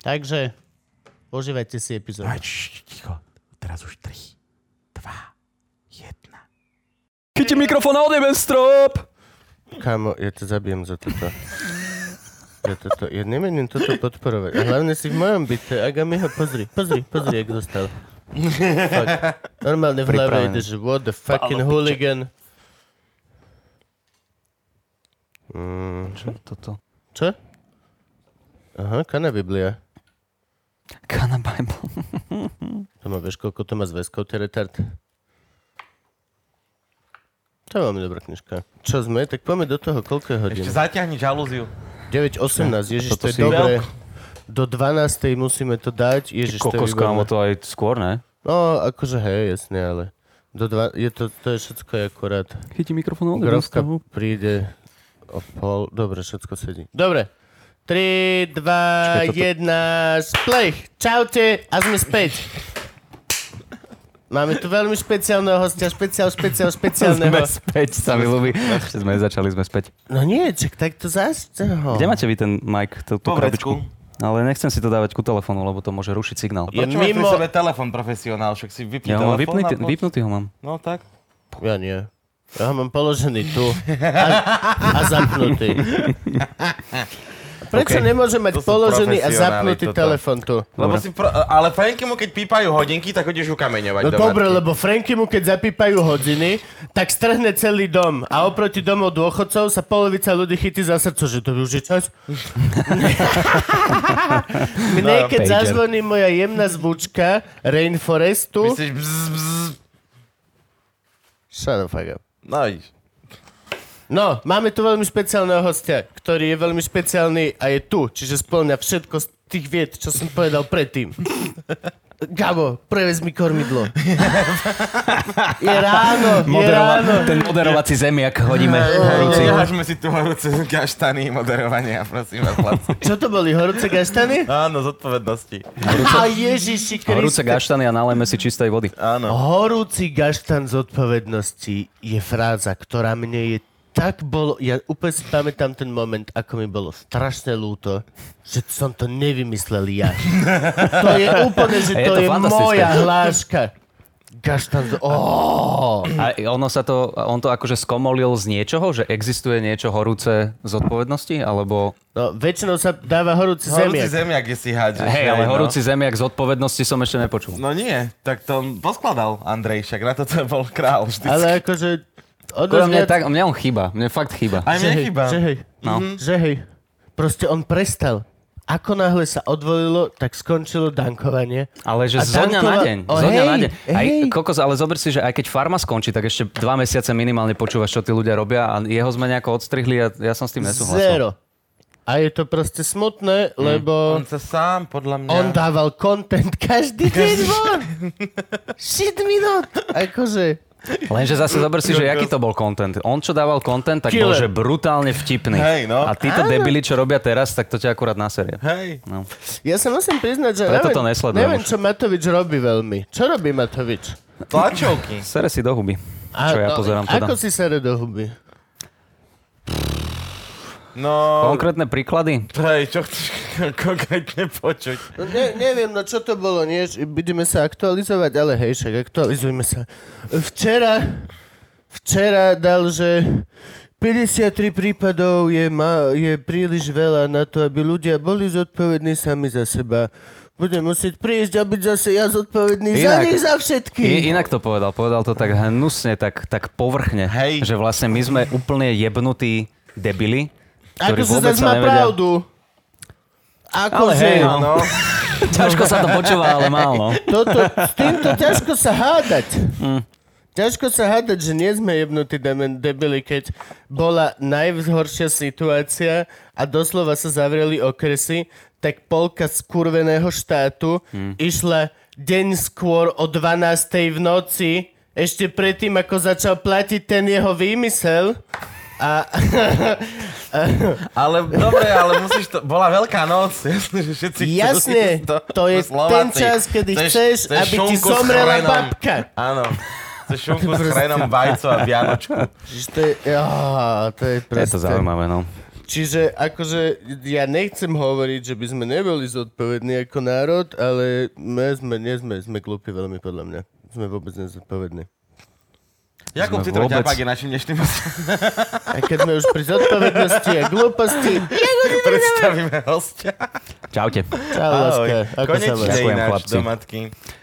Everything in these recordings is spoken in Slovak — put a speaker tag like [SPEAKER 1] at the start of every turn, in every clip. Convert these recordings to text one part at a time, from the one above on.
[SPEAKER 1] Takže užívajte si epizódu.
[SPEAKER 2] Aj, š, ticho, teraz už 3, 2, 1.
[SPEAKER 3] Chytím mikrofón a odjebem strop!
[SPEAKER 4] Kámo, ja ťa zabijem za toto. Ja, toto, ja nemením toto podporovať. A hlavne si v mojom byte. Agami ho pozri, pozri, pozri, jak dostal. Fuck. Normálne v hlave Pripravený. ide, že what the fucking hooligan.
[SPEAKER 3] Čo je toto?
[SPEAKER 4] Čo? Aha, kana Biblia.
[SPEAKER 3] Kana Bible.
[SPEAKER 4] To má, vieš, koľko to má zväzkov, ten retard? To je veľmi dobrá knižka. Čo sme? Tak poďme do toho, koľko je hodín?
[SPEAKER 2] Ešte zatiahni žalúziu.
[SPEAKER 4] 9.18, ježiš,
[SPEAKER 3] Toto
[SPEAKER 4] to je
[SPEAKER 3] si-
[SPEAKER 4] dobré. Do 12. musíme to dať, ježiš, to je
[SPEAKER 3] Kokos, kámo,
[SPEAKER 4] výborné.
[SPEAKER 3] to aj skôr, ne?
[SPEAKER 4] No, akože hej, jasne, ale do dva, je to, to je všetko je akurát.
[SPEAKER 3] Chytím mikrofón a odjebem
[SPEAKER 4] Grafka
[SPEAKER 3] strop.
[SPEAKER 4] príde o pol... Dobre, všetko sedí. Dobre. 3, 2, 1, splech. Čaute a sme späť. Máme tu veľmi špeciálneho hostia, špeciál, špeciál,
[SPEAKER 3] Sme
[SPEAKER 4] špeciálneho.
[SPEAKER 3] späť, sa mi ľúbi. Ešte sme začali, sme späť.
[SPEAKER 4] No nie, čak, tak to zás... Oh.
[SPEAKER 3] Kde máte vy ten mic, tú, tú krabičku? Ale nechcem si to dávať ku telefónu, lebo to môže rušiť signál.
[SPEAKER 4] Je mimo...
[SPEAKER 2] telefon profesionál, však si vypni
[SPEAKER 3] Ja ho mám vypnutý, vypnutý ho mám.
[SPEAKER 2] No tak.
[SPEAKER 4] Ja nie. Ja ho mám položený tu a, a zapnutý.
[SPEAKER 2] Ok,
[SPEAKER 4] Prečo nemôžem mať
[SPEAKER 2] to sú
[SPEAKER 4] položený a
[SPEAKER 2] profesionáli
[SPEAKER 4] zapnutý
[SPEAKER 2] toto.
[SPEAKER 4] telefon tu?
[SPEAKER 2] Lebo si pro... Ale Franky mu, keď pípajú hodinky, tak ideš ukameňovať.
[SPEAKER 4] No dobre, lebo Franky mu keď zapípajú hodiny, tak strhne celý dom a oproti domov dôchodcov sa polovica ľudí chytí za srdco, že to už je čas.
[SPEAKER 2] No,
[SPEAKER 4] Mne keď
[SPEAKER 3] Pager.
[SPEAKER 4] zazvoní moja jemná zvučka Rainforestu...
[SPEAKER 2] Myslíš, bzz, bzz.
[SPEAKER 4] Shut the fuck up.
[SPEAKER 2] No vidíš.
[SPEAKER 4] No, máme tu veľmi špeciálneho hostia, ktorý je veľmi špeciálny a je tu, čiže splňa všetko z tých vied, čo som povedal predtým. Gabo, prevez mi kormidlo. je ráno, je ráno.
[SPEAKER 3] Moderova- ten moderovací zemiak hodíme horúci.
[SPEAKER 2] Nehažme si tu horúce kaštany moderovania, prosím vás, chlapci.
[SPEAKER 4] Čo to boli, horúce gaštany?
[SPEAKER 2] Áno, zodpovednosti.
[SPEAKER 4] A Ježiši
[SPEAKER 3] Horúce
[SPEAKER 4] Kriste.
[SPEAKER 3] gaštany a nalejme si čistej vody.
[SPEAKER 2] Áno.
[SPEAKER 4] Horúci gaštan zodpovednosti je fráza, ktorá mne je tak bolo, ja úplne si pamätám ten moment, ako mi bolo strašne ľúto, že som to nevymyslel ja. To je úplne, že
[SPEAKER 3] Je
[SPEAKER 4] to,
[SPEAKER 3] to
[SPEAKER 4] je
[SPEAKER 3] fantastické.
[SPEAKER 4] moja hláška. Gaštan, z... oh,
[SPEAKER 3] A ono sa to, on to akože skomolil z niečoho, že existuje niečo horúce zodpovednosti, alebo...
[SPEAKER 4] no, väčšinou sa dáva horúci,
[SPEAKER 2] Horúci
[SPEAKER 4] zemiak.
[SPEAKER 2] zemiak, kde si hádžeš.
[SPEAKER 3] Hej,
[SPEAKER 2] no.
[SPEAKER 3] ale horúci zemiak zodpovednosti som ešte nepočul.
[SPEAKER 2] No nie, tak to on poskladal Andrej, však na toto bol král vždy.
[SPEAKER 4] Ale akože... Odo
[SPEAKER 3] Kurva, mne, tak, mne on chýba, mne fakt chýba.
[SPEAKER 2] Aj mne
[SPEAKER 4] hej,
[SPEAKER 2] chyba.
[SPEAKER 4] Že hej,
[SPEAKER 3] No.
[SPEAKER 4] Mhm. že hej. Proste on prestal. Ako náhle sa odvolilo, tak skončilo dankovanie.
[SPEAKER 3] Ale že
[SPEAKER 4] A
[SPEAKER 3] zo dňa na
[SPEAKER 4] tankova-
[SPEAKER 3] deň.
[SPEAKER 4] O,
[SPEAKER 3] zo dňa na
[SPEAKER 4] hej,
[SPEAKER 3] deň. Aj,
[SPEAKER 4] hej.
[SPEAKER 3] kokos, ale zober si, že aj keď farma skončí, tak ešte dva mesiace minimálne počúvaš, čo tí ľudia robia a jeho sme nejako odstrihli a ja som s tým nesúhlasil.
[SPEAKER 4] Zero. A je to proste
[SPEAKER 3] Mm.
[SPEAKER 4] smutné, lebo
[SPEAKER 2] On sa sám, podľa mňa...
[SPEAKER 4] on dával content každý deň von. Shit minút. Akože,
[SPEAKER 3] Lenže zase zober si, že jaký to bol content. On, čo dával content, tak bol,
[SPEAKER 4] Killer.
[SPEAKER 3] že brutálne vtipný.
[SPEAKER 5] Hej, no.
[SPEAKER 3] A títo debili, čo robia teraz, tak to ťa akurát naserie.
[SPEAKER 5] Hej.
[SPEAKER 3] No.
[SPEAKER 4] Ja sa musím priznať, že
[SPEAKER 3] Preto
[SPEAKER 4] neviem,
[SPEAKER 3] to nesledujem
[SPEAKER 4] neviem,
[SPEAKER 3] už.
[SPEAKER 4] čo Matovič robí veľmi. Čo robí Matovič?
[SPEAKER 5] Tlačovky.
[SPEAKER 3] Sere si do huby. Čo ja
[SPEAKER 4] no,
[SPEAKER 3] pozerám teda.
[SPEAKER 4] Ako si sere do huby?
[SPEAKER 5] No,
[SPEAKER 3] Konkrétne príklady?
[SPEAKER 5] hej, čo chceš konkrétne počuť?
[SPEAKER 4] No, ne, neviem, no čo to bolo, nie? Že Budeme sa aktualizovať, ale hej, však aktualizujme sa. Včera, včera dal, že 53 prípadov je, ma, je príliš veľa na to, aby ľudia boli zodpovední sami za seba. Budem musieť prísť a byť zase ja zodpovedný za
[SPEAKER 3] Inak-
[SPEAKER 4] nich, za všetkých.
[SPEAKER 3] I, inak to povedal. Povedal to tak hnusne, tak, tak povrchne.
[SPEAKER 5] Hej.
[SPEAKER 3] Že vlastne my sme úplne jebnutí debili, ktorí
[SPEAKER 4] Ako sa
[SPEAKER 3] vôbec
[SPEAKER 4] zase
[SPEAKER 3] sa
[SPEAKER 4] má
[SPEAKER 3] nevedia...
[SPEAKER 4] pravdu. Ako
[SPEAKER 3] Ale
[SPEAKER 4] že...
[SPEAKER 3] hej, no.
[SPEAKER 5] No,
[SPEAKER 3] Ťažko sa to počúva, ale málo. no.
[SPEAKER 4] Toto, s týmto ťažko sa hádať.
[SPEAKER 3] Hm.
[SPEAKER 4] Ťažko sa hádať, že nie sme jebnutí demen- debili, keď bola najhoršia situácia a doslova sa zavreli okresy, tak polka skurveného štátu
[SPEAKER 3] Hm.
[SPEAKER 4] išla deň skôr o 12. v noci, ešte predtým, ako začal platiť ten jeho výmysel.
[SPEAKER 5] ale dobre, ale musíš to... Bola veľká noc, jasne, že všetci chcú
[SPEAKER 4] Jasne,
[SPEAKER 5] ísť do-
[SPEAKER 4] to je
[SPEAKER 5] do Slováci.
[SPEAKER 4] ten čas, kedy chceš, aby ti
[SPEAKER 5] šunku s
[SPEAKER 4] zomrela
[SPEAKER 5] chrenom.
[SPEAKER 4] babka.
[SPEAKER 5] Áno. Chceš šunku s chrenom, vajco a vianočku.
[SPEAKER 4] Čiže to je, oh, to je,
[SPEAKER 3] Je to
[SPEAKER 4] proste-
[SPEAKER 3] zaujímavé, no.
[SPEAKER 4] Čiže akože ja nechcem hovoriť, že by sme neboli zodpovední ako národ, ale my sme, nie sme, sme glúpi veľmi podľa mňa. Sme vôbec nezodpovední.
[SPEAKER 5] Jakub
[SPEAKER 3] Sme
[SPEAKER 5] Citro
[SPEAKER 3] vôbec-
[SPEAKER 5] ťapak je našim dnešným hostom.
[SPEAKER 4] A keď sme už pri zodpovednosti a glúposti,
[SPEAKER 5] Predstavíme hostia.
[SPEAKER 3] Čaute.
[SPEAKER 4] čau láska, ako sa
[SPEAKER 5] Konečne
[SPEAKER 4] vás?
[SPEAKER 3] Ďakujem,
[SPEAKER 5] ináč
[SPEAKER 3] chlapci.
[SPEAKER 5] do matky.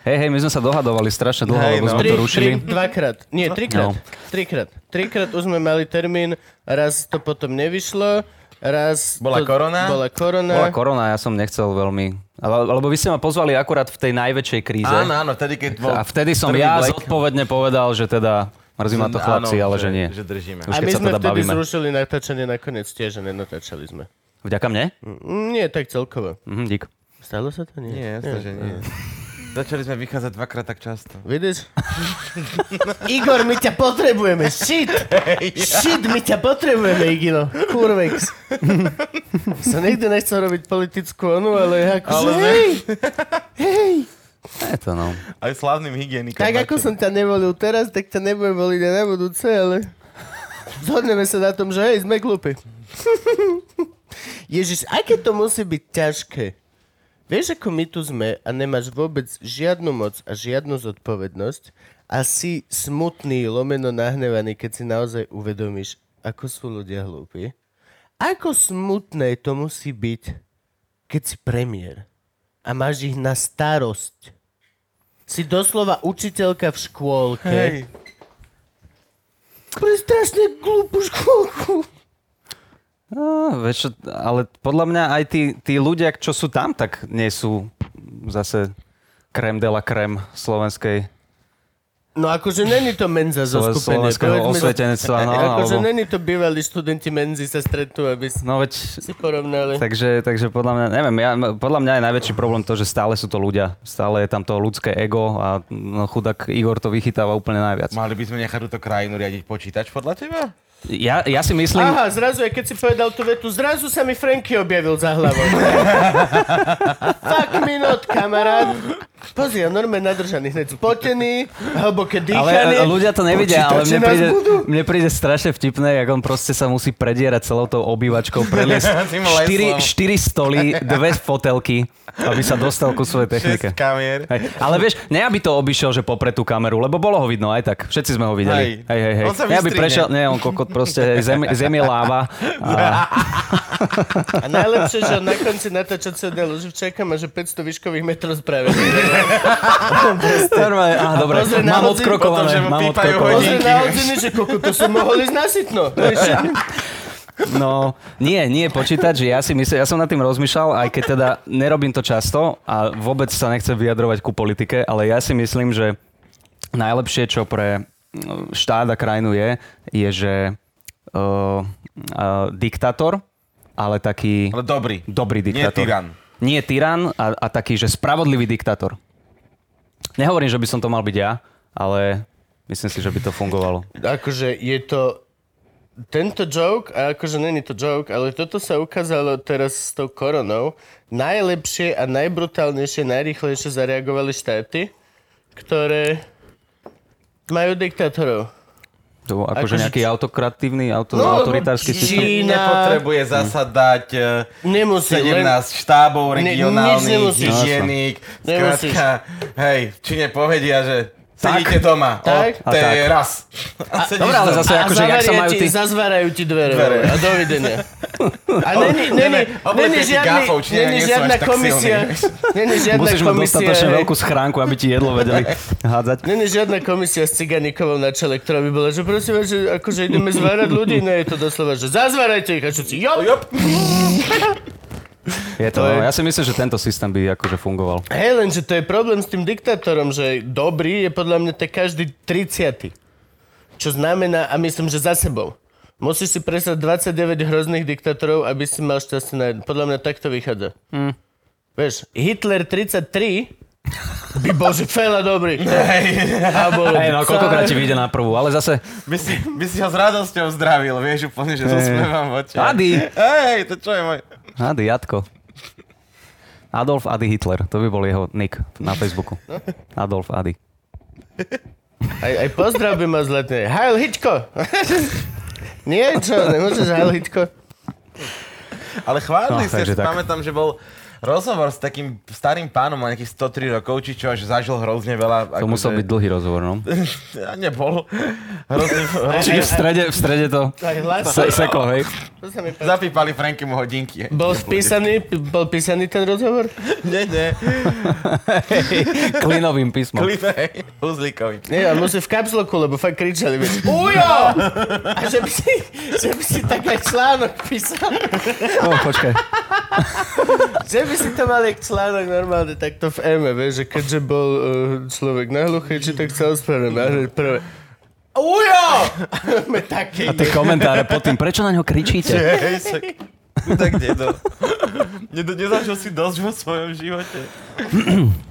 [SPEAKER 3] Hej, hej, my sme sa dohadovali strašne dlho,
[SPEAKER 5] Hej,
[SPEAKER 3] lebo
[SPEAKER 5] no.
[SPEAKER 3] sme
[SPEAKER 4] Tri,
[SPEAKER 3] to
[SPEAKER 4] tri,
[SPEAKER 3] rušili.
[SPEAKER 4] dvakrát. Nie, trikrát.
[SPEAKER 3] No.
[SPEAKER 4] Trikrát. Trikrát už sme mali termín, raz to potom nevyšlo, raz... to,
[SPEAKER 5] Bola korona?
[SPEAKER 4] Bola korona.
[SPEAKER 3] Bola korona, ja som nechcel veľmi. Ale- Lebo vy ste ma pozvali akurát v tej najväčšej kríze.
[SPEAKER 5] Áno, áno, vtedy keď bol...
[SPEAKER 3] A vtedy som
[SPEAKER 5] prvý
[SPEAKER 3] ja
[SPEAKER 5] Black-
[SPEAKER 3] zodpovedne povedal, že teda mrzí ma to
[SPEAKER 5] Áno,
[SPEAKER 3] chlapci, ale že nie.
[SPEAKER 5] Že držíme.
[SPEAKER 3] Už
[SPEAKER 4] a my
[SPEAKER 3] keď sa
[SPEAKER 4] sme
[SPEAKER 3] teda
[SPEAKER 4] vtedy
[SPEAKER 3] bavíme.
[SPEAKER 4] zrušili natáčanie nakoniec tiež a nenatáčali sme.
[SPEAKER 3] Vďaka mne?
[SPEAKER 4] Mm, Nie, tak celkovo.
[SPEAKER 3] Mhm, dík.
[SPEAKER 4] Stalo sa to? Nie,
[SPEAKER 5] Nie, jasné, že nie. Začali sme vychádzať dvakrát tak často.
[SPEAKER 4] Vidíš? Igor, my ťa potrebujeme. Shit! Shit, my ťa potrebujeme, Igino. Kurvex. Som nikdy nechcel robiť politickú onu, ale akože...
[SPEAKER 5] Ale ne.
[SPEAKER 4] hej,
[SPEAKER 3] Je to no.
[SPEAKER 5] Aj slávnym hygienikom.
[SPEAKER 4] tak ako som ťa nevolil teraz, tak ťa nebudem voliť aj na budúce, ale... Zhodneme sa na tom, že hej, sme glúpi. Ježiš, aké to musí byť ťažké. Vieš, ako my tu sme a nemáš vôbec žiadnu moc a žiadnu zodpovednosť a si smutný, lomeno nahnevaný, keď si naozaj uvedomíš, ako sú ľudia hlúpi. Ako smutné to musí byť, keď si premiér a máš ich na starosť. Si doslova učiteľka v škôlke.
[SPEAKER 5] Hej.
[SPEAKER 4] Pre strašne glúpu škôlku.
[SPEAKER 3] No, vieš, čo, ale podľa mňa aj tí, tí ľudia, čo sú tam, tak nie sú zase krem de la krem slovenskej,
[SPEAKER 4] No akože není to menza zo
[SPEAKER 3] slo-
[SPEAKER 4] skupenia.
[SPEAKER 3] slovenského osvetenstva. No,
[SPEAKER 4] akože
[SPEAKER 3] alebo,
[SPEAKER 4] není to bývalí študenti menzy sa stretnú, aby si
[SPEAKER 3] no veď,
[SPEAKER 4] si porovnali. Tak.
[SPEAKER 3] takže, takže podľa mňa, neviem, ja, podľa mňa je najväčší problém to, že stále sú to ľudia. Stále je tam to ľudské ego a no, chudák Igor to vychytáva úplne najviac.
[SPEAKER 5] Mali by sme nechať túto krajinu riadiť počítač podľa teba?
[SPEAKER 3] Ja, ja si myslím,
[SPEAKER 4] Aha, zrazu, aj keď si povedal tú vetu, zrazu sa mi Franky objavil za hlavou. Fuck me not, kamarát. Pozri, ja normálne nadržaný, hneď spotený, hlboké dýchanie.
[SPEAKER 3] Ale e, ľudia to nevidia, ale
[SPEAKER 4] Počítače
[SPEAKER 3] mne
[SPEAKER 4] nás
[SPEAKER 3] príde,
[SPEAKER 4] budú.
[SPEAKER 3] mne príde strašne vtipné, jak on proste sa musí predierať celou tou obývačkou, preliesť
[SPEAKER 5] Tým
[SPEAKER 3] 4,
[SPEAKER 5] leslom.
[SPEAKER 3] 4 stoly, dve fotelky, aby sa dostal ku svojej technike.
[SPEAKER 5] Šesť kamier.
[SPEAKER 3] Hej. Ale vieš, ne aby to obišiel, že popre tú kameru, lebo bolo ho vidno aj tak. Všetci sme ho videli.
[SPEAKER 5] Hej.
[SPEAKER 3] Hej, hej, hej.
[SPEAKER 5] On sa
[SPEAKER 3] Ne, aby
[SPEAKER 5] vystrihne.
[SPEAKER 3] prešiel, nie, on kokot proste, zem, zem je láva. A,
[SPEAKER 4] A najlepšie, že na konci natáčacia delu, že čakám, že 500 výškových metrov spravili.
[SPEAKER 3] normálne, á, dobre,
[SPEAKER 4] pozri na hodiny,
[SPEAKER 3] mám
[SPEAKER 5] potom, že
[SPEAKER 3] odkrokované,
[SPEAKER 5] mu
[SPEAKER 3] mám
[SPEAKER 5] pípajú
[SPEAKER 3] odkrokované.
[SPEAKER 4] Pozri na hodiny, že koľko to som mohol ísť na sitno.
[SPEAKER 3] No, nie, nie, počítač, ja si myslím, ja som nad tým rozmýšľal, aj keď teda nerobím to často a vôbec sa nechcem vyjadrovať ku politike, ale ja si myslím, že najlepšie, čo pre mm, štát a krajinu je, je, že uh, uh, diktátor, ale taký
[SPEAKER 5] Ale dobrý.
[SPEAKER 3] dobrý
[SPEAKER 5] Nie
[SPEAKER 3] diktátor.
[SPEAKER 5] tyran.
[SPEAKER 3] Nie tyran a, a taký, že spravodlivý diktátor. Nehovorím, že by som to mal byť ja, ale Myslím si, že by to fungovalo.
[SPEAKER 4] Akože je to tento joke, a akože není to joke, ale toto sa ukázalo teraz s tou koronou. Najlepšie a najbrutálnejšie, najrýchlejšie zareagovali štáty, ktoré majú diktátorov.
[SPEAKER 3] To bol akože
[SPEAKER 4] Akože-
[SPEAKER 3] nejaký autokratívny, auto,
[SPEAKER 5] No,
[SPEAKER 3] autoritársky systém.
[SPEAKER 4] Čína-
[SPEAKER 5] nepotrebuje zasadať e,
[SPEAKER 4] Nemusí,
[SPEAKER 5] 17
[SPEAKER 4] len
[SPEAKER 5] štábov
[SPEAKER 4] Ne- nič
[SPEAKER 5] regionálnych,
[SPEAKER 4] nemusíš.
[SPEAKER 5] hygienik,
[SPEAKER 4] Nemusíš.
[SPEAKER 5] skrátka, hej, v Číne povedia, že sedíte doma
[SPEAKER 4] tak,
[SPEAKER 5] od teraz. A sedíš
[SPEAKER 3] Dobre, ale
[SPEAKER 5] doma.
[SPEAKER 3] zase
[SPEAKER 4] a
[SPEAKER 3] akože, jak sa
[SPEAKER 4] zavaria
[SPEAKER 3] majú
[SPEAKER 4] ti,
[SPEAKER 3] tí...
[SPEAKER 4] zazvárajú ti dvere,
[SPEAKER 5] Dvere.
[SPEAKER 4] a dovidenia. A není,
[SPEAKER 5] ne,
[SPEAKER 4] není,
[SPEAKER 5] ne,
[SPEAKER 4] není
[SPEAKER 5] oblečte si
[SPEAKER 4] žiadny,
[SPEAKER 5] gáfov, či nie,
[SPEAKER 4] není
[SPEAKER 5] nie sú
[SPEAKER 4] žiadna
[SPEAKER 5] až tak
[SPEAKER 4] komisia, není žiadna
[SPEAKER 3] Musíš mať
[SPEAKER 4] komisia,
[SPEAKER 3] dostatočne
[SPEAKER 4] hej.
[SPEAKER 3] veľkú schránku, aby ti jedlo vedeli hádzať.
[SPEAKER 4] Není žiadna komisia s ciganikovou na čele, ktorá by bola, že prosím vás, že akože ideme zvárať ľudí, ne, je to doslova, že zazvárajte ich a všetci, jo,
[SPEAKER 5] Jop.
[SPEAKER 3] Je to,
[SPEAKER 4] To je-
[SPEAKER 3] ja si myslím, že tento systém by akože fungoval.
[SPEAKER 4] Hej, lenže to je problém s tým diktátorom, že dobrý je podľa mňa to každý 30. Čo znamená, a myslím, že za sebou. Musíš si presať 29 hrozných diktátorov, aby si mal šťastie na jeden. Podľa mňa takto vychádza. Vieš, Hitler 33 by bože, fela dobrý. A bolo
[SPEAKER 3] Hej, no koľkokrát ti vyjde na prvú, ale zase...
[SPEAKER 5] By si, by si ho s radosťou zdravil, vieš, úplne,
[SPEAKER 3] Eh.
[SPEAKER 5] že so smevom v očiach.
[SPEAKER 3] Ady!
[SPEAKER 5] Hej, to čo je môj?
[SPEAKER 3] Ady, Jatko. Adolf Ady Hitler, to by bol jeho nick na Facebooku. Adolf Ady.
[SPEAKER 4] Aj, aj pozdrav by ma zletne. Heil Hitko! Nie, čo, nemôžeš Heil Hitko?
[SPEAKER 5] Ale chválili
[SPEAKER 3] No,
[SPEAKER 5] ste,
[SPEAKER 3] takže
[SPEAKER 5] si
[SPEAKER 3] tak.
[SPEAKER 5] pamätám, že bol rozhovor s takým starým pánom, má nejakých 103 rokov, či čo, že zažil hrozne veľa.
[SPEAKER 3] To
[SPEAKER 5] akože-
[SPEAKER 3] musel byť dlhý rozhovor, no.
[SPEAKER 5] Ja nebol. Hrozne, hrozne
[SPEAKER 3] Čiže v strede, v strede to
[SPEAKER 4] Aj hlas.
[SPEAKER 3] se, seklo, hej.
[SPEAKER 4] To sa mi páči.
[SPEAKER 5] zapípali Franky mu hodinky.
[SPEAKER 4] Bol spísaný, bol písaný ten rozhovor?
[SPEAKER 5] Nie, nie.
[SPEAKER 3] Klinovým písmom.
[SPEAKER 5] Klivej. Huzlíkovi.
[SPEAKER 4] Nie, on musí v kapsloku, lebo fakt kričali, vieš, ujo! A že by si, že by si taký článok písal,
[SPEAKER 3] O, No, počkaj.
[SPEAKER 4] že by si to mal jak článok normálne takto v M, vieš, že keďže bol uh, človek nahluchý, či tak sa ospravedlňujem. A hneď prvé, ujo! Máme taký.
[SPEAKER 3] A tie komentáre pod tým, prečo na ňo kričíte?
[SPEAKER 5] Hej, sa... Tak dedo. Nedo, nezažil no, si dosť vo svojom živote.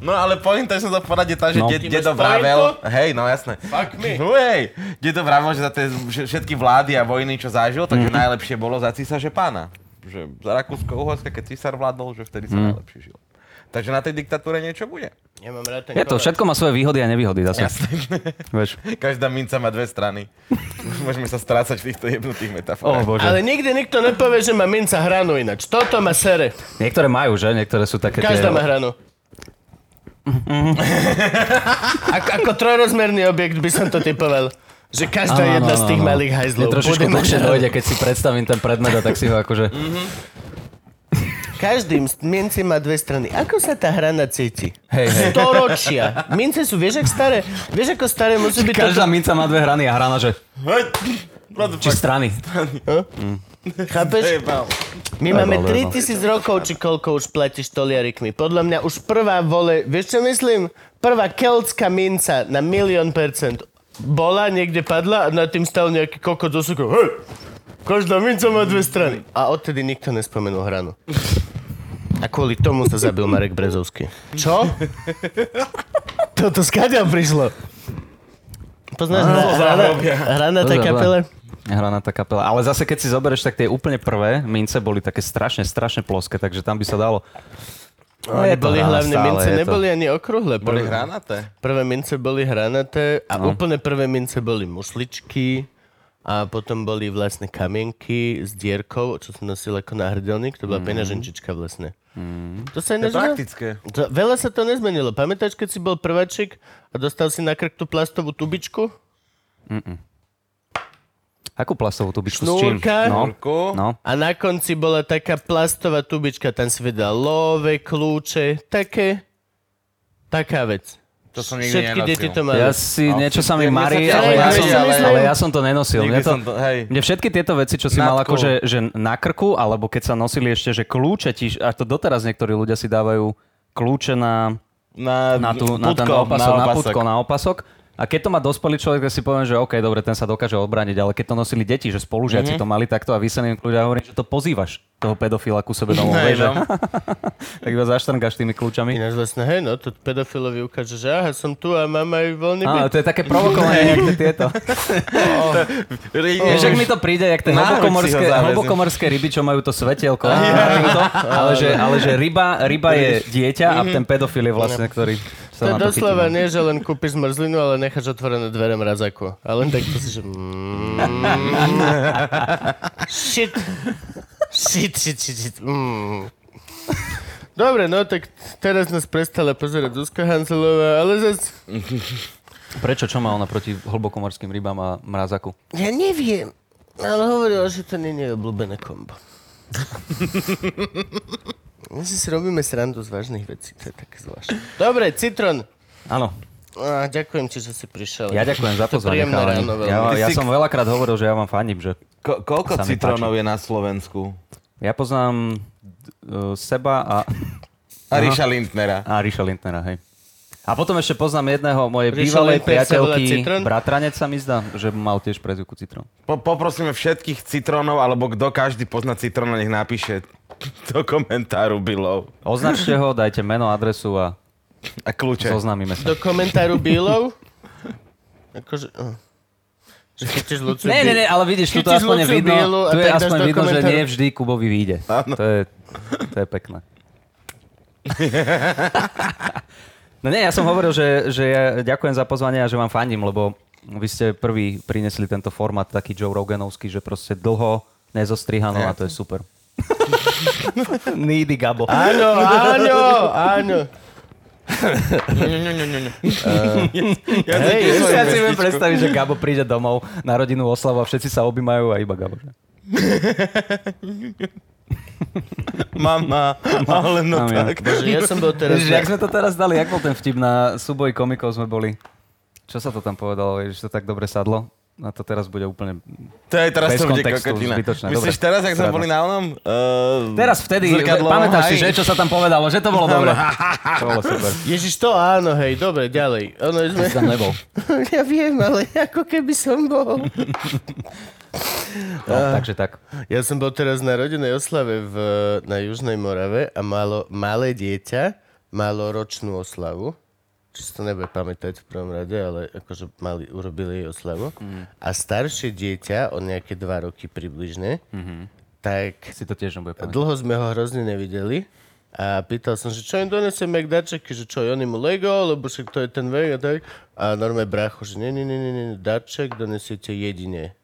[SPEAKER 5] No ale pointa, že som sa povedať, je tá, že
[SPEAKER 3] No.
[SPEAKER 5] no.
[SPEAKER 4] Ty máš
[SPEAKER 5] dedo
[SPEAKER 4] pointu?
[SPEAKER 5] vravel, hej, no jasné.
[SPEAKER 4] Fuck me.
[SPEAKER 5] Hej, dedo vravel, že za tie vš- všetky vlády a vojny, čo zažil,
[SPEAKER 4] Mhm.
[SPEAKER 5] takže najlepšie bolo za císaže pána. Že za Rakúsko-Uhorska, keď císar vládol, že vtedy sa
[SPEAKER 4] Mhm.
[SPEAKER 5] najlepšie žilo. Takže na tej diktatúre niečo bude.
[SPEAKER 4] Ja mám rád ten
[SPEAKER 3] Je to,
[SPEAKER 4] kolár.
[SPEAKER 3] všetko má svoje výhody a nevýhody zase. Vieš.
[SPEAKER 5] Každá minca má dve strany. Môžeme sa strácať v týchto jebnutých
[SPEAKER 3] O
[SPEAKER 5] metaforách.
[SPEAKER 3] bože.
[SPEAKER 4] Ale nikdy nikto nepovie, že má minca hranu ináč. Toto má sere.
[SPEAKER 3] Niektoré majú, že? Niektoré sú také
[SPEAKER 4] Každá má
[SPEAKER 3] tie...
[SPEAKER 4] hranu. Ak, ako trojrozmerný objekt by som to typoval. Že každá
[SPEAKER 3] Áno, áno,
[SPEAKER 4] jedna z
[SPEAKER 3] áno,
[SPEAKER 4] tých
[SPEAKER 3] áno.
[SPEAKER 4] malých hajzlov
[SPEAKER 3] Mne trošičku
[SPEAKER 4] bude mať
[SPEAKER 3] dlhšie
[SPEAKER 4] hranu.
[SPEAKER 3] dojde, keď si predstavím ten predmet a tak si ho akože...
[SPEAKER 4] Mm. Každým z minci má dve strany. Ako sa tá hrana cíti?
[SPEAKER 3] Hej, hej.
[SPEAKER 4] Storočia. Mince sú, vieš, ak staré? Vieš, ako staré musí byť
[SPEAKER 3] Hm. Každá minca má dve hrany a hrana, že...
[SPEAKER 4] No,
[SPEAKER 3] Či strany.
[SPEAKER 4] toto? Chápeš?
[SPEAKER 5] Jebal.
[SPEAKER 4] My
[SPEAKER 3] Aj,
[SPEAKER 4] máme
[SPEAKER 3] dobre, no.
[SPEAKER 4] 3000 rokov, či koľko už platíš toliarikmi. Podľa mňa už prvá vole, vieš čo myslím? Prvá keltská minca na milión percent bola, niekde padla a nad tým stal nejaký kokot zo suku. Hej, každá minca má dve strany. A odtedy nikto nespomenul hranu. A kvôli tomu sa zabil Marek Brezovský. Čo? Toto skáďa prišlo. Poznáš hra, hrana, hrana tej
[SPEAKER 3] Dobre,
[SPEAKER 4] kapele?
[SPEAKER 3] dobre. Hranatá kapela. Ale zase, keď si zoberieš, tak tie úplne prvé mince boli také strašne, strašne ploské, takže tam by sa dalo... No,
[SPEAKER 4] Oni
[SPEAKER 3] je to
[SPEAKER 4] boli
[SPEAKER 3] hra,
[SPEAKER 4] hlavne
[SPEAKER 3] stále
[SPEAKER 4] mince,
[SPEAKER 3] je to.
[SPEAKER 4] neboli ani okrúhle.
[SPEAKER 5] Boli
[SPEAKER 4] prvé.
[SPEAKER 5] hranaté.
[SPEAKER 4] Prvé mince boli hranaté
[SPEAKER 3] No.
[SPEAKER 4] a úplne prvé mince boli musličky a potom boli vlastne kamienky s dierkou, čo som nosil ako náhrdelník, to bola
[SPEAKER 3] Mhm.
[SPEAKER 4] peňaženčička vlastne. To sa ináč
[SPEAKER 5] To je
[SPEAKER 4] dá-
[SPEAKER 5] praktické.
[SPEAKER 4] to, veľa sa to nezmenilo. Pamätáš, keď si bol prváčik a dostal si na krk tú plastovú tubičku?
[SPEAKER 3] Akú plastovú tubičku s čím?
[SPEAKER 4] Šnúrka.
[SPEAKER 3] No,
[SPEAKER 5] Šnúrku.
[SPEAKER 3] no.
[SPEAKER 4] A na konci bola taká plastová tubička, tam si vedel love, kľúče, také, taká vec.
[SPEAKER 5] To som nikdy
[SPEAKER 4] Všetky
[SPEAKER 5] nenosil.
[SPEAKER 4] deti to mali.
[SPEAKER 3] Ja si niečo sa mi
[SPEAKER 5] mne sa
[SPEAKER 3] marí,
[SPEAKER 5] tiež
[SPEAKER 3] ale, ja
[SPEAKER 4] marí,
[SPEAKER 3] som,
[SPEAKER 4] ale-
[SPEAKER 3] ale ja som to nenosil.
[SPEAKER 5] Nikdy
[SPEAKER 3] Mne, to,
[SPEAKER 5] som to- hej.
[SPEAKER 3] mne všetky tieto veci, čo si mal
[SPEAKER 5] Nadku.
[SPEAKER 3] akože že na krku, alebo keď sa nosili ešte, že kľúče ti, a to doteraz niektorí ľudia si dávajú kľúče na,
[SPEAKER 5] Na,
[SPEAKER 3] na, tú, na ten
[SPEAKER 5] putko,
[SPEAKER 3] opasok, na, putko, no. na opasok. A keď to má dospelý človek, tak si poviem, že OK, dobre, ten sa dokáže odbrániť, ale keď to nosili deti, že spolužiaci mm-hmm.
[SPEAKER 5] Mhm.
[SPEAKER 3] to mali takto a vy sa im kľúča hovorí, že to pozývaš toho pedofila ku sebe domov,
[SPEAKER 5] Hej,
[SPEAKER 3] vieš, že?
[SPEAKER 5] no.
[SPEAKER 3] tak iba zaštrngáš tými kľúčami.
[SPEAKER 4] Ináč vlastne, hej, no, to pedofilovi ukáže, že aha, som tu a mám aj voľný byt.
[SPEAKER 3] Áno, to je také provokovanie, jak tie tieto. Vieš, ak mi to príde, jak tie
[SPEAKER 5] Náruč si ho
[SPEAKER 3] hlbokomorské,
[SPEAKER 5] zavezem.
[SPEAKER 3] hlbokomorské ryby, čo majú to svetielko. a to, ale že, ale že ryba, ryba je dieťa a ten pedofil je vlastne, ktorý
[SPEAKER 4] Mhm. No. To je
[SPEAKER 3] sa na to chytí. no.
[SPEAKER 4] doslova nie, že len kúpiš zmrzlinu, ale necháš otvorené dvere mrazaku. A len tak to si, že... mm, shit. Shit, shit, shit, shit. Mm. Dobre, no tak teraz nás prestala pozerať Zuzka Hanzelová, ale zase...
[SPEAKER 3] Prečo? Čo má ona proti hlbokomorským rybám a mrazaku?
[SPEAKER 4] Ja neviem, ale hovorila, že to nie je obľúbené kombo. My si si robíme srandu z vážnych vecí, to je také zvláštne. Dobre, Citron.
[SPEAKER 3] Áno,
[SPEAKER 4] Á, ďakujem ti, že si prišiel.
[SPEAKER 3] ja ďakujem za
[SPEAKER 4] To je
[SPEAKER 3] pozvanie.
[SPEAKER 4] príjemné
[SPEAKER 3] chalani.
[SPEAKER 4] ráno veľmi.
[SPEAKER 3] Ja,
[SPEAKER 5] Ty
[SPEAKER 3] ja
[SPEAKER 5] si-
[SPEAKER 3] som veľakrát hovoril, že ja vám fandím, že
[SPEAKER 5] Ko- koľko
[SPEAKER 3] Sa mi
[SPEAKER 5] citrónov
[SPEAKER 3] páči.
[SPEAKER 5] je na Slovensku?
[SPEAKER 3] ja poznám uh, seba a,
[SPEAKER 5] A Ríša Lindnera.
[SPEAKER 3] a Ríša Lindnera, hej. A potom ešte poznám jedného mojej
[SPEAKER 4] Ríša
[SPEAKER 3] bývalej
[SPEAKER 4] Lindner sa volá
[SPEAKER 3] priateľky,
[SPEAKER 4] Citron?
[SPEAKER 3] bratranec sa mi zdá, že mal tiež prezivku Citron.
[SPEAKER 5] Po- poprosíme všetkých citrónov, alebo kto každý pozná citróna, nech napíše do komentáru below.
[SPEAKER 3] Označte ho, dajte meno, adresu a
[SPEAKER 5] A kľúče.
[SPEAKER 3] zoznamíme sa.
[SPEAKER 4] Do komentáru Bílov? Akože... oh. Že chytíš Lucu
[SPEAKER 3] Ne, ne, ne, ale vidíš, tu to
[SPEAKER 4] Chytíš
[SPEAKER 3] aspoň je
[SPEAKER 4] Luciu
[SPEAKER 3] vidno,
[SPEAKER 4] Bílu a
[SPEAKER 3] tu
[SPEAKER 4] tak
[SPEAKER 3] je
[SPEAKER 4] dáš do
[SPEAKER 3] aspoň vidno, že
[SPEAKER 4] komentáru.
[SPEAKER 3] nie vždy Kubovi vyjde. To je, to je pekné. No nie, ja som hovoril, že, že ja ďakujem za pozvanie a že vám fandím, lebo vy ste prvý priniesli tento format taký Joe Roganovský, že proste dlho nezostrihano a to je super. Needy Gabo.
[SPEAKER 4] Áno, áno, áno.
[SPEAKER 3] Eh,
[SPEAKER 5] Ja
[SPEAKER 3] Hej,
[SPEAKER 5] cítim svoju
[SPEAKER 3] ja si viem
[SPEAKER 5] pesničku.
[SPEAKER 3] predstaviť, že Gabo príde domov na rodinnú oslavu a všetci sa objímajú a iba Gabo. Že?
[SPEAKER 5] Mama, ale no
[SPEAKER 3] Mami,
[SPEAKER 5] tak.
[SPEAKER 4] Bože, ja som bol teraz...
[SPEAKER 3] Ježiš, jak sme to teraz dali, jak bol ten vtip na súboj komikov sme boli. Čo sa to tam povedalo, že to tak dobre sadlo? A to teraz bude úplne...
[SPEAKER 5] To je teraz
[SPEAKER 3] Bez
[SPEAKER 5] to bude
[SPEAKER 3] kontextu,
[SPEAKER 5] kokotina.
[SPEAKER 3] zbytočné,
[SPEAKER 5] Myslíš
[SPEAKER 3] dobre.
[SPEAKER 5] teraz, ak sme
[SPEAKER 3] Sranda.
[SPEAKER 5] boli na onom? Uh,
[SPEAKER 3] Teraz vtedy,
[SPEAKER 5] Zrkadlovom
[SPEAKER 3] pamätáš si,
[SPEAKER 5] háji?
[SPEAKER 3] že čo sa tam povedalo, že to bolo dobre. to bolo super.
[SPEAKER 4] Ježiš, to áno, hej, dobre, ďalej. Ono,
[SPEAKER 3] Ty
[SPEAKER 4] sme...
[SPEAKER 3] si tam nebol.
[SPEAKER 4] Ja viem, ale ako keby som bol.
[SPEAKER 3] No, takže tak.
[SPEAKER 4] Ja som bol teraz na rodinej oslave v, na Južnej Morave a malo, malé dieťa malo ročnú oslavu. Čo si to nebude pamätať v prvom rade, ale akože mali, urobili jej oslavu. Mm. A staršie dieťa, o nejaké dva roky približne, mm-hmm. tak
[SPEAKER 3] Si to tiež nebude pamätať.
[SPEAKER 4] dlho sme ho hrozne nevideli. A pýtal som, že čo im donesem McDačeky, že čo, oni mu Lego, lebo však to je ten vek a tak. A normálne brácho, že nie, nie, nie, nie, nie, daček donesiete jedine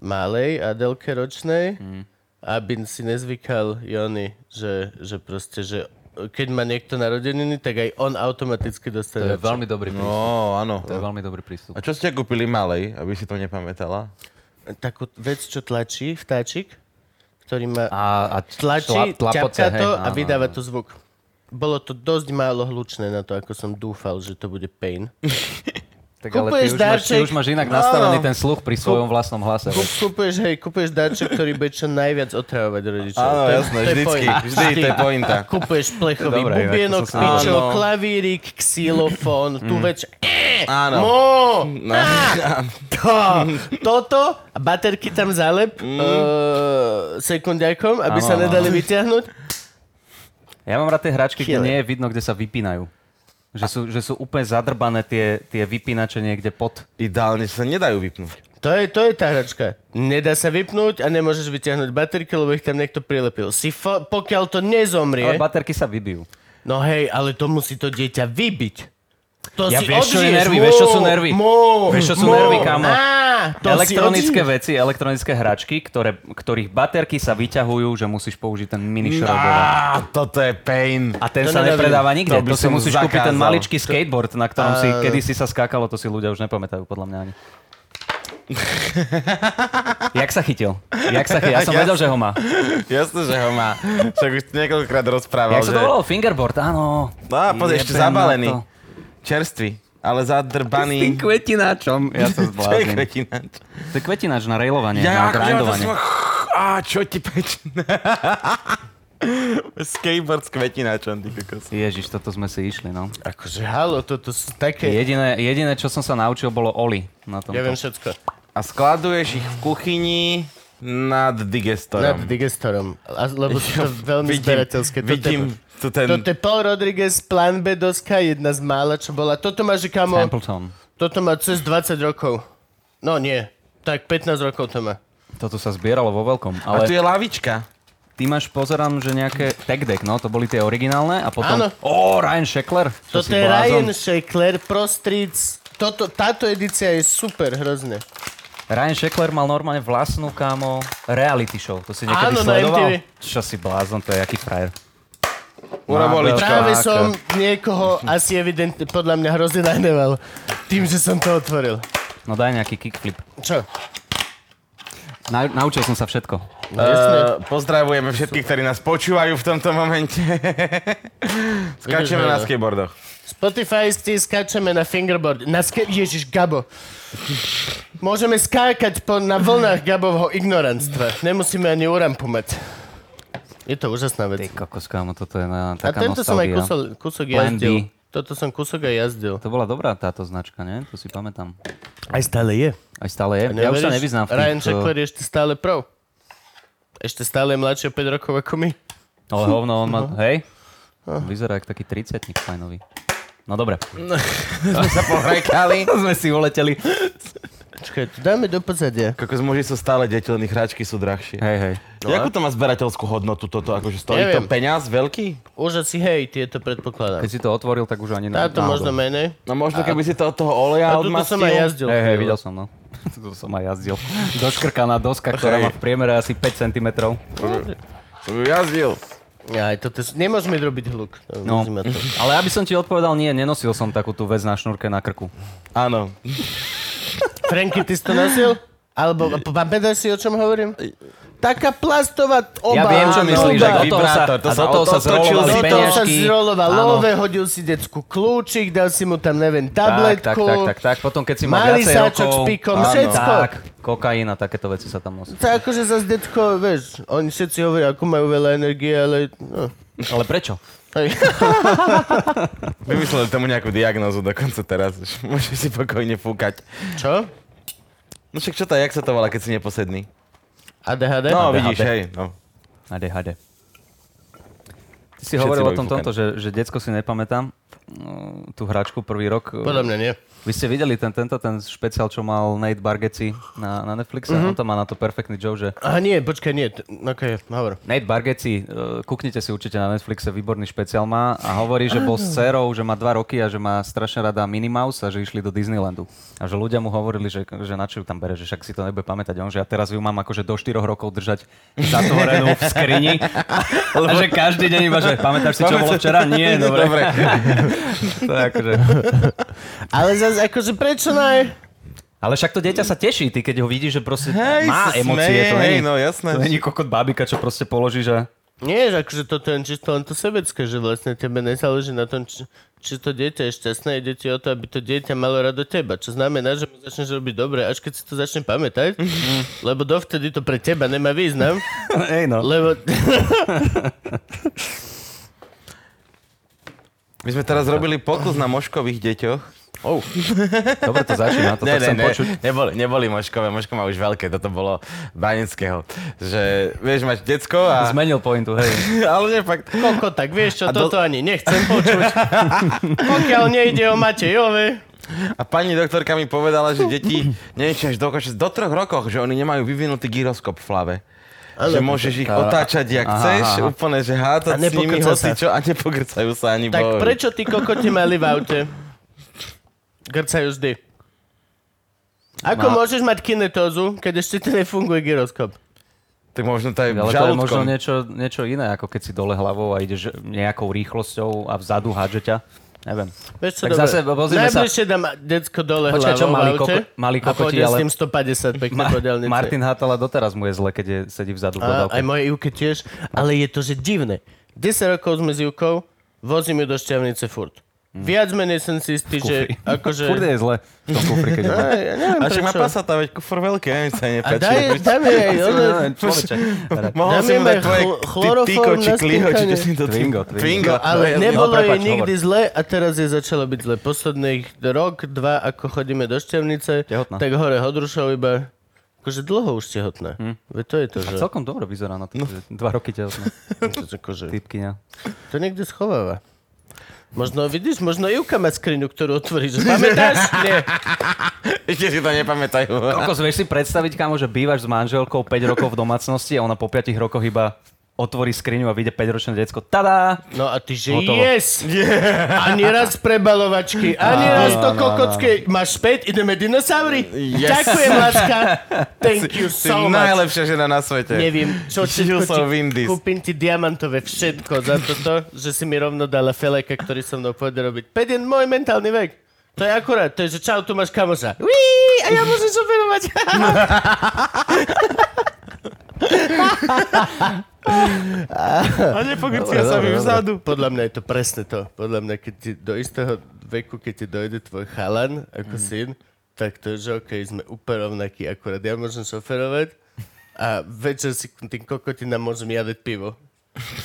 [SPEAKER 4] malej Adelke ročnej, mm. aby si nezvykal Jony, že, že proste, že keď má niekto narodeniny, tak aj on automaticky
[SPEAKER 3] To je
[SPEAKER 4] dostane.
[SPEAKER 3] veľmi dobrý prístup.
[SPEAKER 5] No, áno.
[SPEAKER 3] To je veľmi dobrý prístup.
[SPEAKER 5] A čo ste kúpili malej, aby si to nepamätala?
[SPEAKER 4] Takú vec, čo tlačí vtáčik, ktorý má...
[SPEAKER 3] A, a
[SPEAKER 4] tlačí,
[SPEAKER 3] tla- tlapoce,
[SPEAKER 4] ťapká to
[SPEAKER 3] hej,
[SPEAKER 4] a
[SPEAKER 3] áno,
[SPEAKER 4] vydáva to zvuk. Bolo to dosť málo hlučné na to, ako som dúfal, že to bude pain.
[SPEAKER 3] Tak ale
[SPEAKER 4] Kupuješ
[SPEAKER 3] ty už, máš, ty
[SPEAKER 4] darček. No.
[SPEAKER 3] už máš inak nastavený ten sluch pri svojom vlastnom hlase.
[SPEAKER 4] Kúp, kúpuješ, hej, kúpuješ dáček, ktorý bude čo najviac otravovať rodičov.
[SPEAKER 5] Áno,
[SPEAKER 4] To je-
[SPEAKER 5] jasné,
[SPEAKER 4] to je
[SPEAKER 5] vždycky.
[SPEAKER 4] point.
[SPEAKER 5] Vždy, to je pointa.
[SPEAKER 4] Kúpuješ plechový
[SPEAKER 3] Dobre, inak to
[SPEAKER 4] bubienok,
[SPEAKER 3] som si nevedel.
[SPEAKER 4] pičo,
[SPEAKER 5] Áno. Mm.
[SPEAKER 4] klavírik, xylofón, tu več...
[SPEAKER 5] Áno.
[SPEAKER 4] Mo! Ah!
[SPEAKER 5] No.
[SPEAKER 4] To, toto, a baterky tam zalep mm. sekundiakom, aby
[SPEAKER 3] Áno,
[SPEAKER 4] sa
[SPEAKER 3] áno.
[SPEAKER 4] nedali vyťahnuť.
[SPEAKER 3] Ja mám rád tie hračky, kde
[SPEAKER 4] Chile.
[SPEAKER 3] nie je vidno, kde sa vypínajú. Že sú, že sú úplne zadrbané tie, tie vypínače niekde pod.
[SPEAKER 5] Ideálne sa nedajú vypnúť.
[SPEAKER 4] To je, to je tá hračka. Nedá sa vypnúť a nemôžeš vyťahnuť baterky, lebo ich tam niekto prilepil. Si fo- pokiaľ to nezomrie...
[SPEAKER 3] Ale baterky sa vybijú.
[SPEAKER 4] No hej, ale to musí to dieťa vybiť. To si
[SPEAKER 3] Ja vieš, čo je
[SPEAKER 4] odžiješ.
[SPEAKER 3] nervy, vieš, čo sú
[SPEAKER 4] Mô,
[SPEAKER 3] nervy.
[SPEAKER 4] mô,
[SPEAKER 3] Vieš, čo sú
[SPEAKER 4] mô.
[SPEAKER 3] nervy, kámo?
[SPEAKER 4] Á, to si
[SPEAKER 3] elektronické
[SPEAKER 4] odžiješ.
[SPEAKER 3] veci, elektronické hračky, ktoré, ktorých baterky sa vyťahujú, že musíš použiť ten mini šrobovač.
[SPEAKER 5] Á, toto je pain.
[SPEAKER 3] A ten
[SPEAKER 4] To
[SPEAKER 3] sa
[SPEAKER 4] neviem.
[SPEAKER 3] nepredáva nikde.
[SPEAKER 5] To
[SPEAKER 3] To,
[SPEAKER 5] by
[SPEAKER 3] si
[SPEAKER 5] som
[SPEAKER 3] musíš kúpiť ten
[SPEAKER 5] zakázal.
[SPEAKER 3] maličký skateboard, na ktorom si kedysi sa skákalo, to si ľudia už nepamätajú, podľa mňa ani. Jak sa chytil? Jak sa chytil? Ja som vedel, že ho má.
[SPEAKER 5] Jasné, že ho má. Však už niekoľkokrát rozprával,
[SPEAKER 3] Jak sa to volalo? Fingerboard, áno.
[SPEAKER 5] No a pozri, ešte
[SPEAKER 3] Jebem na
[SPEAKER 5] zabalený.
[SPEAKER 3] to.
[SPEAKER 5] Čerstvý. Ale
[SPEAKER 3] S
[SPEAKER 5] zadrbaný.
[SPEAKER 3] tým kvetináčom. Ja sa
[SPEAKER 5] Čo je
[SPEAKER 3] zblázním.
[SPEAKER 5] kvetinač?
[SPEAKER 3] To je kvetináč na railovanie, na
[SPEAKER 5] Ja, akože ja to si
[SPEAKER 3] grindovanie.
[SPEAKER 5] ma... Á, čo ti peč? Skateboard s kvetinačom, ty kokos.
[SPEAKER 3] Ježiš, toto sme si išli, no.
[SPEAKER 4] Akože halo, toto sú také...
[SPEAKER 3] Jediné, jediné, čo som sa naučil, bolo Oli na tomto.
[SPEAKER 4] Ja viem všetko.
[SPEAKER 5] A skladuješ ich v kuchyni nad digestorom.
[SPEAKER 4] Nad digestorom. A, lebo sú to veľmi
[SPEAKER 5] Vidím-
[SPEAKER 4] zberateľské. Toto je-
[SPEAKER 5] Vidím tu ten...
[SPEAKER 4] Toto je Paul Rodriguez, Plan B doska, jedna z mála, čo bola. Toto má, že kamo,
[SPEAKER 3] Templeton.
[SPEAKER 4] toto má cez 20 rokov. No nie, tak 15 rokov to má.
[SPEAKER 3] Toto sa zbieralo vo veľkom.
[SPEAKER 5] A
[SPEAKER 3] Ale
[SPEAKER 5] tu je lavička.
[SPEAKER 3] ty máš, pozerám, že nejaké tech deck, no, to boli tie originálne a potom...
[SPEAKER 4] Áno.
[SPEAKER 3] Ó, Ryan Sheckler. čo
[SPEAKER 4] Toto
[SPEAKER 3] si
[SPEAKER 4] je
[SPEAKER 3] blázon?
[SPEAKER 4] Ryan Shackler, Prostric. Toto, táto edícia je super, hrozne.
[SPEAKER 3] Ryan Sheckler mal normálne vlastnú, kámo, reality show. To si niekedy
[SPEAKER 4] Áno, na
[SPEAKER 3] sledoval?
[SPEAKER 4] MTV.
[SPEAKER 3] Čo si blázon, to je aký frajer.
[SPEAKER 5] Urabolička.
[SPEAKER 4] Práve
[SPEAKER 3] Čaká.
[SPEAKER 4] som niekoho asi evidentne podľa mňa hrozne nahneval tým, že som to otvoril.
[SPEAKER 3] No daj nejaký kickflip.
[SPEAKER 4] Čo?
[SPEAKER 3] Na, naučil som sa všetko.
[SPEAKER 4] Jasné.
[SPEAKER 5] Uh, pozdravujeme všetkých, ktorí nás počúvajú v tomto momente. Skáčeme na skateboardoch.
[SPEAKER 4] Spotify si skáčeme na fingerboard. Na ske- Ježiš, Gabo. Môžeme skákať po, na vlnách Gabovho ignoranstva. Nemusíme ani urampu mať. Je to úžasná
[SPEAKER 3] Ty
[SPEAKER 4] vec.
[SPEAKER 3] kokos, kámo, toto je na,
[SPEAKER 4] A
[SPEAKER 3] taká
[SPEAKER 4] tento som aj
[SPEAKER 3] nostalgia.
[SPEAKER 4] kusol, kusok
[SPEAKER 3] Plan
[SPEAKER 4] jazdil.
[SPEAKER 3] B.
[SPEAKER 4] Toto som kusok aj jazdil.
[SPEAKER 3] To bola dobrá táto značka, ne? To si pamätám.
[SPEAKER 4] Aj stále je.
[SPEAKER 3] Aj stále je. Ja už sa nevyznám v tých...
[SPEAKER 4] Ryan Shackler
[SPEAKER 3] eh,
[SPEAKER 4] je ešte stále pro. Ešte stále je mladší o 5 rokov ako my.
[SPEAKER 3] Ale hovno, on má... Hej? Vyzerá jak taký 30 fajnový. No dobre.
[SPEAKER 5] Sme sa pohrajkali.
[SPEAKER 3] To sme si uleteli.
[SPEAKER 4] Čakaj, to dáme do pozadia.
[SPEAKER 5] Kokos muži sú stále detelní, hráčky sú drahšie.
[SPEAKER 3] Hej, hej.
[SPEAKER 5] No Jakú to má zberateľskú hodnotu toto? Akože stojí to
[SPEAKER 4] Neviem.
[SPEAKER 5] peniaz veľký?
[SPEAKER 4] Už asi hej, tie to predpokladám.
[SPEAKER 3] Keď si to otvoril, tak už ani na-
[SPEAKER 4] Táto
[SPEAKER 3] náhodou.
[SPEAKER 4] možno menej.
[SPEAKER 5] No možno keby si to od toho
[SPEAKER 4] A
[SPEAKER 5] oleja
[SPEAKER 4] tuto som aj
[SPEAKER 5] odmastil.
[SPEAKER 4] jazdil.
[SPEAKER 3] Hej, hej, videl som, no. to som aj jazdil. Doškrkaná doska, ktorá má v priemere asi 5 cm.
[SPEAKER 5] To by jazdil.
[SPEAKER 4] Aj, toto sú... Nemôžeme robiť hluk.
[SPEAKER 3] No.
[SPEAKER 4] No. musíme To.
[SPEAKER 3] Ale aby som ti odpovedal, nie, nenosil som takú tú vec na šnúrke na krku.
[SPEAKER 5] Áno.
[SPEAKER 4] Franky, ty si to nosil? Alebo p- pamätáš si, o čom hovorím? Taká plastová obal.
[SPEAKER 3] Ja viem, čo
[SPEAKER 4] Áno,
[SPEAKER 3] myslíš,
[SPEAKER 4] obal.
[SPEAKER 3] že do toho sa,
[SPEAKER 5] vibrátor, no, to
[SPEAKER 3] a
[SPEAKER 5] sa
[SPEAKER 3] do toho sa
[SPEAKER 5] otočil, no,
[SPEAKER 3] zrolovali
[SPEAKER 4] Do toho sa
[SPEAKER 3] peňažky.
[SPEAKER 4] zroloval
[SPEAKER 3] Áno.
[SPEAKER 4] love, hodil si decku kľúčik, dal si mu tam, neviem,
[SPEAKER 3] Tak,
[SPEAKER 4] tabletku.
[SPEAKER 3] tak, tak, tak, tak. Potom, keď si mal
[SPEAKER 4] Malý
[SPEAKER 3] viacej
[SPEAKER 4] sáčok s
[SPEAKER 3] rokov,
[SPEAKER 4] pikom,
[SPEAKER 3] áno.
[SPEAKER 4] všetko.
[SPEAKER 3] Tak, kokain a takéto veci sa tam nosí.
[SPEAKER 4] To je akože zase detko, vieš, oni všetci hovoria, ako majú veľa energie, ale no.
[SPEAKER 3] Ale prečo?
[SPEAKER 4] Hej.
[SPEAKER 5] Vymysleli tomu nejakú diagnózu dokonca teraz. už Môžeš si pokojne fúkať.
[SPEAKER 4] Čo?
[SPEAKER 5] No však čo to je, jak sa to volá, keď si neposedný?
[SPEAKER 4] ADHD?
[SPEAKER 5] No,
[SPEAKER 3] ADHD.
[SPEAKER 5] vidíš, hej, no.
[SPEAKER 3] Hade, hade. Ty si hovoril o
[SPEAKER 5] boli
[SPEAKER 3] tom
[SPEAKER 5] fúkaní.
[SPEAKER 3] tomto, že, že decko si nepamätám no, tú hračku prvý rok.
[SPEAKER 4] Podľa mňa nie.
[SPEAKER 3] Vy ste videli ten, tento, ten špeciál, čo mal Nate Bargeci na, na Netflixe? Mm-hmm.
[SPEAKER 4] Mhm.
[SPEAKER 3] On tam má na to perfektný joke, že
[SPEAKER 4] Aha, nie, počkaj, nie. t- Ok, hovor.
[SPEAKER 3] Nate Bargeci, eh, kúknite si určite na Netflixe, výborný špeciál má a hovorí, že bol s dcerou, že má dva roky a že má strašne rada Minnie Mouse a že išli do Disneylandu. A že ľudia mu hovorili, že, že na čo ju tam bere, že však si to nebude pamätať. A On, že ja teraz ju mám akože do 4 rokov držať zatvorenú v skrini a že každý deň iba, že pamätáš si, čo bolo včera? Nie, dobre.
[SPEAKER 5] Dobre.
[SPEAKER 3] To je akože...
[SPEAKER 4] Ale zase, akože prečo ne?
[SPEAKER 3] Ale však to dieťa sa teší, ty keď ho vidíš, že proste
[SPEAKER 5] Hej,
[SPEAKER 3] má
[SPEAKER 5] sa smeje,
[SPEAKER 3] emócie, to není,
[SPEAKER 5] hej, no jasné.
[SPEAKER 3] to není kokot bábika, čo proste položíš a
[SPEAKER 4] Nie, že akože toto je čisto len to sebecké, že vlastne tebe nezáleží na tom, či, či to dieťa je šťastné, ide ti o to, aby to dieťa malo rado teba, čo znamená, že mu začneš robiť dobre, až keď si to začne pamätať,
[SPEAKER 5] Mhm.
[SPEAKER 4] lebo dovtedy to pre teba nemá význam,
[SPEAKER 3] hej no.
[SPEAKER 4] lebo...
[SPEAKER 5] My sme teraz robili pokus na moškových deťoch. Oh.
[SPEAKER 3] Dobre to začína, to
[SPEAKER 5] Ne, ne,
[SPEAKER 3] chcem
[SPEAKER 5] ne,
[SPEAKER 3] počuť.
[SPEAKER 5] neboli, neboli moškové, moško má už veľké, toto bolo Banického. Že, vieš, máš decko a...
[SPEAKER 3] Zmenil pointu, hej.
[SPEAKER 5] Ale nie, fakt.
[SPEAKER 4] Koko, tak vieš čo,
[SPEAKER 5] A do-
[SPEAKER 4] toto ani nechcem počuť. Pokiaľ nejde o Matejovi,
[SPEAKER 5] A pani doktorka mi povedala, že deti, neviem, či až do, koša- do troch rokoch, že oni nemajú vyvinutý gyroskop v hlave. že môžeš ich otáčať, jak
[SPEAKER 3] Aha,
[SPEAKER 5] chceš,
[SPEAKER 3] aha.
[SPEAKER 5] úplne, že
[SPEAKER 4] A
[SPEAKER 5] hátať s nimi
[SPEAKER 4] nepokrca sa.
[SPEAKER 5] hocičo a nepokrcajú sa ani
[SPEAKER 4] tak
[SPEAKER 5] bohu.
[SPEAKER 4] prečo ty kokoti mali v aute? Grcajú vždy. Ako
[SPEAKER 3] Má-
[SPEAKER 4] môžeš mať kinetózu, keď ešte ti nefunguje gyroskop?
[SPEAKER 5] Tak možno to je
[SPEAKER 3] Ale to je
[SPEAKER 5] žalúdkom.
[SPEAKER 3] možno niečo, niečo iné, ako keď si dole hlavou a ideš nejakou rýchlosťou a vzadu hádže ťa. Neviem.
[SPEAKER 4] Vieš čo,
[SPEAKER 3] Tak
[SPEAKER 4] dobre.
[SPEAKER 3] zase pozrime sa-
[SPEAKER 4] Najbližšie dám decko dole
[SPEAKER 3] Počkaj,
[SPEAKER 4] hlavou
[SPEAKER 3] čo,
[SPEAKER 4] v
[SPEAKER 3] malý
[SPEAKER 4] aute
[SPEAKER 3] koko- malý
[SPEAKER 4] a
[SPEAKER 3] kokoti,
[SPEAKER 4] pôjde s
[SPEAKER 3] ale-
[SPEAKER 4] ním 150 pekne
[SPEAKER 3] Ma-
[SPEAKER 4] po diaľnici.
[SPEAKER 3] Martin Hatala doteraz mu je zle, keď je, sedí vzadu v
[SPEAKER 4] A,
[SPEAKER 3] dodávke.
[SPEAKER 4] aj moje Ivke tiež, ale je to, že divné. 10 rokov sme s Ivkou, vozím ju do šťavnice furt.
[SPEAKER 3] Hm.
[SPEAKER 4] Viac menej som si istý, že
[SPEAKER 3] kufri.
[SPEAKER 4] akože...
[SPEAKER 3] Furt je zle v tom kufri, keď ho-
[SPEAKER 4] Aj, ja neviem
[SPEAKER 5] A však má
[SPEAKER 4] prečo.
[SPEAKER 5] pasata, veď kufor veľký, neviem, sa
[SPEAKER 4] A daj,
[SPEAKER 5] nepečie.
[SPEAKER 4] daj mi aj ono...
[SPEAKER 3] No, Človeče. Teda,
[SPEAKER 5] Mohol
[SPEAKER 4] daj
[SPEAKER 5] si
[SPEAKER 4] mi
[SPEAKER 5] mu
[SPEAKER 4] ma
[SPEAKER 5] dať tvoje
[SPEAKER 4] chlo-
[SPEAKER 5] ty-
[SPEAKER 4] chloroform
[SPEAKER 5] tyko, či
[SPEAKER 4] na
[SPEAKER 5] kliho, či čo
[SPEAKER 4] stýkanie.
[SPEAKER 5] si to...
[SPEAKER 3] Twingo, twingo.
[SPEAKER 5] Twingo.
[SPEAKER 4] Ale
[SPEAKER 5] to je-
[SPEAKER 4] nebolo
[SPEAKER 3] no, prepáč,
[SPEAKER 4] jej nikdy
[SPEAKER 3] hovor.
[SPEAKER 4] zle a teraz je začalo byť zle. Posledných rok, dva, ako chodíme do Števnice,
[SPEAKER 3] Tehotná.
[SPEAKER 4] tak hore Hodrušov iba... Akože dlho už tehotná. Hm. Veď to je to, že...
[SPEAKER 3] Celkom dobre vyzerá na to,
[SPEAKER 4] No.
[SPEAKER 3] že dva roky tehotná
[SPEAKER 4] to Akože,
[SPEAKER 3] typkyňa.
[SPEAKER 4] to niekde schováva. Možno, vidíš, možno Ivka má skriňu, ktorú otvoríš. Pamätáš? Nie.
[SPEAKER 5] Ešte si to nepamätajú.
[SPEAKER 3] Kokos, vieš si predstaviť, kamo, že bývaš s manželkou 5 rokov v domácnosti a ona po 5 rokoch iba otvorí skriňu a vyjde 5-ročné decko. Tadá!
[SPEAKER 4] No a ty, že
[SPEAKER 3] Hotovo.
[SPEAKER 4] yes! Ani raz prebalovačky, ani raz to kokocké. Máš späť, ideme dinosaury?
[SPEAKER 5] Yes.
[SPEAKER 4] Ďakujem, láska. Thank you
[SPEAKER 5] Si
[SPEAKER 4] so much.
[SPEAKER 5] najlepšia žena na svete.
[SPEAKER 4] Neviem, čo
[SPEAKER 5] Žil
[SPEAKER 4] všetko ti...
[SPEAKER 5] som v Indies.
[SPEAKER 4] Kúpim ti diamantové všetko za toto, že si mi rovno dala feleka, ktorý som mnou pôjde robiť. Ped je môj mentálny vek. To je akurát, to je, že čau, tu máš kamoša. Uíí, a ja môžem šoferovať.
[SPEAKER 5] A nepokrycia sa mi vzadu.
[SPEAKER 4] Podľa mňa je to presne to. Podľa mňa, keď ti do istého veku, keď ti dojde tvoj chalan ako
[SPEAKER 5] Mm.
[SPEAKER 4] syn, tak to je, že okej, sme úplne rovnakí, akurát ja môžem šoferovať a večer si k tým kokotinám môžem jadeť pivo.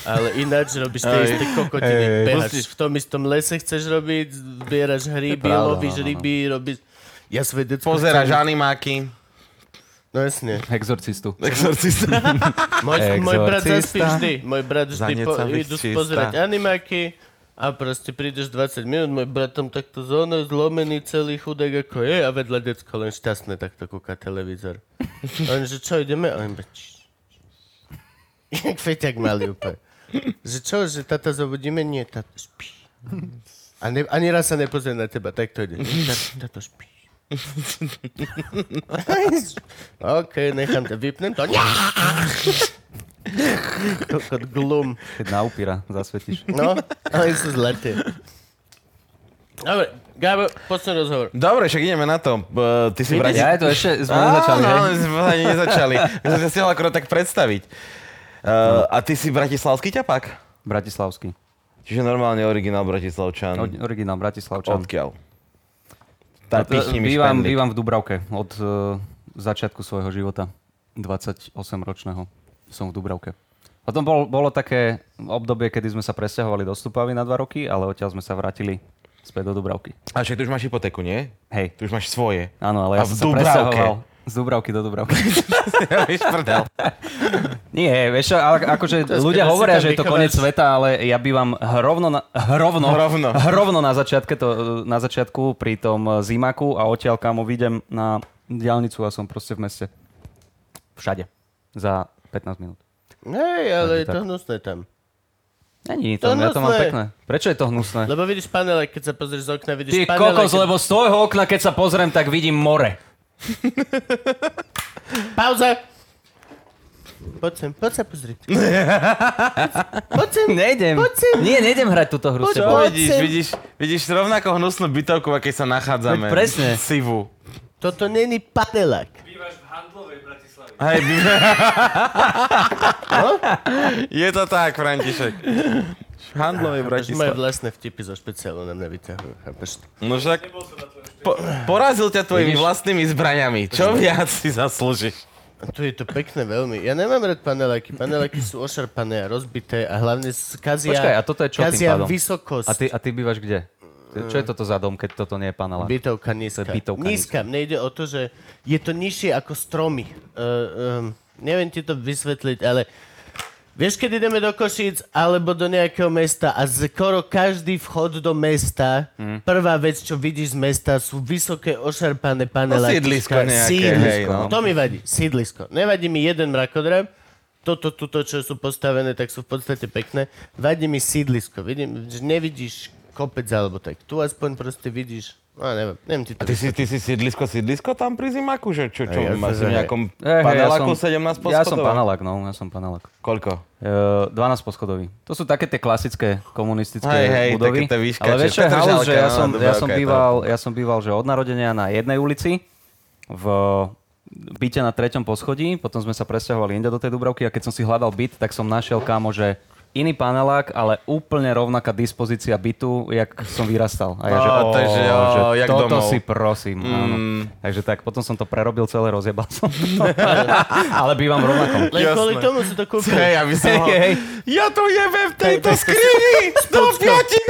[SPEAKER 4] Ale ináč robíš tie isté kokotiny. Behaš v tom istom lese chceš robiť, zbieraš hryby,
[SPEAKER 5] no,
[SPEAKER 4] lovíš ryby, robíš... Ja svoje detsko...
[SPEAKER 5] Pozeráš
[SPEAKER 4] chcem-
[SPEAKER 5] animáky.
[SPEAKER 4] No jasne.
[SPEAKER 3] Exorcistu.
[SPEAKER 5] Exorcista.
[SPEAKER 4] Môj, môj brat zaspí
[SPEAKER 3] Exorcista.
[SPEAKER 4] vždy. Môj brat vždy po,
[SPEAKER 5] Zaneca
[SPEAKER 4] idú
[SPEAKER 5] vyčistá.
[SPEAKER 4] pozerať animáky a proste prídeš 20 minút, môj brat tam takto zóne, zlomený celý chudek ako je a vedľa decko len šťastné takto kúka televízor. A on, že čo ideme? A on, iba, "Č, č, č." Jak feťak malý úplne. Že čo, že tata zobudíme? Nie, tato spí. A ne, ani raz sa nepozrie na teba, tak to ide. Tato, tato spí. OK, nechám to, vypnem to. Nie! Kokot glum.
[SPEAKER 3] Keď na upíra zasvetíš.
[SPEAKER 4] No, ale sú zlaté. Dobre, Gabo, posledný rozhovor.
[SPEAKER 5] Dobre, však ideme na to. B- Ty si v Bratislave.
[SPEAKER 3] Ja je to ešte, sme nezačali,
[SPEAKER 5] Áno,
[SPEAKER 3] hej?
[SPEAKER 5] ale sme ani nezačali. My sme sa stihli akorát tak predstaviť. Uh, a ty si bratislavský ťapak?
[SPEAKER 3] Bratislavský.
[SPEAKER 5] Čiže normálne originál bratislavčan.
[SPEAKER 3] Od- Originál Bratislavčan.
[SPEAKER 5] Odkiaľ? Tak
[SPEAKER 3] T-
[SPEAKER 5] pichni mi
[SPEAKER 3] bývam,
[SPEAKER 5] špendlík.
[SPEAKER 3] bývam v Dubravke od uh, začiatku svojho života. 28-ročného som v Dubravke. Potom bol, bolo také obdobie, kedy sme sa presťahovali do Stupavy na dva roky, ale odtiaľ sme sa vrátili späť do Dubravky.
[SPEAKER 5] A však ty už máš hypotéku, nie?
[SPEAKER 3] Hej. No.
[SPEAKER 5] Ty už máš svoje.
[SPEAKER 3] Áno, ale ja
[SPEAKER 5] A v
[SPEAKER 3] som sa
[SPEAKER 5] Dubravke.
[SPEAKER 3] presťahoval z Dubravky do Dubravky.
[SPEAKER 5] Ja víš, prdel.
[SPEAKER 3] Nie, vieš čo, ale akože
[SPEAKER 4] je
[SPEAKER 3] ľudia
[SPEAKER 4] skvelé,
[SPEAKER 3] hovoria,
[SPEAKER 4] si tam
[SPEAKER 3] že je to
[SPEAKER 4] vychováš.
[SPEAKER 3] koniec sveta, ale ja bývam hrovno na, hrovno,
[SPEAKER 5] Hrovno.
[SPEAKER 3] hrovno na, začiatke to, eh, na začiatku pri tom eh, zimaku a odtiaľ kamo vidím na diálnicu a som proste v meste. Všade. Za 15 minút.
[SPEAKER 4] Hej, ale je
[SPEAKER 3] Tak.
[SPEAKER 4] to hnusné tam.
[SPEAKER 3] Není
[SPEAKER 4] To
[SPEAKER 3] to, ja to mám
[SPEAKER 4] hnusné.
[SPEAKER 3] pekné. Prečo je to hnusné?
[SPEAKER 4] Lebo vidíš panele, keď sa pozrieš z okna, vidíš
[SPEAKER 3] Ty
[SPEAKER 4] panele...
[SPEAKER 3] kokos,
[SPEAKER 4] keď...
[SPEAKER 3] lebo z tvojho okna, keď sa pozriem, tak vidím more.
[SPEAKER 4] Pauza! Poď sem, poď sa pozrieť. poď sem,
[SPEAKER 3] Nejdem.
[SPEAKER 4] Poď sem.
[SPEAKER 3] Nie, nejdem hrať túto hru s
[SPEAKER 4] Poď,
[SPEAKER 3] tebou.
[SPEAKER 4] poď.
[SPEAKER 5] Vidíš, vidíš, vidíš rovnako hnusnú bytovku, v akej sa nachádzame.
[SPEAKER 3] Veď presne.
[SPEAKER 5] Sivu.
[SPEAKER 4] toto není panelák.
[SPEAKER 5] Hej, by... Je to tak, František. V handlovej
[SPEAKER 4] Až moje
[SPEAKER 5] Bratislave.
[SPEAKER 4] vlastné vtipy zo špeciálu na mňa vyťahujú, chápeš?
[SPEAKER 5] No však... Po, porazil ťa tvojimi
[SPEAKER 3] Vidíš?
[SPEAKER 5] vlastnými zbraňami. Čo viac si zaslúžiš?
[SPEAKER 4] A tu je to pekné veľmi. Ja nemám rád paneláky. Paneláky sú ošarpané a rozbité a hlavne skazia,
[SPEAKER 3] Počkaj, a toto je čo tým
[SPEAKER 4] kazia
[SPEAKER 3] pádom?
[SPEAKER 4] vysokosť.
[SPEAKER 3] A ty, a ty bývaš kde? Čo je toto za dom, keď toto nie je panela?
[SPEAKER 4] Bytovka nízka.
[SPEAKER 3] To je bytovka
[SPEAKER 4] nízka. Mne ide o to, že je to nižšie ako stromy. Uh, um, neviem ti to vysvetliť, ale vieš, keď ideme do Košíc alebo do nejakého mesta a skoro každý vchod do mesta,
[SPEAKER 3] Hm.
[SPEAKER 4] mm. prvá vec, čo vidíš z mesta, sú vysoké ošarpané panele.
[SPEAKER 5] No, sídlisko nejaké, hej,
[SPEAKER 4] sídlisko.
[SPEAKER 5] no.
[SPEAKER 4] To mi vadí, sídlisko. Nevadí mi jeden mrakodrap, toto, tuto, čo sú postavené, tak sú v podstate pekné. Vadí mi sídlisko. Vidím, že nevidíš kopec alebo tak. Tu aspoň proste vidíš, no neviem, neviem ti to.
[SPEAKER 5] Ty si, ty si sídlisko, sídlisko tam pri zimaku? Že čo, čo
[SPEAKER 4] Ja
[SPEAKER 5] máš
[SPEAKER 4] sa-
[SPEAKER 5] v nejakom
[SPEAKER 3] Eh, hej,
[SPEAKER 5] paneláku 17 poschodov?
[SPEAKER 3] Ja som panelák, no, ja som panelák.
[SPEAKER 5] Koľko?
[SPEAKER 3] Uh, 12 poschodový. To sú také tie klasické komunistické
[SPEAKER 5] Hej, hej,
[SPEAKER 3] budovy.
[SPEAKER 5] také tie výškače.
[SPEAKER 3] Ale vieš, čo je
[SPEAKER 5] Petržalka,
[SPEAKER 3] halus, že ja som,
[SPEAKER 5] no,
[SPEAKER 3] ja, som
[SPEAKER 5] Dubravka je
[SPEAKER 3] býval, ja som býval, že od narodenia na jednej ulici v byte na treťom poschodí, potom sme sa presťahovali inde do tej Dubravky a keď som si hľadal byt, tak som našiel kámo, že iný panelák, ale úplne rovnaká dispozícia bytu, jak som vyrastal. A ja,
[SPEAKER 5] No,
[SPEAKER 3] že, ó,
[SPEAKER 5] takže, ó,
[SPEAKER 3] že
[SPEAKER 5] jak
[SPEAKER 3] toto
[SPEAKER 5] domov."
[SPEAKER 3] si prosím. Mm. Áno. Takže tak, potom som to prerobil celé, rozjebal som to. ale bývam rovnakom.
[SPEAKER 1] Len
[SPEAKER 5] Jasné.
[SPEAKER 1] kvôli tomu si to kúpil.
[SPEAKER 5] Hej, aby som ho...
[SPEAKER 3] Hej, hej.
[SPEAKER 5] Ja to jebem v tejto skrini! Do 5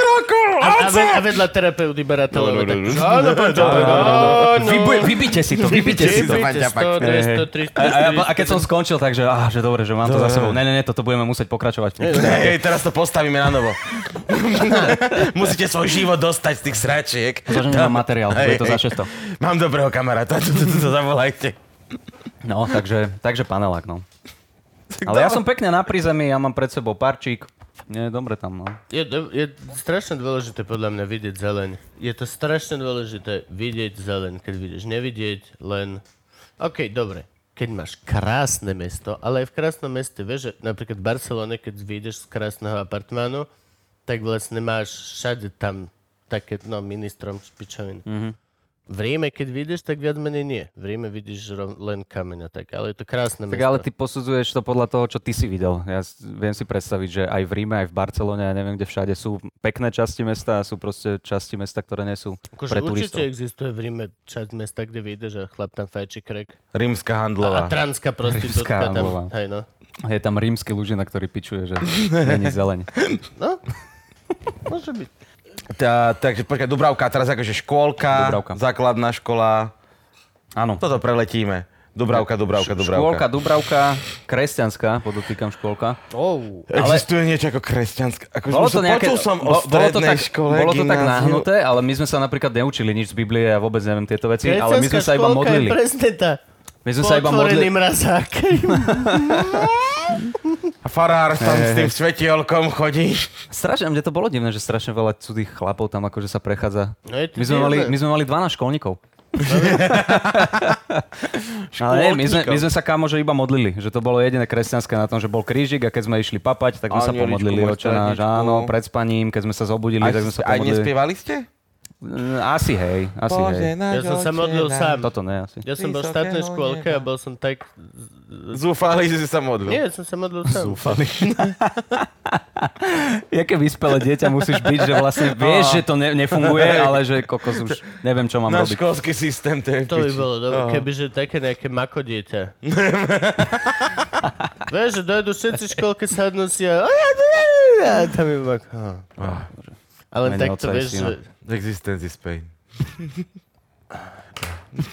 [SPEAKER 5] rokov!
[SPEAKER 1] A, ve- a
[SPEAKER 5] Oce!
[SPEAKER 1] vedľa terapeut iba
[SPEAKER 5] No, no,
[SPEAKER 1] ratelové.
[SPEAKER 5] no, no.
[SPEAKER 1] Áno, pán Čapo, áno.
[SPEAKER 3] Vybu- vybite si to, vybite si to.
[SPEAKER 5] mať ťapať.
[SPEAKER 1] 100, 200, 300,
[SPEAKER 3] A, a, ja- a keď som skončil, takže, á, že dobre, že mám to za sebou. Ne, ne, ne, toto budeme musieť pokračovať.
[SPEAKER 5] Hej, teraz to postavíme na novo. Musíte svoj život dostať z tých sračiek.
[SPEAKER 3] Zložený mám materiál,
[SPEAKER 5] Hej,
[SPEAKER 3] bude to za
[SPEAKER 5] hej.
[SPEAKER 3] 600.
[SPEAKER 5] Mám dobrého kamaráta, tu, tu, tu, tu, zavolajte.
[SPEAKER 3] No, takže, takže panelák, no. Ale ja som pekne na prízemí, ja mám pred sebou parčík. Nie, dobre tam, no.
[SPEAKER 4] Je, do- je strašne dôležité podľa mňa vidieť zeleň. Je to strašne dôležité vidieť zeleň, keď vidíš. Nevidieť len... OK, dobre. Keď máš krásne mesto, ale aj v krásnom meste, vieš, že napríklad v Barcelone, keď vyjdeš z krásneho apartmánu, tak vlastne máš všade tam také, no, ministrom špičoviny.
[SPEAKER 3] Mhm.
[SPEAKER 4] Mm-hmm. V Ríme, keď vidíš, tak viac menej nie. V Ríme vidíš rov- len kameň a tak, ale je to krásne
[SPEAKER 3] Tak
[SPEAKER 4] mesto.
[SPEAKER 3] ale ty posudzuješ to podľa toho, čo ty si videl. Ja s- viem si predstaviť, že aj v Ríme, aj v Barcelone, ja neviem, kde všade sú pekné časti mesta a sú proste časti mesta, ktoré nie sú
[SPEAKER 4] Akože
[SPEAKER 3] pre
[SPEAKER 4] určite
[SPEAKER 3] turistov.
[SPEAKER 4] existuje v Ríme časť mesta, kde vyjdeš a chlap tam fajči krek.
[SPEAKER 5] Rímska
[SPEAKER 4] A
[SPEAKER 5] handlová.
[SPEAKER 4] transká prostitútka
[SPEAKER 3] bola.
[SPEAKER 4] tam. Hej, no.
[SPEAKER 3] Je tam rímsky lužina, ktorý pičuje, že není zeleň.
[SPEAKER 4] Môže byť.
[SPEAKER 5] Tá, takže počkaj, Dubravka, teraz akože škôlka,
[SPEAKER 3] Dubravka.
[SPEAKER 5] základná škola.
[SPEAKER 3] Áno.
[SPEAKER 5] Toto preletíme. Dubravka, Dubravka, Dubravka.
[SPEAKER 3] Škôlka, Dubravka, kresťanská, podotýkam škôlka.
[SPEAKER 4] Oh.
[SPEAKER 5] Existuje niečo ako kresťanské. Ako
[SPEAKER 3] Bolo to,
[SPEAKER 5] som-
[SPEAKER 3] nejaké,
[SPEAKER 5] No, počul som
[SPEAKER 3] bo-
[SPEAKER 5] o
[SPEAKER 3] bolo to
[SPEAKER 5] strednej
[SPEAKER 3] tak,
[SPEAKER 5] škole,
[SPEAKER 3] bolo to tak
[SPEAKER 5] gymnáziu.
[SPEAKER 3] nahnuté, ale my sme sa napríklad neučili nič z Biblie, ja vôbec neviem tieto veci, ale my sme
[SPEAKER 4] Kresťanská
[SPEAKER 3] sa iba
[SPEAKER 4] škôlka je
[SPEAKER 3] modlili.
[SPEAKER 4] presne tá.
[SPEAKER 3] My sme sa iba
[SPEAKER 4] Otvorený
[SPEAKER 3] modlili.
[SPEAKER 4] mrazák.
[SPEAKER 5] A farár tam s tým svetielkom chodí.
[SPEAKER 3] Strašne, mne to bolo divné, že strašne veľa cudých chlapov tam akože sa prechádza.
[SPEAKER 4] No je to
[SPEAKER 3] My sme,
[SPEAKER 4] divné.
[SPEAKER 3] mali, my sme mali 12 školníkov. Ale nie, my sme, my sme sa kámo, že iba modlili, že to bolo jediné kresťanské na tom, že bol krížik a keď sme išli papať, tak sme sa
[SPEAKER 5] Anieličku,
[SPEAKER 3] pomodlili
[SPEAKER 5] môj
[SPEAKER 3] oče náš,
[SPEAKER 5] stredničku.
[SPEAKER 3] áno, pred spaním, keď sme sa zobudili,
[SPEAKER 5] Aj,
[SPEAKER 3] tak sme sa
[SPEAKER 5] aj
[SPEAKER 3] pomodlili.
[SPEAKER 5] nespievali ste?
[SPEAKER 3] Asi hej, asi hej.
[SPEAKER 5] náš
[SPEAKER 4] Ja som sa
[SPEAKER 5] oče
[SPEAKER 4] modlil
[SPEAKER 5] náš.
[SPEAKER 4] sám.
[SPEAKER 3] Toto ne, asi.
[SPEAKER 4] Ja som bol v štátnej
[SPEAKER 5] Vysokého
[SPEAKER 4] škôlke a
[SPEAKER 5] neba.
[SPEAKER 4] bol som tak...
[SPEAKER 5] Zúfali, že si sa modlil.
[SPEAKER 4] Nie, som sa modlil sám.
[SPEAKER 3] Jaké vyspelé dieťa musíš byť, že vlastne
[SPEAKER 5] No.
[SPEAKER 3] vieš, že to ne, nefunguje, ale že kokos už neviem, čo mám
[SPEAKER 5] Náš
[SPEAKER 3] robiť.
[SPEAKER 5] školský systém, to je
[SPEAKER 4] To by
[SPEAKER 5] piči.
[SPEAKER 4] bolo dobre,
[SPEAKER 5] No.
[SPEAKER 4] kebyže také nejaké mako dieťa. Vieš, že dojdu všetci školke sadnúť si a... a tam je mako. Ale
[SPEAKER 3] Mene
[SPEAKER 4] takto
[SPEAKER 3] Otca i
[SPEAKER 4] vieš,
[SPEAKER 3] Syna.
[SPEAKER 4] že...
[SPEAKER 5] Existence is pain.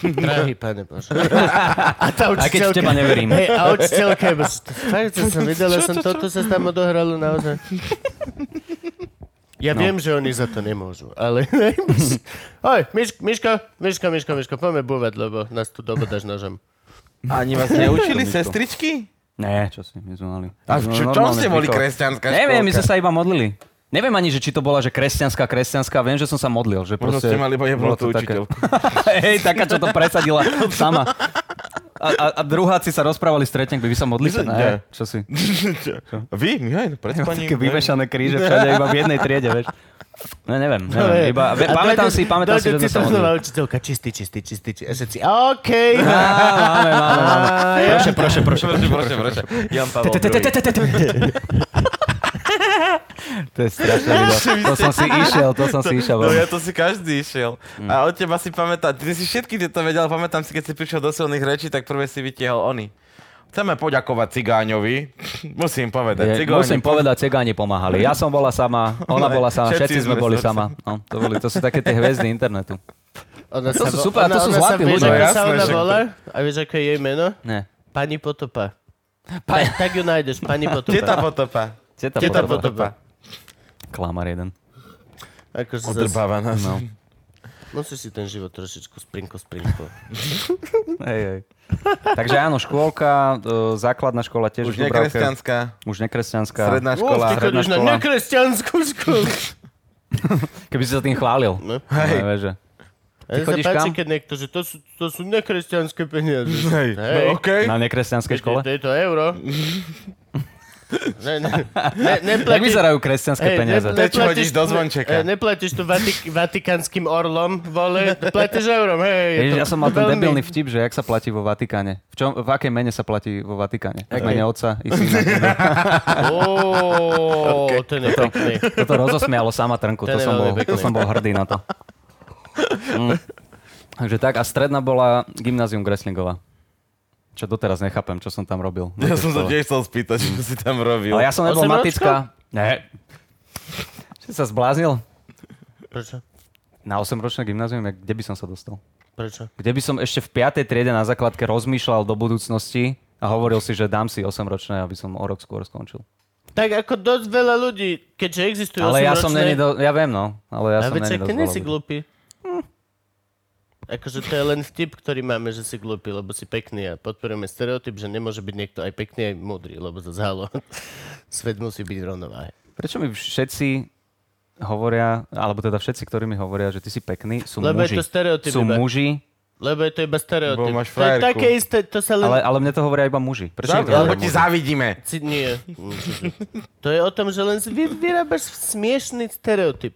[SPEAKER 4] Drahý pane Bože. A tá
[SPEAKER 3] Aj keď v
[SPEAKER 4] učiteľka...
[SPEAKER 3] teba neverím.
[SPEAKER 4] Hej, a učiteľka je bez... Fakt, čo som videl, ja som toto sa tam odohralo naozaj. Ja no. viem, že oni za to nemôžu, ale... Oj, Miš, Miško, Miško, Miško, Miško, poďme búvať, lebo nás tu dobodáš nožom.
[SPEAKER 5] Ani vás neučili
[SPEAKER 3] Tomičko.
[SPEAKER 5] sestričky?
[SPEAKER 3] Ne, čo si, my sme mali.
[SPEAKER 5] A
[SPEAKER 3] my sme
[SPEAKER 5] v čo, čom
[SPEAKER 3] normálne
[SPEAKER 5] ste boli
[SPEAKER 3] zvykov.
[SPEAKER 5] kresťanská školka?
[SPEAKER 3] Neviem, my sme sa iba modlili. Neviem ani, že či to bola, že kresťanská, kresťanská, viem, že som sa modlil, že
[SPEAKER 5] Možno
[SPEAKER 3] proste...
[SPEAKER 5] ste mali pojebnutú učiteľku.
[SPEAKER 3] Hej, taká, čo to presadila sama. A, a, a druháci sa rozprávali s by vy sa modlíte?
[SPEAKER 5] My sme- nie.
[SPEAKER 3] Ne, čo si?
[SPEAKER 5] Vy? Hej, pred spaním.
[SPEAKER 3] Také vyvešané kríže všade, iba v jednej triede, vieš. Ne, No, neviem, neviem, iba, ve,
[SPEAKER 4] A
[SPEAKER 3] pamätám
[SPEAKER 4] dojde-
[SPEAKER 3] si, pamätám si,
[SPEAKER 4] dojde
[SPEAKER 3] že sme sa modlili.
[SPEAKER 4] citrusová učiteľka, čistý, čistý, čistý, čistý. A všetci, okej.
[SPEAKER 3] Á, Máme, máme, máme. Proše, proše, proše.
[SPEAKER 5] Prosím, prosím, prosím. Jan Pavel II.
[SPEAKER 3] To je strašné video. To som si išiel, to som si išiel.
[SPEAKER 5] No
[SPEAKER 3] veľmi.
[SPEAKER 5] ja to si každý išiel. A od teba si pamätá, ty si všetky tieto vedel, pamätám si, keď si prišiel do silných rečí, tak prvé si vytiehol oni. Chceme poďakovať Cigáňovi. Musím povedať.
[SPEAKER 3] Je,
[SPEAKER 5] Cigáni,
[SPEAKER 3] musím povedať, cegáni pomáhali. Ja som bola sama, ona
[SPEAKER 5] No,
[SPEAKER 3] bola sama,
[SPEAKER 5] všetci
[SPEAKER 3] všetci sme
[SPEAKER 5] sme
[SPEAKER 3] boli
[SPEAKER 5] srdce.
[SPEAKER 3] sama. No, to, boli, to sú také tie hviezdy internetu.
[SPEAKER 4] Ona sa
[SPEAKER 3] To sú
[SPEAKER 4] vo-
[SPEAKER 3] super, a to
[SPEAKER 4] ona-
[SPEAKER 3] sú
[SPEAKER 4] ona sa
[SPEAKER 3] zlatí
[SPEAKER 4] vie,
[SPEAKER 3] ľudia.
[SPEAKER 4] ako
[SPEAKER 5] Jasné,
[SPEAKER 4] sa ona
[SPEAKER 5] že to-
[SPEAKER 4] volá? A vieš, aké je jej meno?
[SPEAKER 3] Ne.
[SPEAKER 4] Pani Potopa. Pa, tak ju nájdeš, pani Potopa.
[SPEAKER 5] Teta potopa.
[SPEAKER 3] Teta,
[SPEAKER 4] Teta
[SPEAKER 3] potreba.
[SPEAKER 4] Potopa.
[SPEAKER 3] Klamar jeden.
[SPEAKER 4] Akože zas,
[SPEAKER 5] Odrbáva nás.
[SPEAKER 3] No.
[SPEAKER 4] musíš si ten život trošičku sprinko, sprinko.
[SPEAKER 3] Hej, hej. Takže áno, škôlka, e, základná škola tiež
[SPEAKER 5] Už
[SPEAKER 3] v Dubravke.
[SPEAKER 5] nekresťanská,
[SPEAKER 3] Už nekresťanská.
[SPEAKER 5] stredná
[SPEAKER 4] Uf, ty
[SPEAKER 5] škola.
[SPEAKER 4] chodíš na
[SPEAKER 3] škola.
[SPEAKER 4] nekresťanskú školu.
[SPEAKER 3] Keby si sa tým chválil.
[SPEAKER 4] No.
[SPEAKER 3] Hej. No, že.
[SPEAKER 4] Ty
[SPEAKER 3] chodíš
[SPEAKER 4] sa páči,
[SPEAKER 3] kam?
[SPEAKER 4] keď niekto, že to sú, to sú nekresťanské peniaze.
[SPEAKER 5] Hej, no okej.
[SPEAKER 3] Na nekresťanskej škole?
[SPEAKER 4] To je to euro. Ne, ne, ne,
[SPEAKER 3] Jak
[SPEAKER 4] neplatíš,
[SPEAKER 3] vyzerajú kresťanské
[SPEAKER 4] Hej,
[SPEAKER 3] peniaze?
[SPEAKER 4] nepl-
[SPEAKER 5] Čo hodíš do zvončeka?
[SPEAKER 4] ne, neplatíš tu vatik, vatikánskym orlom, vole, platíš eurom, hej. je
[SPEAKER 3] Ježiš,
[SPEAKER 4] to
[SPEAKER 3] ja som mal ten
[SPEAKER 4] veľmi-
[SPEAKER 3] debilný vtip, že jak sa platí vo Vatikáne. V, čom, v akej mene sa platí vo Vatikáne? V mene otca i syna.
[SPEAKER 4] Ó, ten je pekný.
[SPEAKER 3] Toto rozosmialo sama trnku,
[SPEAKER 4] Ten
[SPEAKER 3] to
[SPEAKER 4] je
[SPEAKER 3] som, bol,
[SPEAKER 4] veľmi pekný.
[SPEAKER 3] to som bol hrdý na to. Mm. Takže tak, a stredná bola gymnázium Greslingová. Čo doteraz nechápem, čo som tam robil.
[SPEAKER 5] Ja som sa tiež chcel spýtať, čo si tam robil.
[SPEAKER 3] Ale ja som nebol
[SPEAKER 4] Osemročko?
[SPEAKER 3] matická. Ne. Si sa zbláznil?
[SPEAKER 4] Prečo?
[SPEAKER 3] Na 8-ročné gymnázium, ja- kde by som sa dostal?
[SPEAKER 4] Prečo?
[SPEAKER 3] Kde by som ešte v 5. triede na základke rozmýšľal do budúcnosti a hovoril si, že dám si 8-ročné, aby som o rok skôr skončil.
[SPEAKER 4] Tak ako dosť veľa ľudí, keďže existujú
[SPEAKER 3] Ale ja som není
[SPEAKER 4] osemročné-
[SPEAKER 3] do... Ja viem, no. Ale ja
[SPEAKER 4] A
[SPEAKER 3] som
[SPEAKER 4] veď
[SPEAKER 3] není
[SPEAKER 4] však ty nesi
[SPEAKER 3] do...
[SPEAKER 4] glupý. Akože to je len vtip, ktorý máme, že si glupý, lebo si pekný a podporujeme stereotyp, že nemôže byť niekto aj pekný, aj múdry, lebo zase halo. Svet musí byť rovnováhe.
[SPEAKER 3] Prečo mi všetci hovoria, alebo teda všetci, ktorí mi hovoria, že ty si pekný, sú
[SPEAKER 4] Lebo je
[SPEAKER 3] muži.
[SPEAKER 4] to stereotyp
[SPEAKER 3] sú
[SPEAKER 4] iba.
[SPEAKER 3] muži,
[SPEAKER 4] Lebo je to iba stereotyp.
[SPEAKER 5] Lebo máš
[SPEAKER 4] to je
[SPEAKER 5] frajerku.
[SPEAKER 4] také isté, to sa len...
[SPEAKER 3] ale, ale mne to hovoria iba muži. Prečo mi to
[SPEAKER 5] Lebo
[SPEAKER 3] hovoria
[SPEAKER 5] ti
[SPEAKER 3] muži?
[SPEAKER 5] závidíme.
[SPEAKER 4] Si- Nie. To je o tom, že len si vy, vyrábaš smiešný stereotyp.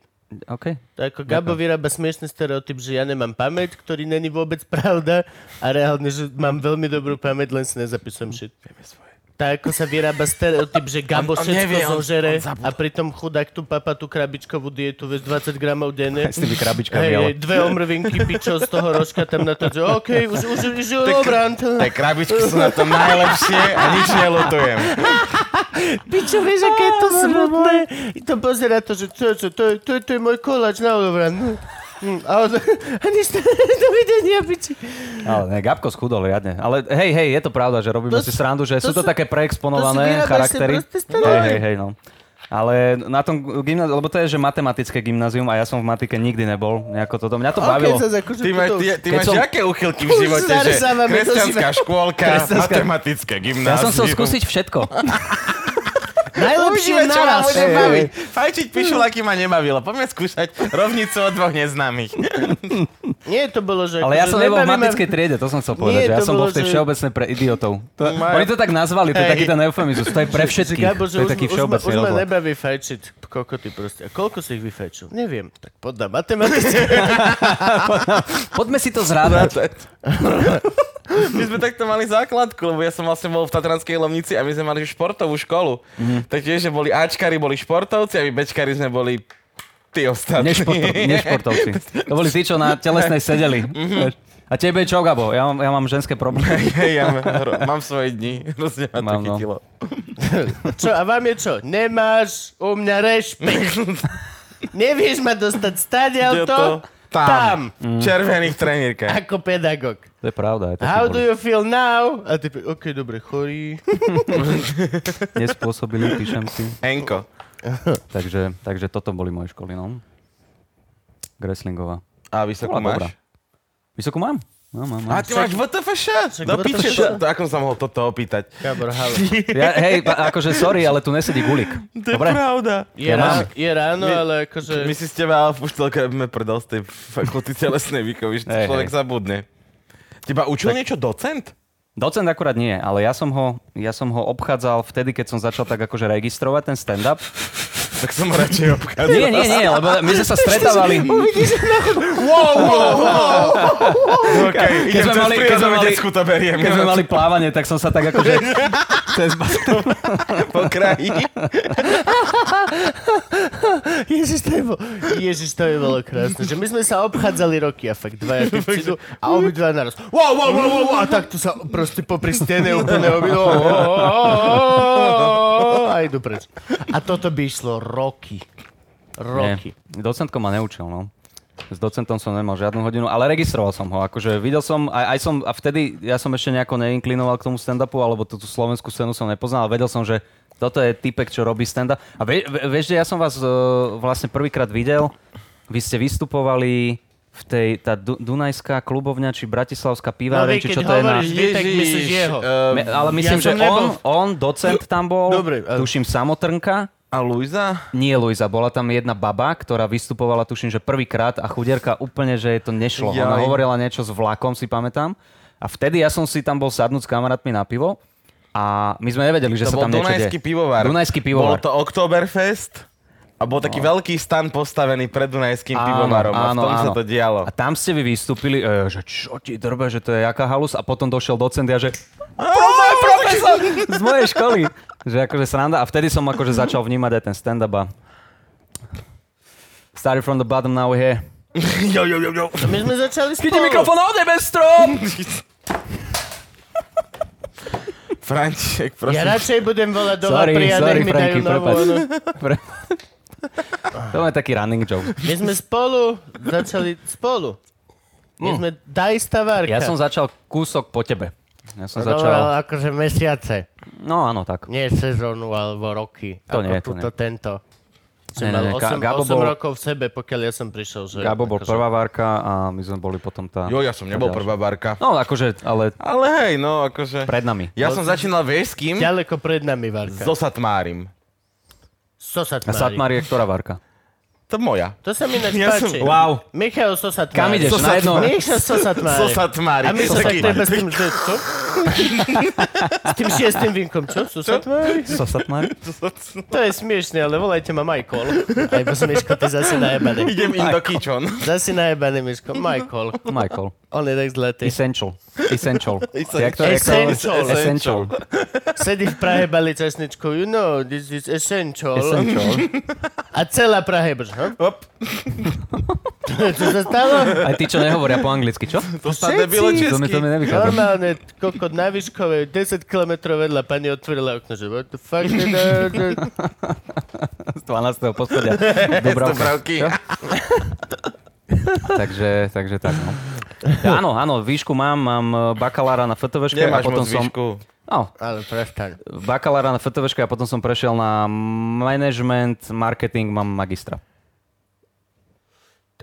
[SPEAKER 3] OK.
[SPEAKER 4] To ako Gabo vyrába smiešný stereotyp, že ja nemám pamäť, ktorý není vôbec pravda a reálne, že mám veľmi dobrú pamäť, len si nezapisujem shit. Tak ako sa vyrába stereotyp, že Gabo
[SPEAKER 5] On- on
[SPEAKER 4] všetko
[SPEAKER 5] nevie, on-
[SPEAKER 4] zožere
[SPEAKER 5] on zabudol.
[SPEAKER 4] a pritom chudák tu papa tú krabičkovú dietu, vieš, 20 gramov denne.
[SPEAKER 3] S tými krabičkami,
[SPEAKER 4] Hej,
[SPEAKER 3] ale...
[SPEAKER 4] hej, dve omrvinky pičov z toho rožka tam na to, že okej, už, už, už, už obrant.
[SPEAKER 5] Tie krabičky sú na tom najlepšie a nič nelutujem.
[SPEAKER 4] Pičo, vieš, aké je to smutné? I to pozera to, že čo, čo, to, je- to, je- to je môj koláč na odobran. Hm, A, on, a nič, dovidenia, piči.
[SPEAKER 3] Ale No, ne, Gabko schudol riadne. Ale hej, hej, je to pravda, že robíme
[SPEAKER 4] To
[SPEAKER 3] si
[SPEAKER 4] sú-
[SPEAKER 3] srandu, že
[SPEAKER 4] to
[SPEAKER 3] sú
[SPEAKER 4] sú-
[SPEAKER 3] to také
[SPEAKER 4] to si
[SPEAKER 3] preexponované
[SPEAKER 4] vyrábaš
[SPEAKER 3] charaktery.
[SPEAKER 4] si proste
[SPEAKER 3] Hej,
[SPEAKER 4] stereotyp.
[SPEAKER 3] hej, hej, no. Ale na tom gymnáziu, lebo to je, že matematické gymnázium a ja som v matike nikdy nebol. Nejako toto. Mňa to bavilo.
[SPEAKER 4] Okej, zase akože
[SPEAKER 5] Ty, ma,
[SPEAKER 4] toto
[SPEAKER 5] ty,
[SPEAKER 4] už-
[SPEAKER 5] ty
[SPEAKER 3] Keď
[SPEAKER 5] máš
[SPEAKER 3] som-
[SPEAKER 5] aké uchylky v
[SPEAKER 4] Už
[SPEAKER 5] živote, že
[SPEAKER 4] zarezávame do
[SPEAKER 5] kresťanská
[SPEAKER 4] života.
[SPEAKER 5] škôlka,
[SPEAKER 3] Kresťanská-
[SPEAKER 5] matematické gymnázium.
[SPEAKER 3] Ja som chcel skúsiť všetko.
[SPEAKER 1] Najlepšie
[SPEAKER 5] Uvidíme, čo ma
[SPEAKER 1] naraz.
[SPEAKER 5] bude
[SPEAKER 3] Eh.
[SPEAKER 5] baviť. Fajčiť pišulaky ma nebavilo. Poďme skúšať rovnicu od dvoch neznámych.
[SPEAKER 4] Nie, to bolo, že...
[SPEAKER 3] Ale ja som nebol v
[SPEAKER 4] nebavíme-
[SPEAKER 3] matickej triede, to som chcel povedať. že
[SPEAKER 4] Nie,
[SPEAKER 3] ja
[SPEAKER 4] to
[SPEAKER 3] som bol v tej
[SPEAKER 4] bolo, že-
[SPEAKER 3] všeobecnej pre idiotov. To, oni to tak nazvali, to je
[SPEAKER 5] Hej.
[SPEAKER 3] taký ten eufemizmus. To je pre
[SPEAKER 4] Že
[SPEAKER 3] všetkých.
[SPEAKER 4] Gabo,
[SPEAKER 3] To
[SPEAKER 4] že
[SPEAKER 3] je
[SPEAKER 4] už, už,
[SPEAKER 3] taký
[SPEAKER 4] ma, už
[SPEAKER 3] všeobecný
[SPEAKER 4] ma
[SPEAKER 3] rozhovor.
[SPEAKER 4] nebaví fajčiť. Koľko ty proste... A koľko si ich vyfajčil? Neviem. Tak podľa matematiky.
[SPEAKER 3] Poďme si to zrádať.
[SPEAKER 5] My sme takto mali základku, lebo ja som vlastne bol v Tatranskej Lomnici a my sme mali športovú školu.
[SPEAKER 3] Mhm.
[SPEAKER 5] Tak tiež, že boli Ačkari, boli športovci a my Bčkari sme boli tí ostatní.
[SPEAKER 3] Nešporto- Nešportovci. To boli tí, čo na telesnej sedeli.
[SPEAKER 4] Mhm.
[SPEAKER 3] A tebe čo, Gabo? Ja mám, ja mám ženské problémy.
[SPEAKER 5] Hej, ja mám, hro- mám svoje dni. Hrozne ma to
[SPEAKER 3] Mám, no.
[SPEAKER 5] chytilo.
[SPEAKER 4] čo, a vám je čo? Nemáš u mňa rešpekt. Nevieš ma dostať stadiaľ
[SPEAKER 5] Kde
[SPEAKER 4] to? Tam.
[SPEAKER 5] Tam.
[SPEAKER 3] Mhm.
[SPEAKER 5] V červených trenírkach.
[SPEAKER 4] Ako pedagóg.
[SPEAKER 3] To je pravda. Aj takí
[SPEAKER 4] How do
[SPEAKER 3] boli.
[SPEAKER 4] you feel now? A ty, pe- ok, dobre, chorý.
[SPEAKER 3] Nespôsobili, píšem si.
[SPEAKER 5] Enko.
[SPEAKER 3] Takže, takže toto boli moje školy, no. Greslingová.
[SPEAKER 5] A
[SPEAKER 3] Bola
[SPEAKER 5] vysokú máš?
[SPEAKER 3] dobrá. Vysokú mám? No, mám, mám.
[SPEAKER 5] A ty máš VTFŠ?
[SPEAKER 4] VTFŠ.
[SPEAKER 5] Do piče, to, to, ako som mohol toto opýtať?
[SPEAKER 4] Gabor, halo.
[SPEAKER 3] Ja, hej, pa- akože sorry, ale tu nesedí gulik. Dobre?
[SPEAKER 5] pravda.
[SPEAKER 4] Je,
[SPEAKER 3] Ja
[SPEAKER 4] rá,
[SPEAKER 3] mám.
[SPEAKER 4] je ráno,
[SPEAKER 5] My-
[SPEAKER 4] ale akože...
[SPEAKER 5] My si s teba ale už celkom robíme prdel z tej fakulty telesnej výchovy, že
[SPEAKER 3] Hej,
[SPEAKER 5] človek
[SPEAKER 3] hej.
[SPEAKER 5] zabudne. Teba učil niečo docent?
[SPEAKER 3] Docent akurát nie, ale ja som ho, ja som ho obchádzal vtedy, keď som začal tak akože registrovať ten stand-up.
[SPEAKER 5] Tak som ho radšej obchádzal.
[SPEAKER 3] Nie, nie, nie, lebo my sme sa stretávali.
[SPEAKER 5] Wow, wow, wow. Okay,
[SPEAKER 3] Keď sme mali, keď sme mali,
[SPEAKER 5] decku to beriem.
[SPEAKER 3] keď sme mali plávanie, tak som sa tak akože cez bazén.
[SPEAKER 5] po kraji.
[SPEAKER 4] Ježiš, to je, bolo, ježiš, to je bolo krásne. Že my sme sa obchádzali roky a fakt dvaja typci idú a obidva naraz. Wow, wow, wow, wow, wow, a takto sa proste popri stene úplne obidva. wow, wow, wow, wow, wow, A idú preč. A toto by išlo roky. Roky.
[SPEAKER 3] Nie, Docentko ma neučil, no. S docentom som nemal žiadnu hodinu, ale registroval som ho. Akože videl som, aj, aj som, a vtedy ja som ešte nejako neinklinoval k tomu stand-upu, alebo tú, tú slovenskú scénu som nepoznal, ale vedel som, že toto je typek, čo robí stand-up. A vie, vie- vieš, že ja som vás eh, vlastne prvýkrát videl, vy ste vystupovali v tej, tá du, Dunajská klubovňa, či
[SPEAKER 4] No
[SPEAKER 3] Bratislavská piváreň,
[SPEAKER 4] vy,
[SPEAKER 3] či čo
[SPEAKER 4] keď
[SPEAKER 3] to je na...
[SPEAKER 4] hovoríš vy, tak myslíš jeho.
[SPEAKER 5] eh,
[SPEAKER 3] Me- Ale myslím,
[SPEAKER 4] Ja
[SPEAKER 3] že
[SPEAKER 4] som nebol
[SPEAKER 3] on, on, docent tam bol,
[SPEAKER 4] Dobre,
[SPEAKER 5] e-
[SPEAKER 4] ale-
[SPEAKER 3] tuším samotrnka,
[SPEAKER 5] a Luisa?
[SPEAKER 3] nie Luisa, bola tam jedna baba, ktorá vystupovala tuším, že prvýkrát a chudierka úplne, že jej to nešlo. Ona
[SPEAKER 5] Jaj.
[SPEAKER 3] hovorila niečo s vlakom, si pamätám. A vtedy ja som si tam bol sadnúť s kamarátmi na pivo A my sme nevedeli, že sa
[SPEAKER 5] to
[SPEAKER 3] tam
[SPEAKER 5] bol
[SPEAKER 3] niečo
[SPEAKER 5] Dunajský
[SPEAKER 3] deje.
[SPEAKER 5] pivovar.
[SPEAKER 3] Dunajský pivovar. No.
[SPEAKER 5] Bol to Oktoberfest a bol taký veľký stan postavený pred Dunajským pivovarom. a v tom sa to dialo.
[SPEAKER 3] A tam ste vy vystúpili, e, že čo ti drbe, že to je jaká halus a potom došiel docent a že
[SPEAKER 5] Môj profesor!
[SPEAKER 3] z mojej školy. Že akože sranda. A vtedy som akože začal vnímať aj ten stand-up a started from the bottom, now we're here.
[SPEAKER 5] Jo, jo, jo, jo.
[SPEAKER 4] My sme začali spolu.
[SPEAKER 3] Chytí mikrofón, od nebe strom!
[SPEAKER 5] František,
[SPEAKER 4] Ja
[SPEAKER 5] prosím.
[SPEAKER 4] radšej budem volať do
[SPEAKER 3] Sorry,
[SPEAKER 4] Vapri a
[SPEAKER 3] sorry,
[SPEAKER 4] nech mi dajú
[SPEAKER 3] Franky,
[SPEAKER 4] novú.
[SPEAKER 3] prepač.
[SPEAKER 4] onu.
[SPEAKER 3] Pre- to je taký running joke.
[SPEAKER 4] My sme spolu začali spolu. My sme daj stavárka.
[SPEAKER 3] Hm. Ja som začal kúsok po tebe. Ja som začal...
[SPEAKER 4] Dobre, akože mesiace.
[SPEAKER 3] No áno, tak.
[SPEAKER 4] Nie sezónu alebo roky. ako
[SPEAKER 3] To nie, to
[SPEAKER 4] tuto
[SPEAKER 3] nie.
[SPEAKER 4] tento. Som
[SPEAKER 3] Nie, nie,
[SPEAKER 4] mal
[SPEAKER 3] nie,
[SPEAKER 4] 8,
[SPEAKER 3] Ga- Gabo bol-
[SPEAKER 4] rokov v sebe, pokiaľ ja som prišiel. Že
[SPEAKER 3] Gabo bol
[SPEAKER 4] akože-
[SPEAKER 3] prvá várka a my sme boli potom tá...
[SPEAKER 5] Jo, ja som nebol prvá barka.
[SPEAKER 3] No akože, ale
[SPEAKER 5] Ale hej, no akože...
[SPEAKER 3] pred nami.
[SPEAKER 5] Ja som začínal, vieš s kým?
[SPEAKER 4] Ďaleko pred nami, Varka.
[SPEAKER 5] So Satmárim.
[SPEAKER 3] A
[SPEAKER 4] Sosatmári.
[SPEAKER 3] Satmar je ktorá várka?
[SPEAKER 5] To moja.
[SPEAKER 4] To sa mi ináč
[SPEAKER 5] Ja som-
[SPEAKER 4] páči.
[SPEAKER 3] wow.
[SPEAKER 4] Michal Sosatmári.
[SPEAKER 3] Kam ideš?
[SPEAKER 4] Sosatmári.
[SPEAKER 3] Na jedno-
[SPEAKER 4] Michal Sosatmári.
[SPEAKER 5] So Satmárim.
[SPEAKER 4] A my sa tak
[SPEAKER 5] Taký-
[SPEAKER 4] treba s tým, že čo? S tým šiestým vinkom, čo? Sosatmári?
[SPEAKER 3] So Satmar?
[SPEAKER 4] To je smiešne, ale volajte ma Michael. Aj bo Miško, ty zase najebaný.
[SPEAKER 5] Idem in the kitchen.
[SPEAKER 4] Zase najebaný, Miško. Michael.
[SPEAKER 3] Michael.
[SPEAKER 4] On je tak zlatý.
[SPEAKER 3] Essential. Essential.
[SPEAKER 5] Essential.
[SPEAKER 3] Jak to- jak to-
[SPEAKER 4] Essential.
[SPEAKER 3] Essential.
[SPEAKER 4] Sedí v Prahe, bali časničku. You know, this is essential.
[SPEAKER 3] Essential.
[SPEAKER 4] A celá Praha je brž, hm?
[SPEAKER 5] Hop.
[SPEAKER 4] Čo sa stalo?
[SPEAKER 3] Aj tí, čo nehovoria po anglicky, čo?
[SPEAKER 5] To sa debilo
[SPEAKER 3] To mi, to mi
[SPEAKER 5] česky.
[SPEAKER 3] nevychádza.
[SPEAKER 4] Normálne, kokot na výškové, 10 km vedľa, pani otvorila okno, že what the fuck did I do?
[SPEAKER 3] Z 12. poschodia. Dobrá.
[SPEAKER 5] Dobravky.
[SPEAKER 3] Takže, takže tak, no. Ja, áno, áno, výšku mám, mám eh, bakalára na FTVške a
[SPEAKER 5] Nemáš
[SPEAKER 3] potom
[SPEAKER 5] moc
[SPEAKER 3] som...
[SPEAKER 5] výšku.
[SPEAKER 3] No,
[SPEAKER 4] Ale prestaň.
[SPEAKER 3] bakalára na FTVške a potom som prešiel na management, marketing, mám magistra.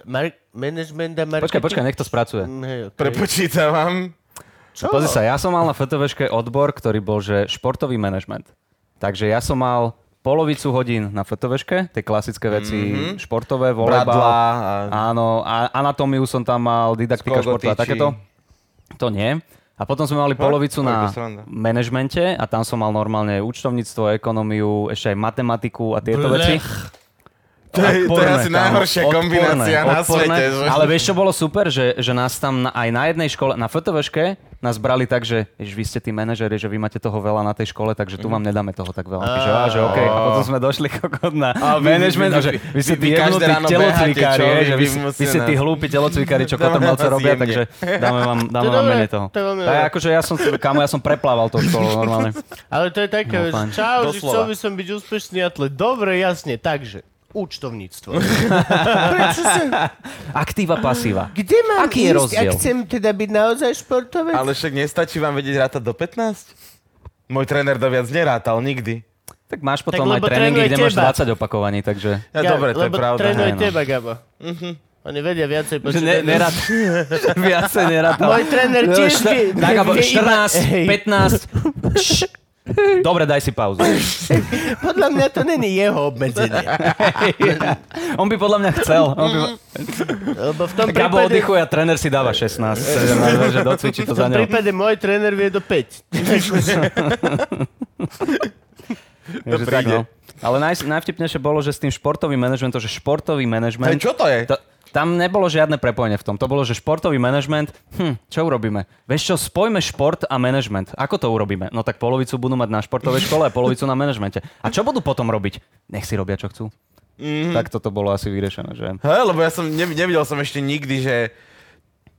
[SPEAKER 4] Mar- management a marketing.
[SPEAKER 3] Počkaj, počkaj, nech to spracuje.
[SPEAKER 4] Mm, hej, okay.
[SPEAKER 5] Prepočítavam.
[SPEAKER 4] Čo?
[SPEAKER 3] Pozri sa, ja som mal na FTVške odbor, ktorý bol, že športový manažment. Takže ja som mal polovicu hodín na FTVške, tie klasické veci mm-hmm. športové,
[SPEAKER 5] Mhm. Bradla
[SPEAKER 3] volejbal.
[SPEAKER 5] a-
[SPEAKER 3] Áno, a anatómiu som tam mal, didaktika
[SPEAKER 5] Skogotiči.
[SPEAKER 3] športu a takéto. To nie. A potom sme mali polovicu
[SPEAKER 5] to je
[SPEAKER 3] na
[SPEAKER 5] bez sranda.
[SPEAKER 3] manažmente a tam som mal normálne účtovníctvo, ekonómiu, ešte aj matematiku a tieto veci.
[SPEAKER 5] To je, to je
[SPEAKER 3] Odporné,
[SPEAKER 5] asi
[SPEAKER 3] kámo.
[SPEAKER 5] najhoršia
[SPEAKER 3] Odporné,
[SPEAKER 5] kombinácia na
[SPEAKER 3] odporné.
[SPEAKER 5] svete. Že?
[SPEAKER 3] Ale vieš, čo bolo super? Že, že nás tam na, aj na jednej škole, na FTVške, nás brali tak, že ježiš, vy ste tí manažeri, že vy máte toho veľa na tej škole, takže
[SPEAKER 5] Mhm.
[SPEAKER 3] tu vám nedáme toho tak veľa. Že, á, že okay. A potom sme došli kokot na
[SPEAKER 5] A vy-
[SPEAKER 3] management a
[SPEAKER 5] vy-
[SPEAKER 3] že
[SPEAKER 5] vy-
[SPEAKER 3] vy ste
[SPEAKER 5] vy-
[SPEAKER 3] tí
[SPEAKER 5] vy každé
[SPEAKER 3] jednotí
[SPEAKER 5] ráno
[SPEAKER 3] telocvikári,
[SPEAKER 5] beháte, čo?
[SPEAKER 3] hej, že vy,
[SPEAKER 5] Vy- vy
[SPEAKER 3] vy ste tí
[SPEAKER 5] musíte-
[SPEAKER 3] hlúpi telocvikári, čo
[SPEAKER 5] Dáme
[SPEAKER 3] kotom malce
[SPEAKER 5] vás
[SPEAKER 3] robia,
[SPEAKER 5] jemne.
[SPEAKER 3] takže dáme vám, dáme
[SPEAKER 4] To je
[SPEAKER 3] vám
[SPEAKER 4] dobre,
[SPEAKER 3] menej toho.
[SPEAKER 4] to je veľmi
[SPEAKER 3] Tak
[SPEAKER 4] dobre.
[SPEAKER 3] akože ja som, kamo, ja som preplával tou školou normálne.
[SPEAKER 4] Ale to je také,
[SPEAKER 3] No,
[SPEAKER 4] no,
[SPEAKER 3] fajn.
[SPEAKER 4] čau, že
[SPEAKER 5] Doslova.
[SPEAKER 4] chcel by som byť úspešný atlet. Dobre, jasne, takže. Účtovníctvo. Prečo sa,
[SPEAKER 3] Aktíva, pasíva.
[SPEAKER 4] kde mám
[SPEAKER 3] Aký je
[SPEAKER 4] ísť,
[SPEAKER 3] rozdiel?
[SPEAKER 4] ak chcem teda byť naozaj športovec?
[SPEAKER 5] Ale však nestačí vám vedieť rátať do 15? Môj tréner do viac nerátal nikdy.
[SPEAKER 3] Tak máš potom
[SPEAKER 4] lebo
[SPEAKER 3] aj tréningy,
[SPEAKER 4] trénuje
[SPEAKER 3] kde máš
[SPEAKER 4] teba.
[SPEAKER 3] 20 opakovaní, takže...
[SPEAKER 5] Ja, dobre, to je
[SPEAKER 4] lebo
[SPEAKER 5] pravda.
[SPEAKER 4] trénuje
[SPEAKER 3] Hej, no.
[SPEAKER 4] teba, Gabo. Mhm. Oni vedia viacej
[SPEAKER 3] Že ne,
[SPEAKER 4] počítať.
[SPEAKER 3] nerad, viacej nerad.
[SPEAKER 4] Môj tréner tiež vie,
[SPEAKER 3] Tak, alebo
[SPEAKER 4] vie iba- Hej.
[SPEAKER 3] 14, 15. šš. Dobre, daj si pauzu.
[SPEAKER 4] Podľa mňa to není jeho obmedzenie.
[SPEAKER 3] On by podľa mňa chcel. On
[SPEAKER 4] Mm,
[SPEAKER 3] by...
[SPEAKER 4] Lebo v tom
[SPEAKER 3] Gabo
[SPEAKER 4] prípade...
[SPEAKER 3] oddychuje a tréner si dáva 16, 17, že docvičí to
[SPEAKER 4] V
[SPEAKER 3] za
[SPEAKER 4] tom
[SPEAKER 3] ňou.
[SPEAKER 4] prípade môj tréner vie do 5.
[SPEAKER 3] Takže tak,
[SPEAKER 5] príde.
[SPEAKER 3] no. Ale naj, najvtipnejšie bolo, že s tým športovým manažmentom, že športový
[SPEAKER 5] To je-
[SPEAKER 3] manažment...
[SPEAKER 5] Čo to je?
[SPEAKER 3] To, tam nebolo žiadne prepojenie v tom. To bolo, že športový manažment, hm, čo urobíme? Vieš čo, spojme šport a manažment. Ako to urobíme? No tak polovicu budú mať na športovej škole a polovicu na manažmente. A čo budú potom robiť? Nech si robia, čo chcú. Mm. Tak toto bolo asi vyriešené, že?
[SPEAKER 5] Hej, lebo ja som, ne, nevidel som ešte nikdy, že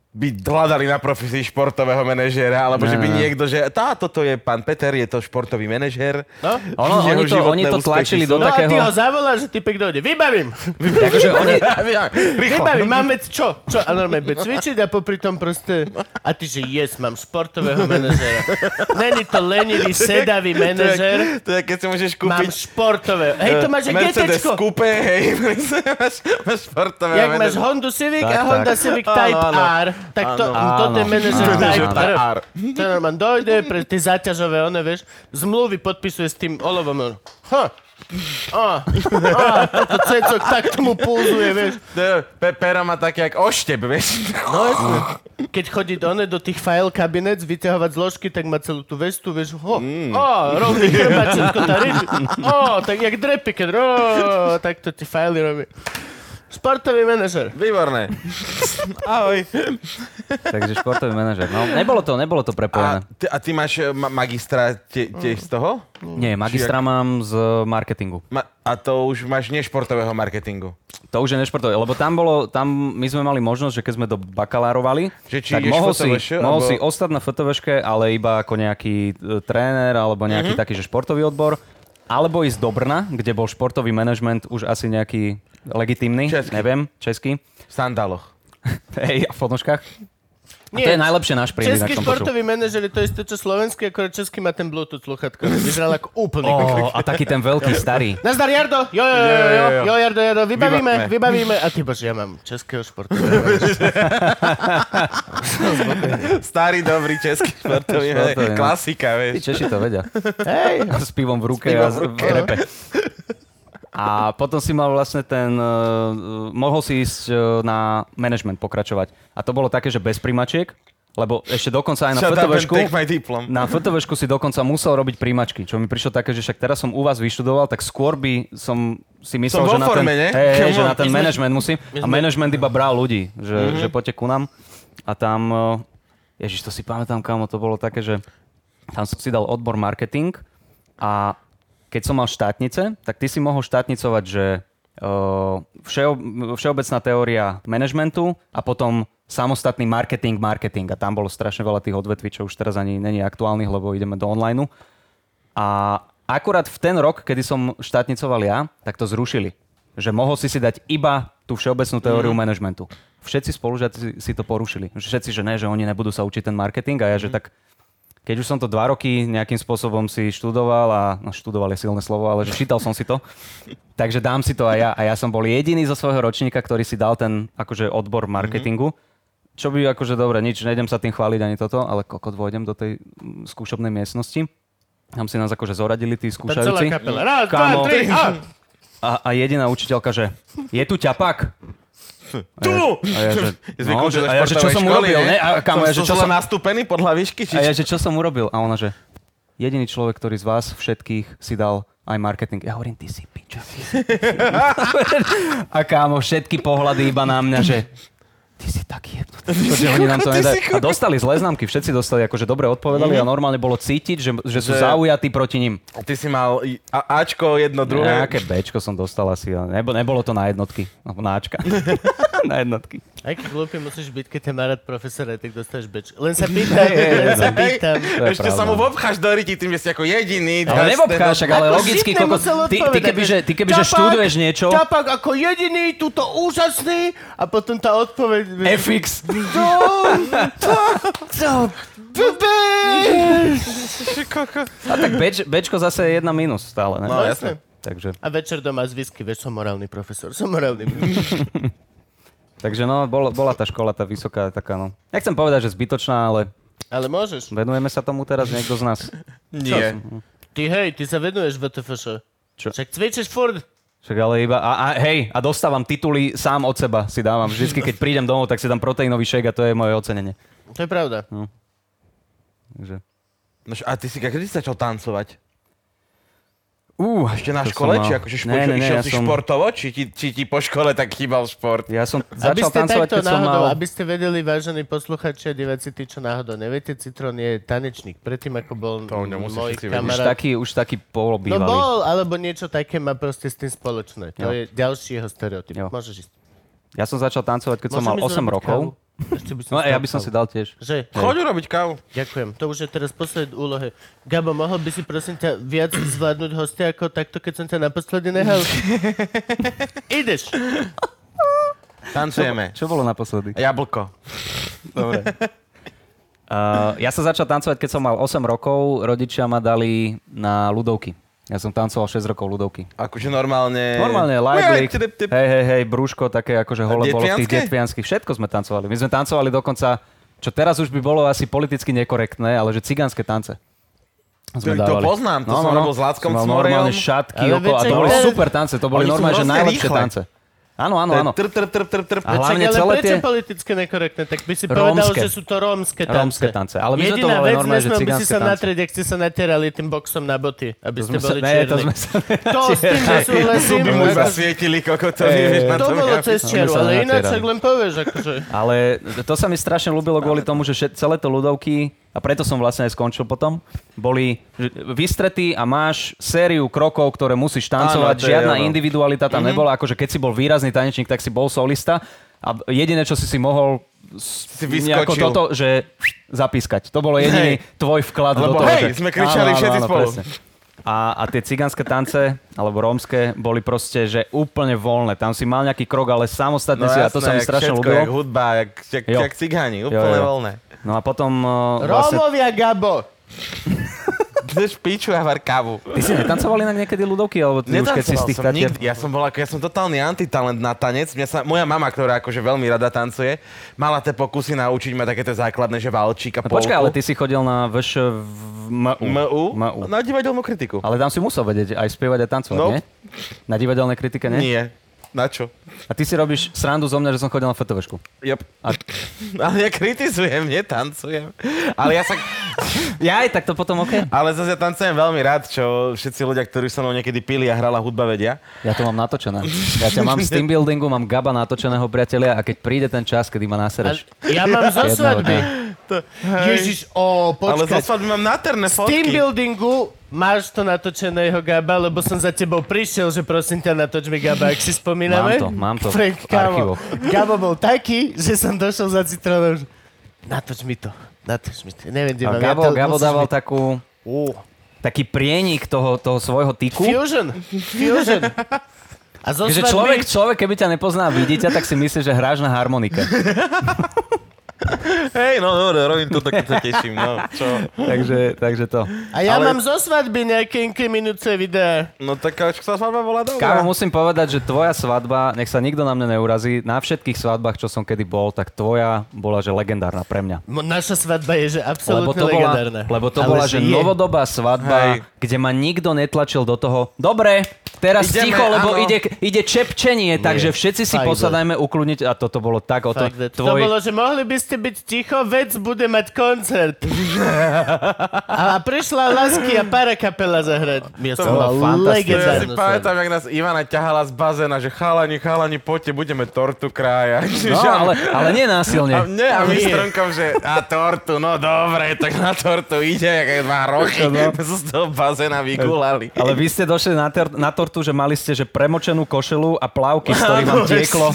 [SPEAKER 5] by hľadali na profesii športového manažéra, alebo že by
[SPEAKER 3] Ne, ne.
[SPEAKER 5] niekto, že tá, toto je pán Peter, je to športový manažér.
[SPEAKER 4] No?
[SPEAKER 3] Ono,
[SPEAKER 5] Jeho
[SPEAKER 3] oni to,
[SPEAKER 5] životné
[SPEAKER 3] oni to
[SPEAKER 5] úspechy
[SPEAKER 3] tlačili
[SPEAKER 5] sú-
[SPEAKER 3] do
[SPEAKER 4] No a ty
[SPEAKER 3] takého...
[SPEAKER 4] ho zavoláš, že typek dojde. Vybavím!
[SPEAKER 3] Akože oni,
[SPEAKER 5] Rýchlo.
[SPEAKER 4] Vybavím, máme čo? Čo? A normálne bude cvičiť a popri tom proste... A ty, že yes, mám športového manažera. Není to lenivý, sedavý
[SPEAKER 5] To je,
[SPEAKER 4] manažer.
[SPEAKER 5] to je, keď si môžeš
[SPEAKER 4] Mám
[SPEAKER 5] kúpiť
[SPEAKER 4] športové. Hej, to máš
[SPEAKER 5] eh,
[SPEAKER 4] aj
[SPEAKER 5] Mercedes
[SPEAKER 4] GTčko.
[SPEAKER 5] Coupe, hej, máš, máš športové
[SPEAKER 4] Jak máš Honda Civic
[SPEAKER 3] Tak,
[SPEAKER 4] a Honda Civic
[SPEAKER 5] Áno,
[SPEAKER 4] Type
[SPEAKER 5] áno.
[SPEAKER 4] R, tak to,
[SPEAKER 3] Áno.
[SPEAKER 4] toto je manažer
[SPEAKER 3] Áno.
[SPEAKER 4] Type
[SPEAKER 5] Type
[SPEAKER 4] R.
[SPEAKER 5] R.
[SPEAKER 4] To normálne dojde pre tie záťažové, one, vieš, zmluvy podpisuje s tým olovom. on, Ha, Á, á, toto cecok tak tomu pulzuje, vieš.
[SPEAKER 5] Ne, Eh, pe- Pera má také, jak oštep, vieš.
[SPEAKER 4] No jasne. Keď chodí do one, do tých file kabinet vyťahovať zložky, tak má celú tú vestu, vieš, ho, mm. ó, rovný chrbát, všetko tá ryby. Ó, tak jak drepy, keď, ó, tak to ti fajly robí. Športový manažer.
[SPEAKER 5] Výborné. Ahoj.
[SPEAKER 3] Takže športový manažer. No, nebolo to, nebolo to
[SPEAKER 5] A,
[SPEAKER 3] prepojené.
[SPEAKER 5] ty, a ty máš e, ma- magistra tie, tiež z toho?
[SPEAKER 3] Nie, magistra mám z marketingu.
[SPEAKER 5] Ma- a to už máš nešportového marketingu.
[SPEAKER 3] To už je nešportové, lebo tam bolo, tam my sme mali možnosť, že keď sme do bakalárovali,
[SPEAKER 5] Že či
[SPEAKER 3] tak
[SPEAKER 5] ideš
[SPEAKER 3] mohol, si,
[SPEAKER 5] FTVŠ,
[SPEAKER 3] mohol
[SPEAKER 5] alebo-
[SPEAKER 3] si ostať na FTVške, ale iba ako nejaký e, tréner alebo nejaký
[SPEAKER 5] Mhm.
[SPEAKER 3] taký, že športový odbor, alebo ísť do Brna, kde bol športový manažment už asi nejaký legitímny,
[SPEAKER 5] Český.
[SPEAKER 3] neviem, český,
[SPEAKER 5] V sandáloch.
[SPEAKER 3] hej, a v ponožkách. A to
[SPEAKER 4] Nie,
[SPEAKER 3] je najlepšie náš príjem,
[SPEAKER 4] Český
[SPEAKER 3] som počul.
[SPEAKER 4] športový manažer je to isté, čo slovenský, akorát český má ten Bluetooth sluchatko. Vyzeral ako úplný.
[SPEAKER 3] Ó, a taký ten veľký, starý.
[SPEAKER 4] Nazdar, Jardo! Jo, jo, jo, Oh. jo, jo, jo, Jardo, Jardo, vybavíme,
[SPEAKER 5] Vybavme.
[SPEAKER 4] vybavíme. A ty, bože, ja mám českého športového.
[SPEAKER 5] Starý, dobrý český športový. hej.
[SPEAKER 3] Športový, no.
[SPEAKER 5] Klasika,
[SPEAKER 3] Tí
[SPEAKER 5] vieš.
[SPEAKER 3] Češi to vedia.
[SPEAKER 4] Hej,
[SPEAKER 3] A s pivom v ruke a
[SPEAKER 5] pivom v
[SPEAKER 3] v
[SPEAKER 5] ruke.
[SPEAKER 3] krepe. A potom si mal vlastne ten, uh, mohol si ísť uh, na management pokračovať. A to bolo také, že bez primačiek, lebo ešte dokonca aj na
[SPEAKER 5] Shut up and
[SPEAKER 3] FTVšku,
[SPEAKER 5] take my diplom.
[SPEAKER 3] na FTVšku si dokonca musel robiť primačky, čo mi prišlo také, že však teraz som u vás vyštudoval, tak skôr by som si myslel,
[SPEAKER 5] Som vo
[SPEAKER 3] že, na
[SPEAKER 5] forme,
[SPEAKER 3] ten,
[SPEAKER 5] ne?
[SPEAKER 3] Hey,
[SPEAKER 5] Come
[SPEAKER 3] že
[SPEAKER 5] on.
[SPEAKER 3] na ten
[SPEAKER 5] My sme- Mhm.
[SPEAKER 3] management musím. A management iba bral ľudí, že, že poďte ku nám. A tam, eh, ježiš, to si pamätám, kamo, to bolo také, že tam som si dal odbor marketing a keď som mal štátnice, tak ty si mohol štátnicovať, že eh, všeo, všeobecná teória manažmentu a potom samostatný marketing, marketing. A tam bolo strašne veľa tých odvetví, čo už teraz ani není aktuálnych, lebo ideme do online. A akurát v ten rok, kedy som štátnicoval ja, tak to zrušili. Že mohol si si dať iba tú všeobecnú teóriu mm. manažmentu. Všetci spolužiaci si to porušili. Že Všetci, že ne, že oni nebudú sa učiť ten marketing a ja, že tak keď už som to dva roky nejakým spôsobom si študoval a no, študoval je silné slovo, ale že čítal som si to, takže dám si to aj ja. A ja som bol jediný zo svojho ročníka, ktorý si dal ten akože odbor marketingu. Čo by akože dobre, nič, nejdem sa tým chváliť ani toto, ale kokot vojdem do tej mm, skúšobnej miestnosti. Tam si nás akože zoradili tí
[SPEAKER 4] tá celá
[SPEAKER 3] skúšajúci.
[SPEAKER 4] kapela. Raz, dva,
[SPEAKER 3] Kámo.
[SPEAKER 4] tri, a...
[SPEAKER 3] A, a jediná učiteľka, že je tu ťapak? Tu! A ja, že, no,
[SPEAKER 5] Je zvyknutý
[SPEAKER 3] že,
[SPEAKER 5] do
[SPEAKER 3] a ja, že čo
[SPEAKER 5] športovej
[SPEAKER 3] som
[SPEAKER 5] školy,
[SPEAKER 3] urobil, ne? A,
[SPEAKER 5] Som-
[SPEAKER 3] kamo, ja, že,
[SPEAKER 5] som
[SPEAKER 3] čo
[SPEAKER 5] zle
[SPEAKER 3] som,
[SPEAKER 5] nastúpený podľa výšky, či
[SPEAKER 3] a ja,
[SPEAKER 5] čo?
[SPEAKER 3] že čo som urobil? A ona, že jediný človek, ktorý z vás všetkých si dal aj marketing. Ja hovorím, ty si piča. ty si piča." a kámo, všetky pohľady iba na mňa, že ty si taký jebnutý. Že oni nám to nedajú. A dostali zlé známky, všetci dostali akože dobre odpovedali a normálne bolo cítiť, že, že sú
[SPEAKER 5] Že-
[SPEAKER 3] zaujatí proti ním.
[SPEAKER 5] Ty si mal i- a- Ačko, jedno, druhé.
[SPEAKER 3] Nejaké Bčko som dostal asi, ale nebo, nebolo to na jednotky. Alebo na Ačka. na jednotky.
[SPEAKER 4] Aký hlúpy musíš byť, keď ťa má rád profesora, tak dostaneš beč. Len sa pýtam, len sa pýtam.
[SPEAKER 3] To je
[SPEAKER 5] Ešte sa
[SPEAKER 3] pravda.
[SPEAKER 5] mu obcháš do ryti tým, že si ako jediný.
[SPEAKER 3] Ale
[SPEAKER 5] dá-
[SPEAKER 3] nebobcháš, však, ale
[SPEAKER 4] Ako
[SPEAKER 3] logicky,
[SPEAKER 4] Sidney
[SPEAKER 3] kokos,
[SPEAKER 4] musel
[SPEAKER 3] ty, ty
[SPEAKER 4] odpovedať,
[SPEAKER 3] kebyže, ty kebyže
[SPEAKER 4] Čapak,
[SPEAKER 3] študuješ niečo,
[SPEAKER 4] Čapak ako jediný, túto úžasný a potom tá odpoveď... F-
[SPEAKER 3] FX, a tak beč, Bčko zase je jedna minus stále, ne?
[SPEAKER 5] No, jasné.
[SPEAKER 3] Takže,
[SPEAKER 4] a večer doma z whisky, vieš, som morálny profesor, som morálny profesor.
[SPEAKER 3] takže no, bol, bola tá škola, tá vysoká, taká no. Nechcem povedať, že zbytočná, ale
[SPEAKER 4] Ale môžeš.
[SPEAKER 3] venujeme sa tomu teraz niekto z nás.
[SPEAKER 5] Nie.
[SPEAKER 4] Ty hej, ty sa venuješ VTFŠ.
[SPEAKER 3] Čo?
[SPEAKER 4] Však cvičíš furt.
[SPEAKER 3] Však ale iba, a, a hej, a dostávam tituly sám od seba, si dávam. Vždycky, keď prídem domov, tak si dám proteínový šejk a to je moje ocenenie. No.
[SPEAKER 4] To je pravda.
[SPEAKER 3] Takže,
[SPEAKER 5] No š- a ty si, kedy si začal tancovať?
[SPEAKER 3] uh,
[SPEAKER 5] Ešte na škole? Či akože špo, ne, ne, ne, išiel
[SPEAKER 3] ja
[SPEAKER 5] si
[SPEAKER 3] som-
[SPEAKER 5] športovo? Či ti, či ti po škole tak chýbal šport?
[SPEAKER 3] Ja som
[SPEAKER 4] Aby
[SPEAKER 3] začal
[SPEAKER 4] ste
[SPEAKER 3] tancovať,
[SPEAKER 4] takto
[SPEAKER 3] keď som
[SPEAKER 4] náhodou,
[SPEAKER 3] mal...
[SPEAKER 4] aby ste vedeli, vážení posluchači a diváci, tí, čo náhodou neviete, Citron je tanečník. Predtým, ako bol
[SPEAKER 5] To o ňom musíš
[SPEAKER 4] môj
[SPEAKER 5] všetci vedieť.
[SPEAKER 3] Už
[SPEAKER 4] kamarát.
[SPEAKER 3] taký, už taký
[SPEAKER 4] No
[SPEAKER 3] polobývalý.
[SPEAKER 4] bol, alebo niečo také má proste s tým spoločné. To
[SPEAKER 3] Jo.
[SPEAKER 4] je ďalší jeho stereotyp.
[SPEAKER 3] Jo.
[SPEAKER 4] Môžeš ísť.
[SPEAKER 3] Ja som začal tancovať, keď som
[SPEAKER 4] Môžem
[SPEAKER 3] mal
[SPEAKER 4] ísť
[SPEAKER 3] 8
[SPEAKER 4] urobiť
[SPEAKER 3] rokov.
[SPEAKER 4] kávu? Ešte by som
[SPEAKER 3] No a
[SPEAKER 4] si
[SPEAKER 3] ja by som
[SPEAKER 4] dal
[SPEAKER 3] si
[SPEAKER 4] kávu.
[SPEAKER 3] dal tiež.
[SPEAKER 4] Že?
[SPEAKER 5] Choď urobiť kávu.
[SPEAKER 4] Ďakujem. To už je teraz posledná úlohe. Gabo, mohol by si prosím ťa viac zvládnuť hostia ako takto, keď som ťa naposledy nehal? Ideš.
[SPEAKER 5] Tancujeme.
[SPEAKER 3] Čo bolo naposledy?
[SPEAKER 5] Jablko.
[SPEAKER 3] Dobre. Uh, ja som začal tancovať, keď som mal 8 rokov. Rodičia ma dali na ľudovky. Ja som tancoval 6 rokov ľudovky.
[SPEAKER 5] Akože normálne...
[SPEAKER 3] Normálne, lajblik,
[SPEAKER 5] Tip, tip.
[SPEAKER 3] hej, hej, hej, brúško, také akože hole bolo v tých
[SPEAKER 5] detvianske?
[SPEAKER 3] detvianských. Všetko sme tancovali. My sme tancovali dokonca, čo teraz už by bolo asi politicky nekorektné, ale že cigánske tance. sme
[SPEAKER 5] To- to
[SPEAKER 3] dávali.
[SPEAKER 5] poznám, to som robil s Lackom
[SPEAKER 3] No, Som mal
[SPEAKER 5] Cmorejom.
[SPEAKER 3] Normálne šatky
[SPEAKER 1] Ale
[SPEAKER 3] okolo, a
[SPEAKER 1] večer-
[SPEAKER 3] to boli
[SPEAKER 1] ale-
[SPEAKER 3] super tance, to boli
[SPEAKER 5] Oni sú
[SPEAKER 3] normálne, že
[SPEAKER 5] hrozne
[SPEAKER 3] najlepšie
[SPEAKER 5] rýchle.
[SPEAKER 3] tance. Áno, áno, áno.
[SPEAKER 5] Tr, tr, tr, tr, tr,
[SPEAKER 3] A
[SPEAKER 5] tr.
[SPEAKER 1] ale
[SPEAKER 3] hlavne celé
[SPEAKER 1] prečo
[SPEAKER 3] tie
[SPEAKER 1] politicky nekorektné? Tak by si povedal,
[SPEAKER 3] Rómske.
[SPEAKER 1] že sú to rómske tance.
[SPEAKER 3] rómske tance. Ale my sme to
[SPEAKER 1] Jediná
[SPEAKER 3] volali
[SPEAKER 1] vec,
[SPEAKER 3] normálne, že
[SPEAKER 1] nesmel by si
[SPEAKER 3] cigánske
[SPEAKER 1] sa
[SPEAKER 3] tance.
[SPEAKER 1] natrieť, ak ste sa natierali tým boxom na boty, aby ste
[SPEAKER 3] sme sa,
[SPEAKER 1] boli
[SPEAKER 3] ne, to
[SPEAKER 1] čierni.
[SPEAKER 3] sme sa
[SPEAKER 1] To s tým nesúhlasím.
[SPEAKER 5] Zuby mu
[SPEAKER 1] ako-
[SPEAKER 5] zasvietili, koko to nevieš na
[SPEAKER 1] To
[SPEAKER 5] tom.
[SPEAKER 1] bolo
[SPEAKER 5] ja-
[SPEAKER 1] cez
[SPEAKER 3] sme
[SPEAKER 1] čiaru,
[SPEAKER 3] sa
[SPEAKER 1] ale ináč
[SPEAKER 3] natierali.
[SPEAKER 1] ak len povieš, akože...
[SPEAKER 3] Ale to sa mi strašne ľúbilo kvôli tomu, že všet, celé to ľudovky, a preto som vlastne aj skončil potom, boli že vystretí a máš sériu krokov, ktoré musíš tancovať.
[SPEAKER 5] Áno, to je
[SPEAKER 3] Žiadna
[SPEAKER 5] ono. Mhm.
[SPEAKER 3] individualita tam mm-hmm. nebola. Akože keď si bol výrazný tanečník, tak si bol solista. A jediné, čo si si mohol s-
[SPEAKER 5] Si vyskočil.
[SPEAKER 3] nejako toto, že zapískať. To bolo jediný tvoj vklad
[SPEAKER 5] Lebo
[SPEAKER 3] do toho.
[SPEAKER 5] hej,
[SPEAKER 3] že...
[SPEAKER 5] sme kričali všetci spolu.
[SPEAKER 3] presne. A, a tie cigánske tance, alebo rómske, boli proste, že úplne voľné. Tam si mal nejaký krok, ale samostatne si, a to sa mi
[SPEAKER 5] jak
[SPEAKER 3] strašne
[SPEAKER 5] No, všetko,
[SPEAKER 3] ľúbilo.
[SPEAKER 5] Jak hudba, jak, jak,
[SPEAKER 3] Jo.
[SPEAKER 5] jak cigáni,
[SPEAKER 3] Jo,
[SPEAKER 5] úplne
[SPEAKER 3] jo.
[SPEAKER 5] voľné.
[SPEAKER 3] No a potom... Uh, vlastne,
[SPEAKER 1] Rómovia, Gabo!
[SPEAKER 5] Chceš piču a var kávu.
[SPEAKER 3] ty si netancoval inak niekedy ľudovky, alebo ty už keď si z
[SPEAKER 5] Netancoval
[SPEAKER 3] tých
[SPEAKER 5] som
[SPEAKER 3] tatier...
[SPEAKER 5] nikdy. Ja som, bol, ako, ja som totálny antitalent na tanec. Mňa sa, moja mama, ktorá akože veľmi rada tancuje, mala tie pokusy naučiť ma také tie základné, že valčík a polku.
[SPEAKER 3] No Počkaj, ale ty si chodil na VŠ v MU.
[SPEAKER 5] MU?
[SPEAKER 3] MU.
[SPEAKER 5] Na divadelnú kritiku.
[SPEAKER 3] Ale tam si musel vedieť aj spievať, aj tancovať,
[SPEAKER 5] Nope.
[SPEAKER 3] nie? Na divadelnej kritike, nie?
[SPEAKER 5] Nie. Na čo?
[SPEAKER 3] A ty si robíš srandu zo mňa, že som chodil na FTVšku.
[SPEAKER 5] Yep.
[SPEAKER 3] A-
[SPEAKER 5] Ale ja kritizujem, netancujem. Ale ja sa...
[SPEAKER 3] Ja aj tak to potom OK.
[SPEAKER 5] Ale zase ja tancujem veľmi rád, čo všetci ľudia, ktorí so mnou niekedy pili a hrala hudba, vedia.
[SPEAKER 3] Ja to mám natočené. Ja ťa mám z team buildingu, mám Gaba natočeného, priatelia, a keď príde ten čas, kedy
[SPEAKER 1] A
[SPEAKER 3] ma nasereš.
[SPEAKER 1] Ja mám zo
[SPEAKER 3] Jedného
[SPEAKER 1] svadby.
[SPEAKER 3] dňa.
[SPEAKER 1] Ježiš, o,
[SPEAKER 5] Ale
[SPEAKER 1] počkať.
[SPEAKER 5] zo svadby mám nádherné
[SPEAKER 1] V
[SPEAKER 5] fotky.
[SPEAKER 1] team buildingu máš to natočeného Gaba, lebo som za tebou prišiel, že prosím ťa natoč mi Gaba, ak si spomíname.
[SPEAKER 3] Mám to, mám to v
[SPEAKER 1] Frank, kámo,
[SPEAKER 3] archívoch.
[SPEAKER 1] Gabo bol taký, že som došiel za citrónom, že natoč mi to, natoč mi to. Neviem, kde mám. ja
[SPEAKER 3] A No, Gabo,
[SPEAKER 1] to
[SPEAKER 3] Gabo
[SPEAKER 1] musíš
[SPEAKER 3] dával
[SPEAKER 1] mi-
[SPEAKER 3] takú,
[SPEAKER 1] Ó.
[SPEAKER 3] taký prienik toho, toho svojho tyku.
[SPEAKER 1] Fusion, fusion. A zo
[SPEAKER 3] Že
[SPEAKER 1] svadby-
[SPEAKER 3] človek, človek, keby ťa nepozná a vidí ťa, tak si myslí, že hráš na harmonike.
[SPEAKER 5] Hej, no dobre, robím to, tak sa teším. No, čo?
[SPEAKER 3] takže, takže to.
[SPEAKER 1] A ja
[SPEAKER 5] ale-
[SPEAKER 1] mám zo svadby nejaké inkriminujúce videá.
[SPEAKER 5] no tak čo sa svadba bola dobrá.
[SPEAKER 3] Kámo, musím povedať, že tvoja svadba, nech sa nikto na mňa neurazí, na všetkých svadbách, čo som kedy bol, tak tvoja bola, že legendárna pre mňa.
[SPEAKER 1] Mo- Naša svadba je, že
[SPEAKER 3] Lebo
[SPEAKER 1] absolútne
[SPEAKER 3] to bola,
[SPEAKER 1] legendárna.
[SPEAKER 3] lebo to
[SPEAKER 1] Ale
[SPEAKER 3] bola že
[SPEAKER 1] je.
[SPEAKER 3] novodobá svadba,
[SPEAKER 5] Hej.
[SPEAKER 3] kde ma nikto netlačil do toho, dobre, teraz
[SPEAKER 5] Ideme,
[SPEAKER 3] ticho, lebo
[SPEAKER 5] áno."
[SPEAKER 3] ide, ide čepčenie, takže všetci si
[SPEAKER 1] Fakt,
[SPEAKER 3] posadajme ukludniť a toto bolo tak o to,
[SPEAKER 1] Fakt, to
[SPEAKER 3] tvoj,
[SPEAKER 1] bolo, že mohli by ste byť ticho, vec bude mať koncert. a prišla Lasky a para kapela zahrať. Ja
[SPEAKER 5] To
[SPEAKER 1] som mal
[SPEAKER 3] bola fantastická.
[SPEAKER 5] To ja si
[SPEAKER 1] legendárnu
[SPEAKER 5] pamätám, jak nás Ivana ťahala z bazéna, že chalani, chalani, poďte, budeme tortu krájať.
[SPEAKER 3] no,
[SPEAKER 5] Že a-
[SPEAKER 3] ale, ale nie
[SPEAKER 5] A,
[SPEAKER 3] násilne.
[SPEAKER 5] ne, a my
[SPEAKER 1] Nie.
[SPEAKER 5] s Trnkom, že a tortu, no dobre, tak na tortu ide, aké dva roky, no. z toho bazéna vygulali.
[SPEAKER 3] Ale vy ste došli na, ter- na tortu, že mali ste že premočenú košelu a plavky, z ktorých vám tieklo.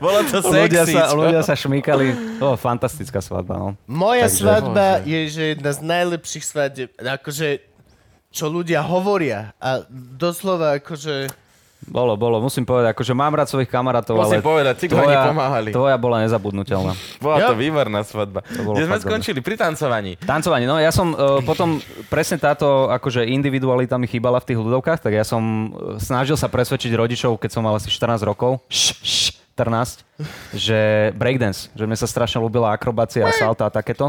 [SPEAKER 5] Bolo to
[SPEAKER 3] Ľudia
[SPEAKER 5] sexy.
[SPEAKER 3] sa,
[SPEAKER 5] čo?
[SPEAKER 3] ľudia sa šmýkali. To je fantastická svadba, no.
[SPEAKER 1] Moja Takže, svadba je že jedna z najlepších svadieb. Akože, čo ľudia hovoria. A doslova akože...
[SPEAKER 3] Bolo, bolo. Musím povedať, akože mám rád svojich kamarátov, ale
[SPEAKER 5] Musím povedať, cigáni pomáhali.
[SPEAKER 3] tvoja bola nezabudnutelná.
[SPEAKER 5] Bola
[SPEAKER 1] Jo.
[SPEAKER 5] to výborná svadba.
[SPEAKER 3] bolo
[SPEAKER 5] Kde sme
[SPEAKER 3] fakt
[SPEAKER 5] skončili? Pri tancovaní.
[SPEAKER 3] Tancovanie, no ja som uh, potom presne táto akože individualita mi chýbala v tých ľudovkách, tak ja som uh, snažil sa presvedčiť rodičov, keď som mal asi 14 rokov, š, š, 14, že breakdance, že mne sa strašne ľúbila akrobácia a salta a takéto.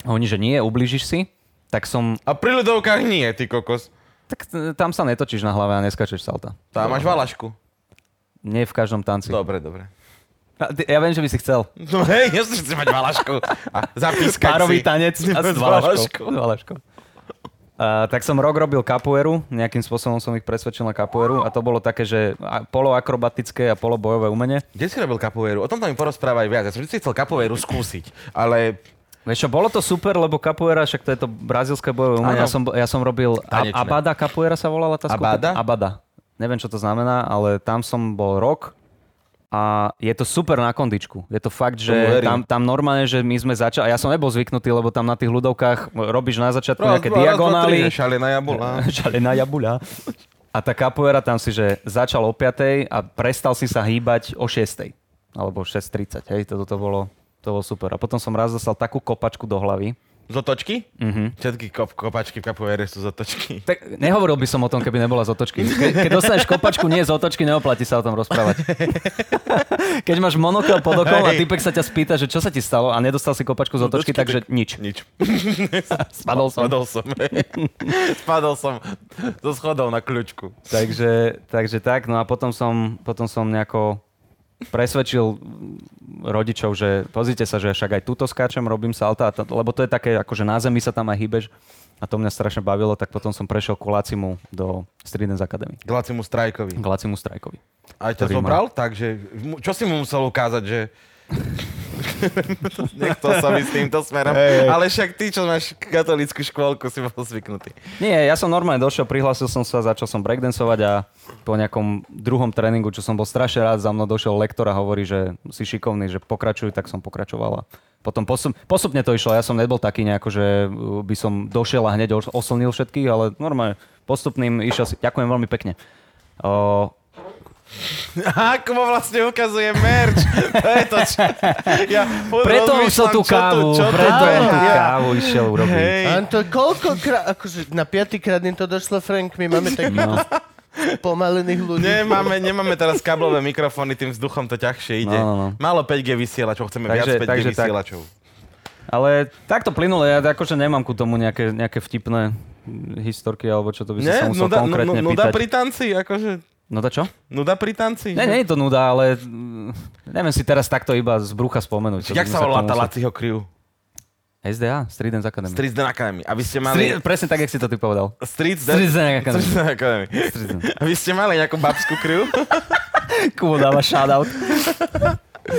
[SPEAKER 3] A oni, že nie, ublížiš si, tak som,
[SPEAKER 5] A pri ľudovkách nie, ty kokos.
[SPEAKER 3] tak e, tam sa netočíš na hlave a neskačeš salta.
[SPEAKER 5] Tam máš valašku.
[SPEAKER 3] Nie v každom tanci.
[SPEAKER 5] Dobre, dobre.
[SPEAKER 3] A ty- Ja viem, že by si chcel.
[SPEAKER 5] No hej, ja som chcem mať valašku. A zapískať
[SPEAKER 3] Párový
[SPEAKER 5] si.
[SPEAKER 3] tanec a s valaškou.
[SPEAKER 5] S valaškou.
[SPEAKER 3] S valaškou. Uh, tak som rok robil kapoeru, nejakým spôsobom som ich presvedčil na kapoeru a to bolo také, že a- poloakrobatické a polobojové umenie.
[SPEAKER 5] Kde si robil kapoeiru? O tom tam mi porozprávaj viac. Ja som vždy chcel kapoeiru skúsiť, ale
[SPEAKER 3] Vieš čo, bolo to super, lebo kapoeira, však to je to brazílske bojové umenie. Ja
[SPEAKER 5] Áno.
[SPEAKER 3] som, bo- ja som robil a-
[SPEAKER 5] Tanečné.
[SPEAKER 3] Abada, kapoeira sa volala tá skupina.
[SPEAKER 5] Abada?
[SPEAKER 3] Abada. Neviem, čo to znamená, ale tam som bol rok a je to super na kondičku. Je to fakt, že
[SPEAKER 5] verím.
[SPEAKER 3] tam, tam normálne, že my sme začali, a ja som nebol zvyknutý, lebo tam na tých ľudovkách robíš na začiatku
[SPEAKER 5] Raz,
[SPEAKER 3] nejaké
[SPEAKER 5] dva, raz, dva, tri,
[SPEAKER 3] diagonály,
[SPEAKER 5] ne, Šalená jabola.
[SPEAKER 3] Žalená jabuľa. A tá kapoera tam si, že začal o 5 a prestal si sa hýbať o 6. Alebo 6.30, hej, toto to bolo, to bolo super. A potom som raz dostal takú kopačku do hlavy.
[SPEAKER 5] Z otočky? Všetky kop, kopačky v kapoeire sú z otočky.
[SPEAKER 3] Tak nehovoril by som o tom, keby nebola z otočky. Ke, keď dostaneš kopačku, nie z otočky, neoplatí sa o tom rozprávať. Keď máš monokel pod okom a typek sa ťa spýta, že čo sa ti stalo a nedostal si kopačku z otočky, takže nič.
[SPEAKER 5] Nič.
[SPEAKER 3] Spadol som.
[SPEAKER 5] Spadol som. Spadol som zo schodov na kľúčku.
[SPEAKER 3] Takže, takže tak, no a potom som, potom som nejako presvedčil rodičov, že pozrite sa, že však aj túto skáčem, robím salta, a t- lebo to je také, akože na zemi sa tam aj hýbeš a to mňa strašne bavilo, tak potom som prešiel ku Lacimu do Streetdance Academy.
[SPEAKER 5] K Lacimu Strajkovi.
[SPEAKER 3] K Lacimu Strajkovi.
[SPEAKER 5] A ťa
[SPEAKER 3] Ktorý má-
[SPEAKER 5] zobral tak, že... mu- Čo si mu musel ukázať, že... Nechcel som ísť týmto smerom. Ale však ty, čo máš katolickú škôlku, si bol zvyknutý.
[SPEAKER 3] Nie, ja som normálne došiel, prihlásil som sa, začal som breakdancovať a po nejakom druhom tréningu, čo som bol strašne rád, za mnou došiel lektor a hovorí, že si šikovný, že pokračuj, tak som pokračoval. A potom posup, postupne to išlo, ja som nebol taký nejako, že uh, by som došiel a hneď os- oslnil všetkých, ale normálne postupným išiel si. Ďakujem veľmi pekne. O,
[SPEAKER 5] Aha, Kubo vlastne ukazuje merch. To je to, čo... Ja furt
[SPEAKER 3] preto išiel
[SPEAKER 5] rozmýšľam,
[SPEAKER 3] tú
[SPEAKER 5] čo tu-
[SPEAKER 3] kávu,
[SPEAKER 5] čo tu-
[SPEAKER 3] preto
[SPEAKER 4] áno,
[SPEAKER 3] tú
[SPEAKER 5] ja.
[SPEAKER 3] kávu išiel urobiť.
[SPEAKER 5] Hej.
[SPEAKER 4] Anto, koľkokrát, akože na piatýkrát im to došlo, Frank, my máme takých
[SPEAKER 3] No.
[SPEAKER 4] pomalených ľudí.
[SPEAKER 5] Nemáme, nemáme teraz kablové mikrofóny, tým vzduchom to ťažšie ide.
[SPEAKER 3] No, no, no.
[SPEAKER 5] Málo 5G vysielačov, chceme
[SPEAKER 3] Takže-
[SPEAKER 5] viac 5G
[SPEAKER 3] takže tak.
[SPEAKER 5] vysielačov.
[SPEAKER 3] Ale takto plynulo, ja akože nemám ku tomu nejaké, nejaké vtipné mm, historky, alebo čo to by som sa
[SPEAKER 5] Nie,
[SPEAKER 3] musel
[SPEAKER 5] nuda, nu-
[SPEAKER 3] konkrétne
[SPEAKER 5] nu- nuda
[SPEAKER 3] pýtať.
[SPEAKER 5] pri tanci, akože...
[SPEAKER 3] No to čo?
[SPEAKER 5] Nuda pri tanci.
[SPEAKER 3] Ne, nie je to nuda, ale mm, neviem si teraz takto iba z brucha spomenúť. To
[SPEAKER 5] Jak
[SPEAKER 3] by
[SPEAKER 5] sa
[SPEAKER 3] sme k
[SPEAKER 5] volá
[SPEAKER 3] tomu
[SPEAKER 5] tá
[SPEAKER 3] museli-
[SPEAKER 5] Laciho crew?
[SPEAKER 3] SDA, Street Dance Academy.
[SPEAKER 5] Street Dance Academy. A vy ste
[SPEAKER 3] Street,
[SPEAKER 5] mali...
[SPEAKER 3] presne tak, jak si to ty povedal.
[SPEAKER 5] Street
[SPEAKER 3] Street Dance Academy.
[SPEAKER 5] Street Dance Academy.
[SPEAKER 3] Street Dance.
[SPEAKER 5] A vy ste mali nejakú babskú crew?
[SPEAKER 3] Kubo dáva shoutout.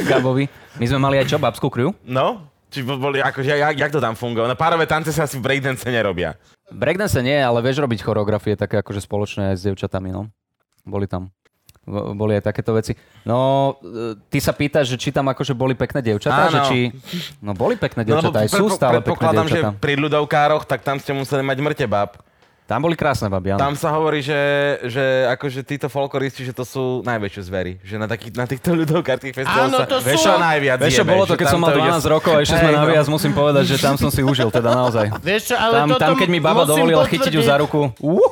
[SPEAKER 3] Gabovi. My sme mali aj čo, babskú crew?
[SPEAKER 5] No? Či bo- boli, akože, jak, jak to tam fungovalo? No párové tance sa asi v breakdance nerobia.
[SPEAKER 3] Breakdance nie, ale vieš robiť choreografie také akože spoločné aj s devčatami, no. Boli tam. Bo- Boli aj takéto veci. No, e, ty sa pýtaš, že či tam akože boli pekné devčatá,
[SPEAKER 5] Áno.
[SPEAKER 3] že či... No boli pekné
[SPEAKER 5] lebo
[SPEAKER 3] devčatá, aj sú
[SPEAKER 5] predpo-
[SPEAKER 3] stále pekné
[SPEAKER 5] predpokladám, že
[SPEAKER 3] devčatá.
[SPEAKER 5] pri ľudovkároch, tak tam ste museli mať mŕte bab.
[SPEAKER 3] Tam boli krásne babi, áno.
[SPEAKER 5] Tam sa hovorí, že, že akože títo folkloristi, že to sú najväčšie zvery. Že na, takých, na týchto ľudovkárskych festivaloch
[SPEAKER 4] Áno,
[SPEAKER 5] sa
[SPEAKER 4] to sú-
[SPEAKER 5] vešo najviac
[SPEAKER 3] Vieš, čo
[SPEAKER 5] jebe,
[SPEAKER 3] bolo to,
[SPEAKER 5] že
[SPEAKER 3] keď
[SPEAKER 5] tam
[SPEAKER 3] som mal
[SPEAKER 5] ide-
[SPEAKER 3] 12 rokov a ešte sme
[SPEAKER 5] Hej,
[SPEAKER 3] na
[SPEAKER 5] no.
[SPEAKER 3] viac, musím povedať, že tam som si užil, teda naozaj.
[SPEAKER 4] Vieš čo, ale
[SPEAKER 3] Tam,
[SPEAKER 4] toto
[SPEAKER 3] tam, keď mi baba
[SPEAKER 4] musím
[SPEAKER 3] dovolila
[SPEAKER 4] potvrdiť,
[SPEAKER 3] chytiť ju za ruku, uhu,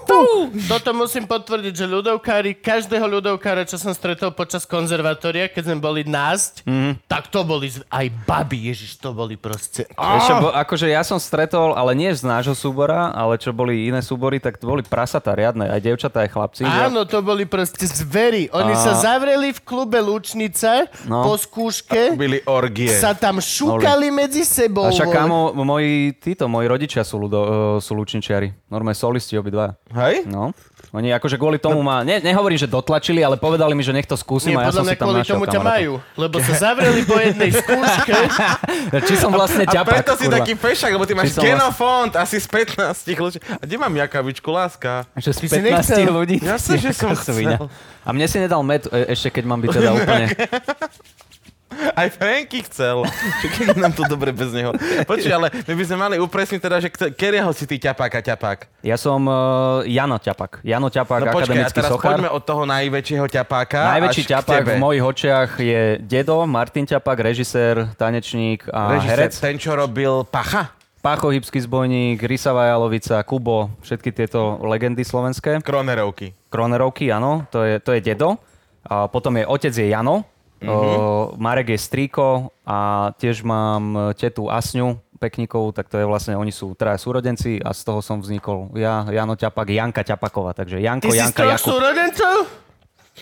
[SPEAKER 4] Toto musím potvrdiť, že ľudovkári, každého ľudovkára, čo som stretol počas konzervatória, keď sme boli násť,
[SPEAKER 3] Mhm.
[SPEAKER 4] tak to boli z- aj baby, ježiš, to boli proste.
[SPEAKER 3] Vieš čo, bo, akože ja som stretol, ale nie z nášho súbora, ale čo boli iné súbory, tak to boli prasatá riadne, aj devčatá, aj chlapci. že-
[SPEAKER 4] Áno, to boli proste zvery. Oni
[SPEAKER 3] A-
[SPEAKER 4] sa zavreli v klube Lučnica
[SPEAKER 3] No.
[SPEAKER 4] po skúške,
[SPEAKER 5] Byli orgie.
[SPEAKER 4] sa tam šúkali medzi sebou.
[SPEAKER 3] A však
[SPEAKER 4] vole.
[SPEAKER 3] kámo, moji, títo, moji rodičia sú, ľudo, uh, sú lučničiari. Normálne solisti obidva.
[SPEAKER 5] Hej?
[SPEAKER 3] No. Oni akože kvôli tomu ma, ne, nehovorím, že dotlačili, ale povedali mi, že nech to skúsim
[SPEAKER 4] No. Nie,
[SPEAKER 3] a ja
[SPEAKER 4] podľa
[SPEAKER 3] som
[SPEAKER 4] mňa
[SPEAKER 3] si tam
[SPEAKER 4] kvôli
[SPEAKER 3] našiel
[SPEAKER 4] tomu ťa
[SPEAKER 3] kamaráta.
[SPEAKER 4] majú, lebo sa zavreli po jednej skúške.
[SPEAKER 3] Či som vlastne
[SPEAKER 5] A
[SPEAKER 3] ťapak,
[SPEAKER 5] preto si
[SPEAKER 3] kurva.
[SPEAKER 5] taký fešak, lebo ty máš
[SPEAKER 3] som vlastne-
[SPEAKER 5] genofond asi z 15 ľudí. A kde mám jakavičku, láska?
[SPEAKER 3] Že z
[SPEAKER 4] Ty si nechcel.
[SPEAKER 3] 15 ľudí.
[SPEAKER 5] Ja sa, že som chcel.
[SPEAKER 3] Svinia. A mne si nedal med, e, ešte keď mám byť teda úplne...
[SPEAKER 5] Aj Franky chcel. Čo keď nám to dobre bez neho. Počuj, ale my by sme mali upresniť teda, že kto- kerieho si ty ťapák a ťapák.
[SPEAKER 3] Ja som uh, Jano Ťapak. Jano Ťapak,
[SPEAKER 5] No počkaj, a
[SPEAKER 3] akademický
[SPEAKER 5] teraz
[SPEAKER 3] sochár.
[SPEAKER 5] poďme od toho najväčšieho ťapáka
[SPEAKER 3] Najväčší
[SPEAKER 5] až
[SPEAKER 3] ťapak
[SPEAKER 5] k tebe.
[SPEAKER 3] v mojich očiach je dedo, Martin Ťapak, režisér, tanečník a
[SPEAKER 5] Režisér,
[SPEAKER 3] herec.
[SPEAKER 5] Ten, čo robil Pacha,
[SPEAKER 3] Pácho Hybský zbojník, Risa Vajalovica, Kubo, všetky tieto legendy slovenské.
[SPEAKER 5] Kronerovky.
[SPEAKER 3] Kronerovky, áno, to je, to je dedo. A potom je otec je Jano, mm-hmm. o, Marek je strýko a tiež mám e, tetu Asňu Pekníkovú, tak to je vlastne, oni sú traja súrodenci a z toho som vznikol ja, Jano Ťapak, Janka Ťapaková, takže Janko,
[SPEAKER 4] Ty si z
[SPEAKER 3] Janka,
[SPEAKER 4] troch
[SPEAKER 3] Jakub.
[SPEAKER 4] súrodencov?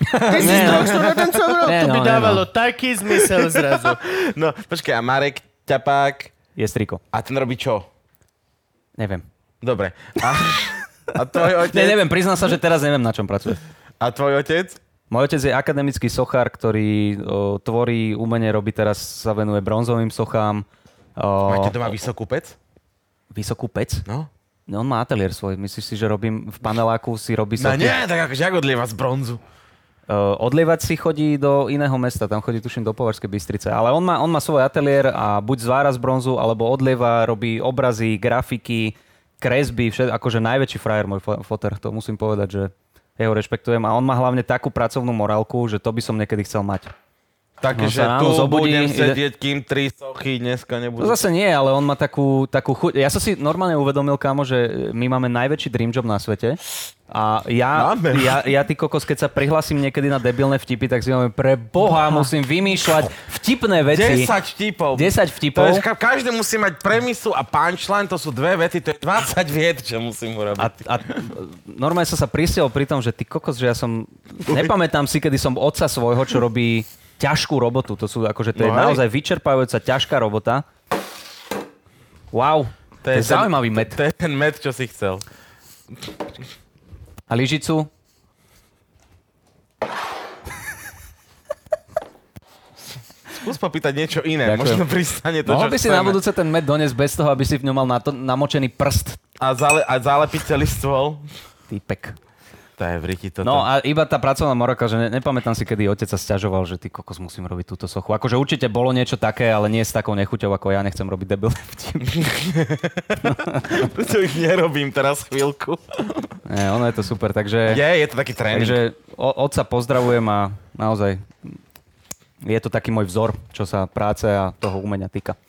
[SPEAKER 4] Ty si z
[SPEAKER 3] Nie, no.
[SPEAKER 4] troch súrodencov? No,
[SPEAKER 3] Nie,
[SPEAKER 4] To by
[SPEAKER 3] no, nie,
[SPEAKER 4] dávalo taký zmysel zrazu.
[SPEAKER 5] No, počkaj, a Marek ťapák,
[SPEAKER 3] Je strýko,
[SPEAKER 5] a ten robí čo?
[SPEAKER 3] neviem.
[SPEAKER 5] Dobre. A, a tvoj otec?
[SPEAKER 3] Ne, neviem, priznám sa, že teraz neviem, na čom pracuje.
[SPEAKER 5] A tvoj otec?
[SPEAKER 3] Môj otec je akademický sochár, ktorý o, tvorí umenie, robí teraz, sa venuje bronzovým sochám. O,
[SPEAKER 5] Máte doma vysokú pec?
[SPEAKER 3] Vysokú pec?
[SPEAKER 5] No.
[SPEAKER 3] No, on má ateliér svoj. Myslíš si, že robím v paneláku, si robí
[SPEAKER 5] No nie,
[SPEAKER 3] sochy?
[SPEAKER 5] tak akože ako odlieva z bronzu.
[SPEAKER 3] Uh, odlievať si chodí do iného mesta, tam chodí tuším do Považskej Bystrice. Ale on má, on má svoj ateliér a buď zvára z bronzu, alebo odlieva, robí obrazy, grafiky, kresby, všet, akože najväčší frajer môj fo- foter, to musím povedať, že ja ho rešpektujem. A on má hlavne takú pracovnú morálku, že to by som niekedy chcel mať. No,
[SPEAKER 5] Takže
[SPEAKER 3] sa
[SPEAKER 5] tu
[SPEAKER 3] ráno zobudí,
[SPEAKER 5] budem
[SPEAKER 3] ide-
[SPEAKER 5] sedieť, kým tri sochy dneska
[SPEAKER 3] To
[SPEAKER 5] nebudú.
[SPEAKER 3] No zase nie, ale on má takú, takú chuť. Ja som si normálne uvedomil, kámo, že my máme najväčší dream job na svete A ja,
[SPEAKER 5] Máme.
[SPEAKER 3] ja, ja ty kokos, keď sa prihlasím niekedy na debilné vtipy, tak si hovorím, pre boha musím vymýšľať vtipné veci.
[SPEAKER 5] 10 vtipov.
[SPEAKER 3] 10 vtipov.
[SPEAKER 5] To je, ka- každý musí mať premisu a punchline, to sú dve vety, to je 20 viet, čo musím
[SPEAKER 3] A,
[SPEAKER 5] urobiť.
[SPEAKER 3] a normálne som sa prisiel pri tom, že ty kokos, že ja som... Nepamätám si, kedy som otca svojho, čo robí ťažkú robotu. To sú akože, to je
[SPEAKER 5] No hej.
[SPEAKER 3] naozaj vyčerpávajúca ťažká robota. Wow. To je,
[SPEAKER 5] ten-
[SPEAKER 3] zaujímavý med.
[SPEAKER 5] To je ten med, čo si chcel.
[SPEAKER 3] A lyžicu?
[SPEAKER 5] Skús popýtať niečo iné,
[SPEAKER 3] Ďakujem.
[SPEAKER 5] možno pristane No, to,
[SPEAKER 3] Mohol
[SPEAKER 5] čo
[SPEAKER 3] by si
[SPEAKER 5] chceme.
[SPEAKER 3] na budúce ten med doniesť bez toho, aby si v ňom mal nato- namočený prst.
[SPEAKER 5] A, zale, a zalepiť celý stôl.
[SPEAKER 3] Týpek.
[SPEAKER 5] To je v riti toto.
[SPEAKER 3] No a iba tá pracovná moraka, že ne, nepamätám si, kedy otec sa sťažoval, že ty kokos musím robiť túto sochu. Akože určite bolo niečo také, ale nie s takou nechuťou, ako ja nechcem robiť debil.
[SPEAKER 5] to ich nerobím teraz chvíľku.
[SPEAKER 3] Nie, ono je to super, takže...
[SPEAKER 5] Je, je to taký tréning.
[SPEAKER 3] Takže o- otca pozdravujem a naozaj je to taký môj vzor, čo sa práce a toho umenia týka.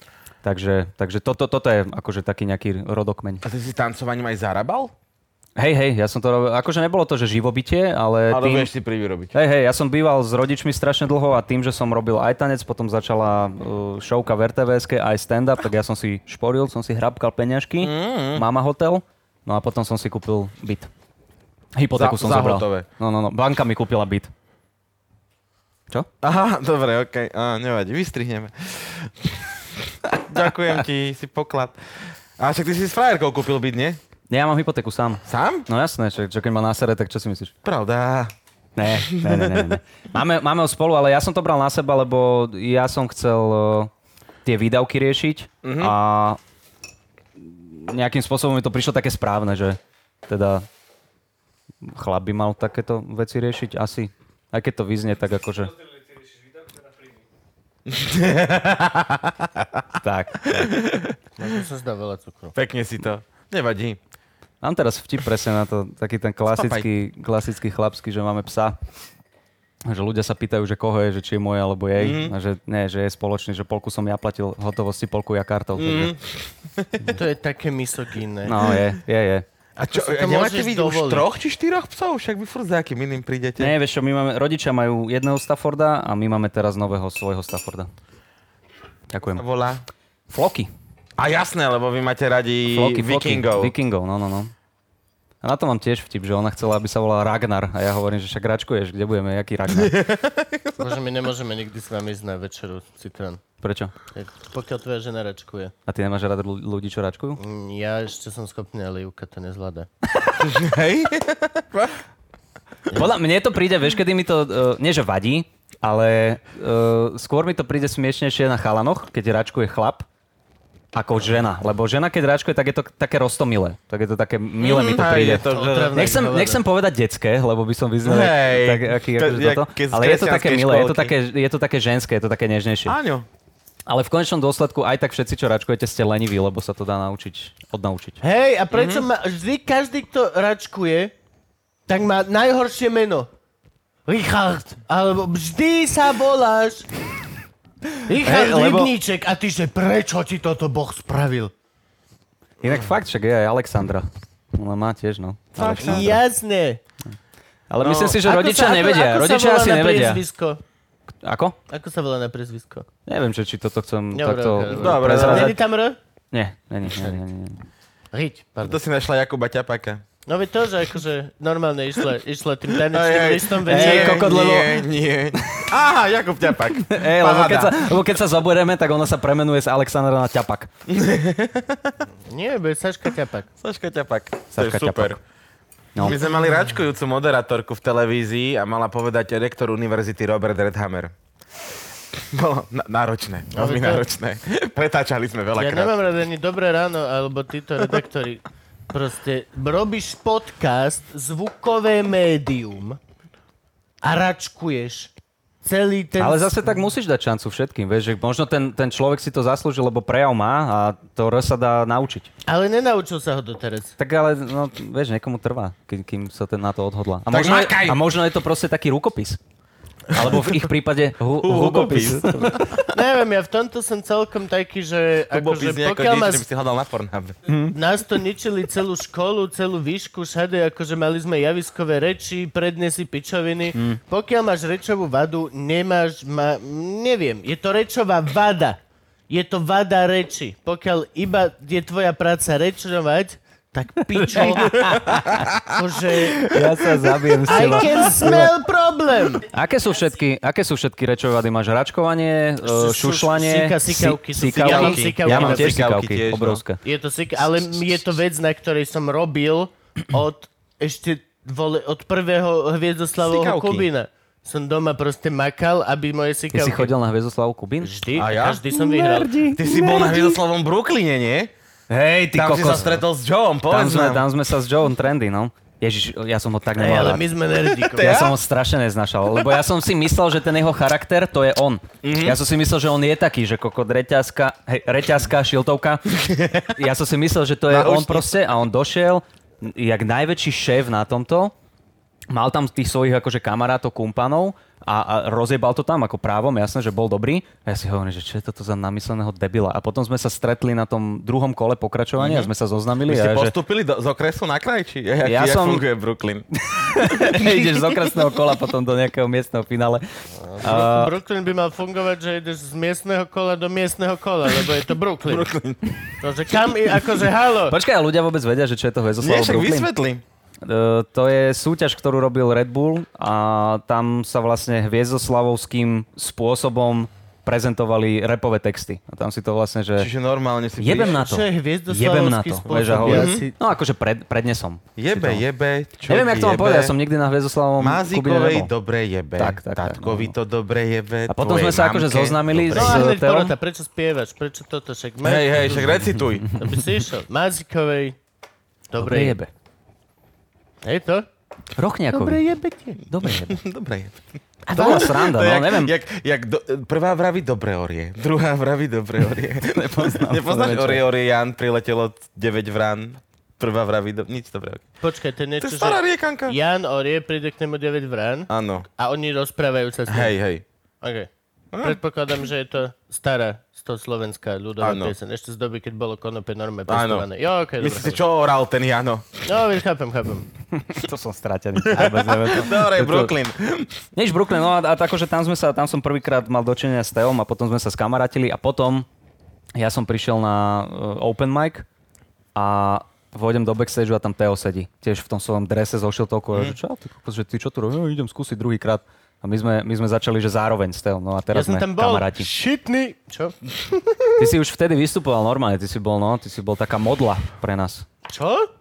[SPEAKER 3] Takže, takže toto, toto je akože taký nejaký rodokmeň.
[SPEAKER 5] A ty si tancovaním aj zarábal?
[SPEAKER 3] Hej, hej, ja som to robil, akože nebolo to, že živobytie, ale,
[SPEAKER 5] Ale
[SPEAKER 3] tým...
[SPEAKER 5] vieš si privyrobiť.
[SPEAKER 3] Hej, hej, ja som býval s rodičmi strašne dlho a tým, že som robil aj tanec, potom začala uh, showka v rtvs aj stand-up, tak ja som si šporil, som si hrabkal peňažky, mama hotel, no a potom som si kúpil byt. Hypotéku
[SPEAKER 5] Za-
[SPEAKER 3] som
[SPEAKER 5] za
[SPEAKER 3] zobral.
[SPEAKER 5] hotové.
[SPEAKER 3] No, no, no, banka mi kúpila byt. Čo?
[SPEAKER 5] Aha, dobre, okej. Á, nevadí, vystrihneme. Ďakujem ti, si poklad. A však ty si s frajerkou kúpil byt, nie?
[SPEAKER 3] Nie, ja mám hypotéku sám.
[SPEAKER 5] Sám?
[SPEAKER 3] No jasné, čo, čo keď ma nasere, tak čo si myslíš?
[SPEAKER 5] Pravda.
[SPEAKER 3] Ne, ne, ne, ne, ne. Máme, máme ho spolu, ale ja som to bral na seba, lebo ja som chcel eh, tie výdavky riešiť a nejakým spôsobom mi to prišlo také správne, že teda chlap by mal takéto veci riešiť asi. Aj keď to vyznie tak akože... tak.
[SPEAKER 4] Ja som zdá veľa cukru.
[SPEAKER 5] Pekne si to. Nevadí.
[SPEAKER 3] Mám teraz vtip presne na to, taký ten klasický, klasický chlapský, že máme psa. Že ľudia sa pýtajú, že koho je, že či je moje alebo jej. Mm-hmm. A že nie, že je spoločný, že polku som ja platil hotovosti, polku ja kartou. Mm-hmm.
[SPEAKER 4] To je také misogínne.
[SPEAKER 3] No je, je, je.
[SPEAKER 5] A čo,
[SPEAKER 4] si to
[SPEAKER 5] a nemáte
[SPEAKER 4] môžeš
[SPEAKER 5] byť už
[SPEAKER 4] dovoliť.
[SPEAKER 5] troch či štyroch psov? Však vy furt za akým iným prídete.
[SPEAKER 3] Nie, vieš čo, my máme, rodičia majú jedného Stafforda a my máme teraz nového svojho Stafforda. Ďakujem.
[SPEAKER 5] Volá.
[SPEAKER 3] Floky.
[SPEAKER 5] A jasné, lebo vy máte radi
[SPEAKER 3] Floky,
[SPEAKER 5] vikingov.
[SPEAKER 3] Floky. Vikingov, no, no, no. A na to mám tiež vtip, že ona chcela, aby sa volala Ragnar. A ja hovorím, že však račkuješ, kde budeme, jaký Ragnar.
[SPEAKER 4] Bože, my nemôžeme nikdy s nami ísť na večeru, Citron.
[SPEAKER 3] Prečo?
[SPEAKER 4] Tak, Pokiaľ tvoja žena račkuje.
[SPEAKER 3] A ty nemáš rád ľu- ľudí, čo račkujú?
[SPEAKER 4] Mm, Ja ešte som schopný, ale Juka to nezvláda.
[SPEAKER 5] Hej?
[SPEAKER 3] Podľa mne to príde, vieš, kedy mi to, uh, nie že vadí, ale uh, skôr mi to príde smiešnejšie na chalanoch, keď račkuje chlap, ako žena. Lebo žena, keď račkuje, tak je to k- také rostomilé. Tak je to také milé mi to
[SPEAKER 5] Aj,
[SPEAKER 3] príde.
[SPEAKER 5] Mhm, je to, že...
[SPEAKER 4] Otravné
[SPEAKER 3] Nechcem,
[SPEAKER 4] hovado.
[SPEAKER 3] nechcem povedať detské, lebo by som vyznal,
[SPEAKER 5] Hej,
[SPEAKER 3] tak, aký,
[SPEAKER 5] to
[SPEAKER 3] akože
[SPEAKER 5] je
[SPEAKER 3] toto,
[SPEAKER 5] jak keď z
[SPEAKER 3] ale je to také
[SPEAKER 5] kresťanskej
[SPEAKER 3] milé, je to
[SPEAKER 5] škôlky.
[SPEAKER 3] také, je to také ženské, je to také nežnejšie.
[SPEAKER 5] Áňo.
[SPEAKER 3] Ale v konečnom dôsledku aj tak všetci, čo račkujete, ste leniví, lebo sa to dá naučiť, odnaučiť.
[SPEAKER 4] Hej, a prečo
[SPEAKER 3] Mhm.
[SPEAKER 4] mm-hmm. ma vždy každý, kto račkuje, tak má najhoršie meno. Richard. Alebo vždy sa voláš Richard hey,
[SPEAKER 3] Hej, lebo-
[SPEAKER 4] Libníček. A ty, že prečo ti toto Boh spravil?
[SPEAKER 3] Inak fakt, však je aj Alexandra. Ona má tiež, no.
[SPEAKER 4] Jasné.
[SPEAKER 3] Ale no, myslím si, že
[SPEAKER 4] Ako
[SPEAKER 3] rodičia
[SPEAKER 4] sa- ako-
[SPEAKER 3] nevedia.
[SPEAKER 4] Ako,
[SPEAKER 3] rodičia
[SPEAKER 4] sa volá
[SPEAKER 3] asi
[SPEAKER 4] na
[SPEAKER 3] nevedia.
[SPEAKER 4] Priezvisko?
[SPEAKER 3] Ako?
[SPEAKER 4] Ako sa volá na priezvisko?
[SPEAKER 3] Neviem, že či toto chcem
[SPEAKER 4] Dobre,
[SPEAKER 3] takto...
[SPEAKER 4] dobre, dobre.
[SPEAKER 5] Dobre,
[SPEAKER 3] prezrazať.
[SPEAKER 5] dobre.
[SPEAKER 4] Není tam R?
[SPEAKER 3] Nie, nie, nie, nie, nie, nie.
[SPEAKER 4] Riť,
[SPEAKER 5] To
[SPEAKER 4] pardon.
[SPEAKER 5] si našla Jakuba Ťapaka.
[SPEAKER 4] No veď to, že akože normálne išla, išla tým
[SPEAKER 5] Aj, aj.
[SPEAKER 4] tanečným listom
[SPEAKER 3] Ej,
[SPEAKER 4] večer.
[SPEAKER 3] ko- kokot, lebo-
[SPEAKER 5] nie, nie. Aha, Jakub Ťapak.
[SPEAKER 3] Ej, lebo keď, sa,
[SPEAKER 5] Paráda.
[SPEAKER 3] lebo keď sa zoberieme, tak ona sa premenuje z Alexandra na ťapak.
[SPEAKER 4] Nie, bude Saška Ťapak.
[SPEAKER 5] Saška Ťapak. To je
[SPEAKER 3] Saška
[SPEAKER 5] super.
[SPEAKER 3] Ťapak. No.
[SPEAKER 5] My sme mali račkujúcu moderátorku v televízii a mala povedať rektor univerzity Robert Redhammer. Bolo na- náročné,
[SPEAKER 3] No,
[SPEAKER 5] veľmi
[SPEAKER 4] to-
[SPEAKER 5] náročné. Pretáčali sme
[SPEAKER 4] Ja
[SPEAKER 5] veľakrát.
[SPEAKER 4] nemám rád ani dobré ráno, alebo títo redaktori. Proste robíš podcast, zvukové médium a račkuješ celý ten...
[SPEAKER 3] Ale zase tak musíš dať šancu všetkým, vieš, že možno ten, ten človek si to zaslúži, lebo prejav má a to R sa dá naučiť.
[SPEAKER 4] ale nenaučil sa ho doteraz.
[SPEAKER 3] Tak ale, no, vieš, niekomu trvá, kým, kým sa ten na to odhodla. A
[SPEAKER 5] Tak
[SPEAKER 3] možno, je,
[SPEAKER 5] makaj!
[SPEAKER 3] a možno je to proste taký rukopis. Alebo v ich prípade hu- hukopis.
[SPEAKER 4] Neviem, ja v tomto som celkom taký, že
[SPEAKER 5] To bol
[SPEAKER 4] akože
[SPEAKER 5] pís nejako
[SPEAKER 4] pokiaľ
[SPEAKER 5] nič,
[SPEAKER 4] ma
[SPEAKER 5] že by si hľadal na Pornhub.
[SPEAKER 4] Nás to ničili celú školu, celú výšku, všade, akože mali sme javiskové reči, prednesy, pičoviny. Mm. Pokiaľ máš rečovú vadu, nemáš, ma, neviem, je to rečová vada. Je to vada reči. Pokiaľ iba je tvoja práca rečovať, tak pičo. Akože,
[SPEAKER 3] Ja sa zabijem s
[SPEAKER 4] I can smell problem.
[SPEAKER 3] Aké sú všetky, aké sú všetky rečové vady? Máš hračkovanie,
[SPEAKER 4] Sú-
[SPEAKER 3] e,
[SPEAKER 4] sú-
[SPEAKER 3] šušlanie,
[SPEAKER 4] sika- sikavky sú-
[SPEAKER 3] sikavky?
[SPEAKER 4] ja mám sikavky
[SPEAKER 3] Ja mám
[SPEAKER 4] na
[SPEAKER 3] tiež
[SPEAKER 5] sikavky
[SPEAKER 3] sikavky,
[SPEAKER 5] tiež, no.
[SPEAKER 3] obrovské.
[SPEAKER 4] Je to sick, ale je to vec, na ktorej som robil od ešte vole, od prvého Hviezdoslavovho
[SPEAKER 5] Sikavky.
[SPEAKER 4] Kubina. Som doma proste makal, aby moje
[SPEAKER 3] Ty si
[SPEAKER 4] sikavky...
[SPEAKER 3] chodil na Hviezdoslavu Kubín?
[SPEAKER 4] Vždy,
[SPEAKER 5] A
[SPEAKER 4] a
[SPEAKER 5] ja?
[SPEAKER 4] každý som vyhral.
[SPEAKER 5] Ty si bol na Hviezdoslavom Brooklyne, nie?
[SPEAKER 3] Hej, ty
[SPEAKER 5] Tam si sa
[SPEAKER 3] kokos.
[SPEAKER 5] stretol s
[SPEAKER 3] Tam
[SPEAKER 5] Joeom, povedz
[SPEAKER 3] sme,
[SPEAKER 5] nám.
[SPEAKER 3] tam sme sa s Joeom trendy, no. Ježiš, ja som ho
[SPEAKER 4] Hej,
[SPEAKER 3] tak nemal
[SPEAKER 4] ale
[SPEAKER 3] rád.
[SPEAKER 4] my sme nerdi.
[SPEAKER 3] Ja
[SPEAKER 5] Teda?
[SPEAKER 3] som ho strašne neznašal, lebo ja som si myslel, že ten jeho charakter to je on.
[SPEAKER 5] Mhm.
[SPEAKER 3] Mm-hmm. Ja som si myslel, že on je taký, že kokot reťazka, hej, reťazka, šiltovka. Ja som si myslel, že to je
[SPEAKER 5] Na
[SPEAKER 3] on
[SPEAKER 5] ušnicu.
[SPEAKER 3] proste a on došiel n- jak najväčší šéf na tomto. Mal tam tých svojich akože kamarátov, kumpanov a, a rozjebal to tam ako právom, jasné, že bol dobrý. A ja si hovorím, že čo je toto za namysleného debila. A potom sme sa stretli na tom druhom kole pokračovania mm-hmm. a sme sa zoznamili.
[SPEAKER 5] Mhm. Vy
[SPEAKER 3] a
[SPEAKER 5] ste
[SPEAKER 3] ja, že-
[SPEAKER 5] postupili do, z okresu na kraj, či jak,
[SPEAKER 3] Ja
[SPEAKER 5] ja jak
[SPEAKER 3] som-
[SPEAKER 5] funguje Brooklyn?
[SPEAKER 3] ideš z okresného kola potom do nejakého miestneho finále.
[SPEAKER 4] Brooklyn by mal fungovať, že ideš z miestneho kola do miestneho kola, lebo je to Brooklyn. Brooklyn. Akože kam, i- akože halo.
[SPEAKER 3] Počkaj, a ľudia vôbec vedia, že čo je to
[SPEAKER 5] Nie,
[SPEAKER 3] Hvezoslavo
[SPEAKER 5] však
[SPEAKER 3] Brooklyn?
[SPEAKER 5] vysvetli.
[SPEAKER 3] Eh, to je súťaž, ktorú robil Red Bull a tam sa vlastne hviezdoslavovským spôsobom prezentovali repové texty. A tam si to vlastne, že...
[SPEAKER 5] Čiže normálne si...
[SPEAKER 3] Jebem
[SPEAKER 5] prídeš-
[SPEAKER 3] na to.
[SPEAKER 4] Čo je hviezdoslavovský
[SPEAKER 3] Jebem na to.
[SPEAKER 4] spôsob?
[SPEAKER 3] Vieš, a
[SPEAKER 4] Ja
[SPEAKER 3] hovorím,
[SPEAKER 4] si-
[SPEAKER 3] No akože pred, prednesom.
[SPEAKER 5] Jebe, jebe, čo
[SPEAKER 3] Neviem, jak to mám
[SPEAKER 5] jebe.
[SPEAKER 3] povedať, ja som nikdy na Hviezdoslavovom Kubine
[SPEAKER 5] Mázikovej
[SPEAKER 3] nebol.
[SPEAKER 5] dobre jebe,
[SPEAKER 3] Tak, tak, tak,
[SPEAKER 5] tatkovi
[SPEAKER 3] no.
[SPEAKER 5] to dobre jebe,
[SPEAKER 3] A potom
[SPEAKER 5] tvojej
[SPEAKER 3] sme sa akože
[SPEAKER 5] mamke
[SPEAKER 3] zoznamili
[SPEAKER 4] No
[SPEAKER 5] dobre
[SPEAKER 3] s-
[SPEAKER 5] jebe.
[SPEAKER 4] a hneď
[SPEAKER 3] Teom?
[SPEAKER 4] porota, prečo spievaš, prečo toto však? Maj-
[SPEAKER 5] Hej, hej, však recituj.
[SPEAKER 4] Aby si išiel. Mazikovej. Dobre.
[SPEAKER 3] Dobre jebe.
[SPEAKER 4] Hej to?
[SPEAKER 3] Rochňakovi.
[SPEAKER 4] jebete.
[SPEAKER 3] Dobre jebe.
[SPEAKER 5] Dobre jebe.
[SPEAKER 3] A to bola sranda,
[SPEAKER 5] To
[SPEAKER 3] no
[SPEAKER 5] jak,
[SPEAKER 3] neviem.
[SPEAKER 5] Jak, jak do, prvá vraví dobre orie, druhá vraví dobre orie. Nepoznám. Nepoznáš
[SPEAKER 3] to neviem, čo.
[SPEAKER 5] orie, orie, Jan, priletelo 9 vran. Prvá vraví, do... nič dobre.
[SPEAKER 4] Počkaj, to je
[SPEAKER 5] To
[SPEAKER 4] niečo,
[SPEAKER 5] je stará
[SPEAKER 4] že
[SPEAKER 5] riekanka.
[SPEAKER 4] Jan Orie príde k nemu 9 vrán
[SPEAKER 5] Áno.
[SPEAKER 4] a oni rozprávajú sa s ním.
[SPEAKER 5] Hej, hej.
[SPEAKER 4] Okay. Predpokladám, že je to stará stoslovenská ľudová
[SPEAKER 5] Áno.
[SPEAKER 4] pieseň. Ešte z doby, keď bolo konope norme
[SPEAKER 5] Áno.
[SPEAKER 4] pestované. Jo, okay,
[SPEAKER 5] Myslíš si,
[SPEAKER 4] dobre.
[SPEAKER 5] čo oral ten Jano?
[SPEAKER 4] No, viem, chápem, chápem.
[SPEAKER 3] To som stratený. Vôbec neviem.
[SPEAKER 5] Dobre, Brooklyn.
[SPEAKER 3] Než Brooklyn, no a, a akože tam sme sa, tam som prvýkrát mal dočenia s Teom a potom sme sa skamarátili a potom ja som prišiel na uh, open mic a vojdem do backstage a tam Teo sedí. Tiež v tom svojom drese so
[SPEAKER 4] Mhm.
[SPEAKER 3] šiltovkou. Mm. Že, čo, ty, kokos, že ty čo tu robíš? No, idem skúsiť druhýkrát. A my sme, my sme začali, že zároveň s Teom. No
[SPEAKER 4] Ja
[SPEAKER 3] a teraz
[SPEAKER 4] som
[SPEAKER 3] sme
[SPEAKER 4] tam bol.
[SPEAKER 3] kamaráti.
[SPEAKER 4] Šitný. Čo?
[SPEAKER 3] Ty si už vtedy vystupoval normálne. Ty si bol, no, ty si bol taká modla pre nás.
[SPEAKER 4] Čo?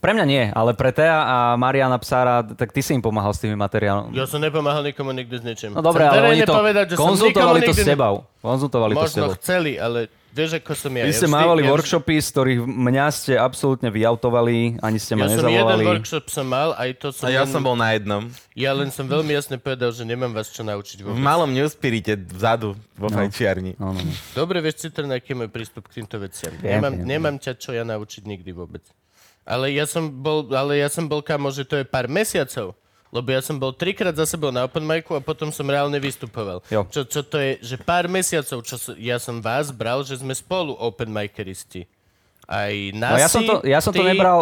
[SPEAKER 3] Pre mňa nie, ale pre Tea a Mariana Psára, tak ty si im pomáhal s tými materiálmi.
[SPEAKER 4] Ja som nepomáhal nikomu nikdy s ničím.
[SPEAKER 3] No
[SPEAKER 4] Chcem
[SPEAKER 3] dobre, ale oni
[SPEAKER 4] verejne
[SPEAKER 3] to
[SPEAKER 4] povedať, že som
[SPEAKER 3] konzultovali
[SPEAKER 4] nikomu
[SPEAKER 3] to s
[SPEAKER 4] nikdy ne-
[SPEAKER 3] tebou. Konzultovali to s
[SPEAKER 4] Možno
[SPEAKER 3] tebou.
[SPEAKER 4] chceli, ale vieš, ako som ja.
[SPEAKER 3] Vy
[SPEAKER 4] Ja
[SPEAKER 3] ste
[SPEAKER 4] vždy-
[SPEAKER 3] mávali
[SPEAKER 4] ja vždy-
[SPEAKER 3] workshopy, z ktorých mňa ste absolútne vyautovali, ani ste ma
[SPEAKER 4] Ja som jeden
[SPEAKER 3] nezavolali.
[SPEAKER 4] workshop som mal, aj to som...
[SPEAKER 5] A ja
[SPEAKER 4] len-
[SPEAKER 5] som bol na jednom.
[SPEAKER 4] Ja len som veľmi jasne povedal, že nemám vás čo naučiť
[SPEAKER 5] V
[SPEAKER 4] vôbec.
[SPEAKER 5] malom newspirite vzadu, vo fajčiarni.
[SPEAKER 3] No, no, no.
[SPEAKER 4] Dobre vieš, Citrna, aký je môj prístup k týmto veciam.
[SPEAKER 3] Viem,
[SPEAKER 4] nemám,
[SPEAKER 3] viem.
[SPEAKER 4] nemám ťa čo ja naučiť nikdy vôbec. Ale ja som bol, ale ja som bol kamo, že to je pár mesiacov. Lebo ja som bol trikrát za sebou na open micu a potom som reálne vystupoval.
[SPEAKER 3] Jo.
[SPEAKER 4] Čo, čo to je, že pár mesiacov, čo so, ja som vás bral, že sme spolu open miceristi. Aj
[SPEAKER 3] No,
[SPEAKER 4] Nasi,
[SPEAKER 3] ja som to, ja som to
[SPEAKER 4] ty,
[SPEAKER 3] nebral...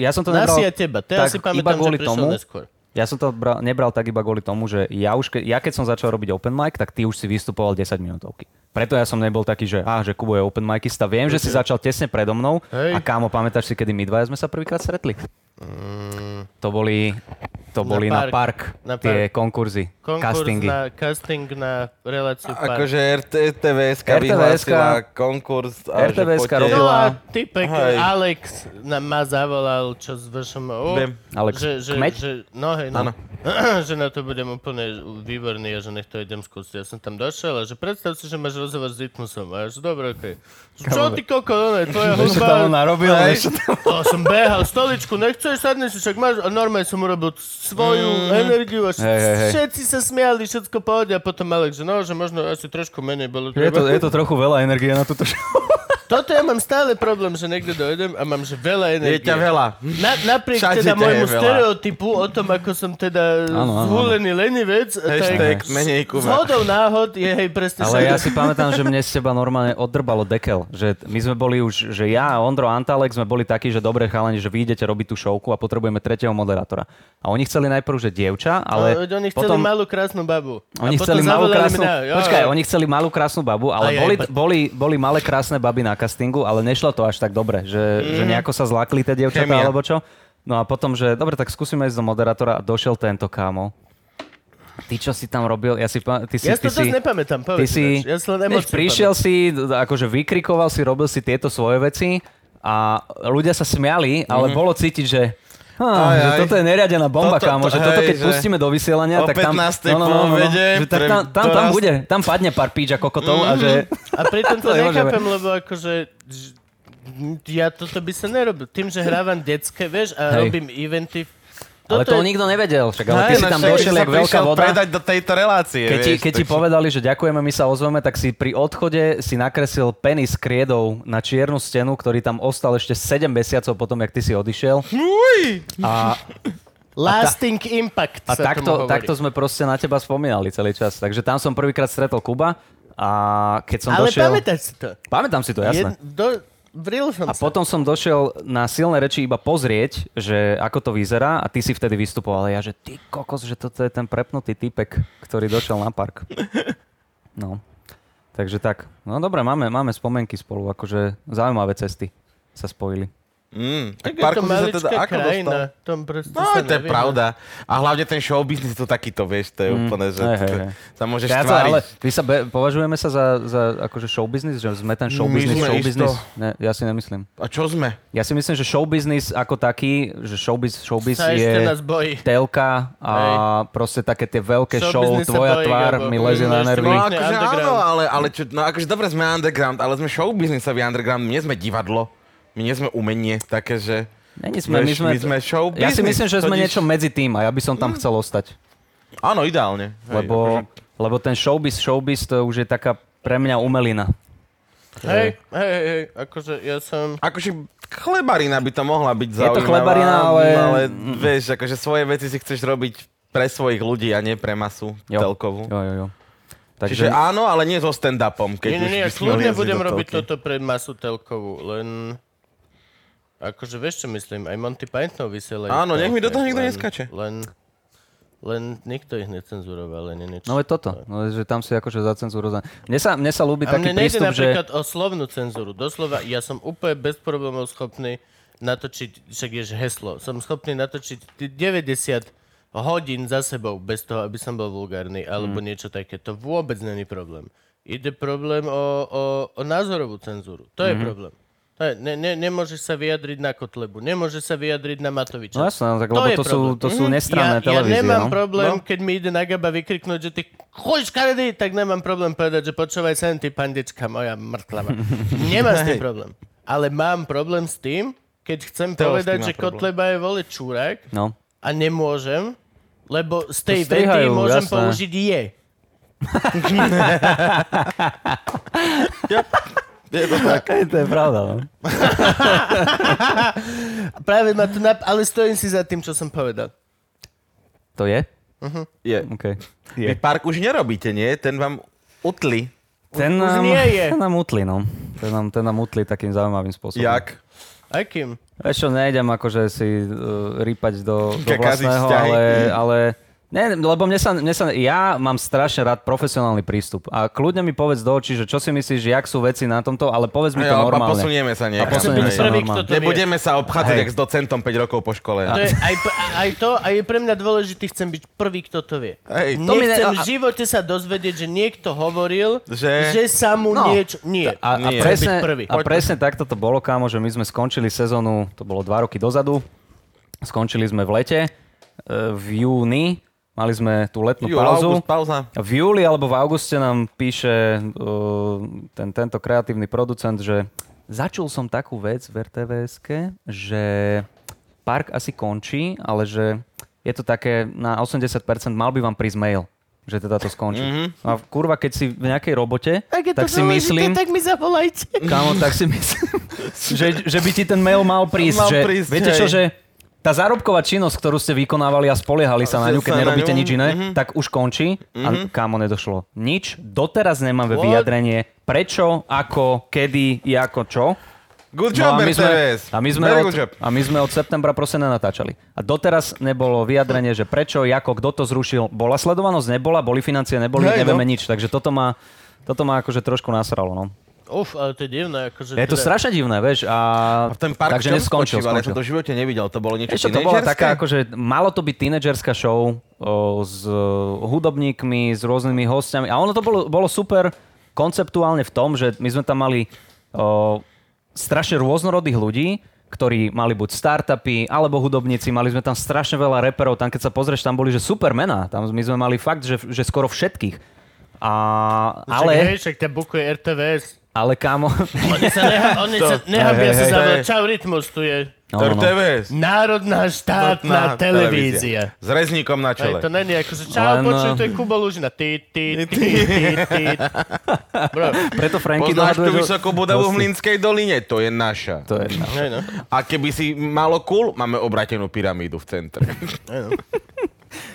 [SPEAKER 3] Ja som to nebral
[SPEAKER 4] Nasi a teba. To ja si pamätám, že prišiel neskôr.
[SPEAKER 3] Ja som to bra- nebral tak iba kvôli tomu, že ja, už ke- ja keď som začal robiť open mic, tak ty už si vystupoval 10 minútovky. Preto ja som nebol taký, že, ah, že Kubo je open micista. Viem, že si začal tesne predo mnou.
[SPEAKER 4] Hej.
[SPEAKER 3] A kámo, pamätáš si, kedy my dvaja sme sa prvýkrát stretli? To boli, to boli na,
[SPEAKER 4] Mm. park.
[SPEAKER 3] park,
[SPEAKER 4] Na
[SPEAKER 3] tie konkurzy,
[SPEAKER 4] Konkurs
[SPEAKER 3] castingy.
[SPEAKER 4] na casting na reláciu pár.
[SPEAKER 5] Akože RT- RTVS
[SPEAKER 3] RTVS-ka
[SPEAKER 5] vyhlásila konkurs. A že
[SPEAKER 3] RTVS-ka
[SPEAKER 5] poďte-
[SPEAKER 4] No
[SPEAKER 3] robila-
[SPEAKER 4] a typek
[SPEAKER 5] Hej.
[SPEAKER 4] Alex na, ma zavolal, čo s vršom... o,
[SPEAKER 5] Viem.
[SPEAKER 3] Alex
[SPEAKER 4] že, že,
[SPEAKER 3] Kmeď?
[SPEAKER 4] že, no hej, no.
[SPEAKER 5] Áno.
[SPEAKER 4] že na to budem úplne výborný a že nech to idem skúsiť. Ja som tam došiel a že predstav si, že máš rozhovor s Rytmusom. A ja že dobre, okej. Že, Čo ty koko, ono je tvoja hudba...
[SPEAKER 3] narobil,
[SPEAKER 4] Hej. A som behal stoličku, nechceš, sadne si, však máš... A normálne som urobil svoju
[SPEAKER 5] Mm.
[SPEAKER 4] energiu a
[SPEAKER 3] Hej, hej, hej.
[SPEAKER 4] všetci sa smiali, všetko pohode a potom Alex, že no, že možno asi trošku menej bolo
[SPEAKER 3] Je to, je to trochu veľa energie na túto show.
[SPEAKER 4] Toto ja mám stále problém, že niekde dojdem a mám že veľa
[SPEAKER 5] Je
[SPEAKER 4] energie.
[SPEAKER 5] ťa veľa.
[SPEAKER 3] No,
[SPEAKER 4] Na, napriek
[SPEAKER 5] Všade
[SPEAKER 4] teda
[SPEAKER 5] ťa je
[SPEAKER 4] môjmu
[SPEAKER 5] veľa.
[SPEAKER 4] stereotypu o tom, ako som teda
[SPEAKER 3] Áno, áno,
[SPEAKER 4] zhulený lenivec, tak
[SPEAKER 5] Hashtag menej kuva.
[SPEAKER 4] zhodou náhod je hej presne
[SPEAKER 3] Ale
[SPEAKER 4] sa-
[SPEAKER 3] ja si pamätám, že mne z teba normálne oddrbalo dekel. Že t- my sme boli už, že ja a Ondro Antalek sme boli takí, že dobre chalani, že vy idete robiť tú šovku a potrebujeme tretieho moderátora. A oni chceli najprv, že dievča, ale
[SPEAKER 4] No, Oni chceli
[SPEAKER 3] potom...
[SPEAKER 4] malú krásnu babu. A
[SPEAKER 3] Oni
[SPEAKER 4] potom
[SPEAKER 3] chceli malú
[SPEAKER 4] zavolali
[SPEAKER 3] krásnu...
[SPEAKER 4] mňa. Jo,
[SPEAKER 3] Počkaj,
[SPEAKER 4] jo.
[SPEAKER 3] oni chceli malú krásnu babu,
[SPEAKER 4] Aj,
[SPEAKER 3] ale
[SPEAKER 4] aj,
[SPEAKER 3] boli,
[SPEAKER 4] poď.
[SPEAKER 3] boli, boli malé krásne baby na castingu, ale nešlo to až tak dobre, že,
[SPEAKER 4] Mhm.
[SPEAKER 3] že nejako sa zlakli tie dievčatá
[SPEAKER 5] Chémia.
[SPEAKER 3] alebo čo. No a potom, že dobre, tak skúsime ísť do moderátora a došiel tento kámo. Ty čo si tam robil? Ja si, pa- ty si,
[SPEAKER 4] Ja si
[SPEAKER 3] ty
[SPEAKER 4] to dosť
[SPEAKER 3] si,
[SPEAKER 4] nepamätám,
[SPEAKER 3] ty
[SPEAKER 4] povedz.
[SPEAKER 3] si,
[SPEAKER 4] ináč. Ja si len
[SPEAKER 3] vieš,
[SPEAKER 4] emócie
[SPEAKER 3] prišiel si, d- akože vykrikoval si, robil si tieto svoje veci a ľudia sa smiali,
[SPEAKER 4] Mhm.
[SPEAKER 3] ale bolo cítiť, že Á,
[SPEAKER 5] Aj,
[SPEAKER 3] že
[SPEAKER 5] aj.
[SPEAKER 3] toto je neriadená bomba,
[SPEAKER 5] Toto-
[SPEAKER 3] kámo, že
[SPEAKER 5] hej,
[SPEAKER 3] toto keď
[SPEAKER 5] že
[SPEAKER 3] pustíme do vysielania,
[SPEAKER 5] o
[SPEAKER 3] tak tam... no,
[SPEAKER 5] 15. povede
[SPEAKER 3] že tak
[SPEAKER 5] pre Mhm.
[SPEAKER 3] tam, tam, tam
[SPEAKER 5] dorast-
[SPEAKER 3] bude, tam padne pár píča kokotov a že...
[SPEAKER 4] A pritom to
[SPEAKER 3] To nemôžeme.
[SPEAKER 4] nechápem, lebo akože... ž- Ja toto by sa nerobil. Tým, že hrávam detské, vieš, a
[SPEAKER 3] Hej.
[SPEAKER 4] robím eventy...
[SPEAKER 3] Ale
[SPEAKER 4] je-
[SPEAKER 3] to nikto nevedel, však, ale ty
[SPEAKER 5] Hej,
[SPEAKER 3] si
[SPEAKER 5] no
[SPEAKER 3] tam
[SPEAKER 5] však
[SPEAKER 3] došiel
[SPEAKER 5] si sa
[SPEAKER 3] jak veľká
[SPEAKER 5] prišiel
[SPEAKER 3] voda.
[SPEAKER 5] predať do tejto relácie,
[SPEAKER 3] Keď, ti,
[SPEAKER 5] vieš.
[SPEAKER 3] keď ti
[SPEAKER 5] takže-
[SPEAKER 3] povedali, že ďakujeme, my sa ozveme, tak si pri odchode si nakresil penis kriedou na čiernu stenu, ktorý tam ostal ešte 7 mesiacov potom, jak ty si odišiel.
[SPEAKER 5] Hm.
[SPEAKER 3] A,
[SPEAKER 4] Lasting impact sa
[SPEAKER 3] a
[SPEAKER 4] tomu
[SPEAKER 3] takto,
[SPEAKER 4] hovorí.
[SPEAKER 3] takto sme proste na teba spomínali celý čas. Takže tam som prvýkrát stretol Kuba a keď som
[SPEAKER 4] Ale
[SPEAKER 3] došiel...
[SPEAKER 4] pamätáš si to?
[SPEAKER 3] Pamätám si to,
[SPEAKER 4] Jed-
[SPEAKER 3] jasné.
[SPEAKER 4] do, vril som
[SPEAKER 3] A
[SPEAKER 4] sa.
[SPEAKER 3] potom som došiel na silné reči iba pozrieť, že ako to vyzerá a ty si vtedy vystupoval. A Ja, že ty kokos, že toto je ten prepnutý typek, ktorý došiel na park. No. Takže tak. No dobre, máme, máme spomienky spolu, akože zaujímavé cesty sa spojili.
[SPEAKER 5] Mm,
[SPEAKER 4] Tak
[SPEAKER 5] tak
[SPEAKER 4] je to
[SPEAKER 5] Parku si sa teda
[SPEAKER 4] maličká
[SPEAKER 5] ako
[SPEAKER 4] krajina.
[SPEAKER 5] dostal?
[SPEAKER 4] Tam proste
[SPEAKER 5] No,
[SPEAKER 4] sa
[SPEAKER 5] to je
[SPEAKER 4] neviem.
[SPEAKER 5] pravda. A hlavne ten show business je to takýto, vieš, to je úplne, že
[SPEAKER 3] Mm. hej,
[SPEAKER 5] to-
[SPEAKER 3] hej, hej.
[SPEAKER 5] sa môžeš
[SPEAKER 3] Ja sa,
[SPEAKER 5] tváriť.
[SPEAKER 3] ale vy sa be, považujeme sa za, za akože show business, že sme ten show
[SPEAKER 5] My
[SPEAKER 3] business,
[SPEAKER 5] sme
[SPEAKER 3] show
[SPEAKER 5] isto.
[SPEAKER 3] business? Ne, ja si nemyslím.
[SPEAKER 5] A čo sme?
[SPEAKER 3] Ja si myslím, že show business ako taký, že showbiz, showbiz
[SPEAKER 4] Sa
[SPEAKER 3] je...
[SPEAKER 4] ešte nás bojí.
[SPEAKER 3] telka a proste také tie veľké
[SPEAKER 4] Showbiznis sa
[SPEAKER 3] show, tvoja
[SPEAKER 4] bojí,
[SPEAKER 3] tvár
[SPEAKER 4] lebo-
[SPEAKER 3] mi lezie
[SPEAKER 4] Mm,
[SPEAKER 3] na
[SPEAKER 4] ešte
[SPEAKER 5] No
[SPEAKER 3] nervy.
[SPEAKER 4] Pekne
[SPEAKER 5] akože áno,
[SPEAKER 4] underground.
[SPEAKER 5] ale, ale čo, no akože dobre sme underground, ale sme show businessový underground, my nie sme divadlo, my nie sme umenie, také, že...
[SPEAKER 3] Není sme, my
[SPEAKER 5] Vieš,
[SPEAKER 3] sme,
[SPEAKER 5] my sme show
[SPEAKER 3] ja si
[SPEAKER 5] business,
[SPEAKER 3] myslím, že sme
[SPEAKER 5] chodíš-
[SPEAKER 3] niečo medzi tým a ja by som
[SPEAKER 4] Mm.
[SPEAKER 3] tam chcel ostať.
[SPEAKER 5] Áno, ideálne. Hej,
[SPEAKER 3] Lebo,
[SPEAKER 5] akože-
[SPEAKER 3] lebo ten showbiz, showbiz to už je taká pre mňa umelina.
[SPEAKER 4] Hej, hej, hej, hej, akože ja som...
[SPEAKER 5] Akože chlebarina by to mohla byť
[SPEAKER 3] to
[SPEAKER 5] zaujímavá. mm,
[SPEAKER 3] chlebarina, ale-
[SPEAKER 5] ale vieš, akože svoje veci si chceš robiť pre svojich ľudí a nie pre masu
[SPEAKER 3] Jo.
[SPEAKER 5] telkovú.
[SPEAKER 3] Jo, jo, jo. Takže,
[SPEAKER 5] Čiže áno, ale nie so stand-upom. Keď
[SPEAKER 4] Nie, nie,
[SPEAKER 5] už
[SPEAKER 4] nie,
[SPEAKER 5] by
[SPEAKER 4] ja
[SPEAKER 5] sme
[SPEAKER 4] kľudne
[SPEAKER 5] liezli
[SPEAKER 4] budem
[SPEAKER 5] do
[SPEAKER 4] robiť
[SPEAKER 5] telky.
[SPEAKER 4] toto pre masu telkovú, len... Akože vieš, čo myslím, aj Monty Python vysielajú.
[SPEAKER 5] Áno, nech mi do
[SPEAKER 4] telke,
[SPEAKER 5] toho nikto
[SPEAKER 4] len-
[SPEAKER 5] neskače.
[SPEAKER 4] Len, len nikto ich necenzuroval, len nič.
[SPEAKER 3] no je toto, no, je, že tam si akože zacenzúrozná. Mne sa, mne sa ľúbi
[SPEAKER 4] A mne
[SPEAKER 3] taký
[SPEAKER 4] nejde
[SPEAKER 3] prístup, že...
[SPEAKER 4] napríklad o slovnú cenzúru. Doslova, ja som úplne bez problémov schopný natočiť, však je že heslo, som schopný natočiť t- 90 hodín za sebou bez toho, aby som bol vulgárny
[SPEAKER 3] Hmm.
[SPEAKER 4] alebo niečo také. To vôbec není problém. Ide problém o, o, o názorovú cenzúru. To
[SPEAKER 3] Mhm.
[SPEAKER 4] je problém. To je, ne, ne, nemôžeš sa vyjadriť na Kotlebu, nemôže sa vyjadriť na Matoviča.
[SPEAKER 3] No jasné, no,
[SPEAKER 4] To
[SPEAKER 3] tak lebo
[SPEAKER 4] je
[SPEAKER 3] to, sú,
[SPEAKER 4] problém. Mhm.
[SPEAKER 3] to sú
[SPEAKER 4] ja,
[SPEAKER 3] nestranné
[SPEAKER 4] ja
[SPEAKER 3] televízie.
[SPEAKER 4] nemám
[SPEAKER 3] no.
[SPEAKER 4] problém, no. keď mi ide na gaba vykliknúť, že ty chuj škaredý, tak nemám problém povedať, že počúvaj sem, ty pandička moja mŕtlava. nemám s tým problém. Ale mám problém s tým, keď chcem
[SPEAKER 5] Teo s tým
[SPEAKER 4] povedať,
[SPEAKER 5] má
[SPEAKER 4] že
[SPEAKER 5] problém.
[SPEAKER 4] Kotleba je vole čúrak
[SPEAKER 3] No.
[SPEAKER 4] a nemôžem, lebo z tej
[SPEAKER 3] To strihajú,
[SPEAKER 4] vety môžem
[SPEAKER 3] jasné.
[SPEAKER 4] použiť je.
[SPEAKER 5] Je to tak.
[SPEAKER 3] to je pravda, no.
[SPEAKER 4] Práve ma to nap- ale stojím si za tým, čo som povedal.
[SPEAKER 3] To je?
[SPEAKER 5] Je.
[SPEAKER 3] OK.
[SPEAKER 5] Vy park už nerobíte, nie? Ten vám utli.
[SPEAKER 3] Ten
[SPEAKER 4] už
[SPEAKER 3] nám,
[SPEAKER 4] nie je.
[SPEAKER 3] ten nám utli, no. Ten nám, ten nám utli takým zaujímavým spôsobom.
[SPEAKER 5] Jak?
[SPEAKER 4] Akým?
[SPEAKER 3] Vieš čo, nejdem akože si uh, rýpať do, do
[SPEAKER 5] Kakáziť
[SPEAKER 3] vlastného,
[SPEAKER 5] vzťahy.
[SPEAKER 3] ale, ale ne, lebo mne sa, mne sa, ja mám strašne rád profesionálny prístup. A kľudne mi povedz do očí, že čo si myslíš, jak sú veci na tomto, ale povedz mi to
[SPEAKER 5] Jo, a
[SPEAKER 3] normálne.
[SPEAKER 5] posunieme sa
[SPEAKER 3] A
[SPEAKER 5] niekam.
[SPEAKER 4] Chcem
[SPEAKER 3] posunieme
[SPEAKER 4] byť
[SPEAKER 3] sa
[SPEAKER 4] prvý,
[SPEAKER 3] normálne.
[SPEAKER 4] kto to vie.
[SPEAKER 5] Nebudeme sa obchádzať
[SPEAKER 3] Hej.
[SPEAKER 5] jak s docentom 5 rokov po škole.
[SPEAKER 4] To je aj, p- aj to, a je pre mňa dôležité, chcem byť prvý, kto to vie.
[SPEAKER 5] Hej,
[SPEAKER 4] Nechcem
[SPEAKER 5] to
[SPEAKER 3] mi ne-
[SPEAKER 4] v
[SPEAKER 3] a-
[SPEAKER 4] živote sa dozvedieť, že niekto hovoril, že,
[SPEAKER 5] Že-
[SPEAKER 4] že sa mu
[SPEAKER 3] No.
[SPEAKER 4] niečo... Nie.
[SPEAKER 3] A, a,
[SPEAKER 5] Nie.
[SPEAKER 4] Byť
[SPEAKER 3] presne,
[SPEAKER 4] prvý.
[SPEAKER 3] a presne takto to bolo, kámo, že my sme skončili sezónu, to bolo dva roky dozadu, skončili sme v lete, e, v júni, mali sme tú letnú
[SPEAKER 5] Júl,
[SPEAKER 3] pauzu.
[SPEAKER 5] august, pauza.
[SPEAKER 3] A V júli alebo v auguste nám píše uh, ten, tento kreatívny producent, že začul som takú vec v rtvs že park asi končí, ale že je to také na 80%, mal by vám prísť mail. Že že teda to skončí. Mm-hmm. A kurva, keď si v nejakej robote,
[SPEAKER 1] Ak Mhm. je to
[SPEAKER 3] tak si
[SPEAKER 1] dôležité,
[SPEAKER 3] myslím,
[SPEAKER 1] tak mi zavolajte.
[SPEAKER 3] Kámo, tak si myslím, že, že by ti ten mail mal prísť.
[SPEAKER 5] Mal
[SPEAKER 3] že,
[SPEAKER 5] prísť,
[SPEAKER 3] viete
[SPEAKER 5] hej.
[SPEAKER 3] čo, že tá zárobková činnosť, ktorú ste vykonávali a spoliehali sa na ňu,
[SPEAKER 5] Sa na
[SPEAKER 3] keď nerobíte
[SPEAKER 5] ňu, Mhm.
[SPEAKER 3] nič iné, tak už končí a kámo, nedošlo nič. Doteraz nemáme vyjadrenie prečo, ako, kedy, ako, čo.
[SPEAKER 5] Good
[SPEAKER 3] No
[SPEAKER 5] job,
[SPEAKER 3] a, my sme,
[SPEAKER 5] RTVS.
[SPEAKER 3] a, my sme
[SPEAKER 5] Very
[SPEAKER 3] od,
[SPEAKER 5] good job.
[SPEAKER 3] a my sme od septembra proste nenatáčali. A doteraz nebolo vyjadrenie, že prečo, ako, kto to zrušil. Bola sledovanosť, nebola, boli financie, neboli,
[SPEAKER 4] Hej, no.
[SPEAKER 3] nevieme nič. Takže toto ma, toto ma akože trošku nasralo. No.
[SPEAKER 4] Uf, ale to je divné, akože...
[SPEAKER 3] Je to
[SPEAKER 4] teda-
[SPEAKER 3] strašne divné, vieš. A...
[SPEAKER 5] A ten
[SPEAKER 3] Takže
[SPEAKER 5] park v čom
[SPEAKER 3] neskončil,
[SPEAKER 5] spočíval? Ja som
[SPEAKER 3] skončil.
[SPEAKER 5] to v živote nevidel, to bolo niečo
[SPEAKER 3] Ešte to bola
[SPEAKER 5] tínedžerské?
[SPEAKER 3] taká, akože malo to byť tínedžerská show o, s o, hudobníkmi, s rôznymi hostiami. A ono to bolo, bolo super konceptuálne v tom, že my sme tam mali o, strašne rôznorodých ľudí, ktorí mali buď startupy, alebo hudobníci, mali sme tam strašne veľa reperov, tam keď sa pozrieš, tam boli, že super mená, tam my sme mali fakt, že, že skoro všetkých. A,
[SPEAKER 4] Však, hej,
[SPEAKER 3] ale,
[SPEAKER 4] však ťa bukuje RTVS.
[SPEAKER 3] ale kámo...
[SPEAKER 4] Oni sa, neha- oni sa nehabia
[SPEAKER 5] hej,
[SPEAKER 4] sa
[SPEAKER 5] hej,
[SPEAKER 4] zavolať.
[SPEAKER 5] hej.
[SPEAKER 4] Čau, Rytmus, tu je
[SPEAKER 3] No, no, no.
[SPEAKER 5] RTVS.
[SPEAKER 4] Národná štátna televízia.
[SPEAKER 5] S rezníkom na
[SPEAKER 4] Hej,
[SPEAKER 5] čele.
[SPEAKER 4] to není ako, že čau,
[SPEAKER 3] Len,
[SPEAKER 4] počuj,
[SPEAKER 3] eh,
[SPEAKER 4] to je Kubo Lužina. Ty, ty, ty, ty, ty. Bro,
[SPEAKER 3] Preto Franky
[SPEAKER 5] Poznáš tú
[SPEAKER 3] dohaduje, že-
[SPEAKER 5] vysokú budovu v Mlinskej doline? To je naša.
[SPEAKER 3] To je jedna.
[SPEAKER 4] hej, no.
[SPEAKER 5] A keby si malo cool, máme obratenú pyramídu v centre.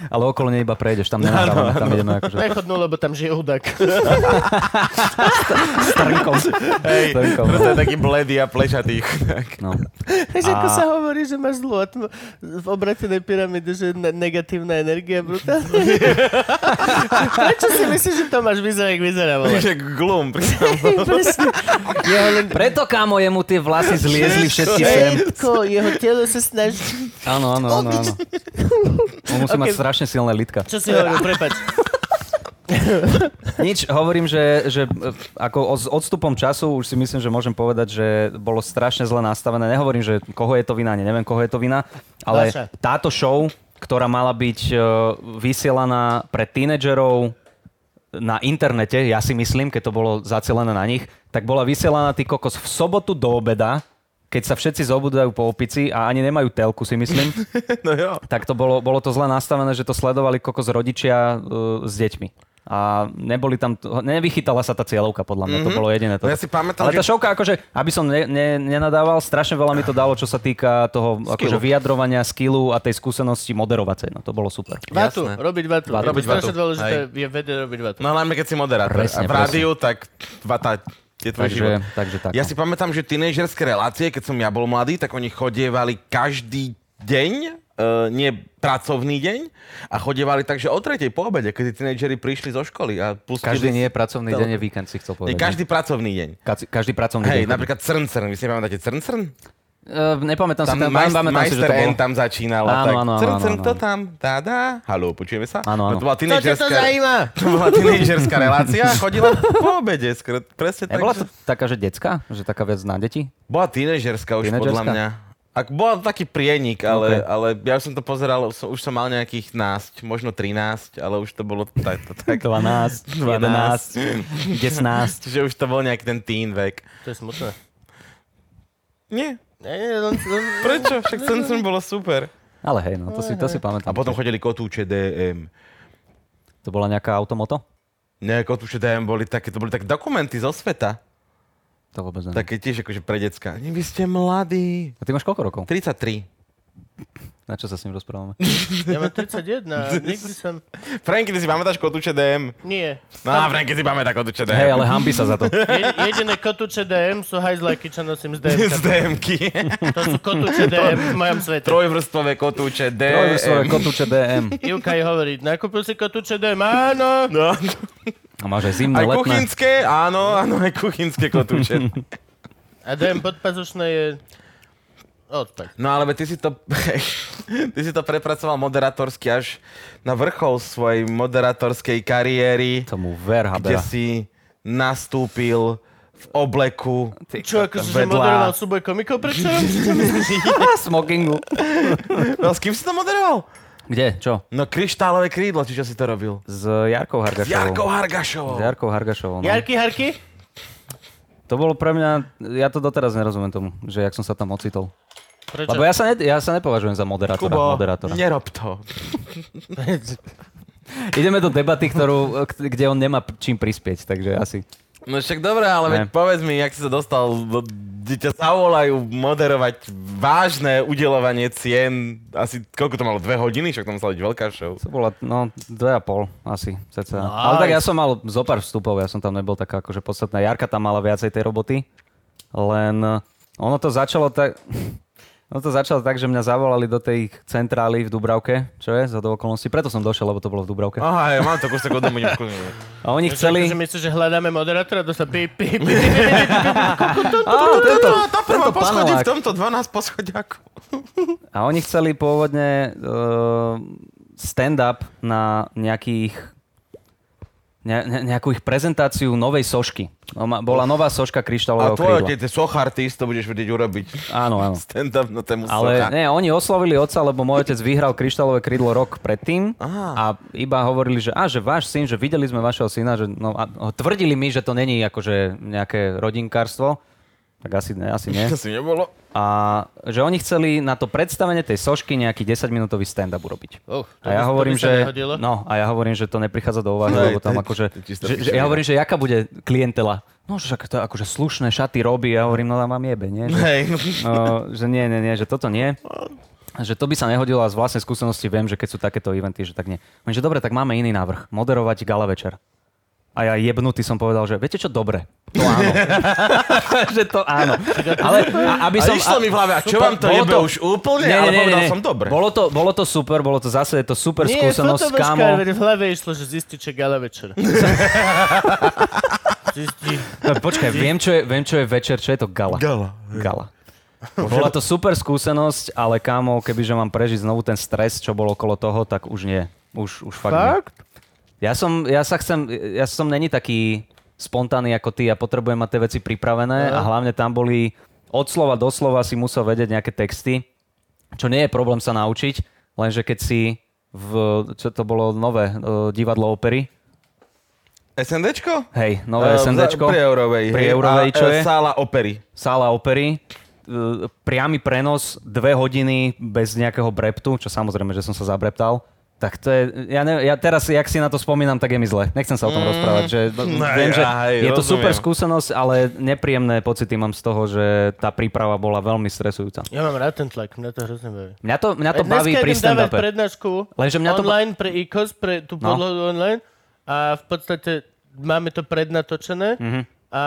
[SPEAKER 3] Ale okolo nej iba prejdeš, tam nenahrávame, tam ideme akože
[SPEAKER 4] Prechodnú, lebo tam žije hudák.
[SPEAKER 3] strnkom.
[SPEAKER 5] Hej,
[SPEAKER 3] Strnkom,
[SPEAKER 5] proste je taký bledý a plešatý. chudák.
[SPEAKER 3] no.
[SPEAKER 4] Vieš, ako sa hovorí, že máš zlú atmo- v obratenej pyramíde, že je ne- negatívna energia brutálna. Prečo si myslíš, že Tomáš vyzerá, jak vyzerá,
[SPEAKER 3] No.
[SPEAKER 4] vole?
[SPEAKER 5] Že glum. pritom.
[SPEAKER 4] Presne. Jeho, len...
[SPEAKER 3] Preto, kámo, jemu tie vlasy zliezli všetky sem.
[SPEAKER 4] Všetko, jeho telo sa snaží.
[SPEAKER 3] Áno, áno, áno, áno. On musí mať strašne silné litka.
[SPEAKER 4] Čo si hovoril, prepač.
[SPEAKER 3] Nič, hovorím, že, že e, ako o- s odstupom času už si myslím, že môžem povedať, že bolo strašne zle nastavené. Nehovorím, že koho je to vina, ne- neviem, koho je to vina, ale
[SPEAKER 4] Vaša.
[SPEAKER 3] táto show, ktorá mala byť e, vysielaná pre tínedžerov na internete, ja si myslím, keď to bolo zacielené na nich, tak bola vysielaná ty kokos v sobotu do obeda, keď sa všetci zobudajú po opici a ani nemajú telku, si myslím,
[SPEAKER 5] No jo.
[SPEAKER 3] tak to bolo, bolo to zle nastavené, že to sledovali kokos rodičia uh, s deťmi. A neboli tam, t- nevychytala sa tá cieľovka, podľa mňa, mm-hmm. to bolo jediné. To.
[SPEAKER 5] No ja si pamätám,
[SPEAKER 3] Ale tá
[SPEAKER 5] že-
[SPEAKER 3] šovka, akože, aby som ne, ne, nenadával, strašne veľa mi to dalo, čo sa týka toho akože, vyjadrovania, skillu a tej skúsenosti moderovacej. No to bolo super.
[SPEAKER 4] Vatu,
[SPEAKER 5] Jasné.
[SPEAKER 4] robiť vatu. Robiť
[SPEAKER 3] Vatu.
[SPEAKER 5] Robiť vatu.
[SPEAKER 4] Strašne dôležité je vedieť robiť vatu.
[SPEAKER 5] No hlavne, keď si moderátor.
[SPEAKER 3] Presne,
[SPEAKER 5] a v rádiu, tak vata je tvoj
[SPEAKER 3] Takže-
[SPEAKER 5] život.
[SPEAKER 3] takže tak,
[SPEAKER 5] Ja
[SPEAKER 3] no.
[SPEAKER 5] si pamätám, že tínežerské relácie, keď som ja bol mladý, tak oni chodievali každý deň, eh, nie pracovný deň, a chodievali tak, že o tretej po obede, keď tí tínežeri prišli zo školy a pustili...
[SPEAKER 3] Každý nie je pracovný
[SPEAKER 5] to-
[SPEAKER 3] deň, je víkend, si chcel
[SPEAKER 5] nie,
[SPEAKER 3] povedať.
[SPEAKER 5] každý pracovný deň.
[SPEAKER 3] Kaci- každý pracovný
[SPEAKER 5] Hej,
[SPEAKER 3] deň.
[SPEAKER 5] napríklad Crncrn, vy si nepamätáte Crncrn?
[SPEAKER 3] Uh, nepamätám si,
[SPEAKER 5] Tam
[SPEAKER 3] tam,
[SPEAKER 5] majst-
[SPEAKER 3] tam, pamätám si, že
[SPEAKER 5] majster
[SPEAKER 3] to bolo.
[SPEAKER 5] N tam začínal. a
[SPEAKER 3] Áno,
[SPEAKER 5] tak,
[SPEAKER 3] áno, áno,
[SPEAKER 5] Crncrn
[SPEAKER 3] áno, áno.
[SPEAKER 5] to tam, tá, dá. Haló, počujeme sa?
[SPEAKER 3] Áno, áno.
[SPEAKER 5] No, to bola
[SPEAKER 4] Čo ťa to
[SPEAKER 5] tínežerská...
[SPEAKER 4] zaujíma?
[SPEAKER 5] To bola tínežerská relácia a chodila po obede. Skr- presne tak.
[SPEAKER 3] Nebola
[SPEAKER 5] že-
[SPEAKER 3] to taká, že decka? Že taká viac na deti?
[SPEAKER 5] E, Bola tínežerská už
[SPEAKER 3] Tínežerská?
[SPEAKER 5] podľa mňa. Ak bola to taký prienik, ale,
[SPEAKER 3] Ok.
[SPEAKER 5] ale ja už som to pozeral, som, už som mal nejakých násť, možno 13, ale už to bolo tak, to, tak
[SPEAKER 3] 12, 11, 10.
[SPEAKER 5] že už to bol nejaký ten teen vek.
[SPEAKER 4] To je smutné.
[SPEAKER 5] Nie,
[SPEAKER 4] Nie, nie, len, len,
[SPEAKER 5] prečo? Však ten som bolo super.
[SPEAKER 3] Ale hej, no, to si, to si pamätám.
[SPEAKER 5] A potom chodili kotúče DM.
[SPEAKER 3] To bola nejaká automoto?
[SPEAKER 5] Ne, kotúče DM boli také, to boli tak dokumenty zo sveta.
[SPEAKER 3] To vôbec neviem.
[SPEAKER 5] Také tiež akože pre decka. Nie, vy ste mladí.
[SPEAKER 3] A ty máš koľko rokov?
[SPEAKER 5] 33.
[SPEAKER 3] Na čo sa s ním rozprávame?
[SPEAKER 4] ja mám 31 a nikdy som...
[SPEAKER 5] Franky, ty si pamätáš kotúče DM?
[SPEAKER 4] Nie.
[SPEAKER 5] No, Franky si pamätá kotúče DM.
[SPEAKER 3] hej, ale hambi sa za to.
[SPEAKER 4] Jed, jediné kotúče DM sú hajzlajky, čo nosím z DM.
[SPEAKER 5] Z DM-ky.
[SPEAKER 4] To sú kotúče DM v mojom svete.
[SPEAKER 5] Trojvrstvové kotúče DM.
[SPEAKER 3] Trojvrstvové kotúče DM.
[SPEAKER 4] Ivka jej hovorí, nakúpil si kotúče DM, áno.
[SPEAKER 5] No,
[SPEAKER 3] A máš aj zimné,
[SPEAKER 5] aj
[SPEAKER 3] letné.
[SPEAKER 5] kuchynské, áno, áno, aj kuchynské kotúče.
[SPEAKER 4] A DM podpazušné je... Odpad.
[SPEAKER 5] No ale veď ty si to, ty si to prepracoval moderatorsky až na vrchol svojej moderatorskej kariéry,
[SPEAKER 3] Tomu ver,
[SPEAKER 5] kde
[SPEAKER 3] habera.
[SPEAKER 5] si nastúpil v obleku.
[SPEAKER 4] Čo, akože som
[SPEAKER 5] Vedľa.
[SPEAKER 4] moderoval súboj komikov pred čorom?
[SPEAKER 3] Smokingu.
[SPEAKER 5] No s kým si to moderoval?
[SPEAKER 3] Kde? Čo?
[SPEAKER 5] No kryštálové krídlo, či čo si to robil?
[SPEAKER 3] S Jarkou
[SPEAKER 5] S Jarkou
[SPEAKER 3] Hargašovou. S
[SPEAKER 5] Hargašovou.
[SPEAKER 3] Jarkou Hargašovou, no.
[SPEAKER 4] Jarky, Harky?
[SPEAKER 3] To bolo pre mňa, ja to doteraz nerozumiem tomu, že jak som sa tam ocitol.
[SPEAKER 4] Prečo?
[SPEAKER 3] Lebo ja sa, ne, ja sa nepovažujem za moderátora.
[SPEAKER 5] Kubo,
[SPEAKER 3] moderátora.
[SPEAKER 5] nerob to.
[SPEAKER 3] Ideme do debaty, ktorú, k- kde on nemá p- čím prispieť, takže asi.
[SPEAKER 5] No však dobre, ale veď
[SPEAKER 3] Ne.
[SPEAKER 5] povedz mi, jak si sa dostal, do, kde ťa zavolajú moderovať vážne udelovanie cien, asi koľko to malo, dve hodiny, však to musela byť veľká show.
[SPEAKER 3] To bola, no, dve a pol asi, cca. No, ale
[SPEAKER 1] aj.
[SPEAKER 3] tak ja som mal zo pár vstupov, ja som tam nebol taká akože podstatná. Jarka tam mala viacej tej roboty, len eh, ono to začalo tak... Ono to začalo tak, že mňa zavolali do tej centrály v Dubravke, čo je, za do okolností. Preto som došiel, lebo to bolo v Dubravke.
[SPEAKER 5] Aha, ja mám to kúsok od domu, idem kľudne.
[SPEAKER 3] A oni chceli...
[SPEAKER 4] Akože myslíš, Ah, že hľadáme moderátora, to sa pí, pí, pí.
[SPEAKER 3] Á, tento,
[SPEAKER 5] Tá prvá
[SPEAKER 3] tento
[SPEAKER 5] poschodí v
[SPEAKER 3] panelák.
[SPEAKER 5] tomto 12 poschodiakov.
[SPEAKER 3] A oni chceli pôvodne uh, stand-up na nejakých ne, ne, nejakú ich prezentáciu novej sošky. No, ma- Bola nová soška
[SPEAKER 5] A
[SPEAKER 3] kryštálového
[SPEAKER 5] tvoj
[SPEAKER 3] krídla.
[SPEAKER 5] otec je sochár, ty isto budeš vedieť urobiť
[SPEAKER 3] Áno, áno.
[SPEAKER 5] stand-up na tému
[SPEAKER 3] No. Ale
[SPEAKER 5] socha.
[SPEAKER 3] nie, oni oslovili oca, lebo môj otec vyhral kryštálové krídlo rok predtým a iba hovorili, že, a, že váš syn, že videli sme vašeho syna, že no, a, a tvrdili mi, že to není akože nejaké rodinkárstvo, tak asi ne, asi nie.
[SPEAKER 5] To si nebolo.
[SPEAKER 3] A že oni chceli na to predstavenie tej sošky nejaký 10-minútový stand-up urobiť.
[SPEAKER 4] Oh, to by- to
[SPEAKER 3] a ja
[SPEAKER 4] by
[SPEAKER 3] hovorím,
[SPEAKER 4] sa
[SPEAKER 3] že...
[SPEAKER 4] nehodilo.
[SPEAKER 3] No, a ja hovorím, že to neprichádza do úvahy,
[SPEAKER 5] Hej,
[SPEAKER 3] lebo tam
[SPEAKER 5] to je-
[SPEAKER 3] akože...
[SPEAKER 5] to je čistá
[SPEAKER 3] Že, že,
[SPEAKER 5] pičovina.
[SPEAKER 3] ja hovorím, že jaká bude klientela? No, že však to akože slušné šaty robí. Ja hovorím, no tam mám jebe, nie? Že,
[SPEAKER 5] Hej, no.
[SPEAKER 3] no, že nie, nie, nie, že toto nie. Že to by sa nehodilo a z vlastnej skúsenosti viem, že keď sú takéto eventy, že tak nie. Hovorím, že dobre, tak máme iný návrh. Moderovať gala večer. A ja jebnutý som povedal, že viete čo, dobre. To áno. že to áno. Ale a, aby
[SPEAKER 5] A
[SPEAKER 3] som...
[SPEAKER 5] išlo mi v hlave, a čo vám to
[SPEAKER 3] bolo
[SPEAKER 5] jebe už úplne? Ale povedal som dobre.
[SPEAKER 3] Bolo to, bolo to super, bolo to zase je to super
[SPEAKER 4] Nie,
[SPEAKER 3] skúsenosť,
[SPEAKER 4] fotovočka,
[SPEAKER 3] kámo.
[SPEAKER 4] veď v hlave išlo, že zistí, čo je gala večer. Zistí.
[SPEAKER 3] No, počkaj, viem čo, je, viem, čo je večer, čo je to gala. Gala. gala. Bola to super skúsenosť, ale kámo, kebyže mám prežiť znovu ten stres, čo bol okolo toho, tak už nie. Už, už fakt, fakt? Nie. Ja som, ja sa chcem, ja som není taký spontánny ako ty, ja potrebujem mať tie veci pripravené a hlavne tam boli od slova do slova si musel vedieť nejaké texty, čo nie je problém sa naučiť, lenže keď si v, čo to bolo nové, e, divadlo opery,
[SPEAKER 5] SNDčko?
[SPEAKER 3] hej, nové
[SPEAKER 5] Eh,
[SPEAKER 3] SNDčko.
[SPEAKER 5] za- Pri Eurovej.
[SPEAKER 3] Pri
[SPEAKER 5] hej.
[SPEAKER 3] Eurovej,
[SPEAKER 5] A,
[SPEAKER 3] čo
[SPEAKER 5] eh,
[SPEAKER 3] je?
[SPEAKER 5] Sála opery.
[SPEAKER 3] sála opery, e, priamy prenos, dve hodiny bez nejakého breptu, čo samozrejme, že som sa zabreptal. Tak to je, ja, ne, ja teraz, jak si na to spomínam, tak je mi zle. Nechcem sa o tom
[SPEAKER 4] Mm.
[SPEAKER 3] rozprávať, že
[SPEAKER 4] No
[SPEAKER 5] ne,
[SPEAKER 3] viem, že
[SPEAKER 5] aj,
[SPEAKER 3] je to
[SPEAKER 5] rozumiem.
[SPEAKER 3] super skúsenosť, ale nepríjemné pocity mám z toho, že tá príprava bola veľmi stresujúca.
[SPEAKER 4] Ja mám rád ten tlak, mňa to hrozne baví.
[SPEAKER 3] Mňa to, mňa to
[SPEAKER 4] Aj
[SPEAKER 3] baví
[SPEAKER 4] dneska
[SPEAKER 3] pri
[SPEAKER 4] idem dávať
[SPEAKER 3] stand-upe.
[SPEAKER 4] prednášku
[SPEAKER 3] Lenže mňa to ba-
[SPEAKER 4] online pre IKOS, pre tú
[SPEAKER 3] No.
[SPEAKER 4] podlohu online a v podstate máme to prednatočené
[SPEAKER 3] Mhm.
[SPEAKER 4] a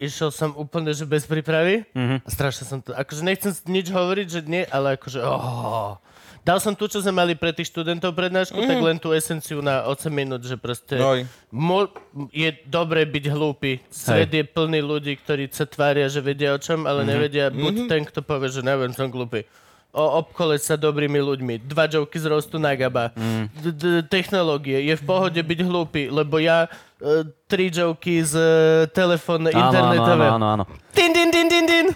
[SPEAKER 4] išiel som úplne, že bez prípravy.
[SPEAKER 3] Mhm.
[SPEAKER 4] A strašne som to, akože nechcem s- nič hovoriť, že nie, ale akože oh. Dal som tu, čo sme mali pre tých študentov prednášku, tak
[SPEAKER 3] Mhm.
[SPEAKER 4] len tú esenciu na 8 minút, že proste
[SPEAKER 5] Noj.
[SPEAKER 4] mo- je dobre byť hlúpy. Svet je plný ľudí, ktorí sa tvária, že vedia o čom,
[SPEAKER 3] Mhm.
[SPEAKER 4] ale nevedia. Buď ten, kto povie, že neviem, som hlúpy. O, obkole sa dobrými ľuďmi. Dva joky z rostu na gaba.
[SPEAKER 3] Mhm.
[SPEAKER 4] D- d- Technológie. Je v pohode byť hlúpy, lebo ja e, tri joky z e, telefónne,
[SPEAKER 3] Áno, áno, áno,
[SPEAKER 4] internetové.
[SPEAKER 3] áno, áno.
[SPEAKER 4] Din, din, din, din, din.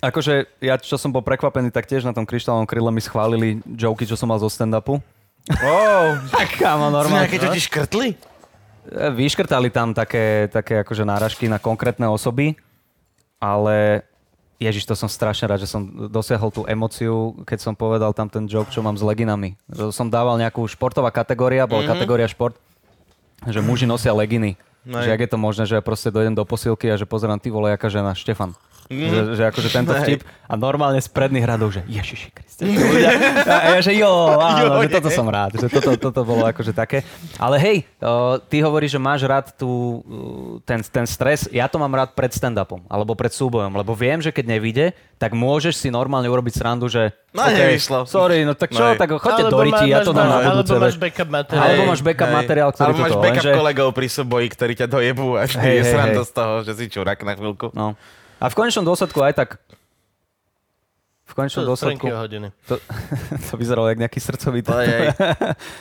[SPEAKER 3] Akože ja, čo som bol prekvapený, tak tiež na tom kryštálnom krydle mi schválili joky, čo som mal zo stand-upu.
[SPEAKER 5] Oh,
[SPEAKER 3] Tak kámo, normálne. no.
[SPEAKER 5] nejaké čo ti škrtli?
[SPEAKER 3] E, Vyškrtali tam také, také akože náražky na konkrétne osoby, ale Ježiš, to som strašne rád, že som dosiahol tú emociu, keď som povedal tam ten joke, čo mám s leginami. Že Som dával nejakú športová kategória, bola mm-hmm. kategória šport, že muži nosia leginy. No že jak je to možné, že ja proste dojdem do posilky a že pozerám, ty vole, jaká žena, Štefan.
[SPEAKER 5] Mhm.
[SPEAKER 3] Mm. Že, že akože tento vtip a normálne z predných radov, že Ježiši Kriste. čo ľudia- A ja, že jo, áno, že toto som rád, že toto, toto bolo akože také. Ale hej, o, ty hovoríš, že máš rád tú, uh, ten, ten stres, ja to mám rád pred stand-upom, alebo pred súbojom, lebo viem, že keď nevíde, tak môžeš si normálne urobiť srandu, že
[SPEAKER 5] No, nevyšlo.
[SPEAKER 3] sorry, no tak čo,
[SPEAKER 5] No,
[SPEAKER 3] tak choďte do
[SPEAKER 4] Alebo
[SPEAKER 3] riti,
[SPEAKER 4] má-
[SPEAKER 3] ja
[SPEAKER 4] máš-
[SPEAKER 3] to dám na
[SPEAKER 4] máš-
[SPEAKER 3] budúce.
[SPEAKER 4] Alebo máš
[SPEAKER 3] vieš.
[SPEAKER 4] backup materiál.
[SPEAKER 3] Alebo máš backup materiál, ktorý
[SPEAKER 5] Alebo máš
[SPEAKER 3] toto,
[SPEAKER 5] backup
[SPEAKER 3] lenže-
[SPEAKER 5] kolegov pri soboji, ktorí ťa dojebú a
[SPEAKER 3] Hej,
[SPEAKER 5] je
[SPEAKER 3] hej,
[SPEAKER 5] sranda
[SPEAKER 3] hej.
[SPEAKER 5] z toho, že si čurák na chvíľku.
[SPEAKER 3] No. A v konečnom dôsledku aj tak... V konečnom
[SPEAKER 4] To sú
[SPEAKER 3] dôsledku...
[SPEAKER 4] Frankyho hodiny.
[SPEAKER 3] To, to vyzeralo jak nejaký srdcový...
[SPEAKER 5] To
[SPEAKER 3] Uh,
[SPEAKER 5] je-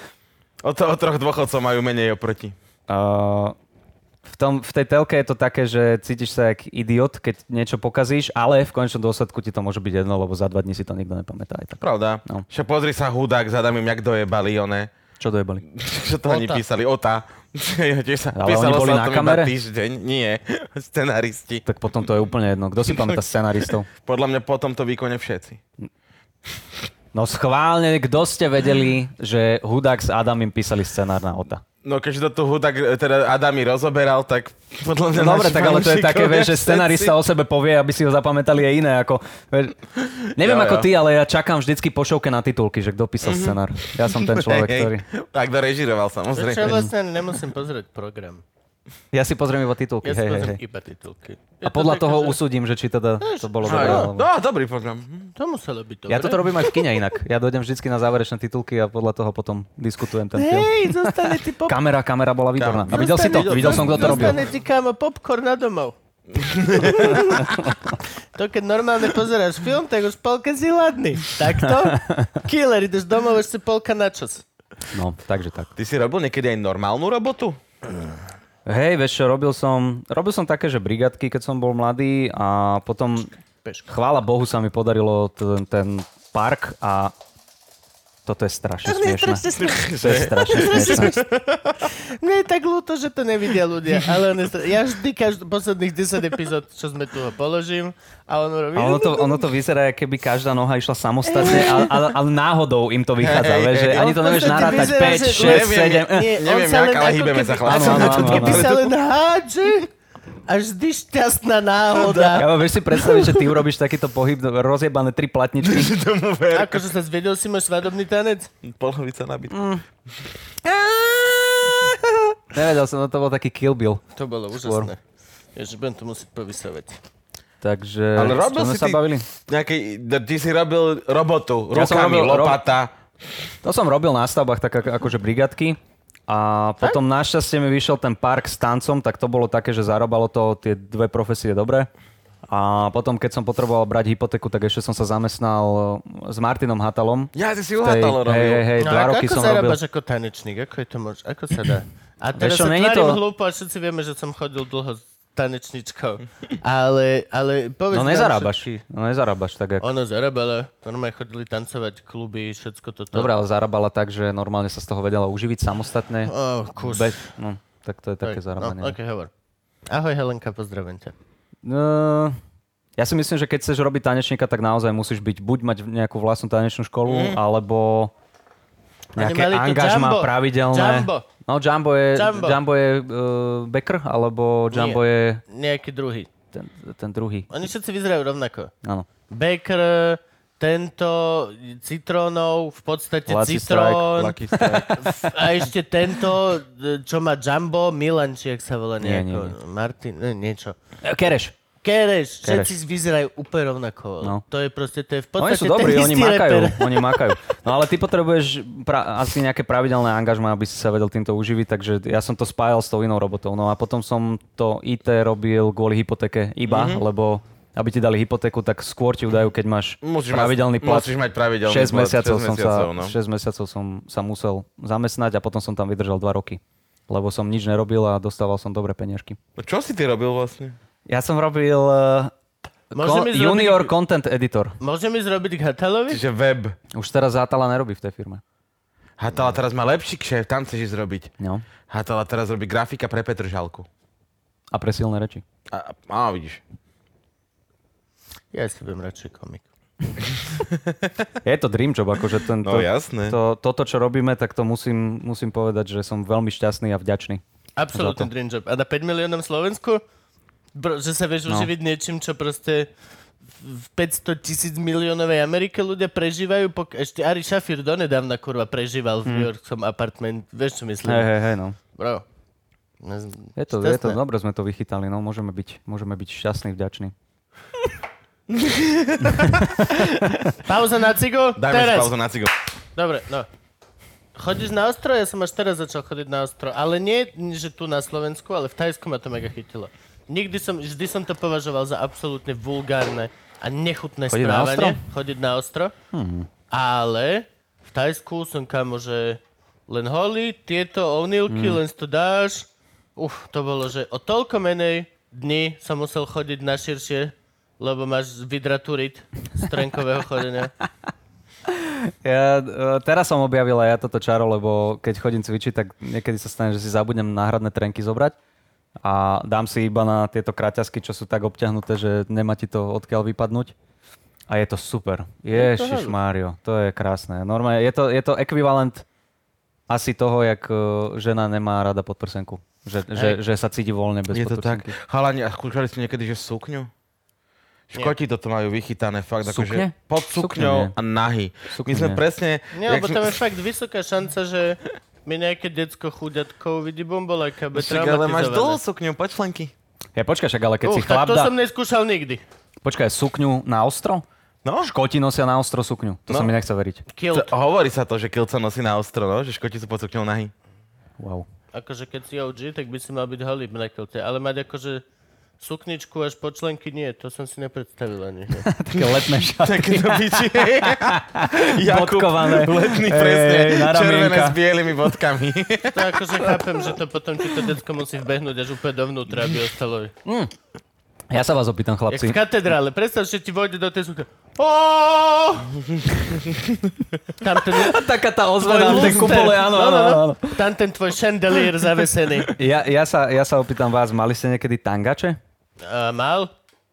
[SPEAKER 5] O, to, o troch dôchodcov majú menej oproti.
[SPEAKER 3] v, tom, v tej telke je to také, že cítiš sa jak idiot, keď niečo pokazíš, ale v konečnom dôsledku ti to môže byť jedno, lebo za dva dní si to nikto nepamätá aj tak.
[SPEAKER 5] Pravda.
[SPEAKER 3] No.
[SPEAKER 5] Však pozri sa hudák, zadám im, jak dojebali one.
[SPEAKER 3] Čo dojebali?
[SPEAKER 5] Čo to oni
[SPEAKER 4] Ota.
[SPEAKER 5] písali? Ota. Ja tiež sa,
[SPEAKER 3] Ale oni
[SPEAKER 5] písalo
[SPEAKER 3] boli
[SPEAKER 5] sa o
[SPEAKER 3] na
[SPEAKER 5] tom iba
[SPEAKER 3] kamere?
[SPEAKER 5] týždeň. Nie, scenaristi.
[SPEAKER 3] Tak potom to je úplne jedno. Kto si pamätá scenaristov?
[SPEAKER 5] Podľa mňa po tomto výkone všetci.
[SPEAKER 3] No schválne, kto ste vedeli, že Hudák s Adamim písali scenár na Ota?
[SPEAKER 5] No keďže to tu Hudák, e, teda Adami rozoberal, tak podľa mňa...
[SPEAKER 3] No dobre,
[SPEAKER 5] naši
[SPEAKER 3] tak ale to je také,
[SPEAKER 5] fanúšikovia
[SPEAKER 3] vieš, že
[SPEAKER 5] všetci-
[SPEAKER 3] scenarista o sebe povie, aby si ho zapamätali aj iné. Ako, vieš, neviem
[SPEAKER 5] Jo,
[SPEAKER 3] ako
[SPEAKER 5] jo. Mhm.
[SPEAKER 3] ty, ale ja čakám vždycky po šovke na titulky, že kto písal scenár. Ja som ten človek,
[SPEAKER 5] Hej, hej.
[SPEAKER 3] ktorý...
[SPEAKER 5] Tak to režiroval,
[SPEAKER 4] Prečo ja
[SPEAKER 5] samozrejme.
[SPEAKER 4] vlastne ani nemusím pozrieť program?
[SPEAKER 3] Ja si pozriem iba titulky.
[SPEAKER 4] Ja si
[SPEAKER 3] hej, hej,
[SPEAKER 4] pozriem
[SPEAKER 3] hej.
[SPEAKER 4] iba titulky. Je
[SPEAKER 3] A podľa
[SPEAKER 4] také,
[SPEAKER 3] toho
[SPEAKER 4] že
[SPEAKER 3] usúdim, že či teda to bolo dobré. alebo-
[SPEAKER 5] No, no, dobrý program.
[SPEAKER 4] To muselo byť dobre.
[SPEAKER 3] Ja toto robím aj v kine inak. Ja dojdem vždycky na záverečné titulky a podľa toho potom diskutujem ten film.
[SPEAKER 4] Hej, zostane ti pop...
[SPEAKER 3] Kamera, kamera bola výborná. A videl si to?
[SPEAKER 4] Zostane-
[SPEAKER 3] Videl som, kto to robil.
[SPEAKER 4] Zostane ti kámo popcorn na domov. to keď normálne pozeráš film, tak už polka si hladný. Takto? Killer, ideš domov, už si polka na čas.
[SPEAKER 3] No, takže tak.
[SPEAKER 5] Ty si robil niekedy aj normálnu robotu?
[SPEAKER 3] Hej, vieš čo, robil som, robil som také, že brigadky, keď som bol mladý a potom,
[SPEAKER 4] Peško.
[SPEAKER 3] chvála Bohu, sa mi podarilo ten, ten park a toto je strašne smiešne. To je strašne smiešne.
[SPEAKER 4] Mne je tak ľúto, že to nevidia ľudia, ale on je stra... ja vždy každý, posledných 10 epizód, čo sme tu ho položím a on robí...
[SPEAKER 3] A ono to, ono to vyzerá, ako keby každá noha išla samostatne, ale, ale, ale náhodou im to vychádza,
[SPEAKER 5] Hej,
[SPEAKER 3] vieš, že
[SPEAKER 5] hej.
[SPEAKER 3] ani to
[SPEAKER 4] On v
[SPEAKER 3] nevieš
[SPEAKER 4] podstate
[SPEAKER 3] narátať
[SPEAKER 4] vyzerá, že-
[SPEAKER 3] 5, 6, 7.
[SPEAKER 5] Nie, neviem
[SPEAKER 4] on sa
[SPEAKER 5] jak,
[SPEAKER 4] len
[SPEAKER 5] ale
[SPEAKER 4] ako
[SPEAKER 5] hýbeme
[SPEAKER 4] keby-
[SPEAKER 5] sa, chlapci.
[SPEAKER 3] Áno, áno, áno,
[SPEAKER 4] Keby
[SPEAKER 3] áno.
[SPEAKER 4] sa len hádže a vždy šťastná
[SPEAKER 3] Ja
[SPEAKER 4] náhoda.
[SPEAKER 3] vám vieš si predstaviť, že ty urobíš takýto pohyb, no, rozjebané tri platničky.
[SPEAKER 5] Tomu ver.
[SPEAKER 4] Akože sa zvedel si môj svadobný tanec?
[SPEAKER 5] Polovica nabytku.
[SPEAKER 3] Nevedel som, no to bol taký Kill Bill.
[SPEAKER 4] To bolo úžasné. Ježiš, budem to musieť povysovať.
[SPEAKER 3] Takže,
[SPEAKER 5] Ale robil
[SPEAKER 3] čo sme
[SPEAKER 5] si
[SPEAKER 3] sa
[SPEAKER 5] ty-
[SPEAKER 3] bavili?
[SPEAKER 5] Nejaký, ty si robil robotu,
[SPEAKER 3] Ja som
[SPEAKER 5] rukami,
[SPEAKER 3] robil rob-
[SPEAKER 5] lopata.
[SPEAKER 3] To som robil na stavbách tak ako- akože brigadky. A potom našťastie mi vyšiel ten park s tancom, tak to bolo také, že zarobalo to tie dve profesie dobre. A potom, keď som potreboval brať hypotéku, tak ešte som sa zamestnal e, s Martinom Hatalom.
[SPEAKER 5] Ja, ty si
[SPEAKER 3] V tej-
[SPEAKER 5] uhatalo
[SPEAKER 3] hej, hej,
[SPEAKER 5] robil.
[SPEAKER 3] hej, dva
[SPEAKER 4] ako, No
[SPEAKER 3] roky
[SPEAKER 4] ako
[SPEAKER 3] som robil.
[SPEAKER 4] zarábaš ako tanečník? Ako je to mož... Ako sa dá? A teraz
[SPEAKER 3] čo,
[SPEAKER 4] sa
[SPEAKER 3] není
[SPEAKER 4] tvarím
[SPEAKER 3] to-
[SPEAKER 4] hlúpo a všetci vieme, že som chodil dlho s tanečničkou. Ale, ale povedz nám,
[SPEAKER 3] No
[SPEAKER 4] že-
[SPEAKER 3] nezarábaš, no nezarábaš tak ako...
[SPEAKER 4] Ona zarábala, normálne chodili tancovať kluby, všetko toto.
[SPEAKER 3] Dobre, ale zarábala tak, že normálne sa z toho vedela uživiť samostatne.
[SPEAKER 4] Oh, kus.
[SPEAKER 3] Bez, no, tak to je také
[SPEAKER 4] Hej,
[SPEAKER 3] zarábanie.
[SPEAKER 4] No, okay, hovor. Ahoj Helenka, pozdravím ťa.
[SPEAKER 3] No, ja si myslím, že keď chceš robiť tanečníka, tak naozaj musíš byť buď mať nejakú vlastnú tanečnú školu, alebo
[SPEAKER 4] Mm. Oni
[SPEAKER 3] nejaké
[SPEAKER 4] mali tu
[SPEAKER 3] angažma
[SPEAKER 4] Jumbo.
[SPEAKER 3] pravidelné.
[SPEAKER 4] Jumbo.
[SPEAKER 3] No, Jumbo je,
[SPEAKER 4] Jumbo.
[SPEAKER 3] Jumbo. Jumbo je uh, Becker, alebo Jumbo je
[SPEAKER 4] Nejaký druhý.
[SPEAKER 3] ten, ten druhý.
[SPEAKER 4] Oni všetci vyzerajú rovnako.
[SPEAKER 3] Áno.
[SPEAKER 4] Baker, tento, citrónov, v podstate
[SPEAKER 3] Lucky
[SPEAKER 4] citrón.
[SPEAKER 5] Lucky Strike.
[SPEAKER 4] F- A ešte tento, e, čo má Jumbo, Milan, či jak sa volá
[SPEAKER 3] Nie,
[SPEAKER 4] nejako.
[SPEAKER 3] nie,
[SPEAKER 4] Martin, ne, niečo.
[SPEAKER 3] E, Kereš.
[SPEAKER 4] Kereš,
[SPEAKER 3] Kereš.
[SPEAKER 4] všetci vyzerajú úplne rovnako.
[SPEAKER 3] No.
[SPEAKER 4] To je proste, to je v
[SPEAKER 3] Oni
[SPEAKER 4] podstate
[SPEAKER 3] sú dobrí,
[SPEAKER 4] ten
[SPEAKER 3] oni
[SPEAKER 4] istý
[SPEAKER 3] makajú,
[SPEAKER 4] reper.
[SPEAKER 3] oni makajú. No ale ty potrebuješ pra- asi nejaké pravidelné angažma, aby si sa vedel týmto uživiť, takže ja som to spájal s tou inou robotou. No a potom som to IT robil kvôli hypotéke iba, mm-hmm. lebo aby ti dali hypotéku, tak skôr ti ju dajú, keď máš
[SPEAKER 5] Musíš mať-
[SPEAKER 3] pravidelný plat.
[SPEAKER 5] musíš mať pravidelný
[SPEAKER 3] 6
[SPEAKER 5] plat,
[SPEAKER 3] mesiacov,
[SPEAKER 5] šesť
[SPEAKER 3] som
[SPEAKER 5] mesiacov,
[SPEAKER 3] sa,
[SPEAKER 5] no.
[SPEAKER 3] 6 mesiacov som sa musel zamestnať a potom som tam vydržal 2 roky. Lebo som nič nerobil a dostával som dobré peniažky.
[SPEAKER 5] Čo si ty robil vlastne?
[SPEAKER 3] Ja som robil eh,
[SPEAKER 4] Môže
[SPEAKER 3] kon-
[SPEAKER 4] mi zrobiť-
[SPEAKER 3] junior content editor.
[SPEAKER 4] Môžem ísť robiť k Hatalovi?
[SPEAKER 5] Čiže web.
[SPEAKER 3] Už teraz Zátala nerobí v tej firme.
[SPEAKER 5] Hatala teraz má lepší kšef, tam chceš ísť robiť.
[SPEAKER 3] No.
[SPEAKER 5] Hatala teraz robí grafika pre Petržalku.
[SPEAKER 3] A pre silné reči.
[SPEAKER 5] A, a, a vidíš.
[SPEAKER 4] Ja si budem radšej komik.
[SPEAKER 3] Je to dream job, akože ten, to,
[SPEAKER 5] No jasné.
[SPEAKER 3] to, toto, čo robíme, tak to musím, musím povedať, že som veľmi šťastný a vďačný.
[SPEAKER 4] Absolutný dream job. A na 5 miliónom Slovensku? Bro, že sa vieš
[SPEAKER 3] No.
[SPEAKER 4] uživiť niečím, čo proste v 500 tisíc miliónovej Amerike ľudia prežívajú, pok- ešte Ari Šafir donedávna kurva prežíval v New Yorkskom apartment, vieš čo myslím?
[SPEAKER 3] Hm. Hej, hej, hej, no.
[SPEAKER 4] Bro. No, z-
[SPEAKER 3] Je to, je to,
[SPEAKER 4] šťastné.
[SPEAKER 3] dobre sme to vychytali, no, môžeme byť, môžeme byť šťastný, vďačný.
[SPEAKER 4] Pauza na cigu?
[SPEAKER 5] Dajme si
[SPEAKER 4] teraz.
[SPEAKER 5] pauzu na cigo.
[SPEAKER 4] Dobre, no. Chodíš na ostro? Ja som až teraz začal chodiť na ostro. Ale nie, že tu na Slovensku, ale v Tajsku ma to mega chytilo. Nikdy som, vždy som to považoval za absolútne vulgárne a nechutné
[SPEAKER 3] Chodiť na
[SPEAKER 4] správanie. chodiť na ostro? Hmm. Ale v Tajsku som kamo, že len holi, tieto ovnilky, len si to dáš. Uf, to bolo, že o toľko menej dní som musel chodiť na širšie, lebo máš vydratúriť z trenkového chodenia.
[SPEAKER 3] Ja, e, teraz som objavil aj ja toto čaro, lebo keď chodím cvičiť, tak niekedy sa stane, že si zabudnem náhradné trenky zobrať a dám si iba na tieto kraťasky, čo sú tak obťahnuté, že nemá ti to odkiaľ vypadnúť. A je to super. Ježiš Mário, to je krásne. Normálne, je to, je to ekvivalent asi toho, jak eh, žena nemá rada podprsenku. Že, že, že sa cíti voľne bez
[SPEAKER 5] Je to tak.
[SPEAKER 3] podprsenky.
[SPEAKER 5] Halani, a skúšali ste niekedy, že sukňu? Škoti toto majú vychytané fakt,
[SPEAKER 3] Sukne?
[SPEAKER 5] akože pod
[SPEAKER 3] Sukne nie.
[SPEAKER 5] sukňou a nahy.
[SPEAKER 3] Sukne
[SPEAKER 5] My sme
[SPEAKER 3] nie.
[SPEAKER 5] presne...
[SPEAKER 4] Nie,
[SPEAKER 5] jak
[SPEAKER 4] lebo
[SPEAKER 5] sme-
[SPEAKER 4] tam je fakt vysoká šanca, že mi nejaké decko chuďatko uvidí bombolajka, bude
[SPEAKER 5] Však, ale máš dlhú
[SPEAKER 4] traumatizované.
[SPEAKER 5] sukňu, poď členky.
[SPEAKER 3] Ja počkaj, však ale keď
[SPEAKER 4] Uch,
[SPEAKER 3] si
[SPEAKER 4] tak
[SPEAKER 3] chlap
[SPEAKER 4] to
[SPEAKER 3] dá...
[SPEAKER 4] som neskúšal nikdy.
[SPEAKER 3] Počkaj, sukňu na ostro?
[SPEAKER 5] No,
[SPEAKER 3] Škoti nosia na ostro sukňu. To sa
[SPEAKER 5] No.
[SPEAKER 3] mi nechce veriť.
[SPEAKER 5] to,
[SPEAKER 4] Kilt.
[SPEAKER 5] hovorí sa to, že kilca nosí na ostro, no? že Škoti sú pod sukňou nahy.
[SPEAKER 3] Wow.
[SPEAKER 4] Akože keď si OG, tak by si mal byť holý na kilte, ale mať akože sukničku až po členky nie, to som si nepredstavil ani.
[SPEAKER 3] Také letné šaty.
[SPEAKER 5] Takéto biči. Jakub,
[SPEAKER 3] Bodkované.
[SPEAKER 5] letný,
[SPEAKER 3] Ej,
[SPEAKER 5] presne.
[SPEAKER 3] na
[SPEAKER 5] červené
[SPEAKER 3] ramienka.
[SPEAKER 5] s bielými bodkami.
[SPEAKER 4] To akože chápem, že to potom ti to decko musí vbehnúť až úplne dovnútra, aby ostalo.
[SPEAKER 3] Ja sa vás opýtam,
[SPEAKER 4] Jak v
[SPEAKER 3] chlapci.
[SPEAKER 4] katedrále, predstav, že ti vojde do tej sukne. Tam ten,
[SPEAKER 3] Taká tá
[SPEAKER 4] tvoj
[SPEAKER 3] ozvena v tej
[SPEAKER 4] luster.
[SPEAKER 3] kupole, áno,
[SPEAKER 4] No, no,
[SPEAKER 3] áno,
[SPEAKER 4] no.
[SPEAKER 3] áno.
[SPEAKER 4] tam ten tvoj šendelír zavesený.
[SPEAKER 3] Ja, ja, sa, ja sa opýtam vás, mali ste niekedy tangače?
[SPEAKER 4] A mal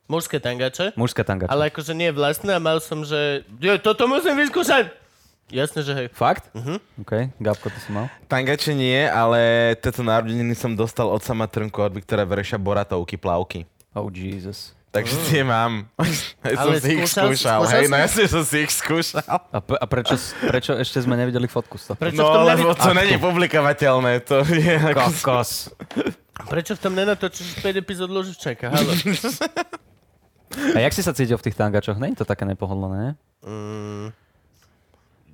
[SPEAKER 4] mužské tangače,
[SPEAKER 3] Mužské tangače.
[SPEAKER 4] ale akože nie vlastné a mal som, že jo, toto musím vyskúšať. Jasne, že hej.
[SPEAKER 3] Fakt? Mhm. OK, Gabko, ty si mal.
[SPEAKER 5] Tangače nie, ale tieto narodeniny som dostal od sama Trnku od Viktora Vereša Boratovky, plavky.
[SPEAKER 3] Oh, Jesus.
[SPEAKER 5] Takže tie mám. Aj som
[SPEAKER 4] Ale
[SPEAKER 5] si ich
[SPEAKER 4] skúšal-
[SPEAKER 5] skúšal.
[SPEAKER 4] skúšal
[SPEAKER 5] Hej,
[SPEAKER 4] si?
[SPEAKER 5] no jasne som si ich skúšal.
[SPEAKER 3] A, pre, a prečo, prečo ešte sme nevideli fotku z toho?
[SPEAKER 4] Prečo, v tom
[SPEAKER 5] No,
[SPEAKER 4] nevi-
[SPEAKER 5] lebo to není publikovateľné, to je ako...
[SPEAKER 3] Kokos.
[SPEAKER 4] Prečo v tom nenatočíš 5 epizód Loživčaka? Halo.
[SPEAKER 3] A jak si sa cítil v tých tangačoch? Není to také nepohodlné, ne?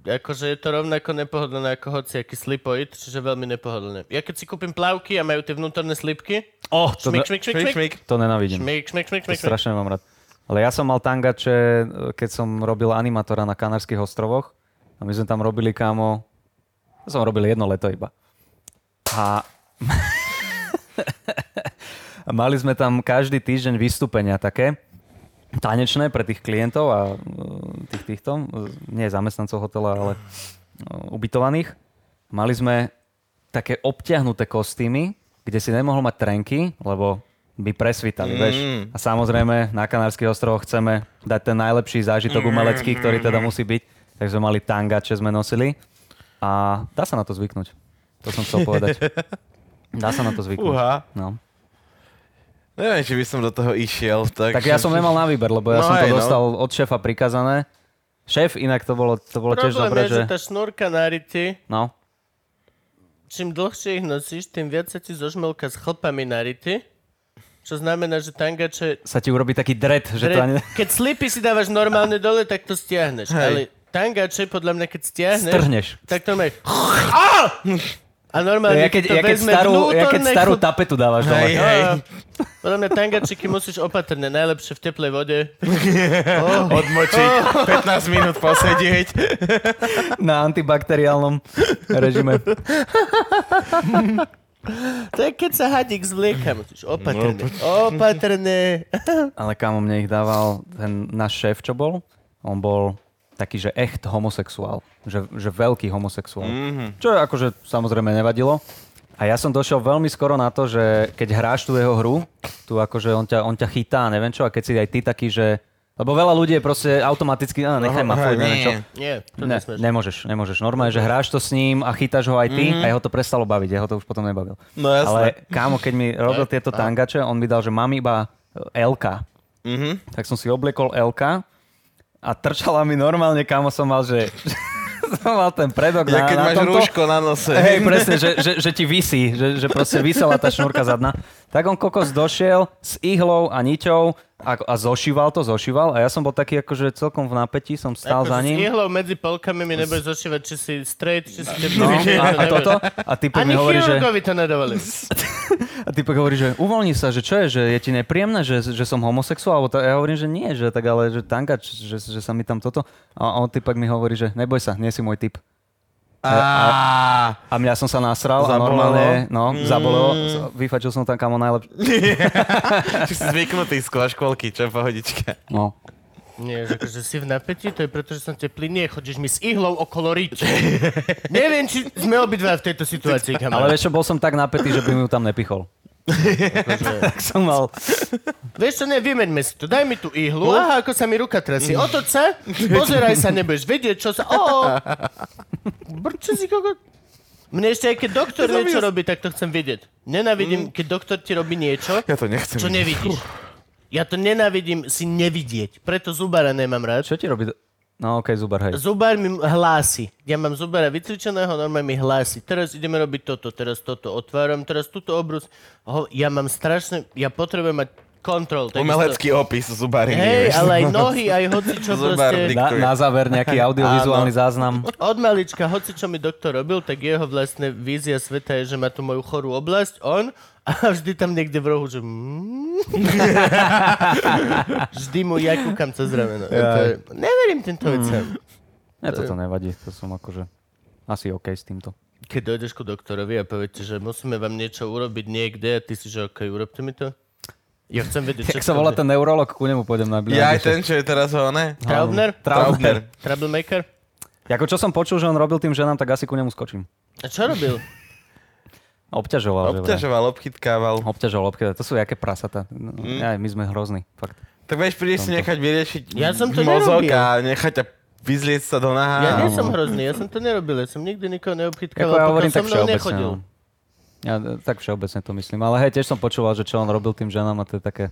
[SPEAKER 4] akože je to rovnako nepohodlné ako hociaký slipoid, čiže veľmi nepohodlné. Ja keď si kúpim plavky a majú tie vnútorné slipky,
[SPEAKER 3] Oh, to,
[SPEAKER 4] šmik,
[SPEAKER 3] ne-
[SPEAKER 4] šmik, šmik, šmik, šmik,
[SPEAKER 3] to nenávidím.
[SPEAKER 4] šmik, šmik, šmik,
[SPEAKER 3] To
[SPEAKER 4] šmik, šmik.
[SPEAKER 3] strašne mám rád. Ale ja som mal tangače, keď som robil animátora na Kanárskych ostrovoch a my sme tam robili, kámo, to som robil jedno leto iba. A a mali sme tam každý týždeň vystúpenia také, tanečné pre tých klientov a uh, tých týchto, uh, nie zamestnancov hotela, ale uh, ubytovaných. Mali sme také obťahnuté kostýmy, kde si nemohol mať trenky, lebo by presvítali, vieš. A samozrejme, na Kanárskych ostrovoch chceme dať ten najlepší zážitok umelecký, ktorý teda musí byť. Takže sme mali tangače, sme nosili. A dá sa na to zvyknúť. To som chcel povedať. Dá sa na to zvyknúť.
[SPEAKER 5] Uha.
[SPEAKER 3] No.
[SPEAKER 5] Neviem, či by som do toho išiel. Tak,
[SPEAKER 3] Tak ja som nemal na výber, lebo ja
[SPEAKER 5] No
[SPEAKER 3] som to
[SPEAKER 5] hej, no.
[SPEAKER 3] dostal od šéfa prikazané. Šéf, inak to bolo, to bolo tiež
[SPEAKER 4] Problém
[SPEAKER 3] dobré,
[SPEAKER 4] je,
[SPEAKER 3] že...
[SPEAKER 4] že tá šnúrka na ryti,
[SPEAKER 3] No,
[SPEAKER 4] čím dlhšie ich nosíš, tým viac sa ti zožmelka s chlpami na ryti, čo znamená, že tangače...
[SPEAKER 3] sa ti urobí taký dread, že to ani...
[SPEAKER 4] Keď slipy si dávaš normálne dole, tak to stiahneš. Ale tangače, podľa mňa, keď stiahneš,
[SPEAKER 3] Strhneš.
[SPEAKER 4] tak to máš... A normálne
[SPEAKER 3] Ja keď,
[SPEAKER 4] to
[SPEAKER 3] ja keď,
[SPEAKER 4] vezme
[SPEAKER 3] starú, ja keď
[SPEAKER 4] vnútorné
[SPEAKER 3] starú
[SPEAKER 4] chlpy.
[SPEAKER 3] tapetu dávaš dole.
[SPEAKER 5] Hej, hej.
[SPEAKER 4] Podľa mňa tangačiky musíš opatrne, najlepšie v teplej vode.
[SPEAKER 5] Odmočiť, 15 minút posedieť.
[SPEAKER 3] Na antibakteriálnom režime.
[SPEAKER 4] To je keď sa hadík zvlieka, musíš opatrne, opatrne.
[SPEAKER 3] Ale kámo, mne ich dával ten náš šéf, čo bol. On bol taký, že echt homosexuál. Že, že veľký homosexuál. Mm-hmm. Čo akože samozrejme nevadilo. A ja som došiel veľmi skoro na to, že keď hráš tú jeho hru, tu akože on ťa, on ťa chytá a neviem čo, a keď si aj ty taký, že... Lebo veľa ľudí je proste automaticky, a nechaj ma,
[SPEAKER 5] Aha,
[SPEAKER 3] fuj, neviem
[SPEAKER 5] No, nie.
[SPEAKER 3] čo.
[SPEAKER 4] Nie, to
[SPEAKER 3] Ne,
[SPEAKER 4] nesmieš.
[SPEAKER 3] nemôžeš, nemôžeš. Normálne, že hráš to s ním a chytáš ho aj ty mm-hmm. a jeho to prestalo baviť, jeho to už potom nebavil.
[SPEAKER 5] Mhm. No jasné.
[SPEAKER 3] Ale kámo, keď mi robil tieto tangače, on mi dal, že mám iba LK.
[SPEAKER 5] Mhm.
[SPEAKER 3] Mm-hmm. Tak som si obliekol LK a trčala mi normálne, kámo som mal, že som mal ten predok na,
[SPEAKER 5] Ja keď
[SPEAKER 3] na
[SPEAKER 5] máš
[SPEAKER 3] tomto.
[SPEAKER 5] rúško na nose.
[SPEAKER 3] Hej, presne, že, že, že ti vysí, že, že proste vysela tá šnúrka zadná. Tak on kokos došiel s ihlou a niťou a, a zošíval to, zošíval a ja som bol taký akože celkom v napätí, som stál za
[SPEAKER 4] Akože
[SPEAKER 3] ním.
[SPEAKER 4] S ihlou medzi polkami mi nebudeš zošívať, či si straight, či si teplý. to
[SPEAKER 3] No, a, a
[SPEAKER 4] nebudeš.
[SPEAKER 3] toto? A typek
[SPEAKER 4] Ani
[SPEAKER 3] mi hovorí, že,
[SPEAKER 4] chirurgovi to nedovolí.
[SPEAKER 3] a typek hovorí, že uvoľni sa, že čo je, že je ti nepríjemné, že, že som homosexuál? Alebo to, ja hovorím, že nie, že tak ale, že tanka, že, že sa mi tam toto. A on typek mi hovorí, že neboj sa, nie si môj typ.
[SPEAKER 5] Á,
[SPEAKER 3] A mňa som sa nasral a
[SPEAKER 5] Zabolelo?
[SPEAKER 3] normálne, no, zabolelo. Vyfačil som tam kamo najlepšie.
[SPEAKER 5] či si zvyknutý z škôlky, čo pohodička.
[SPEAKER 3] No.
[SPEAKER 4] Nie, že akože si v napätí, to je preto, že som teplý. Nie, chodíš mi s ihlou okolo ríč. Neviem, či sme obidva v tejto situácii, kamarát.
[SPEAKER 3] Ale vieš čo, bol som tak napätý, že by mi ju tam nepichol. Akože, tak som mal...
[SPEAKER 4] Vieš čo, ne, vymeňme si to. Daj mi tú ihlu. Aha, ako sa mi ruka trasí. Otoč sa, pozeraj sa, nebudeš vedieť, čo sa... O, brče si koko... Mne ešte aj keď doktor niečo robí, tak to chcem vidieť. Nenavidím, keď doktor ti robí niečo,
[SPEAKER 5] Mm. Ja to nechcem.
[SPEAKER 4] čo nevidíš. Ja to nenavidím si nevidieť. Preto zubára nemám rád.
[SPEAKER 3] Čo ti robí? do- No okej, zubar, hej.
[SPEAKER 4] Zubár mi hlási. Ja mám zubára vycvičeného, normálne mi hlási. Teraz ideme robiť toto, teraz toto. Otváram teraz túto obrus. Ho, ja mám strašne... Ja potrebujem mať kontrol. takisto-
[SPEAKER 5] Umelecký opis zubári.
[SPEAKER 4] Hej, ale aj nohy, aj hocičo
[SPEAKER 5] Zubár
[SPEAKER 4] proste.
[SPEAKER 5] dik-
[SPEAKER 3] Na, na záver nejaký audiovizuálny záznam.
[SPEAKER 4] Od malička, hocičo mi doktor robil, tak jeho vlastne vízia sveta je, že má tu moju chorú oblasť, on a vždy tam niekde v rohu, že mm. vždy mu ja kúkam cez rameno. To je- Neverím týmto veciam.
[SPEAKER 3] Ne, toto nevadí, to som akože... Asi okej s týmto.
[SPEAKER 4] Keď dojdeš ku doktorovi a poviete, že musíme vám niečo urobiť niekde a ty si, že okej, urobte mi to. Ja chcem vedieť,
[SPEAKER 3] Jak sa volá ten neurolog, ku nemu pôjdem na
[SPEAKER 5] Ja aj ten, čo je teraz ho, ne?
[SPEAKER 4] Traubner?
[SPEAKER 5] Traubner.
[SPEAKER 4] Troublemaker?
[SPEAKER 3] Ako čo som počul, že on robil tým ženám, tak asi ku nemu skočím.
[SPEAKER 4] A čo robil?
[SPEAKER 3] Obťažoval. že vraj.
[SPEAKER 5] Obťažoval, obchytkával.
[SPEAKER 3] Obťažoval, obťažoval. To sú jaké prasata. No,
[SPEAKER 5] Mm.
[SPEAKER 3] Aj my sme hrozní, fakt.
[SPEAKER 5] Tak vieš, prídeš si nechať vyriešiť
[SPEAKER 4] Ja som to
[SPEAKER 5] mozog
[SPEAKER 4] nerobil.
[SPEAKER 5] a nechať ťa vyzliecť sa do nahá.
[SPEAKER 4] Ja nie som hrozný, ja som to nerobil, ja som nikdy nikoho
[SPEAKER 3] Ako
[SPEAKER 4] neobchytkával,
[SPEAKER 3] ja
[SPEAKER 4] pokiaľ
[SPEAKER 3] hovorím
[SPEAKER 4] so
[SPEAKER 3] tak
[SPEAKER 4] mnou
[SPEAKER 3] všeobecne.
[SPEAKER 4] nechodil.
[SPEAKER 3] No. Ja e, tak všeobecne to myslím. Ale hej, tiež som počúval, že čo on robil tým ženám a to je také...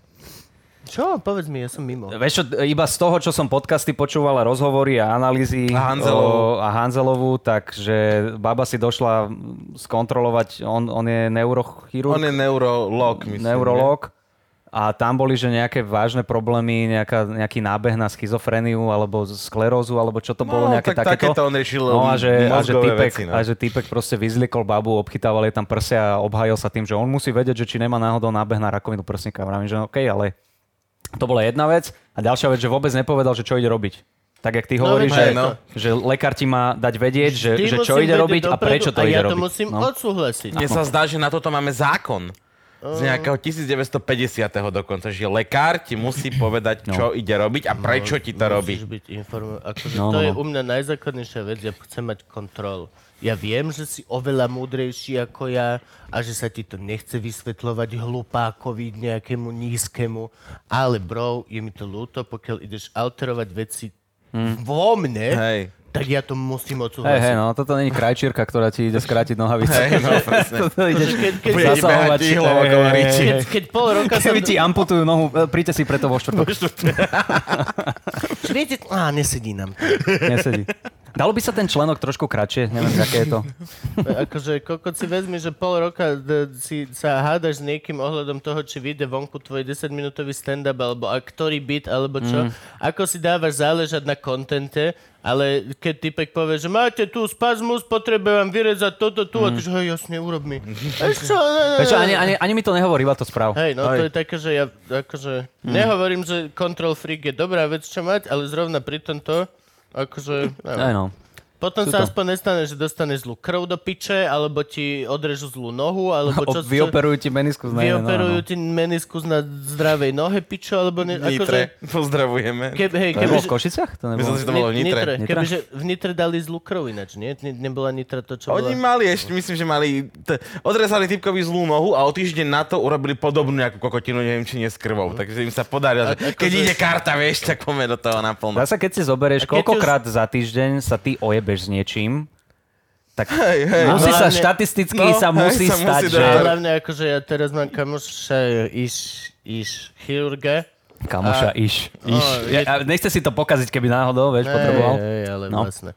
[SPEAKER 4] Čo? Povedz mi, ja som mimo.
[SPEAKER 3] Vieš čo, iba z toho, čo som podcasty počúval a rozhovory a analýzy
[SPEAKER 5] A Hanzelovú.
[SPEAKER 3] o- a Hanzelovú takže baba si došla skontrolovať, on, on je neurochirurg,
[SPEAKER 5] On je neurolog, myslím.
[SPEAKER 3] neurológ a tam boli, že nejaké vážne problémy, nejaká, nejaký nábeh na schizofréniu alebo sklerózu, alebo čo to
[SPEAKER 5] No,
[SPEAKER 3] bolo, nejaké
[SPEAKER 5] tak
[SPEAKER 3] takéto.
[SPEAKER 5] takéto on riešil
[SPEAKER 3] no a že, a že
[SPEAKER 5] mozgové
[SPEAKER 3] typek,
[SPEAKER 5] veci, no.
[SPEAKER 3] a že typek proste vyzlikol babu, obchytával jej tam prsia a obhájil sa tým, že on musí vedieť, že či nemá náhodou nábeh na rakovinu prsníka. Vravím, že OK, ale to bola jedna vec. A ďalšia vec, že vôbec nepovedal, že čo ide robiť. Tak jak ty
[SPEAKER 4] No,
[SPEAKER 3] hovoríš,
[SPEAKER 4] veď
[SPEAKER 3] že,
[SPEAKER 5] aj no.
[SPEAKER 3] že lekár ti má dať vedieť, že,
[SPEAKER 4] Ty
[SPEAKER 3] že čo
[SPEAKER 4] musím
[SPEAKER 3] ide
[SPEAKER 4] vedieť
[SPEAKER 3] robiť a
[SPEAKER 4] dopredu
[SPEAKER 3] prečo
[SPEAKER 4] a
[SPEAKER 3] to ide
[SPEAKER 4] ja to
[SPEAKER 3] robiť. No.
[SPEAKER 4] musím odsúhlasiť.
[SPEAKER 5] Mne sa zdá, že na toto máme zákon. Z nejakého 1950. dokonca, že lekár ti musí povedať,
[SPEAKER 4] No.
[SPEAKER 5] čo ide robiť a prečo ti to robí.
[SPEAKER 4] Musíš byť informovaný. Akože
[SPEAKER 3] No,
[SPEAKER 4] to
[SPEAKER 3] no,
[SPEAKER 4] je
[SPEAKER 3] no.
[SPEAKER 4] u mňa najzákladnejšia vec, ja chcem mať kontrolu. Ja viem, že si oveľa múdrejší ako ja a že sa ti to nechce vysvetľovať hlupákovi, nejakému nízkemu, ale bro, je mi to ľúto, pokiaľ ideš alterovať veci
[SPEAKER 3] Hm.
[SPEAKER 4] vo mne,
[SPEAKER 5] Hej.
[SPEAKER 4] tak ja to musím
[SPEAKER 3] Hej, hej,
[SPEAKER 4] odsúhlasiť.
[SPEAKER 3] no, toto není krajčírka, ktorá ti ide skrátiť nohavice.
[SPEAKER 5] Hej, no, presne.
[SPEAKER 3] toto ideš
[SPEAKER 4] Keď, keď,
[SPEAKER 5] Bude ti behať
[SPEAKER 3] zasahovať.
[SPEAKER 5] ihlou okolo
[SPEAKER 3] Hej,
[SPEAKER 5] riči.
[SPEAKER 4] keď, keď pol roka som...
[SPEAKER 3] Keby ti amputujú nohu, e, príďte si preto vo štvrtok.
[SPEAKER 4] Viete, á, nesedí nám to.
[SPEAKER 3] Nesedí. Dalo by sa ten členok trošku kratšie? Neviem, aké je to.
[SPEAKER 4] Akože, koľko si vezmi, že pol roka d- si sa hádaš s niekým ohľadom toho, či vyjde vonku tvoj 10-minútový stand-up, alebo a ktorý byt, alebo čo. Ako si dávaš záležať na kontente, ale keď typek povie, že máte tu spazmus, potrebujem vám vyrezať toto tu, a ty že hej, jasne, urob mi. Mm. Vieš čo, ne, ne,
[SPEAKER 3] Prečo,
[SPEAKER 4] ne.
[SPEAKER 3] ani, ani, ani mi to nehovorí, iba to správ.
[SPEAKER 4] Hej, no to je také, že ja akože, nehovorím, že control freak je dobrá vec, čo mať, ale zrovna pri tomto, akože, neviem.
[SPEAKER 3] Hej, no.
[SPEAKER 4] Potom
[SPEAKER 3] Sú
[SPEAKER 4] sa
[SPEAKER 3] to.
[SPEAKER 4] aspoň nestane, že dostaneš zlú krv do piče, alebo ti odrežú zlú nohu, alebo
[SPEAKER 3] O,
[SPEAKER 4] čo...
[SPEAKER 3] Vyoperujú ti meniskus. ne, ne, no,
[SPEAKER 4] vyoperujú
[SPEAKER 3] no.
[SPEAKER 4] ti meniskus na zdravej nohe, pičo, alebo... Ne, akože
[SPEAKER 5] Nitre, pozdravujeme.
[SPEAKER 4] keb, hej,
[SPEAKER 3] To nebolo
[SPEAKER 4] kebyže,
[SPEAKER 3] v Košiciach? To nebolo.
[SPEAKER 5] Myslím, že to bolo v
[SPEAKER 4] Ni-
[SPEAKER 5] Nitre.
[SPEAKER 3] Nitra?
[SPEAKER 4] Kebyže v Nitre dali zlú krv ináč, nie? Ne, nebola Nitra to, čo
[SPEAKER 5] Oni
[SPEAKER 4] bola...
[SPEAKER 5] mali ešte, myslím, že mali, t- odrezali typkovi zlú nohu a o týždeň na to urobili podobnú nejakú kokotinu, neviem či nie s krvou. Takže im sa podarilo, že
[SPEAKER 4] A-
[SPEAKER 5] keď
[SPEAKER 4] akože-
[SPEAKER 5] ide karta, vieš, tak poďme do toho naplno.
[SPEAKER 3] Zase keď si zoberieš,
[SPEAKER 4] A keď
[SPEAKER 3] koľkokrát za týždeň sa ty ojebeš s niečím, tak
[SPEAKER 5] Hej, hej.
[SPEAKER 3] musí sa
[SPEAKER 4] hlavne-
[SPEAKER 3] štatisticky
[SPEAKER 5] no,
[SPEAKER 3] sa
[SPEAKER 5] hej,
[SPEAKER 3] musí
[SPEAKER 5] sa musí
[SPEAKER 3] stať,
[SPEAKER 5] dať.
[SPEAKER 3] že...
[SPEAKER 4] A hlavne akože ja teraz mám kamoša iš, iš chirurga.
[SPEAKER 3] Kamoša, iš. iš.
[SPEAKER 4] Ó,
[SPEAKER 3] Ja, a nechce si to pokaziť, keby náhodou, vieš, potreboval.
[SPEAKER 4] Hej, hej, ale
[SPEAKER 3] No.
[SPEAKER 4] no. vlastne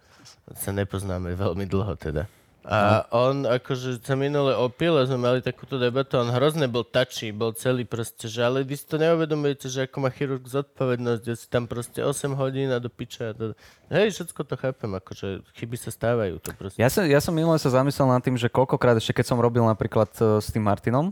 [SPEAKER 4] sa nepoznáme veľmi dlho teda. A
[SPEAKER 3] No.
[SPEAKER 4] on akože sa minule opil a sme mali takúto debatu, on hrozne bol tačí, bol celý proste, že ale vy si to neuvedomujete, že ako má chirurg zodpovednosť, ja si tam proste 8 hodín a do piča. a to- Hej, všetko to chápem, akože chyby sa stávajú, to proste.
[SPEAKER 3] Ja som, ja som minule sa zamyslel nad tým, že koľkokrát ešte keď som robil napríklad e, s tým Martinom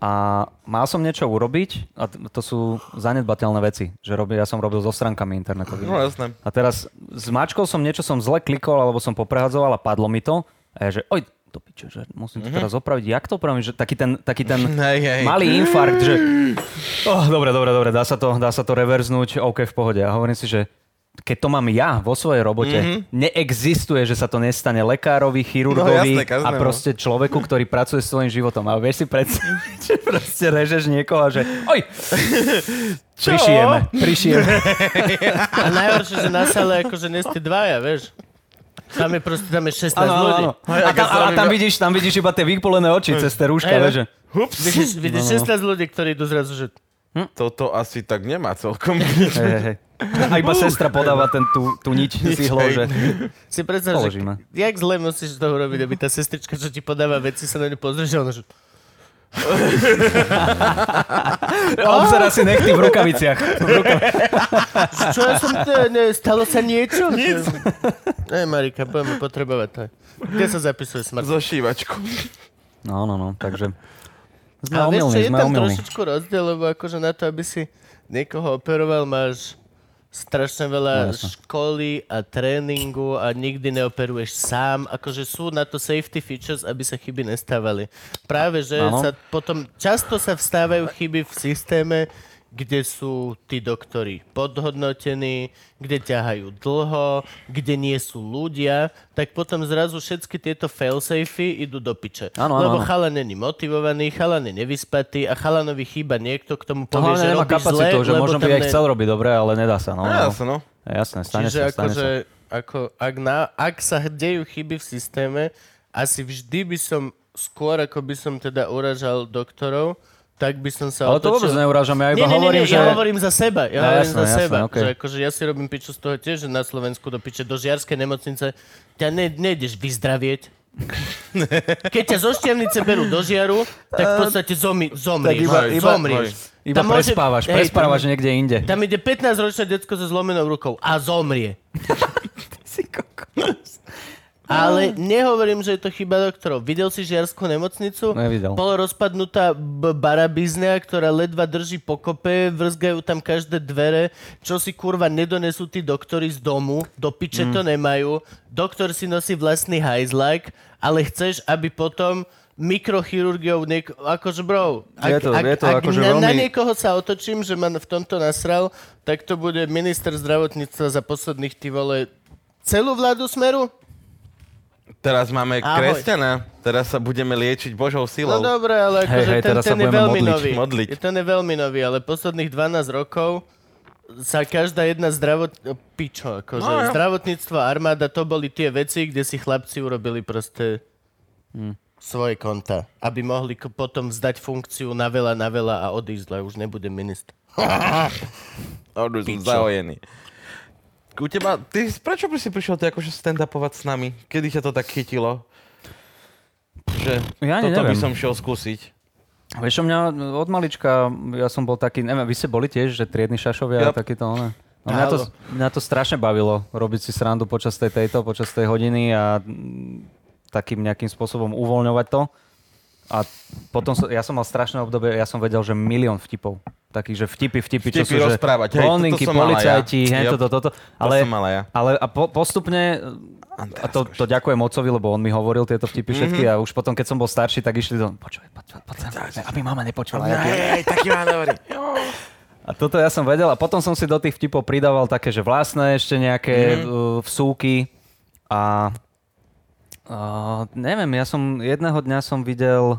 [SPEAKER 3] a mal som niečo urobiť a t- to sú zanedbateľné veci, že robi, ja som robil so stránkami internetovými.
[SPEAKER 5] No jasné.
[SPEAKER 3] A teraz s mačkou som niečo som zle klikol alebo som poprehadzoval a padlo mi to a ja že oj, to piče, že musím to teraz opraviť. Jak to opravím? Že taký ten, taký ten
[SPEAKER 5] Mhm. Hej, hej.
[SPEAKER 3] malý infarkt, že oh, dobre, dobre, dobre, dá sa to, dá sa to reverznúť, OK, v pohode. A hovorím si, že keď to mám ja vo svojej robote, mm-hmm. neexistuje, že sa to nestane lekárovi, chirurgovi
[SPEAKER 5] Mhm. No jasné,
[SPEAKER 3] a
[SPEAKER 5] každému.
[SPEAKER 3] proste človeku, ktorý pracuje s svojím životom. A vieš si predstaviť, že proste režeš niekoho a že oj, prišijeme, prišijeme.
[SPEAKER 4] A najhoršie, že na sale akože nie ste dvaja, vieš. Tam je proste, tam je 16
[SPEAKER 3] Áno, áno,
[SPEAKER 4] ľudí.
[SPEAKER 3] áno. A tam, a tam, vidíš, tam vidíš iba tie vypulené oči cez tie rúška,
[SPEAKER 4] Hej,
[SPEAKER 3] vieš, že...
[SPEAKER 4] Hups. Vidíš,
[SPEAKER 3] No,
[SPEAKER 4] vidíš 16 ľudí, ktorí idú zrazu, že
[SPEAKER 5] Toto asi tak nemá celkom nič.
[SPEAKER 3] Hej, hej, hej. A iba sestra podáva ten tú, tú niť z ihlou,
[SPEAKER 5] hej.
[SPEAKER 3] že...
[SPEAKER 4] si predstav, že
[SPEAKER 3] Položíme.
[SPEAKER 4] jak zle musíš to urobiť, aby tá sestrička, čo ti podáva veci, sa na ňu pozrie, že ona, že
[SPEAKER 3] Obzera si nechty v rukaviciach. V ruka-
[SPEAKER 4] čo ja som, to, ne, stalo sa niečo? Nic. Ne, Marika, budeme potrebovať to. Kde sa zapisuje smrť?
[SPEAKER 5] So šívačkou.
[SPEAKER 3] No, no, no, takže... Sme
[SPEAKER 4] Ale No, vieš čo,
[SPEAKER 3] omylní,
[SPEAKER 4] je
[SPEAKER 3] sme
[SPEAKER 4] tam
[SPEAKER 3] omylní.
[SPEAKER 4] trošičku rozdiel, lebo akože na to, aby si niekoho operoval, máš strašne veľa
[SPEAKER 3] No,
[SPEAKER 4] no,
[SPEAKER 3] jasno.
[SPEAKER 4] školy a tréningu a nikdy neoperuješ sám. Akože sú na to safety features, aby sa chyby nestávali. Práve, že
[SPEAKER 3] Áno.
[SPEAKER 4] sa potom často sa vstávajú chyby v systéme, kde sú tí doktori podhodnotení, kde ťahajú dlho, kde nie sú ľudia, tak potom zrazu všetky tieto failsafey idú do piče.
[SPEAKER 3] Áno, áno,
[SPEAKER 4] Lebo
[SPEAKER 3] áno.
[SPEAKER 4] chalan není motivovaný, chalan je nevyspatý a chalanovi chýba niekto, k tomu
[SPEAKER 3] To
[SPEAKER 4] povie,
[SPEAKER 3] hlavne
[SPEAKER 4] že
[SPEAKER 3] nemá
[SPEAKER 4] robí
[SPEAKER 3] kapacitu,
[SPEAKER 4] zle,
[SPEAKER 3] že
[SPEAKER 4] lebo
[SPEAKER 3] možno
[SPEAKER 4] tam
[SPEAKER 3] by aj
[SPEAKER 4] ne-
[SPEAKER 3] chcel robiť dobre, ale nedá sa. No, no.
[SPEAKER 5] Jasno.
[SPEAKER 3] Jasne, stane
[SPEAKER 4] Čiže
[SPEAKER 3] sa, stane
[SPEAKER 4] akože,
[SPEAKER 3] sa.
[SPEAKER 4] ako, ak, na, ak sa dejú chyby v systéme, asi vždy by som, skôr ako by som teda uražal doktorov, tak by som sa
[SPEAKER 3] Ale to vôbec
[SPEAKER 4] otočil.
[SPEAKER 3] neurážam, No, ja
[SPEAKER 4] Nie,
[SPEAKER 3] iba
[SPEAKER 4] nie,
[SPEAKER 3] hovorím,
[SPEAKER 4] nie,
[SPEAKER 3] že...
[SPEAKER 4] ja hovorím za seba. Ja
[SPEAKER 3] No,
[SPEAKER 4] hovorím
[SPEAKER 3] jasné,
[SPEAKER 4] za
[SPEAKER 3] jasné,
[SPEAKER 4] seba.
[SPEAKER 3] okej.
[SPEAKER 4] Že akože ja si robím piču z toho tiež, že na Slovensku do piče, do žiarskej nemocnice ťa ne, nejdeš vyzdravieť. Keď ťa zo šťavnice berú do žiaru, tak v podstate zomi, zomrieš.
[SPEAKER 5] iba- iba-
[SPEAKER 4] zomrieš.
[SPEAKER 3] Eh, Iba
[SPEAKER 4] Tam môže-
[SPEAKER 3] prespávaš,
[SPEAKER 4] Hej,
[SPEAKER 3] prespávaš niekde inde.
[SPEAKER 4] Tam ide 15-ročné detsko so zlomenou rukou a zomrie. Ale nehovorím, že je to chyba doktorov. Videl si žiarskú nemocnicu?
[SPEAKER 3] Nevidel.
[SPEAKER 4] Polorozpadnutá b- barabizňa, ktorá ledva drží pokope, vrzgajú tam každé dvere, čo si kurva nedonesú tí doktori z domu, do piče
[SPEAKER 3] Mm.
[SPEAKER 4] to nemajú. Doktor si nosí vlastný hajzlak, ale chceš, aby potom mikrochirurgiou niek- akože bro, ak,
[SPEAKER 3] Je to-
[SPEAKER 4] ak,
[SPEAKER 3] je to
[SPEAKER 4] ak
[SPEAKER 3] akože
[SPEAKER 4] na, na
[SPEAKER 3] veľmi-
[SPEAKER 4] niekoho sa otočím, že ma v tomto nasral, tak to bude minister zdravotníctva za posledných ty vole celú vládu smeru?
[SPEAKER 5] Teraz máme
[SPEAKER 4] Ahoj.
[SPEAKER 5] kresťana. Teraz sa budeme liečiť Božou
[SPEAKER 4] No
[SPEAKER 5] silou.
[SPEAKER 4] dobre, ale akože
[SPEAKER 3] hej,
[SPEAKER 4] ten,
[SPEAKER 3] teraz sa
[SPEAKER 4] ten je
[SPEAKER 3] budeme
[SPEAKER 4] veľmi
[SPEAKER 3] modliť,
[SPEAKER 4] nový.
[SPEAKER 5] modliť.
[SPEAKER 4] Je ten je veľmi nový, ale posledných 12 rokov sa každá jedna zdravot... Pičo, akože
[SPEAKER 5] No, jo.
[SPEAKER 4] zdravotníctvo, armáda, to boli tie veci, kde si chlapci urobili proste
[SPEAKER 3] Hm.
[SPEAKER 4] svoje konta, aby mohli ko- potom vzdať funkciu na veľa, na veľa a odísť, ale už nebude minister.
[SPEAKER 5] Ordu som zahojený. U teba, ty, prečo by si prišiel ty akože stand-upovať s nami? Kedy ťa to tak chytilo? Že
[SPEAKER 3] Ja ani
[SPEAKER 5] toto by
[SPEAKER 3] neviem.
[SPEAKER 5] som šiel skúsiť.
[SPEAKER 3] Vieš, čo, mňa od malička, ja som bol taký, neviem, vy ste boli tiež, že triedni šašovia a
[SPEAKER 5] Yep.
[SPEAKER 3] takýto, ne? No, mňa, to, mňa to strašne bavilo, robiť si srandu počas tej tejto, počas tej hodiny a mm, takým nejakým spôsobom uvoľňovať to. A potom som, ja som mal strašné obdobie, ja som vedel, že milión vtipov. Takých, že vtipy, vtipy, čo
[SPEAKER 5] Vtipy
[SPEAKER 3] sú,
[SPEAKER 5] rozprávať,
[SPEAKER 3] že
[SPEAKER 5] hej, toto
[SPEAKER 3] blondinky,
[SPEAKER 5] som mala ja.
[SPEAKER 3] policajti, ja.
[SPEAKER 5] Yep.
[SPEAKER 3] toto, toto.
[SPEAKER 5] To
[SPEAKER 3] Ale,
[SPEAKER 5] som mala ja.
[SPEAKER 3] ale a po, postupne, a to, to ďakujem ocovi, lebo on mi hovoril tieto vtipy všetky a už potom, keď som bol starší, tak išli do... Počúvaj, počúvaj, počúvaj, aby mama nepočula. Ja ti-
[SPEAKER 5] Hej, taký mám dobrý.
[SPEAKER 3] a toto ja som vedel a potom som si do tých vtipov pridával také, že vlastné ešte nejaké mm. vsúky a uh, neviem, ja som jedného dňa som videl,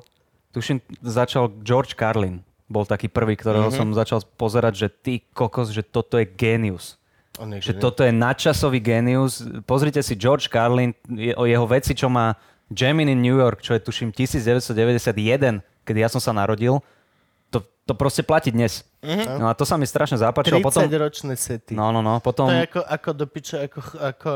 [SPEAKER 3] tuším, začal George Carlin, bol taký prvý,
[SPEAKER 4] Mhm.
[SPEAKER 3] ktorého mm-hmm. som začal pozerať, že ty kokos, že toto je génius.
[SPEAKER 4] On je
[SPEAKER 3] Že
[SPEAKER 4] genius.
[SPEAKER 3] toto je nadčasový génius. Pozrite si George Carlin, je, o jeho veci, čo má Jamin in New York, čo je tuším 1991, kedy ja som sa narodil. To, to proste platí dnes.
[SPEAKER 4] Mhm.
[SPEAKER 3] Mm-hmm. No a to sa mi strašne zapáčilo. Potom,
[SPEAKER 4] 30-ročné sety.
[SPEAKER 3] no, no, no, potom...
[SPEAKER 4] To je ako, ako do piče, ako, ako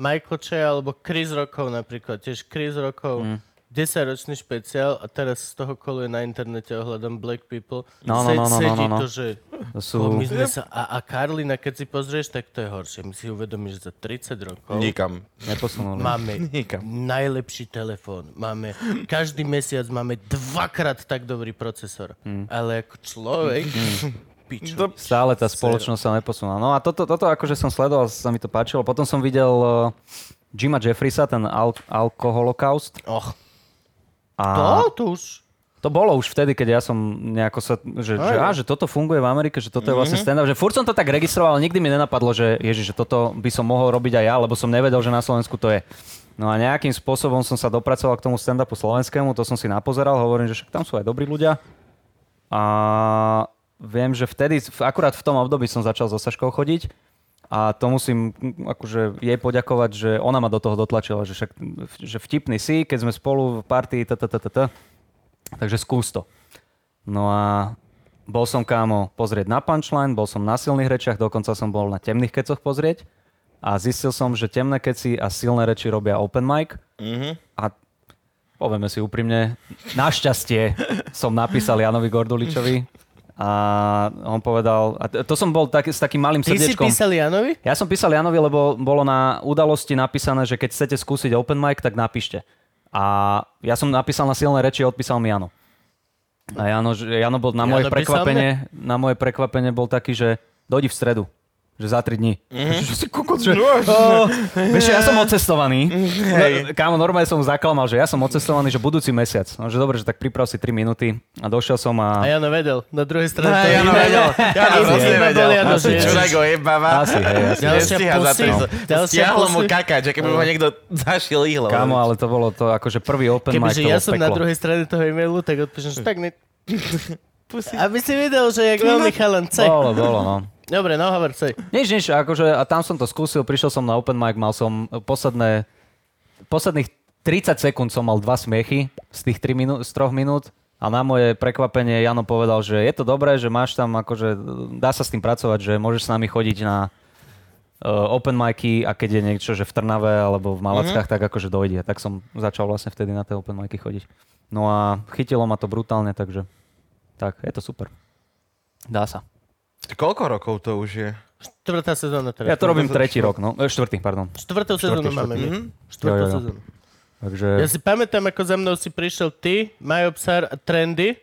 [SPEAKER 4] Michael Che alebo Chris Rockov napríklad. Tiež Chris Rockov,
[SPEAKER 3] Mm.
[SPEAKER 4] 10-ročný špeciál a teraz z toho koluje na internete ohľadom Black People.
[SPEAKER 3] No, no,
[SPEAKER 4] Se-
[SPEAKER 3] no, no, no,
[SPEAKER 4] sedí
[SPEAKER 3] no, no.
[SPEAKER 4] to, že...
[SPEAKER 3] To sú...
[SPEAKER 4] Sú... My sme sa, a, a Karlina, keď si pozrieš, tak to je horšie. My si uvedomíš, že za 30 rokov
[SPEAKER 5] Nikam.
[SPEAKER 3] Neposunuli.
[SPEAKER 4] máme
[SPEAKER 5] Nikam.
[SPEAKER 4] najlepší telefón. Máme, každý mesiac máme dvakrát tak dobrý procesor.
[SPEAKER 3] Mm.
[SPEAKER 4] Ale ako človek... Pičo.
[SPEAKER 3] Stále tá spoločnosť sa neposunula. No a toto, toto akože som sledoval, sa mi to páčilo. Potom som videl uh, Jima Jeffrisa, ten al- alkoholokaust.
[SPEAKER 4] Och,
[SPEAKER 3] A...
[SPEAKER 4] to, to už...
[SPEAKER 3] To bolo už vtedy, keď ja som nejako sa, že, že, á, že toto funguje v Amerike, že toto je vlastne stand-up, že furt som to tak registroval, ale nikdy mi nenapadlo, že ježiš, že toto by som mohol robiť aj ja, lebo som nevedel, že na Slovensku to je. No a nejakým spôsobom som sa dopracoval k tomu stand-upu slovenskému, to som si napozeral, hovorím, že však tam sú aj dobrí ľudia. A viem, že vtedy, v- akurát v tom období som začal so Saškou chodiť a to musím mm, akože jej poďakovať, že ona ma do toho dotlačila, že, však, že vtipný si, keď sme spolu v partii, t, t, t, t, t. takže skús to. No a bol som kámo pozrieť na punchline, bol som na silných rečiach, dokonca som bol na temných kecoch pozrieť a zistil som, že temné keci a silné reči robia open mic a povieme si úprimne, našťastie som napísal Janovi Gorduličovi a on povedal, a t- to som bol tak, s takým malým
[SPEAKER 4] Ty si
[SPEAKER 3] srdiečkom.
[SPEAKER 4] písal Janovi?
[SPEAKER 3] Ja som písal Janovi, lebo bolo na udalosti napísané, že keď chcete skúsiť open mic, tak napíšte. A ja som napísal na silné reči a odpísal mi Jano. A Jano, že- Jano bol na
[SPEAKER 4] Jano
[SPEAKER 3] moje,
[SPEAKER 4] písal
[SPEAKER 3] prekvapenie, na moje prekvapenie bol taký, že dojdi v stredu. Že za 3 dní.
[SPEAKER 4] Mhm.
[SPEAKER 3] Mm-hmm. Že si kukot, že... Oh, vieš, ja som
[SPEAKER 4] Mhm,
[SPEAKER 3] odcestovaný. No, kámo, normálne som mu zaklamal, že ja som odcestovaný, že budúci mesiac. No, že dobre, že tak priprav si 3 minúty. A došiel som a...
[SPEAKER 4] A Jano vedel. Na druhej strane
[SPEAKER 3] No,
[SPEAKER 5] Aj,
[SPEAKER 4] to
[SPEAKER 5] Jano vedel. Jano
[SPEAKER 4] Iba
[SPEAKER 3] vlastne
[SPEAKER 5] hrozne
[SPEAKER 4] bol
[SPEAKER 5] vedel.
[SPEAKER 4] Jano, že-
[SPEAKER 5] Čurák ho jebáva.
[SPEAKER 3] Asi, hej, asi.
[SPEAKER 4] Ďalšia
[SPEAKER 5] Nestíha za
[SPEAKER 4] pusy.
[SPEAKER 5] tým.
[SPEAKER 4] Ďalšia
[SPEAKER 5] No.
[SPEAKER 4] No.
[SPEAKER 5] Stiahlo mu
[SPEAKER 4] pusy.
[SPEAKER 5] kakať, že keby mu ho niekto zašiel ihlo.
[SPEAKER 3] Kámo, ale to bolo to akože prvý open
[SPEAKER 4] Kebyže
[SPEAKER 3] mic, to
[SPEAKER 4] ja
[SPEAKER 3] bolo
[SPEAKER 4] som
[SPEAKER 3] peklo.
[SPEAKER 4] na druhej strane toho e-mailu, tak odpíšem, že tak ne... Aby si videl, že jak veľmi chalan cek.
[SPEAKER 3] Bolo, bolo, no.
[SPEAKER 4] Dobre, no hovor, cek.
[SPEAKER 3] Nič, nič, akože, a tam som to skúsil, prišiel som na open mic, mal som eh, posledné, posledných 30 sekúnd som mal dva smiechy z tých 3 minú, z 3 minút a na moje prekvapenie Jano povedal, že je to dobré, že máš tam, akože, dá sa s tým pracovať, že môžeš s nami chodiť na uh, open micy a keď je niečo, že v Trnave alebo v Malackách, mm-hmm. tak akože dojde. Tak som začal vlastne vtedy na tie open micy chodiť. No a chytilo ma to brutálne, takže tak, je to super. Dá sa.
[SPEAKER 5] Koľko rokov to už je?
[SPEAKER 4] Štvrtá sezóna teraz.
[SPEAKER 3] Ja to robím tretí rok, no, e, štvrtý, pardon.
[SPEAKER 4] Štvrtú sezónu máme my. Štvrtú
[SPEAKER 3] Jo, jo, jo.
[SPEAKER 4] sezónu.
[SPEAKER 3] Takže...
[SPEAKER 4] Ja si pamätám, ako za mnou si prišiel ty, Majo Psar a Trendy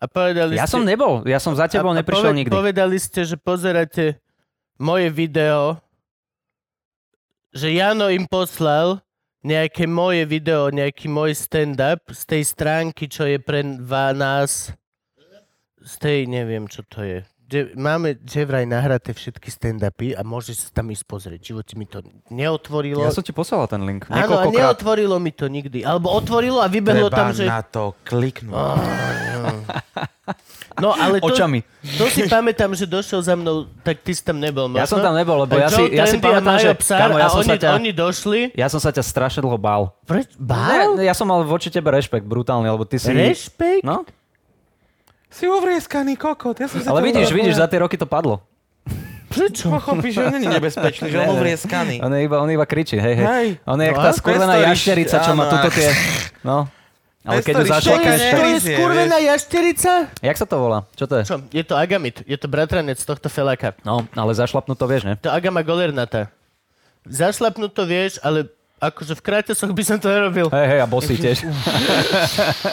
[SPEAKER 4] a povedali
[SPEAKER 3] Ja
[SPEAKER 4] ste...
[SPEAKER 3] som nebol, ja som za tebou
[SPEAKER 4] a- a
[SPEAKER 3] neprišiel
[SPEAKER 4] poved-
[SPEAKER 3] nikdy.
[SPEAKER 4] Povedali ste, že pozeráte moje video, že Jano im poslal nejaké moje video, nejaký môj stand-up z tej stránky, čo je pre va- nás, z tej neviem, čo to je. Kde, máme, že vraj nahraté všetky stand-upy a môžeš sa tam ísť pozrieť. V živote mi to neotvorilo.
[SPEAKER 3] Ja som ti poslal ten
[SPEAKER 4] Áno,
[SPEAKER 3] link
[SPEAKER 4] a
[SPEAKER 3] niekoľkokrát.
[SPEAKER 4] neotvorilo mi to nikdy. Alebo otvorilo a vybehlo
[SPEAKER 5] Treba
[SPEAKER 4] no, tam, že...
[SPEAKER 5] na to kliknúť.
[SPEAKER 4] No, ale to,
[SPEAKER 3] Očami.
[SPEAKER 4] to si pamätám, že došiel za mnou, tak ty si tam nebol. možno.
[SPEAKER 3] Ja som tam nebol, lebo ja
[SPEAKER 4] Joe
[SPEAKER 3] si, ja si
[SPEAKER 4] Trendy a
[SPEAKER 3] pamätám,
[SPEAKER 4] Majo
[SPEAKER 3] že...
[SPEAKER 4] Psar
[SPEAKER 3] Kamo, ja
[SPEAKER 4] a
[SPEAKER 3] som
[SPEAKER 4] oni,
[SPEAKER 3] sa ťa...
[SPEAKER 4] oni došli.
[SPEAKER 3] Ja som sa ťa strašne dlho bál.
[SPEAKER 4] Preč?
[SPEAKER 3] Ne,
[SPEAKER 4] Bál?
[SPEAKER 3] ne, ja som mal voči tebe rešpekt brutálny, lebo ty si...
[SPEAKER 4] Rešpekt?
[SPEAKER 3] No,
[SPEAKER 5] Si uvrieskaný kokot. Ja som sa
[SPEAKER 3] ale
[SPEAKER 5] ťa
[SPEAKER 3] vidíš,
[SPEAKER 5] uvrieskaný.
[SPEAKER 3] vidíš, za tie roky to padlo.
[SPEAKER 4] Prečo?
[SPEAKER 5] Pochopíš, že on není nebezpečný, že on uvrieskaný.
[SPEAKER 3] On je iba, on iba kričí, hej, hej.
[SPEAKER 5] Hej.
[SPEAKER 3] On je jak
[SPEAKER 5] No
[SPEAKER 3] tá
[SPEAKER 5] a?
[SPEAKER 3] skurvená
[SPEAKER 5] Pestoriš,
[SPEAKER 3] jašterica, čo má
[SPEAKER 5] áno,
[SPEAKER 3] tuto
[SPEAKER 5] a-
[SPEAKER 3] tie... No. Ale keď
[SPEAKER 4] To
[SPEAKER 3] ju
[SPEAKER 5] Pestoriš,
[SPEAKER 4] je,
[SPEAKER 3] začekáš,
[SPEAKER 5] čakáš,
[SPEAKER 4] to
[SPEAKER 3] tak...
[SPEAKER 4] je
[SPEAKER 5] tak-
[SPEAKER 4] skurvená jašterica?
[SPEAKER 3] Jak sa to volá? Čo to je?
[SPEAKER 4] Čo? Je to Agamit. Je to bratranec tohto feláka.
[SPEAKER 3] No, ale zašlapnú to vieš, ne?
[SPEAKER 4] To Agama golernata. Zašlapnúť to vieš, ale akože v krátesoch by som to nerobil.
[SPEAKER 3] Hej, hej, a bosí tiež.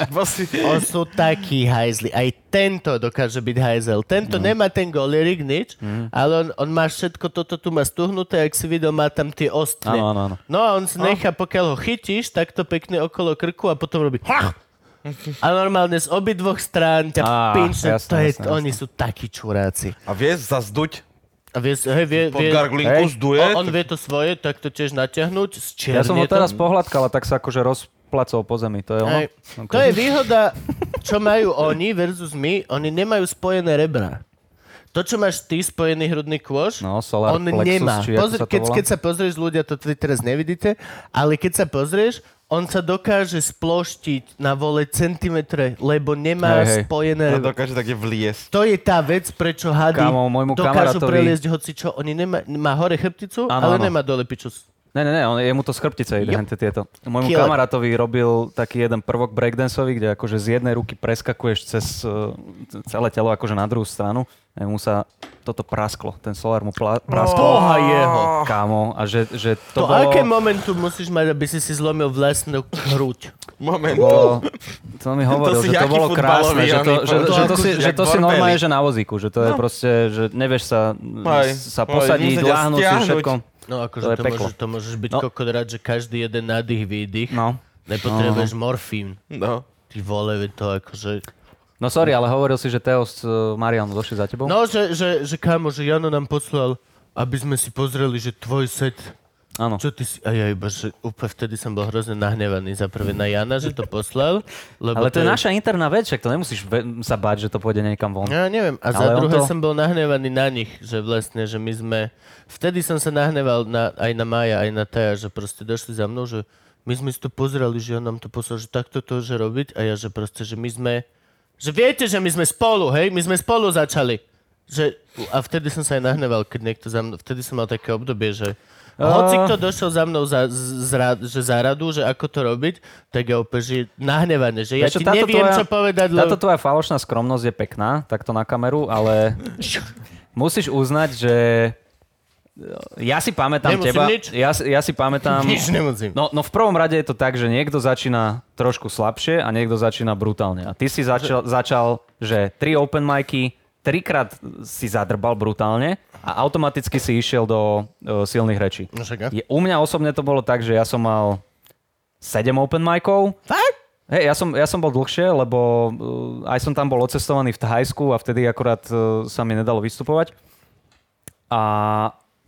[SPEAKER 5] Bo si-
[SPEAKER 4] On sú takí hajzli. Aj tento dokáže byť hajzel. Tento
[SPEAKER 3] No.
[SPEAKER 4] nemá ten golierik nič,
[SPEAKER 3] Mhm.
[SPEAKER 4] ale on, on má všetko toto tu má stuhnuté, ak si videl, má tam tie ostne.
[SPEAKER 3] Áno, áno, áno.
[SPEAKER 4] No a on si nechá, pokiaľ ho chytíš, takto pekne okolo krku a potom robí Hach! A normálne z obidvoch strán ťa
[SPEAKER 3] Á,
[SPEAKER 4] pinčne.
[SPEAKER 3] jasné,
[SPEAKER 4] To je,
[SPEAKER 3] jasné,
[SPEAKER 4] oni sú takí čuráci.
[SPEAKER 5] A vieš sa zduť
[SPEAKER 4] A vie, hej, vie,
[SPEAKER 5] pod
[SPEAKER 4] vie,
[SPEAKER 5] garglinku,
[SPEAKER 3] Hej.
[SPEAKER 5] zduje.
[SPEAKER 4] on, on vie to svoje, tak to tiež natiahnuť.
[SPEAKER 3] Ja som ho
[SPEAKER 4] zčiernie to.
[SPEAKER 3] teraz pohľadkal, ale tak sa akože rozplacol po zemi, to je ono?
[SPEAKER 4] Hej. To je výhoda, čo majú oni versus my. Oni nemajú spojené rebra. To, čo máš ty, spojený hrudný kôž,
[SPEAKER 3] No, solar
[SPEAKER 4] on
[SPEAKER 3] plexus,
[SPEAKER 4] nemá.
[SPEAKER 3] či ako
[SPEAKER 4] Pozri,
[SPEAKER 3] sa to
[SPEAKER 4] keď,
[SPEAKER 3] volá?
[SPEAKER 4] keď sa pozrieš, ľudia, to vy teraz nevidíte, ale keď sa pozrieš, on sa dokáže sploštiť na vole centimetre, lebo nemá
[SPEAKER 3] Hej, hej.
[SPEAKER 4] spojené
[SPEAKER 5] A
[SPEAKER 4] rebra.
[SPEAKER 5] dokáže takde vliesť.
[SPEAKER 4] To je tá vec, prečo hady
[SPEAKER 3] Kámo, môjmu
[SPEAKER 4] dokážu
[SPEAKER 3] kamarátovi-
[SPEAKER 4] preliesť hoci čo. Oni nemá, má hore chrbticu,
[SPEAKER 3] Áno,
[SPEAKER 4] ale
[SPEAKER 3] áno.
[SPEAKER 4] nemá dole pičus.
[SPEAKER 3] Ne, ne, ne, on, jemu to z chrbtice ide, yep. tieto. Môjmu
[SPEAKER 4] Killer.
[SPEAKER 3] kamarátovi robil taký jeden prvok breakdanceový, kde akože z jednej ruky preskakuješ cez eh, celé telo akože na druhú stranu. A mu sa toto prasklo, ten solár mu pla- praskol.
[SPEAKER 4] Boha jeho.
[SPEAKER 3] Kámo, a že, že
[SPEAKER 4] To,
[SPEAKER 3] to, bolo...
[SPEAKER 4] aké momentum musíš mať, aby si si zlomil vlastnú hruď?
[SPEAKER 5] Moment.
[SPEAKER 4] No.
[SPEAKER 3] bolo, to mi hovoril,
[SPEAKER 5] si
[SPEAKER 3] že to
[SPEAKER 5] jaký
[SPEAKER 3] bolo krásne,
[SPEAKER 5] futbalový,
[SPEAKER 3] že to, že,
[SPEAKER 5] oni povedali.
[SPEAKER 3] že to,
[SPEAKER 5] To
[SPEAKER 3] si,
[SPEAKER 5] akože
[SPEAKER 3] že
[SPEAKER 5] jak
[SPEAKER 3] to si
[SPEAKER 5] bordelík.
[SPEAKER 3] normálne, že na vozíku, že to je proste, že nevieš sa,
[SPEAKER 5] Aj,
[SPEAKER 3] sa
[SPEAKER 5] aj,
[SPEAKER 3] posadiť,
[SPEAKER 5] musíte ťa
[SPEAKER 3] láhnuť si
[SPEAKER 5] stiahnuť.
[SPEAKER 3] všetko.
[SPEAKER 4] No
[SPEAKER 3] To
[SPEAKER 4] akože
[SPEAKER 3] je
[SPEAKER 4] to,
[SPEAKER 3] peklo.
[SPEAKER 4] môžeš, to môžeš byť
[SPEAKER 3] No.
[SPEAKER 4] no. kokot rád, že každý jeden nádych, výdych.
[SPEAKER 3] No.
[SPEAKER 4] Nepotrebuješ morfín.
[SPEAKER 5] No.
[SPEAKER 4] Ty vole, veď to akože...
[SPEAKER 3] No sorry, ale hovoril si, že Teo s eh, Marianom došli za tebou?
[SPEAKER 4] No, že, že, že kámo, že Jano nám poslal, aby sme si pozreli, že tvoj set
[SPEAKER 3] Áno.
[SPEAKER 4] Čo ty si... A ja iba, že úplne vtedy som bol hrozne nahnevaný za prvé na Jana, že to poslal. Lebo
[SPEAKER 3] Ale to je
[SPEAKER 4] je-
[SPEAKER 3] naša interná vec, však to nemusíš ve- sa bať, že to pôjde niekam von.
[SPEAKER 4] Ja neviem. A za
[SPEAKER 3] Ale on
[SPEAKER 4] druhé
[SPEAKER 3] to-
[SPEAKER 4] som bol nahnevaný na nich, že vlastne, že my sme... Vtedy som sa nahneval na, aj na Maja, aj na Taja, že proste došli za mnou, že my sme si to pozreli, že on nám to poslal, že takto to že robiť a ja, že proste, že my sme... Že viete, že my sme spolu, hej? My sme spolu začali. Že, a vtedy som sa aj nahneval, keď niekto za mnou... Vtedy som mal také obdobie, že... Hoci kto došiel za mnou za, z, z, ra- že za radu, že ako to robiť, tak ja opäť že nahnevané, že ja
[SPEAKER 3] Vieš čo,
[SPEAKER 4] ti neviem, čo povedať, lebo...
[SPEAKER 3] Táto tvoja falošná skromnosť je pekná, takto na kameru, ale musíš uznať, že ja si pamätám
[SPEAKER 4] Nemusím
[SPEAKER 3] teba.
[SPEAKER 4] nič.
[SPEAKER 3] Ja, si- ja si pamätám...
[SPEAKER 4] Nič nemusím.
[SPEAKER 3] No, no v prvom rade je to tak, že niekto začína trošku slabšie a niekto začína brutálne. A ty si začal, začal že tri open micy, trikrát si zadrbal brutálne a automaticky si išiel do uh, silných rečí.
[SPEAKER 4] No však, a?
[SPEAKER 3] Je, u mňa osobne to bolo tak, že ja som mal 7 open micov. Hej, ja som, ja som bol dlhšie, lebo uh, aj som tam bol odcestovaný v Thajsku a vtedy akurát uh, sa mi nedalo vystupovať. A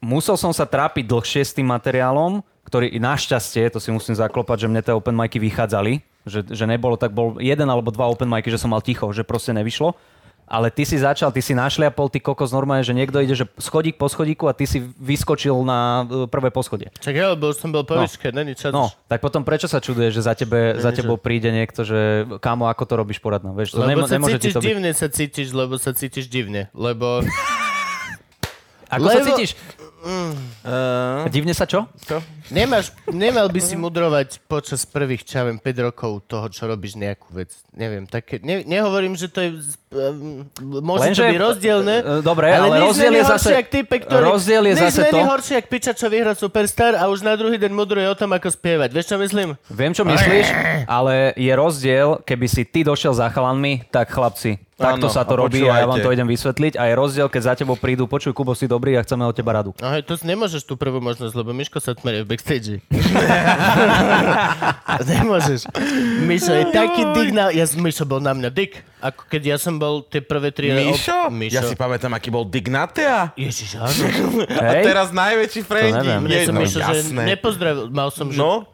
[SPEAKER 3] musel som sa trápiť dlhšie s tým materiálom, ktorý i našťastie, to si musím zaklopať, že mne tie open micy vychádzali, že, že nebolo tak, bol jeden alebo dva open micy, že som mal ticho, že proste nevyšlo. Ale ty si začal, ty si našliapol, ty kokos normálne, že niekto ide, že schodík po schodíku a ty si vyskočil na uh, prvé poschodie.
[SPEAKER 4] Čak ja, lebo som bol po
[SPEAKER 3] No.
[SPEAKER 4] výške, není čas.
[SPEAKER 3] No, tak potom prečo sa čuduje, že za, tebe, za
[SPEAKER 4] nič.
[SPEAKER 3] tebou príde niekto, že kámo, ako to robíš poradná, vieš, to
[SPEAKER 4] Lebo
[SPEAKER 3] nemo,
[SPEAKER 4] sa
[SPEAKER 3] nemôže
[SPEAKER 4] cítiš
[SPEAKER 3] ti to byť.
[SPEAKER 4] divne, sa cítiš, lebo sa cítiš divne. Lebo
[SPEAKER 3] Ako sa
[SPEAKER 4] Lebo-
[SPEAKER 3] cítiš? Divne sa čo?
[SPEAKER 4] nemáš, nemal by si mudrovať počas prvých, čo ja viem, 5 rokov toho, čo robíš nejakú vec. Neviem, také, ne, nehovorím, že to je, um, môže
[SPEAKER 3] Lenže-
[SPEAKER 4] to byť rozdielne.
[SPEAKER 3] e, dobre, ale
[SPEAKER 4] nič
[SPEAKER 3] rozdiel
[SPEAKER 4] není
[SPEAKER 3] je
[SPEAKER 4] horšie,
[SPEAKER 3] zase-
[SPEAKER 4] jak type, ktorý,
[SPEAKER 3] rozdiel je
[SPEAKER 4] nič
[SPEAKER 3] zase
[SPEAKER 4] není
[SPEAKER 3] to-
[SPEAKER 4] horšie, jak piča, čo vyhral Superstar a už na druhý deň mudruje o tom, ako spievať. Vieš, čo myslím?
[SPEAKER 3] Viem, čo myslíš, ale je rozdiel, keby si ty došiel za chalanmi, tak chlapci, takto
[SPEAKER 5] Áno,
[SPEAKER 3] sa to
[SPEAKER 5] a
[SPEAKER 3] robí a ja vám
[SPEAKER 5] počúvajte.
[SPEAKER 3] to idem vysvetliť. A je rozdiel, keď za tebou prídu, počuj, Kubo, si dobrý a chceme od teba radu.
[SPEAKER 4] Aha, to si nemôžeš tú prvú možnosť, lebo Miško sa tmerie v backstage. nemôžeš. Mišo je taký dick na... Ja, Mišo bol na mňa dick. Ako keď ja som bol tie prvé tri...
[SPEAKER 5] Mišo?
[SPEAKER 4] Op- Mišo.
[SPEAKER 5] Ja si pamätám, aký bol Dignatea.
[SPEAKER 4] Ježiš, áno.
[SPEAKER 5] A
[SPEAKER 3] Hej?
[SPEAKER 5] teraz najväčší Freddy.
[SPEAKER 3] neviem.
[SPEAKER 4] Mne
[SPEAKER 5] Je-
[SPEAKER 4] som
[SPEAKER 5] no,
[SPEAKER 4] Mišo, že
[SPEAKER 5] jasné.
[SPEAKER 4] nepozdravil. Mal som, že
[SPEAKER 5] No,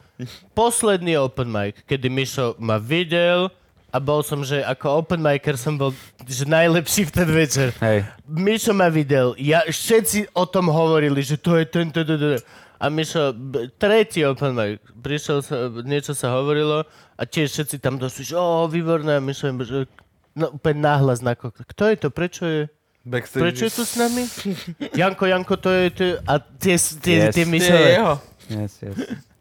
[SPEAKER 4] posledný open mic, kedy Mišo ma videl a bol som, že ako open micer som bol že najlepší v ten večer.
[SPEAKER 3] Hej.
[SPEAKER 4] Mišo ma videl, ja, všetci o tom hovorili, že to je ten, to, to, to. to. A Mišo, b- tretí open mic, prišiel sa, niečo sa hovorilo a tiež všetci tam došli, že o, výborné, a Mišo im, že no, úplne náhlas na kok- Kto je to? Prečo je?
[SPEAKER 5] backstage.
[SPEAKER 4] Prečo je tu s nami? Janko, Janko, to je... To... je- A tie, tie,
[SPEAKER 3] Yes.
[SPEAKER 4] tie
[SPEAKER 5] Je
[SPEAKER 4] Mišové.
[SPEAKER 5] jeho.
[SPEAKER 3] Yes, yes.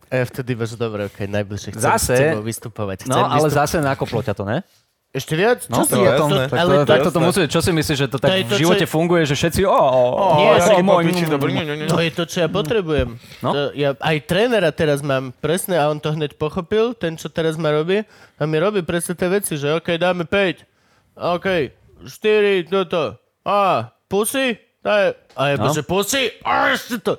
[SPEAKER 4] A ja vtedy iba, že dobre, okej, najbližšie chcem s
[SPEAKER 3] Zase-
[SPEAKER 4] tebou vystupovať. Chcem
[SPEAKER 3] No, ale
[SPEAKER 4] vystup-
[SPEAKER 3] zase nakoplo ťa to, ne?
[SPEAKER 4] Ešte viac? Čo
[SPEAKER 3] No,
[SPEAKER 4] si?
[SPEAKER 5] to
[SPEAKER 3] ja
[SPEAKER 5] je
[SPEAKER 3] tom-
[SPEAKER 5] jasné.
[SPEAKER 3] tak
[SPEAKER 4] Ale
[SPEAKER 3] to-
[SPEAKER 4] to-
[SPEAKER 3] takto to musí, čo si myslíš, že to
[SPEAKER 4] To je
[SPEAKER 3] tak
[SPEAKER 4] to,
[SPEAKER 3] v živote
[SPEAKER 4] čo je-
[SPEAKER 3] funguje, že všetci... Ó, ó, ó,
[SPEAKER 5] Nie,
[SPEAKER 4] ja
[SPEAKER 5] ja
[SPEAKER 4] si
[SPEAKER 5] si
[SPEAKER 3] môj-
[SPEAKER 5] piči, dobrý, nie, nie, nie.
[SPEAKER 4] To No je to, čo ja potrebujem.
[SPEAKER 3] No.
[SPEAKER 4] To, ja aj trénera teraz mám presne a on to hneď pochopil, ten, čo teraz ma robí. A mi robí presne tie veci, že OK, dáme 5, OK, 4, toto. A, pusy? Daj. A je no.
[SPEAKER 3] No.
[SPEAKER 4] že pusy? A ešte to.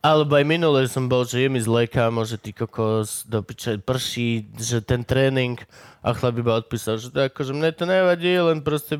[SPEAKER 4] Alebo aj minule som bol, že je mi zle, kámo, že ty kokos, do piče, prší, že ten tréning. A chlap iba odpísal, že to akože mne to nevadí, len proste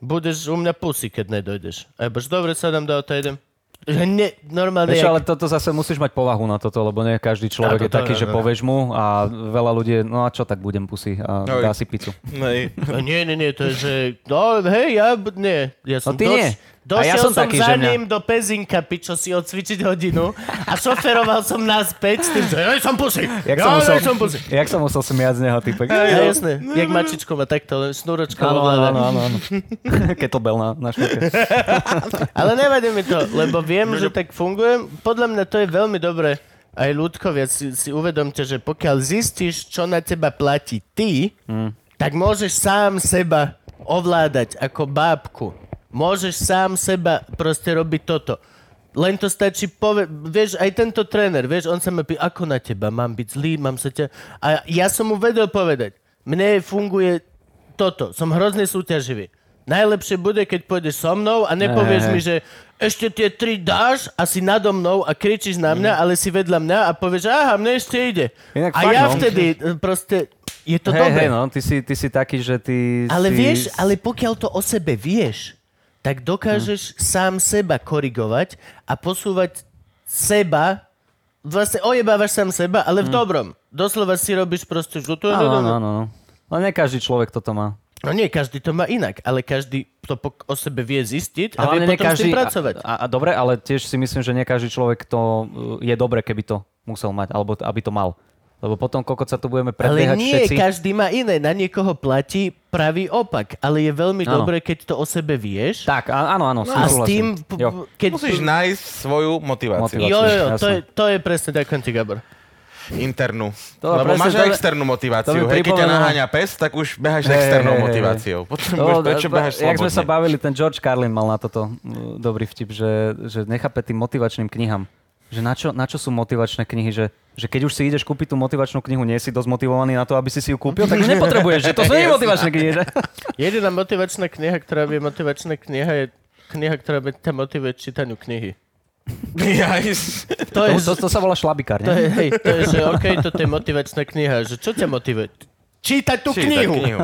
[SPEAKER 4] budeš u mňa pusy, keď nedojdeš. A ja bož, dobre, sadám do auta, idem. Že ne, normálne...
[SPEAKER 3] Vieš,
[SPEAKER 4] jak-
[SPEAKER 3] ale toto zase musíš mať povahu na toto, lebo nie každý človek
[SPEAKER 4] Áno,
[SPEAKER 3] je
[SPEAKER 4] to
[SPEAKER 3] taký,
[SPEAKER 4] je,
[SPEAKER 3] že
[SPEAKER 4] áno.
[SPEAKER 3] povieš mu a veľa ľudí je, no a čo tak budem pusy a
[SPEAKER 5] Oj.
[SPEAKER 3] dá si pizzu.
[SPEAKER 5] Nej.
[SPEAKER 4] A Nie, nie, nie, to je, že... No, hej, ja... b- Nie, ja som
[SPEAKER 3] No ty
[SPEAKER 4] doš-
[SPEAKER 3] nie. A
[SPEAKER 4] Došiel
[SPEAKER 3] ja som
[SPEAKER 4] som,
[SPEAKER 3] taký,
[SPEAKER 4] za
[SPEAKER 3] že mňa-
[SPEAKER 4] ním do Pezinka, pičo, si odcvičiť hodinu a šoferoval som naspäť s tým, že ja som pusy, ja,
[SPEAKER 3] Jak sa musel,
[SPEAKER 4] som pusy.
[SPEAKER 3] jak sa musel smiať z neho, typek.
[SPEAKER 4] Ja, jasné, jak mačičko má takto, len šnúročka
[SPEAKER 3] Áno,
[SPEAKER 4] vo
[SPEAKER 3] áno,
[SPEAKER 4] hlave.
[SPEAKER 3] áno, áno. áno. Kettlebell na, na šnuke.
[SPEAKER 4] Ale nevadí mi to, lebo viem, že tak fungujem. Podľa mňa to je veľmi dobré. Aj ľudkovia si, si uvedomte, že pokiaľ zistíš, čo na teba platí ty,
[SPEAKER 3] Hm.
[SPEAKER 4] mm. tak môžeš sám seba ovládať ako bábku. Môžeš sám seba proste robiť toto. Len to stačí pove... Vieš, aj tento tréner, vieš, on sa ma pýta, ako na teba, mám byť zlý, mám sa ťa... A ja som mu vedel povedať, mne funguje toto, som hrozne súťaživý. Najlepšie bude, keď pôjdeš so mnou a nepovieš
[SPEAKER 3] Ne.
[SPEAKER 4] mi, že ešte tie tri dáš a si nado mnou a kričíš na mňa, ale si vedľa mňa a povieš, aha, mne ešte ide.
[SPEAKER 3] Mhm. Inak
[SPEAKER 4] a
[SPEAKER 3] fakt,
[SPEAKER 4] ja
[SPEAKER 3] no.
[SPEAKER 4] vtedy e, proste,
[SPEAKER 1] je to
[SPEAKER 3] hej,
[SPEAKER 1] dobré.
[SPEAKER 3] hej, no, ty si, ty si taký, že ty
[SPEAKER 1] Ale
[SPEAKER 3] si...
[SPEAKER 1] vieš, ale pokiaľ to o sebe vieš, tak
[SPEAKER 3] Hm.
[SPEAKER 1] dokážeš sám seba korigovať a posúvať seba, vlastne ojebávaš sám seba, ale v dobrom. Doslova si robíš proste žlutú.
[SPEAKER 3] Hm. Áno, áno, áno. No nie každý človek toto má.
[SPEAKER 1] No nie, každý to má inak, ale každý to pok- o sebe vie zistiť a, vie
[SPEAKER 3] hlavne
[SPEAKER 1] potom
[SPEAKER 3] nie
[SPEAKER 1] každý... s tým pracovať.
[SPEAKER 3] A, a, a dobre, ale tiež si myslím, že nie každý človek to uh, je dobre, keby to musel mať, alebo t- aby to mal. Lebo potom, koľko sa tu budeme
[SPEAKER 1] Ale
[SPEAKER 3] predbiehať
[SPEAKER 1] nie,
[SPEAKER 3] všetci.
[SPEAKER 1] každý má iné. Na niekoho platí pravý opak, ale je veľmi
[SPEAKER 3] Áno.
[SPEAKER 1] dobré, keď to o sebe vieš.
[SPEAKER 3] Tak, á- áno, áno, no,
[SPEAKER 1] a s tým, p-
[SPEAKER 3] Jo.
[SPEAKER 1] p- keď...
[SPEAKER 5] Musíš nájsť svoju motiváciu.
[SPEAKER 3] Motiváciu.
[SPEAKER 1] Jo, jo, jo,
[SPEAKER 3] Jasné.
[SPEAKER 1] to je, to je presne tak, Kanti Gabor.
[SPEAKER 5] Internú.
[SPEAKER 3] To
[SPEAKER 5] Lebo
[SPEAKER 3] presne
[SPEAKER 5] máš
[SPEAKER 3] to-
[SPEAKER 5] aj externú
[SPEAKER 3] to mi
[SPEAKER 5] motiváciu. Hej, keď ťa
[SPEAKER 3] pripomenulo-
[SPEAKER 5] naháňa pes, tak už beháš s
[SPEAKER 3] Hej,
[SPEAKER 5] externou
[SPEAKER 3] hej, hej, hej.
[SPEAKER 5] motiváciou. Potom
[SPEAKER 3] No,
[SPEAKER 5] budeš- prečo
[SPEAKER 3] d-
[SPEAKER 5] beháš
[SPEAKER 3] jak sme sa
[SPEAKER 5] slobodne?
[SPEAKER 3] bavili, ten George Carlin mal na toto uh, dobrý vtip, že, že nechápe tým motivačným knihám. Že na čo, na čo sú motivačné knihy? Že, že keď už si ideš kúpiť tú motivačnú knihu, nie si dosť motivovaný na to, aby si si ju kúpil, tak ju nepotrebuješ, že to sú nie motivačné knihy. Že?
[SPEAKER 4] Jediná motivačná kniha, ktorá by je motivačná kniha, je kniha, ktorá by ťa motivuje k čítaniu knihy.
[SPEAKER 1] To je,
[SPEAKER 3] To, to, to sa volá šlabikár,
[SPEAKER 1] to je,
[SPEAKER 3] nie?
[SPEAKER 1] hej,
[SPEAKER 4] To je, že OK, toto je motivačná kniha, že čo ťa motivuje? Čítať tú
[SPEAKER 5] Čítaj
[SPEAKER 4] knihu!
[SPEAKER 5] knihu.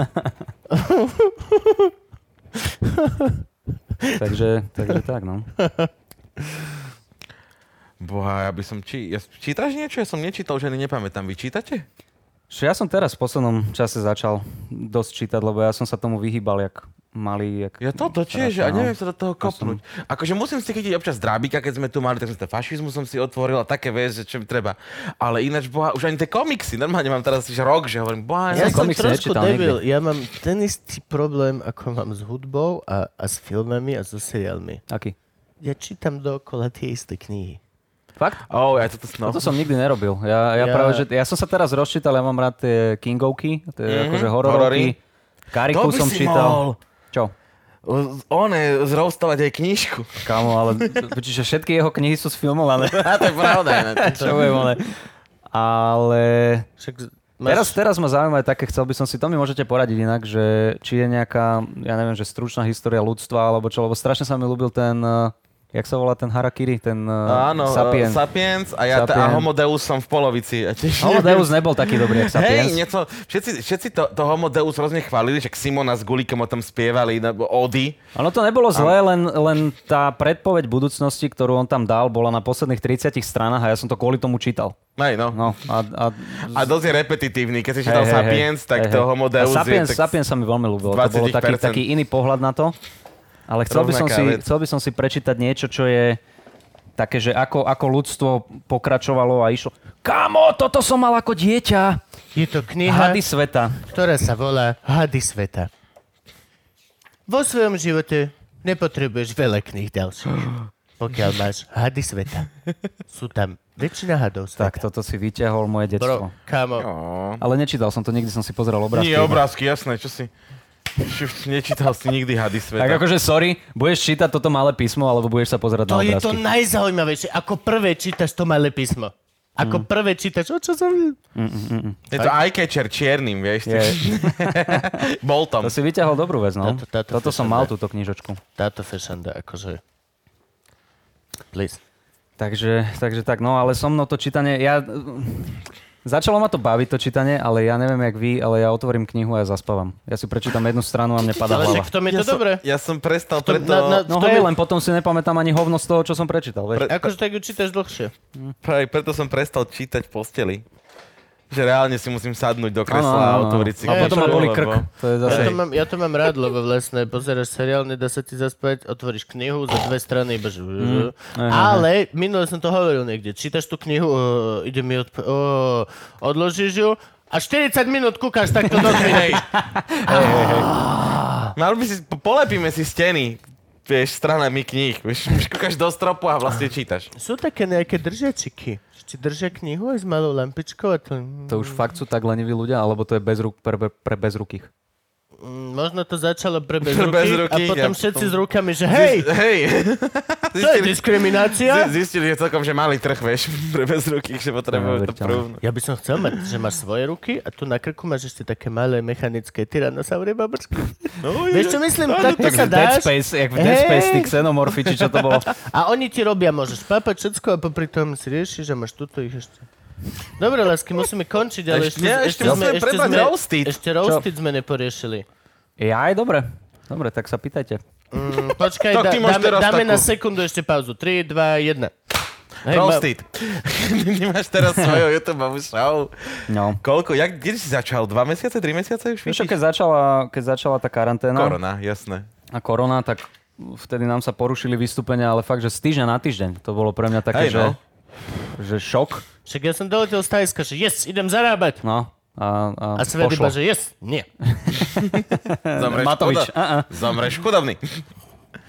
[SPEAKER 3] Takže, takže tak, no.
[SPEAKER 5] Boha, ja by som... Či... Ja... Čítaš niečo? Ja som nečítal, že ani nepamätám. Vy čítate?
[SPEAKER 3] Že ja som teraz v poslednom čase začal dosť čítať, lebo ja som sa tomu vyhýbal, jak malý, jak...
[SPEAKER 5] Ja toto tiež,
[SPEAKER 3] Strašne,
[SPEAKER 5] a
[SPEAKER 3] no.
[SPEAKER 5] neviem sa do toho kopnúť. Akože musím si chytiť občas drábika, keď sme tu mali, tak som ten fašizmus som si otvoril a také vec, že čo mi treba. Ale ináč, boha, už ani tie komiksy, normálne mám teraz už rok, že hovorím, boha,
[SPEAKER 4] Ja
[SPEAKER 5] ja,
[SPEAKER 4] som
[SPEAKER 3] komiks
[SPEAKER 4] trošku
[SPEAKER 3] nečítal
[SPEAKER 4] debil. Ja mám ten istý problém, ako mám s hudbou a, a s filmami a so seriálmi.
[SPEAKER 3] Aký?
[SPEAKER 4] Ja čítam dookola tie isté knihy.
[SPEAKER 3] Fakt?
[SPEAKER 5] Oh, ja toto snom.
[SPEAKER 3] No to som nikdy nerobil. Ja, ja,
[SPEAKER 4] Ja-
[SPEAKER 3] Práve, že, ja som sa teraz rozčítal, ja mám rád tie kingovky, tie mm-hmm. akože hororovky. Kariku
[SPEAKER 5] To Mhm. by
[SPEAKER 3] som
[SPEAKER 5] si
[SPEAKER 3] čítal.
[SPEAKER 5] mohol.
[SPEAKER 3] Čo?
[SPEAKER 5] One, zrovstavať aj knižku.
[SPEAKER 3] Kámo, ale čiže všetky jeho knihy sú sfilmované.
[SPEAKER 5] A to je pravda. ináč.
[SPEAKER 3] Čo viem, ale... Ale...
[SPEAKER 4] Však z- máš...
[SPEAKER 3] Teraz, teraz ma zaujíma aj také, chcel by som si, to mi môžete poradiť inak, že či je nejaká, ja neviem, že stručná história ľudstva, alebo čo, lebo strašne sa mi ľúbil ten, eh, jak sa volá ten Harakiri, ten eh,
[SPEAKER 5] Áno, eh,
[SPEAKER 3] Sapien.
[SPEAKER 5] Sapiens. Sapiens a ja Sapien. a
[SPEAKER 3] Sapien.
[SPEAKER 5] Homo Deus som v polovici. A tiež
[SPEAKER 3] Homo
[SPEAKER 5] neviem.
[SPEAKER 3] Deus nebol taký dobrý, jak Sapiens.
[SPEAKER 5] Hej, nieco, všetci, všetci to, to Homo Deus rôzne chválili, však Simona s Gulikom o tom spievali, nebo Ody.
[SPEAKER 3] Ono to nebolo zlé, len, len tá predpoveď budúcnosti, ktorú on tam dal, bola na posledných 30 stranách a ja som to kvôli tomu čítal.
[SPEAKER 5] Hej, no.
[SPEAKER 3] No, a, a,
[SPEAKER 5] A dosť je repetitívny. Keď si čítal
[SPEAKER 3] hej, hej,
[SPEAKER 5] Sapiens,
[SPEAKER 3] hej,
[SPEAKER 5] tak
[SPEAKER 3] hej,
[SPEAKER 5] to
[SPEAKER 3] hej.
[SPEAKER 5] Homo Deus
[SPEAKER 3] a Sapiens,
[SPEAKER 5] je... Tak...
[SPEAKER 3] Sapiens sa mi veľmi ľúbilo. To bol taký,
[SPEAKER 5] 20%.
[SPEAKER 3] taký iný pohľad na to. Ale chcel by, som
[SPEAKER 5] Rovnaká
[SPEAKER 3] si,
[SPEAKER 5] vec.
[SPEAKER 3] chcel by som si prečítať niečo, čo je také, že ako, ako ľudstvo pokračovalo a išlo. Kamo, toto som mal ako dieťa.
[SPEAKER 4] Je to kniha,
[SPEAKER 3] Hady sveta.
[SPEAKER 4] ktorá sa volá Hady sveta. Vo svojom živote nepotrebuješ veľa kníh ďalších. Pokiaľ máš Hady sveta. Sú tam väčšina hadov
[SPEAKER 3] Tak
[SPEAKER 4] sveta.
[SPEAKER 3] toto si vyťahol moje detstvo.
[SPEAKER 4] Bro, kamo.
[SPEAKER 5] Ó.
[SPEAKER 3] Ale nečítal som to, nikdy som si pozeral obrázky.
[SPEAKER 5] Nie, obrázky, jasné, čo si... Čo, nečítal si nikdy hady sveta.
[SPEAKER 3] Tak akože sorry, budeš čítať toto malé písmo, alebo budeš sa pozerať na
[SPEAKER 4] To je
[SPEAKER 3] obrázky.
[SPEAKER 4] to najzaujímavejšie. Ako prvé čítaš to malé písmo. Ako
[SPEAKER 5] Mm.
[SPEAKER 4] prvé čítaš, o čo som...
[SPEAKER 5] Je to eyecatcher čiernym, vieš.
[SPEAKER 3] Je,
[SPEAKER 5] Yeah. Boltom.
[SPEAKER 3] to si vyťahol dobrú vec, no.
[SPEAKER 4] Táto- táto
[SPEAKER 3] toto
[SPEAKER 4] fešanda.
[SPEAKER 3] som mal, túto knižočku.
[SPEAKER 4] Táto fešanda, akože... Please.
[SPEAKER 3] Takže, takže tak, no ale so mnou to čítanie, ja... Začalo ma to baviť, to čítanie, ale ja neviem, jak vy, ale ja otvorím knihu a ja zaspávam. Ja si prečítam jednu stranu a mne padá
[SPEAKER 4] Ale
[SPEAKER 3] hlava.
[SPEAKER 4] však v tom je to dobré.
[SPEAKER 5] Ja som prestal
[SPEAKER 4] tom-
[SPEAKER 5] preto...
[SPEAKER 4] na- na-
[SPEAKER 3] No
[SPEAKER 4] v tom
[SPEAKER 3] hej,
[SPEAKER 4] je-
[SPEAKER 3] len potom si nepamätám ani hovno z toho, čo som prečítal, vieš.
[SPEAKER 4] Akože tak ju čítaš dlhšie.
[SPEAKER 5] Práve preto som prestal čítať v posteli. Že reálne si musím sadnúť do
[SPEAKER 3] Áno,
[SPEAKER 5] kresla
[SPEAKER 3] áno,
[SPEAKER 5] a
[SPEAKER 3] áno.
[SPEAKER 5] otvoriť si
[SPEAKER 3] A potom ma
[SPEAKER 5] knižku,
[SPEAKER 3] boli
[SPEAKER 5] lebo-
[SPEAKER 3] krk. To je zase...
[SPEAKER 4] Ja to,
[SPEAKER 5] Hej.
[SPEAKER 4] mám, ja to mám rád, lebo vlastne pozeráš seriál, nedá sa ti zaspať, otvoríš knihu za dve strany, iba že... Mm, Ale minule som to hovoril niekde. Čítaš tú knihu, ó, ide mi odp- ó, odložíš ju a 40 minút kúkaš takto do knihy.
[SPEAKER 5] Mal by No, si, po- polepíme si steny, vieš, stranami kníh. Vieš, už kúkaš do stropu a vlastne čítaš.
[SPEAKER 4] Sú také nejaké držiačiky. Že ti držia knihu aj s malou lampičkou a to...
[SPEAKER 3] To už fakt sú tak leniví ľudia, alebo to je bez ruk, pre, pre- pre bezrukých.
[SPEAKER 4] Mm, Možno to začalo pre bez
[SPEAKER 5] Pre
[SPEAKER 4] ruky,
[SPEAKER 5] bez
[SPEAKER 4] a
[SPEAKER 5] ruky,
[SPEAKER 4] potom
[SPEAKER 5] ja
[SPEAKER 4] všetci
[SPEAKER 5] potom-
[SPEAKER 4] s rukami, že hej,
[SPEAKER 5] Hej!
[SPEAKER 4] to je diskriminácia.
[SPEAKER 5] zi- Zistili, že celkom, že malý trh, vieš, pre bez ruky, že potrebujú to
[SPEAKER 3] Neuveriteľné.
[SPEAKER 5] prúvnu.
[SPEAKER 4] Ja by som chcel mať, že máš svoje ruky a tu na krku máš ešte také malé mechanické tyrannosaurie babrsky. No, Vieš čo myslím? Tak to
[SPEAKER 3] Jak
[SPEAKER 4] sa
[SPEAKER 3] v Dead
[SPEAKER 4] dáš
[SPEAKER 3] Space, jak v Dead Space, tí
[SPEAKER 4] Hej.
[SPEAKER 3] xenomorfi, či čo to bolo.
[SPEAKER 4] a oni ti robia, môžeš papať všetko a popri tom si riešiš a máš tuto ich ešte. Dobre, lásky, musíme končiť, ale
[SPEAKER 5] Ešte-
[SPEAKER 4] ešte,
[SPEAKER 5] ešte musíme prebrať roasted.
[SPEAKER 4] ešte roasted sme neporiešili.
[SPEAKER 3] Ja aj dobre. Dobre, tak sa pýtajte.
[SPEAKER 4] Mm, Počkaj,
[SPEAKER 5] Tak
[SPEAKER 4] da,
[SPEAKER 5] ty máš
[SPEAKER 4] dáme,
[SPEAKER 5] teraz
[SPEAKER 4] dáme
[SPEAKER 5] takú.
[SPEAKER 4] na sekundu ešte pauzu. 3, 2, 1. Hej, ma-
[SPEAKER 5] Roasted. Nemáš teraz svojho YouTube show.
[SPEAKER 3] No.
[SPEAKER 5] Koľko? Jak, kde si začal? Dva mesiace, tri mesiace už
[SPEAKER 4] No
[SPEAKER 3] Vieš čo,
[SPEAKER 5] vidíš?
[SPEAKER 3] keď začala, keď začala tá karanténa
[SPEAKER 5] Korona, jasné.
[SPEAKER 3] a korona, tak vtedy nám sa porušili vystúpenia, ale fakt, že z týždňa na týždeň. To bolo pre mňa také,
[SPEAKER 5] Hej,
[SPEAKER 3] že,
[SPEAKER 5] no.
[SPEAKER 3] že šok.
[SPEAKER 4] Však ja som doletel z Tajska, že yes, idem zarábať.
[SPEAKER 3] No. A, a,
[SPEAKER 4] A svet
[SPEAKER 3] pošlo.
[SPEAKER 4] iba, že yes, nie. Eh,
[SPEAKER 5] Zomreš
[SPEAKER 3] Matovič,
[SPEAKER 5] chudo- Zomreš chudobný.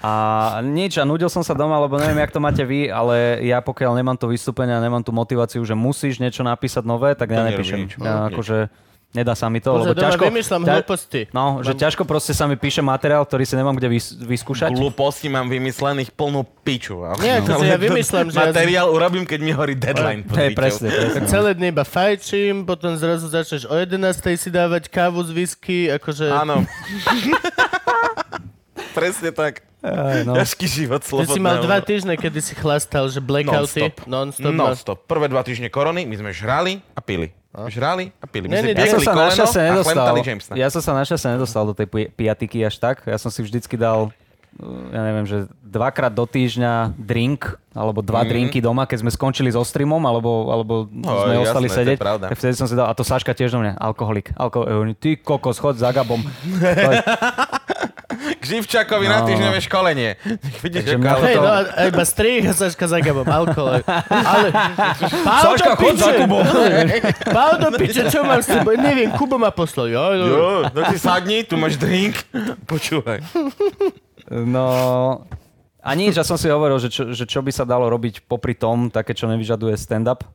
[SPEAKER 3] A nič, a nudil som sa doma, lebo neviem, jak to máte vy, ale ja pokiaľ nemám to vystúpenie a nemám tú motiváciu, že musíš niečo napísať nové, tak ja
[SPEAKER 5] nerobí
[SPEAKER 3] nepíšem.
[SPEAKER 5] nič.
[SPEAKER 3] Ja,
[SPEAKER 5] Nič.
[SPEAKER 3] akože nedá sa mi to,
[SPEAKER 4] Pozor,
[SPEAKER 3] lebo
[SPEAKER 4] doma
[SPEAKER 3] ťažko...
[SPEAKER 4] vymýšľam
[SPEAKER 3] ťa-
[SPEAKER 4] hlúposti.
[SPEAKER 3] No, že ťažko proste sa mi píše materiál, ktorý si nemám kde vys- vyskúšať.
[SPEAKER 5] Gluposti mám vymyslených plnú piču. ale-
[SPEAKER 4] Nie, to si ja
[SPEAKER 5] Ale
[SPEAKER 4] vymyslím, že ja-
[SPEAKER 5] Materiál urobím, keď mi horí deadline. pod
[SPEAKER 3] Hej,
[SPEAKER 5] pičou.
[SPEAKER 3] presne, presne.
[SPEAKER 4] Celé dne iba fajčím, potom zrazu začneš o 11. si dávať kávu z whisky, akože...
[SPEAKER 5] Áno. presne tak.
[SPEAKER 3] Aj, no.
[SPEAKER 5] Ťažký život
[SPEAKER 4] Ty
[SPEAKER 5] slobodného.
[SPEAKER 4] si mal dva týždne, kedy si chlastal, že blackouty.
[SPEAKER 5] Non-stop.
[SPEAKER 4] Non-stop. no.
[SPEAKER 5] Non-stop. Prvé dva týždne korony, my sme žrali a pili. Žrali a pili. My
[SPEAKER 4] Nie, nie,
[SPEAKER 5] sme
[SPEAKER 4] nie.
[SPEAKER 3] Ja som
[SPEAKER 5] piekli
[SPEAKER 3] sa
[SPEAKER 5] koleno
[SPEAKER 3] našťastie
[SPEAKER 5] a
[SPEAKER 3] nedostal.
[SPEAKER 5] chlemtali Jamesa.
[SPEAKER 3] Ja som sa našťastie nedostal do tej pi- piatiky až tak. Ja som si vždycky dal uh, ja neviem, že dvakrát do týždňa drink, alebo dva mm. drinky doma, keď sme skončili so streamom, alebo, alebo
[SPEAKER 5] No,
[SPEAKER 3] sme
[SPEAKER 5] jasné,
[SPEAKER 3] ostali
[SPEAKER 5] to je
[SPEAKER 3] sedieť.
[SPEAKER 5] pravda.
[SPEAKER 3] Tak vtedy som si dal, a to Saška tiež do mňa, alkoholik. Alko- e, ty kokos, chod za gabom. To je-
[SPEAKER 5] K Živčakovi na
[SPEAKER 3] No.
[SPEAKER 5] týždňové školenie. Vidíš,
[SPEAKER 3] Takže
[SPEAKER 5] ako
[SPEAKER 3] mňa
[SPEAKER 5] ale...
[SPEAKER 4] Hej,
[SPEAKER 3] to-
[SPEAKER 4] no a a iba strih a Saška za gabom, alkohol. Ale... Pau
[SPEAKER 3] Saška,
[SPEAKER 4] do
[SPEAKER 3] chod za
[SPEAKER 4] piče!
[SPEAKER 3] Kubom.
[SPEAKER 4] Pau do piče, čo mám s tebou? Neviem, Kubo ma poslal. Jo, jo.
[SPEAKER 5] Jo, tak si sadni, tu máš drink. Počúvaj.
[SPEAKER 3] No... A nič, ja som si hovoril, že čo, že čo by sa dalo robiť popri tom, také, čo nevyžaduje stand-up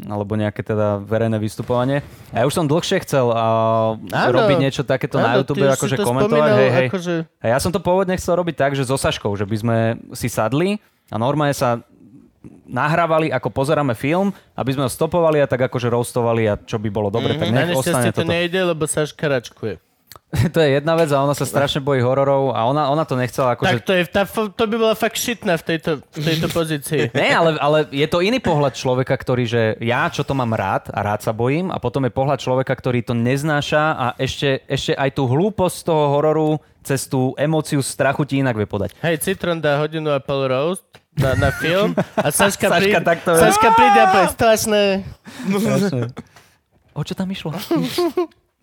[SPEAKER 3] alebo nejaké teda verejné vystupovanie. A ja už som dlhšie chcel uh,
[SPEAKER 4] Áno.
[SPEAKER 3] robiť niečo takéto na
[SPEAKER 4] Áno,
[SPEAKER 3] YouTube,
[SPEAKER 4] ty už si
[SPEAKER 3] akože
[SPEAKER 4] to
[SPEAKER 3] komentovať.
[SPEAKER 4] spomínal,
[SPEAKER 3] Hej, hej.
[SPEAKER 4] akože-
[SPEAKER 3] A ja som to pôvodne chcel robiť tak, že so Saškou, že by sme si sadli a normálne sa nahrávali, ako pozeráme film, aby sme ho stopovali a tak akože roastovali a čo by bolo dobre, mm-hmm. tak
[SPEAKER 4] Mhm. Na
[SPEAKER 3] nech ostane
[SPEAKER 4] nešťastie to
[SPEAKER 3] toto.
[SPEAKER 4] nejde, lebo Saška račkuje.
[SPEAKER 3] to je jedna vec a ona sa strašne bojí hororov a ona, ona to nechcela akože...
[SPEAKER 4] Tak to, je, tá, fo- to by bola fakt šitná v tejto, v tejto pozícii.
[SPEAKER 3] Ne, ale, ale je to iný pohľad človeka, ktorý, že ja čo to mám rád a rád sa bojím a potom je pohľad človeka, ktorý to neznáša a ešte, ešte aj tú hlúposť z toho hororu cez tú emóciu strachu ti inak vie podať.
[SPEAKER 4] Hej, Citron dá hodinu a pol roast na, na film a Saška,
[SPEAKER 3] Saška
[SPEAKER 4] príde,
[SPEAKER 3] takto-
[SPEAKER 4] Saška príde a povie, strašné.
[SPEAKER 3] O čo tam išlo?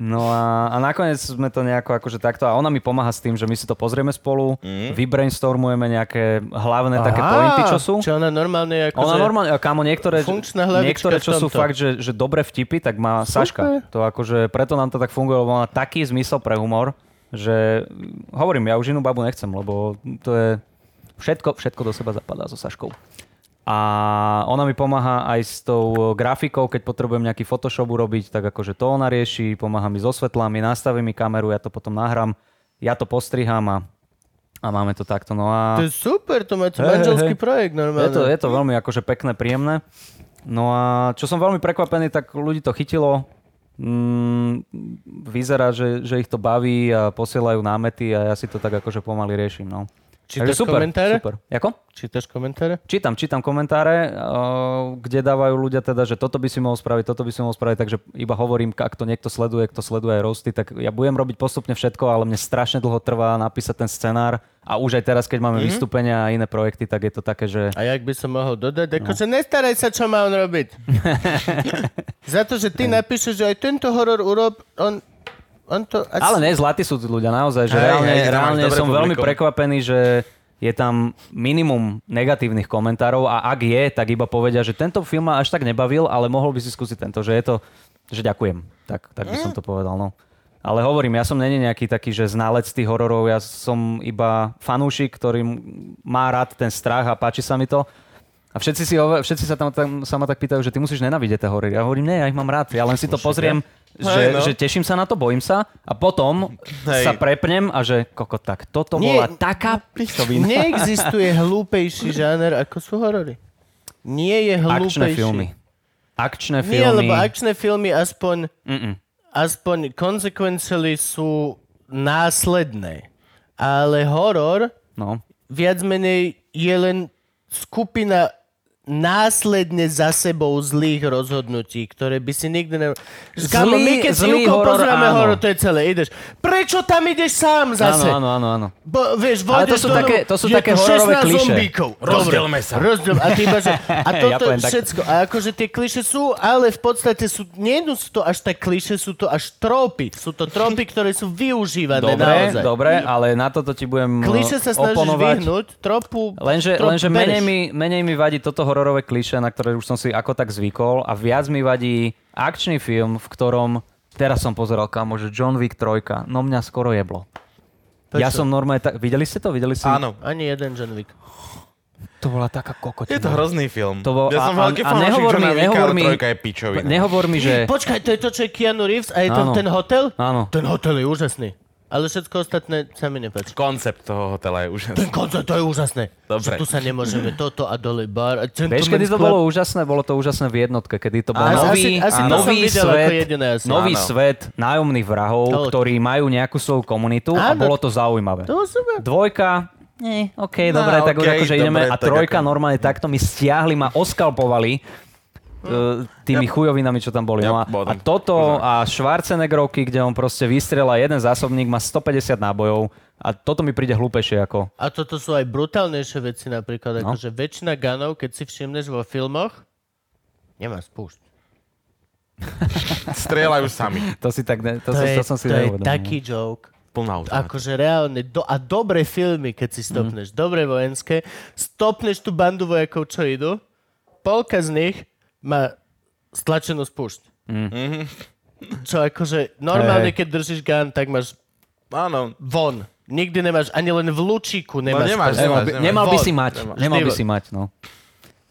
[SPEAKER 3] No a, a nakoniec sme to nejako akože takto a ona mi pomáha s tým, že my si to pozrieme spolu, mm. vybrainstormujeme nejaké hlavné Aha, také pointy, čo sú.
[SPEAKER 4] Čo ona normálne je akože- ako
[SPEAKER 3] Ona
[SPEAKER 4] že-
[SPEAKER 3] normálne, kámo, niektoré,
[SPEAKER 4] Funkčná hlavička
[SPEAKER 3] niektoré
[SPEAKER 4] v
[SPEAKER 3] čo sú
[SPEAKER 4] tomto.
[SPEAKER 3] fakt, že, že dobre vtipy, tak má Saška. To akože, preto nám to tak funguje, lebo má taký zmysel pre humor, že hm, hovorím, ja už inú babu nechcem, lebo to je všetko, všetko do seba zapadá so Saškou. A ona mi pomáha aj s tou grafikou, keď potrebujem nejaký Photoshop urobiť, tak akože to ona rieši, pomáha mi so svetlami, nastaví mi kameru, ja to potom nahrám, ja to postrihám a, a máme to takto. No a...
[SPEAKER 4] To je super, to máte
[SPEAKER 3] Hej,
[SPEAKER 4] manželský
[SPEAKER 3] hej.
[SPEAKER 4] projekt normálne.
[SPEAKER 3] Je to, je to veľmi akože pekné, príjemné. No a čo som veľmi prekvapený, tak ľudí to chytilo. Mm, vyzerá, že, že ich to baví a posielajú námety a ja si to tak akože pomaly riešim. No.
[SPEAKER 4] Čítaš
[SPEAKER 3] Takže super,
[SPEAKER 4] komentáre?
[SPEAKER 3] Super. Jako?
[SPEAKER 4] Čítaš komentáre?
[SPEAKER 3] Čítam, čítam komentáre, uh, kde dávajú ľudia teda, že toto by si mohol spraviť, toto by si mohol spraviť, takže iba hovorím, ak to niekto sleduje, kto sleduje aj roasty, tak ja budem robiť postupne všetko, ale mne strašne dlho trvá napísať ten scenár a už aj teraz,
[SPEAKER 4] Mhm.
[SPEAKER 3] keď máme mm-hmm. vystúpenia a iné projekty, tak je to také, že...
[SPEAKER 4] A jak by som mohol
[SPEAKER 3] No.
[SPEAKER 4] dodať? Akože nestaraj sa, čo má on robiť. Za to, že ty napíšeš, že aj tento horor urob, on, on to... Asi...
[SPEAKER 3] Ale ne, zlatí sú tí ľudia naozaj, že
[SPEAKER 5] Hej,
[SPEAKER 3] reálne,
[SPEAKER 5] hej, že tam máš
[SPEAKER 3] reálne
[SPEAKER 5] dobré
[SPEAKER 3] som
[SPEAKER 5] publikum.
[SPEAKER 3] veľmi prekvapený, že je tam minimum negatívnych komentárov a ak je, tak iba povedia, že tento film ma až tak nebavil, ale mohol by si skúsiť tento, že je to, že ďakujem. Tak, tak by som to povedal, no. Ale hovorím, ja som není nejaký taký, že znalec tých hororov, ja som iba fanúšik, ktorý m- má rád ten strach a páči sa mi to. A všetci, si hovor, všetci sa, tam, tam, sa ma tak pýtajú, že ty musíš nenávidieť tie hory. Ja hovorím, ne, ja ich mám rád. Ja len si to pozriem, že,
[SPEAKER 5] Hej, no.
[SPEAKER 3] že teším sa na to, bojím sa a potom
[SPEAKER 5] Hej.
[SPEAKER 3] sa prepnem a že koko, tak toto
[SPEAKER 4] Nie.
[SPEAKER 3] bola taká pičovina.
[SPEAKER 4] Neexistuje hlúpejší žáner, ako sú horory. Nie je
[SPEAKER 3] Akčné
[SPEAKER 4] hlúpejší.
[SPEAKER 3] filmy. Akčné
[SPEAKER 4] Nie,
[SPEAKER 3] filmy.
[SPEAKER 4] lebo akčné filmy aspoň,
[SPEAKER 3] Mm-mm.
[SPEAKER 4] aspoň consequentially sú následné. Ale horor
[SPEAKER 3] No.
[SPEAKER 4] viac menej je len skupina následne za sebou zlých rozhodnutí, ktoré by si nikdy ne...
[SPEAKER 3] Zlý-
[SPEAKER 4] Kámo, my keď si
[SPEAKER 3] zlý
[SPEAKER 4] Juko
[SPEAKER 3] horor,
[SPEAKER 4] pozrieme
[SPEAKER 3] áno.
[SPEAKER 4] horor, to je celé, ideš. Prečo tam ideš sám zase?
[SPEAKER 3] Áno, áno, áno, áno.
[SPEAKER 4] Bo, vieš,
[SPEAKER 3] Ale to
[SPEAKER 4] vôjdeš
[SPEAKER 3] sú
[SPEAKER 4] do domu,
[SPEAKER 3] také- to sú
[SPEAKER 4] je
[SPEAKER 3] také
[SPEAKER 4] tu
[SPEAKER 3] hororové
[SPEAKER 4] 16
[SPEAKER 3] klišé.
[SPEAKER 4] zombíkov. Dobre.
[SPEAKER 2] Rozdielme sa.
[SPEAKER 4] Rozdiel, a ty iba, že, a
[SPEAKER 3] Ja
[SPEAKER 4] toto
[SPEAKER 3] poviem tak.
[SPEAKER 4] všetko. A akože tie kliše sú, ale v podstate sú, nie sú to až tak kliše, sú to až trópy. Sú to trópy, ktoré sú využívané
[SPEAKER 3] Dobre,
[SPEAKER 4] naozaj.
[SPEAKER 3] dobre, ale na toto ti budem
[SPEAKER 4] Kliše
[SPEAKER 3] eh,
[SPEAKER 4] sa snažíš
[SPEAKER 3] oponovať.
[SPEAKER 4] vyhnúť, tropu
[SPEAKER 3] Lenže,
[SPEAKER 4] trop
[SPEAKER 3] lenže
[SPEAKER 4] bereš.
[SPEAKER 3] menej, mi, menej mi vadí toto hororové kliše, na ktoré už som si ako tak zvykol a viac mi vadí akčný film, v ktorom teraz som pozeral kamo, že John Wick 3, no mňa skoro jeblo. Ja som normálne tak... Videli ste to? Videli ste?
[SPEAKER 5] Áno.
[SPEAKER 4] Ani jeden John Wick.
[SPEAKER 3] To bola taká kokotina.
[SPEAKER 5] Je to hrozný
[SPEAKER 3] no.
[SPEAKER 5] film.
[SPEAKER 3] To bol-
[SPEAKER 5] ja som
[SPEAKER 3] a- a-
[SPEAKER 5] veľký
[SPEAKER 3] a
[SPEAKER 5] fanúšik
[SPEAKER 3] nehovor
[SPEAKER 5] Johna
[SPEAKER 3] mi-
[SPEAKER 5] Wicka,
[SPEAKER 3] nehovor
[SPEAKER 5] ale
[SPEAKER 3] mi-
[SPEAKER 5] trojka je pičovina.
[SPEAKER 3] Nehovor mi, že...
[SPEAKER 4] Počkaj, to je to, čo je Keanu Reeves a je to
[SPEAKER 3] Áno.
[SPEAKER 4] ten hotel?
[SPEAKER 3] Áno.
[SPEAKER 4] Ten hotel je úžasný. Ale všetko ostatné sa mi nepáči.
[SPEAKER 5] Koncept toho hotela je úžasný.
[SPEAKER 4] Ten koncert, to je úžasné.
[SPEAKER 5] Dobre.
[SPEAKER 4] Že tu sa nemôžeme toto a dole bar. A
[SPEAKER 3] Vieš,
[SPEAKER 4] Gentleman's
[SPEAKER 3] kedy to
[SPEAKER 4] Club.
[SPEAKER 3] bolo úžasné? Bolo to úžasné v jednotke, kedy to bol
[SPEAKER 4] Asi-
[SPEAKER 3] nový,
[SPEAKER 4] asi- asi
[SPEAKER 5] to
[SPEAKER 3] nový
[SPEAKER 4] som videl
[SPEAKER 3] svet,
[SPEAKER 4] ako jediné asi.
[SPEAKER 3] nový
[SPEAKER 5] Áno.
[SPEAKER 3] svet nájomných vrahov,
[SPEAKER 4] To-
[SPEAKER 3] ktorí majú nejakú svoju komunitu a
[SPEAKER 4] Áno.
[SPEAKER 3] bolo to zaujímavé.
[SPEAKER 4] To super.
[SPEAKER 3] Dvojka, nie, OK,
[SPEAKER 5] No,
[SPEAKER 3] dobre, tak už
[SPEAKER 5] okej,
[SPEAKER 3] akože
[SPEAKER 5] dobre,
[SPEAKER 3] ideme. A
[SPEAKER 5] tak
[SPEAKER 3] trojka
[SPEAKER 5] ako-
[SPEAKER 3] normálne
[SPEAKER 4] no.
[SPEAKER 3] takto mi stiahli, ma oskalpovali eh, tými chujovinami, čo tam boli. No a,
[SPEAKER 5] Ja
[SPEAKER 3] a
[SPEAKER 5] bodom.
[SPEAKER 3] toto a Schwarzeneggerovky, kde on proste vystrela jeden zásobník, má 150 nábojov a toto mi príde hlúpejšie ako...
[SPEAKER 4] A toto sú aj brutálnejšie veci napríklad. No. Akože väčšina ganov, keď si všimneš vo filmoch, nemá spúšť.
[SPEAKER 5] Strieľajú sami.
[SPEAKER 3] To si tak... Ne,
[SPEAKER 4] To,
[SPEAKER 3] to, som,
[SPEAKER 4] je,
[SPEAKER 3] to som si
[SPEAKER 4] to je
[SPEAKER 3] neuvedomil.
[SPEAKER 4] taký joke.
[SPEAKER 5] Plná automata.
[SPEAKER 4] Akože reálne, do, a dobré filmy, keď
[SPEAKER 3] Mhm.
[SPEAKER 4] si stopneš, mm. dobré vojenské, stopneš tú bandu vojakov, čo idú, polka z nich má stlačenú spúšť. Mm. Čo akože, normálne,
[SPEAKER 3] Mhm. Hej, hej.
[SPEAKER 4] keď držíš gun, tak máš
[SPEAKER 5] Áno. no
[SPEAKER 4] von. Nikdy nemáš, ani len v
[SPEAKER 3] No
[SPEAKER 4] lučíku nemáš.
[SPEAKER 5] nemáš,
[SPEAKER 4] proste.
[SPEAKER 3] Nemal by,
[SPEAKER 5] Nemáš,
[SPEAKER 3] nemal by
[SPEAKER 4] nemáš.
[SPEAKER 3] si mať.
[SPEAKER 4] Nemáš.
[SPEAKER 3] Nemal by
[SPEAKER 4] Nemáš.
[SPEAKER 3] si mať, no.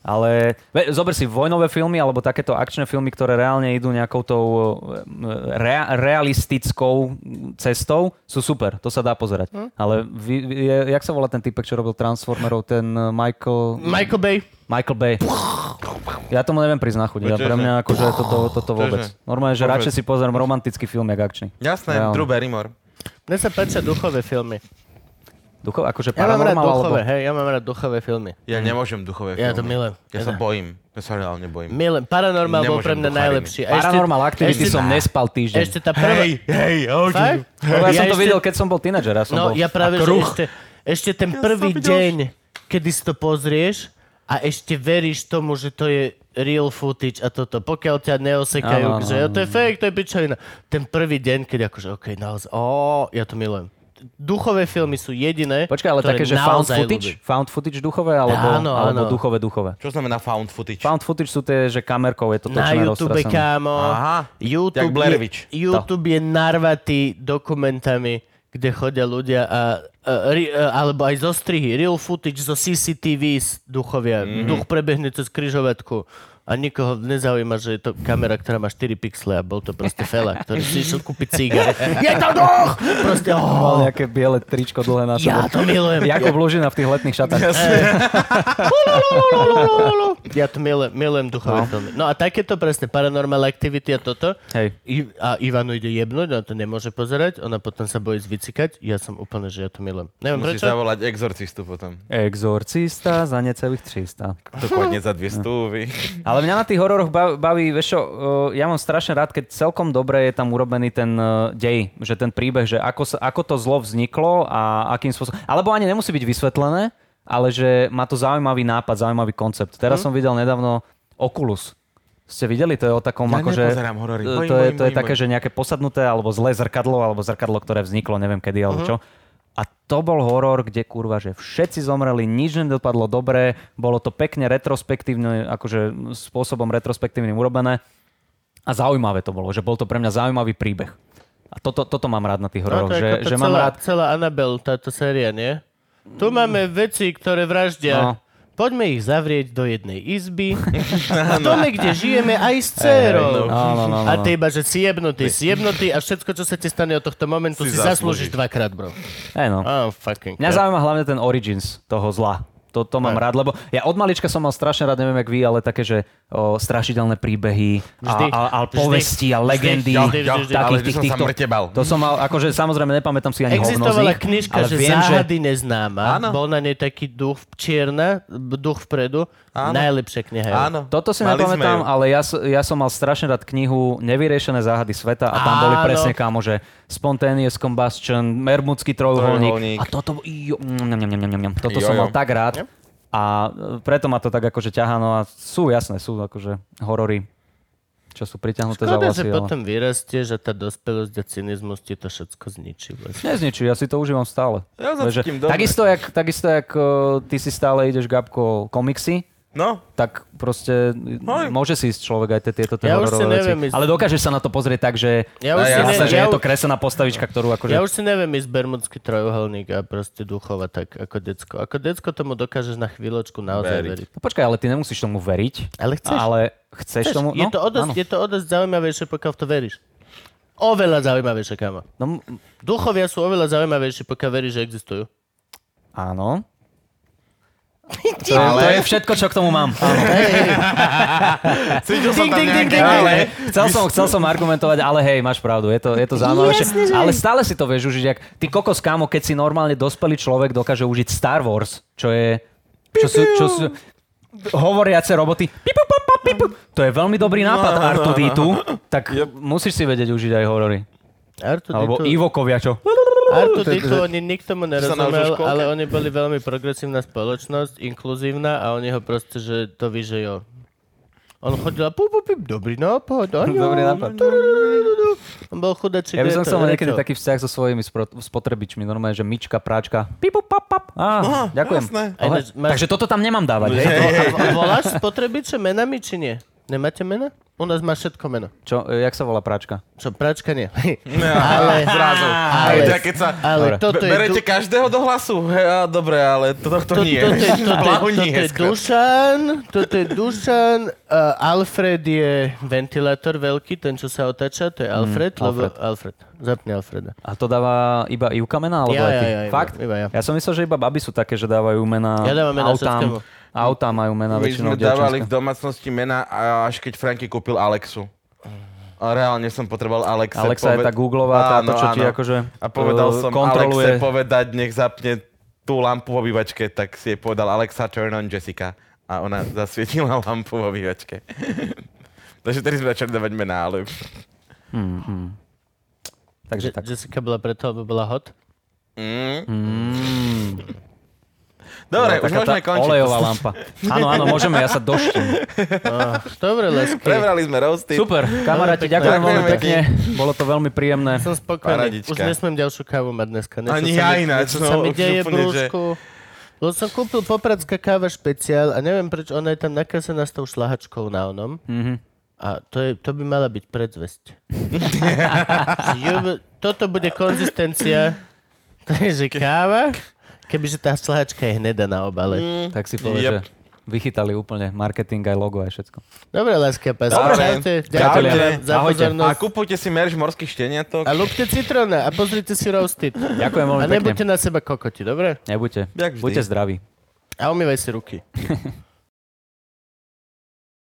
[SPEAKER 3] Ale ve, zober si vojnové filmy alebo takéto akčné filmy, ktoré reálne idú nejakou tou e, rea, realistickou cestou, sú super, to sa dá pozerať. Hm? Ale vy, vy, je- jak sa volá ten typek, čo robil Transformerov, ten e, Michael,
[SPEAKER 4] Michael Bay.
[SPEAKER 3] Michael Bay? Ja tomu neviem priznať chuť, ja pre mňa akože toto, toto vôbec. Normálne, že radšej si pozerám romantický film, jak akčný.
[SPEAKER 5] Jasné,
[SPEAKER 3] Reálne.
[SPEAKER 5] Drew Barrymore.
[SPEAKER 4] Mne sa páčia duchové filmy.
[SPEAKER 3] Duchov, akože
[SPEAKER 4] Ja mám rád
[SPEAKER 3] paranormal alebo...
[SPEAKER 4] duchové, hej, ja mám rád duchové filmy.
[SPEAKER 3] Mm.
[SPEAKER 5] Ja nemôžem duchové
[SPEAKER 4] Ja to
[SPEAKER 5] filmy.
[SPEAKER 4] milujem.
[SPEAKER 5] Ja sa bojím. Ja sa reálne bojím.
[SPEAKER 4] Milujem, Paranormal bol
[SPEAKER 5] Nemôžem
[SPEAKER 4] pre mňa
[SPEAKER 5] duchariny.
[SPEAKER 4] najlepší. A ešte-
[SPEAKER 3] Paranormal aktivity
[SPEAKER 4] ešte-
[SPEAKER 3] som nespal týždeň.
[SPEAKER 4] Ešte tá prvá...
[SPEAKER 2] hej,
[SPEAKER 4] Fakt?
[SPEAKER 3] Lebo ja, som to
[SPEAKER 4] ešte-
[SPEAKER 3] videl, keď som bol tínedžer. Ja som
[SPEAKER 4] No,
[SPEAKER 3] bol...
[SPEAKER 4] ja práve,
[SPEAKER 3] a
[SPEAKER 4] že
[SPEAKER 3] kruh.
[SPEAKER 4] ešte, ešte ten prvý deň, kedy si to pozrieš a ešte veríš tomu, že to je real footage a toto. Pokiaľ ťa neosekajú,
[SPEAKER 3] Áno, áno,
[SPEAKER 4] že jo, to je fake, to je pičovina. Ten prvý deň, keď akože, okej, naozaj, ó, ja to milujem. Duchové filmy sú jediné,
[SPEAKER 3] Počkaj, ale
[SPEAKER 4] ktoré
[SPEAKER 3] také, že found
[SPEAKER 4] naozaj
[SPEAKER 3] footage?
[SPEAKER 4] ľúbim.
[SPEAKER 3] Found footage duchové, alebo,
[SPEAKER 4] Áno,
[SPEAKER 3] alebo
[SPEAKER 4] áno.
[SPEAKER 3] duchové, duchové.
[SPEAKER 5] Čo znamená found footage?
[SPEAKER 3] Found footage sú tie, že kamerkou je to
[SPEAKER 4] Na
[SPEAKER 3] točené
[SPEAKER 4] YouTube,
[SPEAKER 3] roztrasené.
[SPEAKER 4] kámo.
[SPEAKER 5] Aha,
[SPEAKER 4] YouTube,
[SPEAKER 5] jak
[SPEAKER 4] je-
[SPEAKER 5] Blair Witch.
[SPEAKER 4] YouTube je narvatý dokumentami, kde chodia ľudia a, a, ri- a, alebo aj zo strihy, real footage zo CCTV z duchovia. Mm-hmm.
[SPEAKER 5] Mhm.
[SPEAKER 4] Duch prebehne cez kryžovatku a nikoho nezaujíma, že je to kamera, ktorá má 4 pixle a bol to proste fela, ktorý si išiel kúpiť ciga. Je to duch! Proste,
[SPEAKER 3] Mal
[SPEAKER 4] oh,
[SPEAKER 3] nejaké biele tričko dlhé na sebe.
[SPEAKER 4] ja to milujem.
[SPEAKER 3] Jakub Lužina v tých letných šatách.
[SPEAKER 4] Ja to milujem, milujem duchové no. filmy. No a takéto presne, Paranormal Activity a toto.
[SPEAKER 3] Hej.
[SPEAKER 4] I, a Ivanu ide jebnúť, ona to nemôže pozerať, ona potom sa bojí zvycikať. Ja som úplne, že ja to milujem. Neviem
[SPEAKER 5] Musíš
[SPEAKER 4] prečo.
[SPEAKER 5] zavolať exorcistu potom.
[SPEAKER 3] Exorcista za necelých 300.
[SPEAKER 5] Dokładnie za dwie stówy.
[SPEAKER 3] Ale mňa na tých hororoch ba- baví, vieš čo, uh, ja mám strašne rád, keď celkom dobre je tam urobený ten uh, dej, že ten príbeh, že ako, sa, ako to zlo vzniklo a akým spôsobom. Alebo ani nemusí byť vysvetlené, ale že má to zaujímavý nápad, zaujímavý koncept.
[SPEAKER 5] Mhm.
[SPEAKER 3] Teraz som videl nedávno Oculus. Ste videli? To je o takom
[SPEAKER 5] Ja
[SPEAKER 3] ako, že...
[SPEAKER 5] nepozerám horory.
[SPEAKER 3] To,
[SPEAKER 5] Bojím,
[SPEAKER 3] to je,
[SPEAKER 5] bojím,
[SPEAKER 3] to je
[SPEAKER 5] bojím,
[SPEAKER 3] také,
[SPEAKER 5] bojím.
[SPEAKER 3] že nejaké posadnuté alebo zlé zrkadlo, alebo zrkadlo, ktoré vzniklo, neviem kedy,
[SPEAKER 4] Mhm.
[SPEAKER 3] alebo čo. A to bol horor, kde kurva, že všetci zomreli, nič nedopadlo dobre, bolo to pekne retrospektívne, akože spôsobom retrospektívnym urobené. A zaujímavé to bolo, že bol to pre mňa zaujímavý príbeh. A toto, toto mám rád na tých
[SPEAKER 4] No,
[SPEAKER 3] hororoch,
[SPEAKER 4] to je
[SPEAKER 3] že,
[SPEAKER 4] ako tá
[SPEAKER 3] že mám
[SPEAKER 4] celá,
[SPEAKER 3] rád...
[SPEAKER 4] celá Annabelle, táto séria, nie? Tu máme veci, ktoré vraždia.
[SPEAKER 3] No.
[SPEAKER 4] Poďme ich zavrieť do jednej izby. v dome, kde žijeme aj s dcerou.
[SPEAKER 3] Áno, áno,
[SPEAKER 4] A ty iba, že si jebnutý, si jebnutý a všetko, čo sa ti stane od tohto momentu, si,
[SPEAKER 5] Si
[SPEAKER 4] zaslúžiš
[SPEAKER 5] zaslúžiš.
[SPEAKER 4] dvakrát, bro.
[SPEAKER 3] Hej, no.
[SPEAKER 4] Oh, fucking
[SPEAKER 3] Mňa
[SPEAKER 4] crap.
[SPEAKER 3] zaujíma hlavne ten origins toho zla. To, to mám rád, lebo ja od malička som mal strašne rád, neviem jak vy, ale také, že o, strašidelné príbehy a,
[SPEAKER 4] Vždy.
[SPEAKER 3] a, a
[SPEAKER 4] Vždy.
[SPEAKER 3] povesti a
[SPEAKER 4] Vždy.
[SPEAKER 3] legendy.
[SPEAKER 4] Ja, ja, vždy, vždy.
[SPEAKER 3] takých
[SPEAKER 5] ale vždy
[SPEAKER 3] tých,
[SPEAKER 5] som sa
[SPEAKER 3] týchto-
[SPEAKER 5] mŕte bal.
[SPEAKER 3] To som mal, akože samozrejme nepamätám si ani hovno z
[SPEAKER 4] Existovala
[SPEAKER 3] nich,
[SPEAKER 4] knižka,
[SPEAKER 3] ale
[SPEAKER 4] že
[SPEAKER 3] viem, že...
[SPEAKER 4] záhady neznáma.
[SPEAKER 5] Áno.
[SPEAKER 4] Bol na nej taký duch v čierna, b- duch vpredu
[SPEAKER 5] Áno.
[SPEAKER 1] Najlepšia kniha.
[SPEAKER 5] Áno.
[SPEAKER 3] Toto si
[SPEAKER 5] Mali sme
[SPEAKER 3] nepamätám,
[SPEAKER 5] ju.
[SPEAKER 3] ale ja, s- ja som mal strašne rád knihu Nevyriešené záhady sveta a tam boli
[SPEAKER 1] Áno.
[SPEAKER 3] presne kámo, že Spontaneous Combustion, Mermudský trojuholník.
[SPEAKER 5] Trojuholník.
[SPEAKER 3] A toto, jo, mm, ňam, ňam, ňam, ňam, ňam. toto
[SPEAKER 5] Jo,
[SPEAKER 3] som
[SPEAKER 5] jo.
[SPEAKER 3] mal tak rád. A e, preto ma to tak akože ťahano a sú jasné, sú akože horory, čo sú priťahnuté za
[SPEAKER 4] Škoda,
[SPEAKER 3] vlasy.
[SPEAKER 4] že
[SPEAKER 3] Ale...
[SPEAKER 4] potom vyrastieš a tá dospelosť a cynizmus ti to všetko zničí. vlastne.
[SPEAKER 3] Nezničuj, ja si to užívam stále.
[SPEAKER 5] Ja sa
[SPEAKER 3] Vieš, že-
[SPEAKER 5] cítim dobre.
[SPEAKER 3] takisto, jak, takisto jak e, ty si stále ideš, Gabko, komiksy,
[SPEAKER 5] No,
[SPEAKER 3] tak proste Hoj. môže si ísť človek aj te- tieto tie
[SPEAKER 4] Ja už si
[SPEAKER 3] hororové veci.
[SPEAKER 4] neviem ísť.
[SPEAKER 3] Ale dokážeš sa na to pozrieť tak, že,
[SPEAKER 4] Ja už
[SPEAKER 5] Ja
[SPEAKER 4] si
[SPEAKER 5] jasné,
[SPEAKER 3] jasné,
[SPEAKER 4] ne-
[SPEAKER 3] že
[SPEAKER 4] ja
[SPEAKER 3] je to
[SPEAKER 4] už-
[SPEAKER 3] kresená postavička, ktorú akože...
[SPEAKER 4] Ja už si neviem ísť bermudský trojuholník a proste duchova tak ako decko. Ako decko tomu dokážeš na chvíľočku naozaj
[SPEAKER 5] Veriť.
[SPEAKER 4] veriť.
[SPEAKER 3] No Počkaj, ale ty nemusíš tomu veriť,
[SPEAKER 4] Ale chceš.
[SPEAKER 3] ale chceš,
[SPEAKER 4] Chceš,
[SPEAKER 3] tomu...
[SPEAKER 4] je,
[SPEAKER 3] no,
[SPEAKER 4] to o dosť,
[SPEAKER 3] áno.
[SPEAKER 4] je to o dosť zaujímavejšie, pokiaľ v to veríš. Oveľa zaujímavejšie, kámo.
[SPEAKER 3] No, m-
[SPEAKER 4] Duchovia sú oveľa zaujímavejšie, pokiaľ veríš, že existujú.
[SPEAKER 3] áno. To, ale... to je všetko, čo k tomu mám. Áno.
[SPEAKER 5] cítil som tam
[SPEAKER 4] ding, ding,
[SPEAKER 5] nejaké,
[SPEAKER 4] ding, ding.
[SPEAKER 5] ale...
[SPEAKER 3] Chcel som, chcel som argumentovať, ale hej, máš pravdu, je to, je to zaujímavé.
[SPEAKER 1] Jasne, že-
[SPEAKER 3] ale stále si to vieš užiť. Jak, ty kokos, kámo, keď si normálne dospelý človek dokáže užiť Star Wars, čo je... Čo sú, čo sú, hovoriace roboty. Pipu, pop, pop, pipu. To je veľmi dobrý nápad, no, Artu Ditu. Tak musíš si vedieť užiť aj horory.
[SPEAKER 4] Artu
[SPEAKER 3] Alebo
[SPEAKER 4] Ditu,
[SPEAKER 3] Ivokovia, čo?
[SPEAKER 4] Artu Ditu oni nikto mu
[SPEAKER 5] sa naučil v
[SPEAKER 4] nerozumel,
[SPEAKER 5] škôlke?
[SPEAKER 4] ale oni boli veľmi progresívna spoločnosť, inkluzívna a oni ho proste, že to vyžijú. On chodil a pup, pup, pup, dobrý nápad, aňo.
[SPEAKER 3] Dobrý nápad.
[SPEAKER 4] Tururururu. On bol chudačí.
[SPEAKER 3] Ja by som
[SPEAKER 4] dieto,
[SPEAKER 3] chcel mať niekedy
[SPEAKER 4] dieto.
[SPEAKER 3] taký vzťah so svojimi spro- spotrebičmi. Normálne, že myčka, práčka. Pipu, pap, pap. Á, ďakujem.
[SPEAKER 5] jasné.
[SPEAKER 3] Ale,
[SPEAKER 4] Aj, máš-
[SPEAKER 3] Takže toto tam nemám dávať. hej?
[SPEAKER 4] Vo- a vo- Voláš spotrebiče menami, či nie? Nemáte mena? U nás má všetko meno.
[SPEAKER 3] Čo, e, jak sa volá práčka?
[SPEAKER 4] Čo, práčka nie.
[SPEAKER 5] Ale... Zrazu.
[SPEAKER 4] ale-
[SPEAKER 5] Ale... Keď sa...
[SPEAKER 4] Ale
[SPEAKER 3] Dobre.
[SPEAKER 4] toto
[SPEAKER 5] Be-
[SPEAKER 4] je...
[SPEAKER 5] Berete každého do hlasu? He, á, dobre, ale to
[SPEAKER 4] To,
[SPEAKER 5] tohto nie.
[SPEAKER 4] toto, je, toto, je,
[SPEAKER 5] Blahu
[SPEAKER 4] toto
[SPEAKER 5] nie,
[SPEAKER 4] je
[SPEAKER 5] skrat.
[SPEAKER 4] Dušan, toto je Dušan, uh, Alfred je ventilátor veľký, ten, čo sa otáča, to je Alfred, mm, lebo... Alfred. Zapni Alfreda.
[SPEAKER 3] A to dáva iba Ivka mená? Alebo
[SPEAKER 4] Ja,
[SPEAKER 3] aj
[SPEAKER 4] ja,
[SPEAKER 3] ty?
[SPEAKER 4] ja, iba-
[SPEAKER 3] Fakt?
[SPEAKER 4] iba ja.
[SPEAKER 3] ja som myslel, že iba baby sú také, že dávajú mená
[SPEAKER 4] Ja dávam mená všetkému.
[SPEAKER 3] autám. Autá majú mená
[SPEAKER 5] My
[SPEAKER 3] väčšinou
[SPEAKER 5] sme dávali v
[SPEAKER 3] dievčenské.
[SPEAKER 5] domácnosti mená, a až keď Franky kúpil Alexu. A reálne som potreboval Alexe.
[SPEAKER 3] Alexa je tá Googleová, táto, čo ti akože,
[SPEAKER 5] A povedal
[SPEAKER 3] eh,
[SPEAKER 5] som
[SPEAKER 3] kontroluje.
[SPEAKER 5] Alexe povedať, nech zapne tú lampu v obývačke, tak si jej povedal Alexa, turn on Jessica. A ona zasvietila lampu v obývačke. Takže tedy sme začali dávať mená, ale...
[SPEAKER 3] Takže
[SPEAKER 4] Je-
[SPEAKER 3] tak.
[SPEAKER 4] Jessica bola preto, aby bola hot.
[SPEAKER 5] Mm.
[SPEAKER 3] Taká
[SPEAKER 5] Dobre, už môžeme
[SPEAKER 3] tá
[SPEAKER 5] končiť.
[SPEAKER 3] Olejová lampa. Áno, áno, môžeme, ja sa doštím.
[SPEAKER 4] Dobre, lesky.
[SPEAKER 5] Prebrali sme roasty.
[SPEAKER 3] Super, kamaráti, ďakujem veľmi
[SPEAKER 5] Ďakujeme
[SPEAKER 3] pekne. Bolo to veľmi príjemné.
[SPEAKER 4] Som spokojný.
[SPEAKER 5] Paradička.
[SPEAKER 4] Už nesmiem ďalšiu kávu mať dneska. Niečo
[SPEAKER 5] Ani
[SPEAKER 4] sa
[SPEAKER 5] ja
[SPEAKER 4] mi-
[SPEAKER 5] ináč,
[SPEAKER 4] niečo
[SPEAKER 5] no,
[SPEAKER 4] sa mi
[SPEAKER 5] už
[SPEAKER 4] deje v
[SPEAKER 5] úplne, že-
[SPEAKER 4] brúšku. Lebo som kúpil popradská káva špeciál a neviem prečo, ona je tam nakresená s tou šlahačkou na onom. A to, je, to by mala byť predzvesť. Jebe- Toto bude konzistencia. To je, že káva, kebyže tá šlahačka je hnedá na obale.
[SPEAKER 3] Tak si povedz, že
[SPEAKER 5] Yep.
[SPEAKER 3] vychytali úplne marketing aj logo aj všetko.
[SPEAKER 4] Dobre, láska, pás.
[SPEAKER 5] Dobre.
[SPEAKER 4] Čaute,
[SPEAKER 5] Čaute.
[SPEAKER 4] ďakujem vám za
[SPEAKER 3] Ahojte.
[SPEAKER 5] A
[SPEAKER 4] pozornosť.
[SPEAKER 5] kupujte si merch morských šteniatok.
[SPEAKER 4] A lúpte citróna a pozrite si roastit.
[SPEAKER 3] Ďakujem
[SPEAKER 4] A
[SPEAKER 3] veľmi pekne.
[SPEAKER 4] nebuďte na seba kokoti, dobre?
[SPEAKER 3] Nebuďte.
[SPEAKER 5] Jak vždy.
[SPEAKER 3] Buďte zdraví.
[SPEAKER 4] A umývaj si ruky.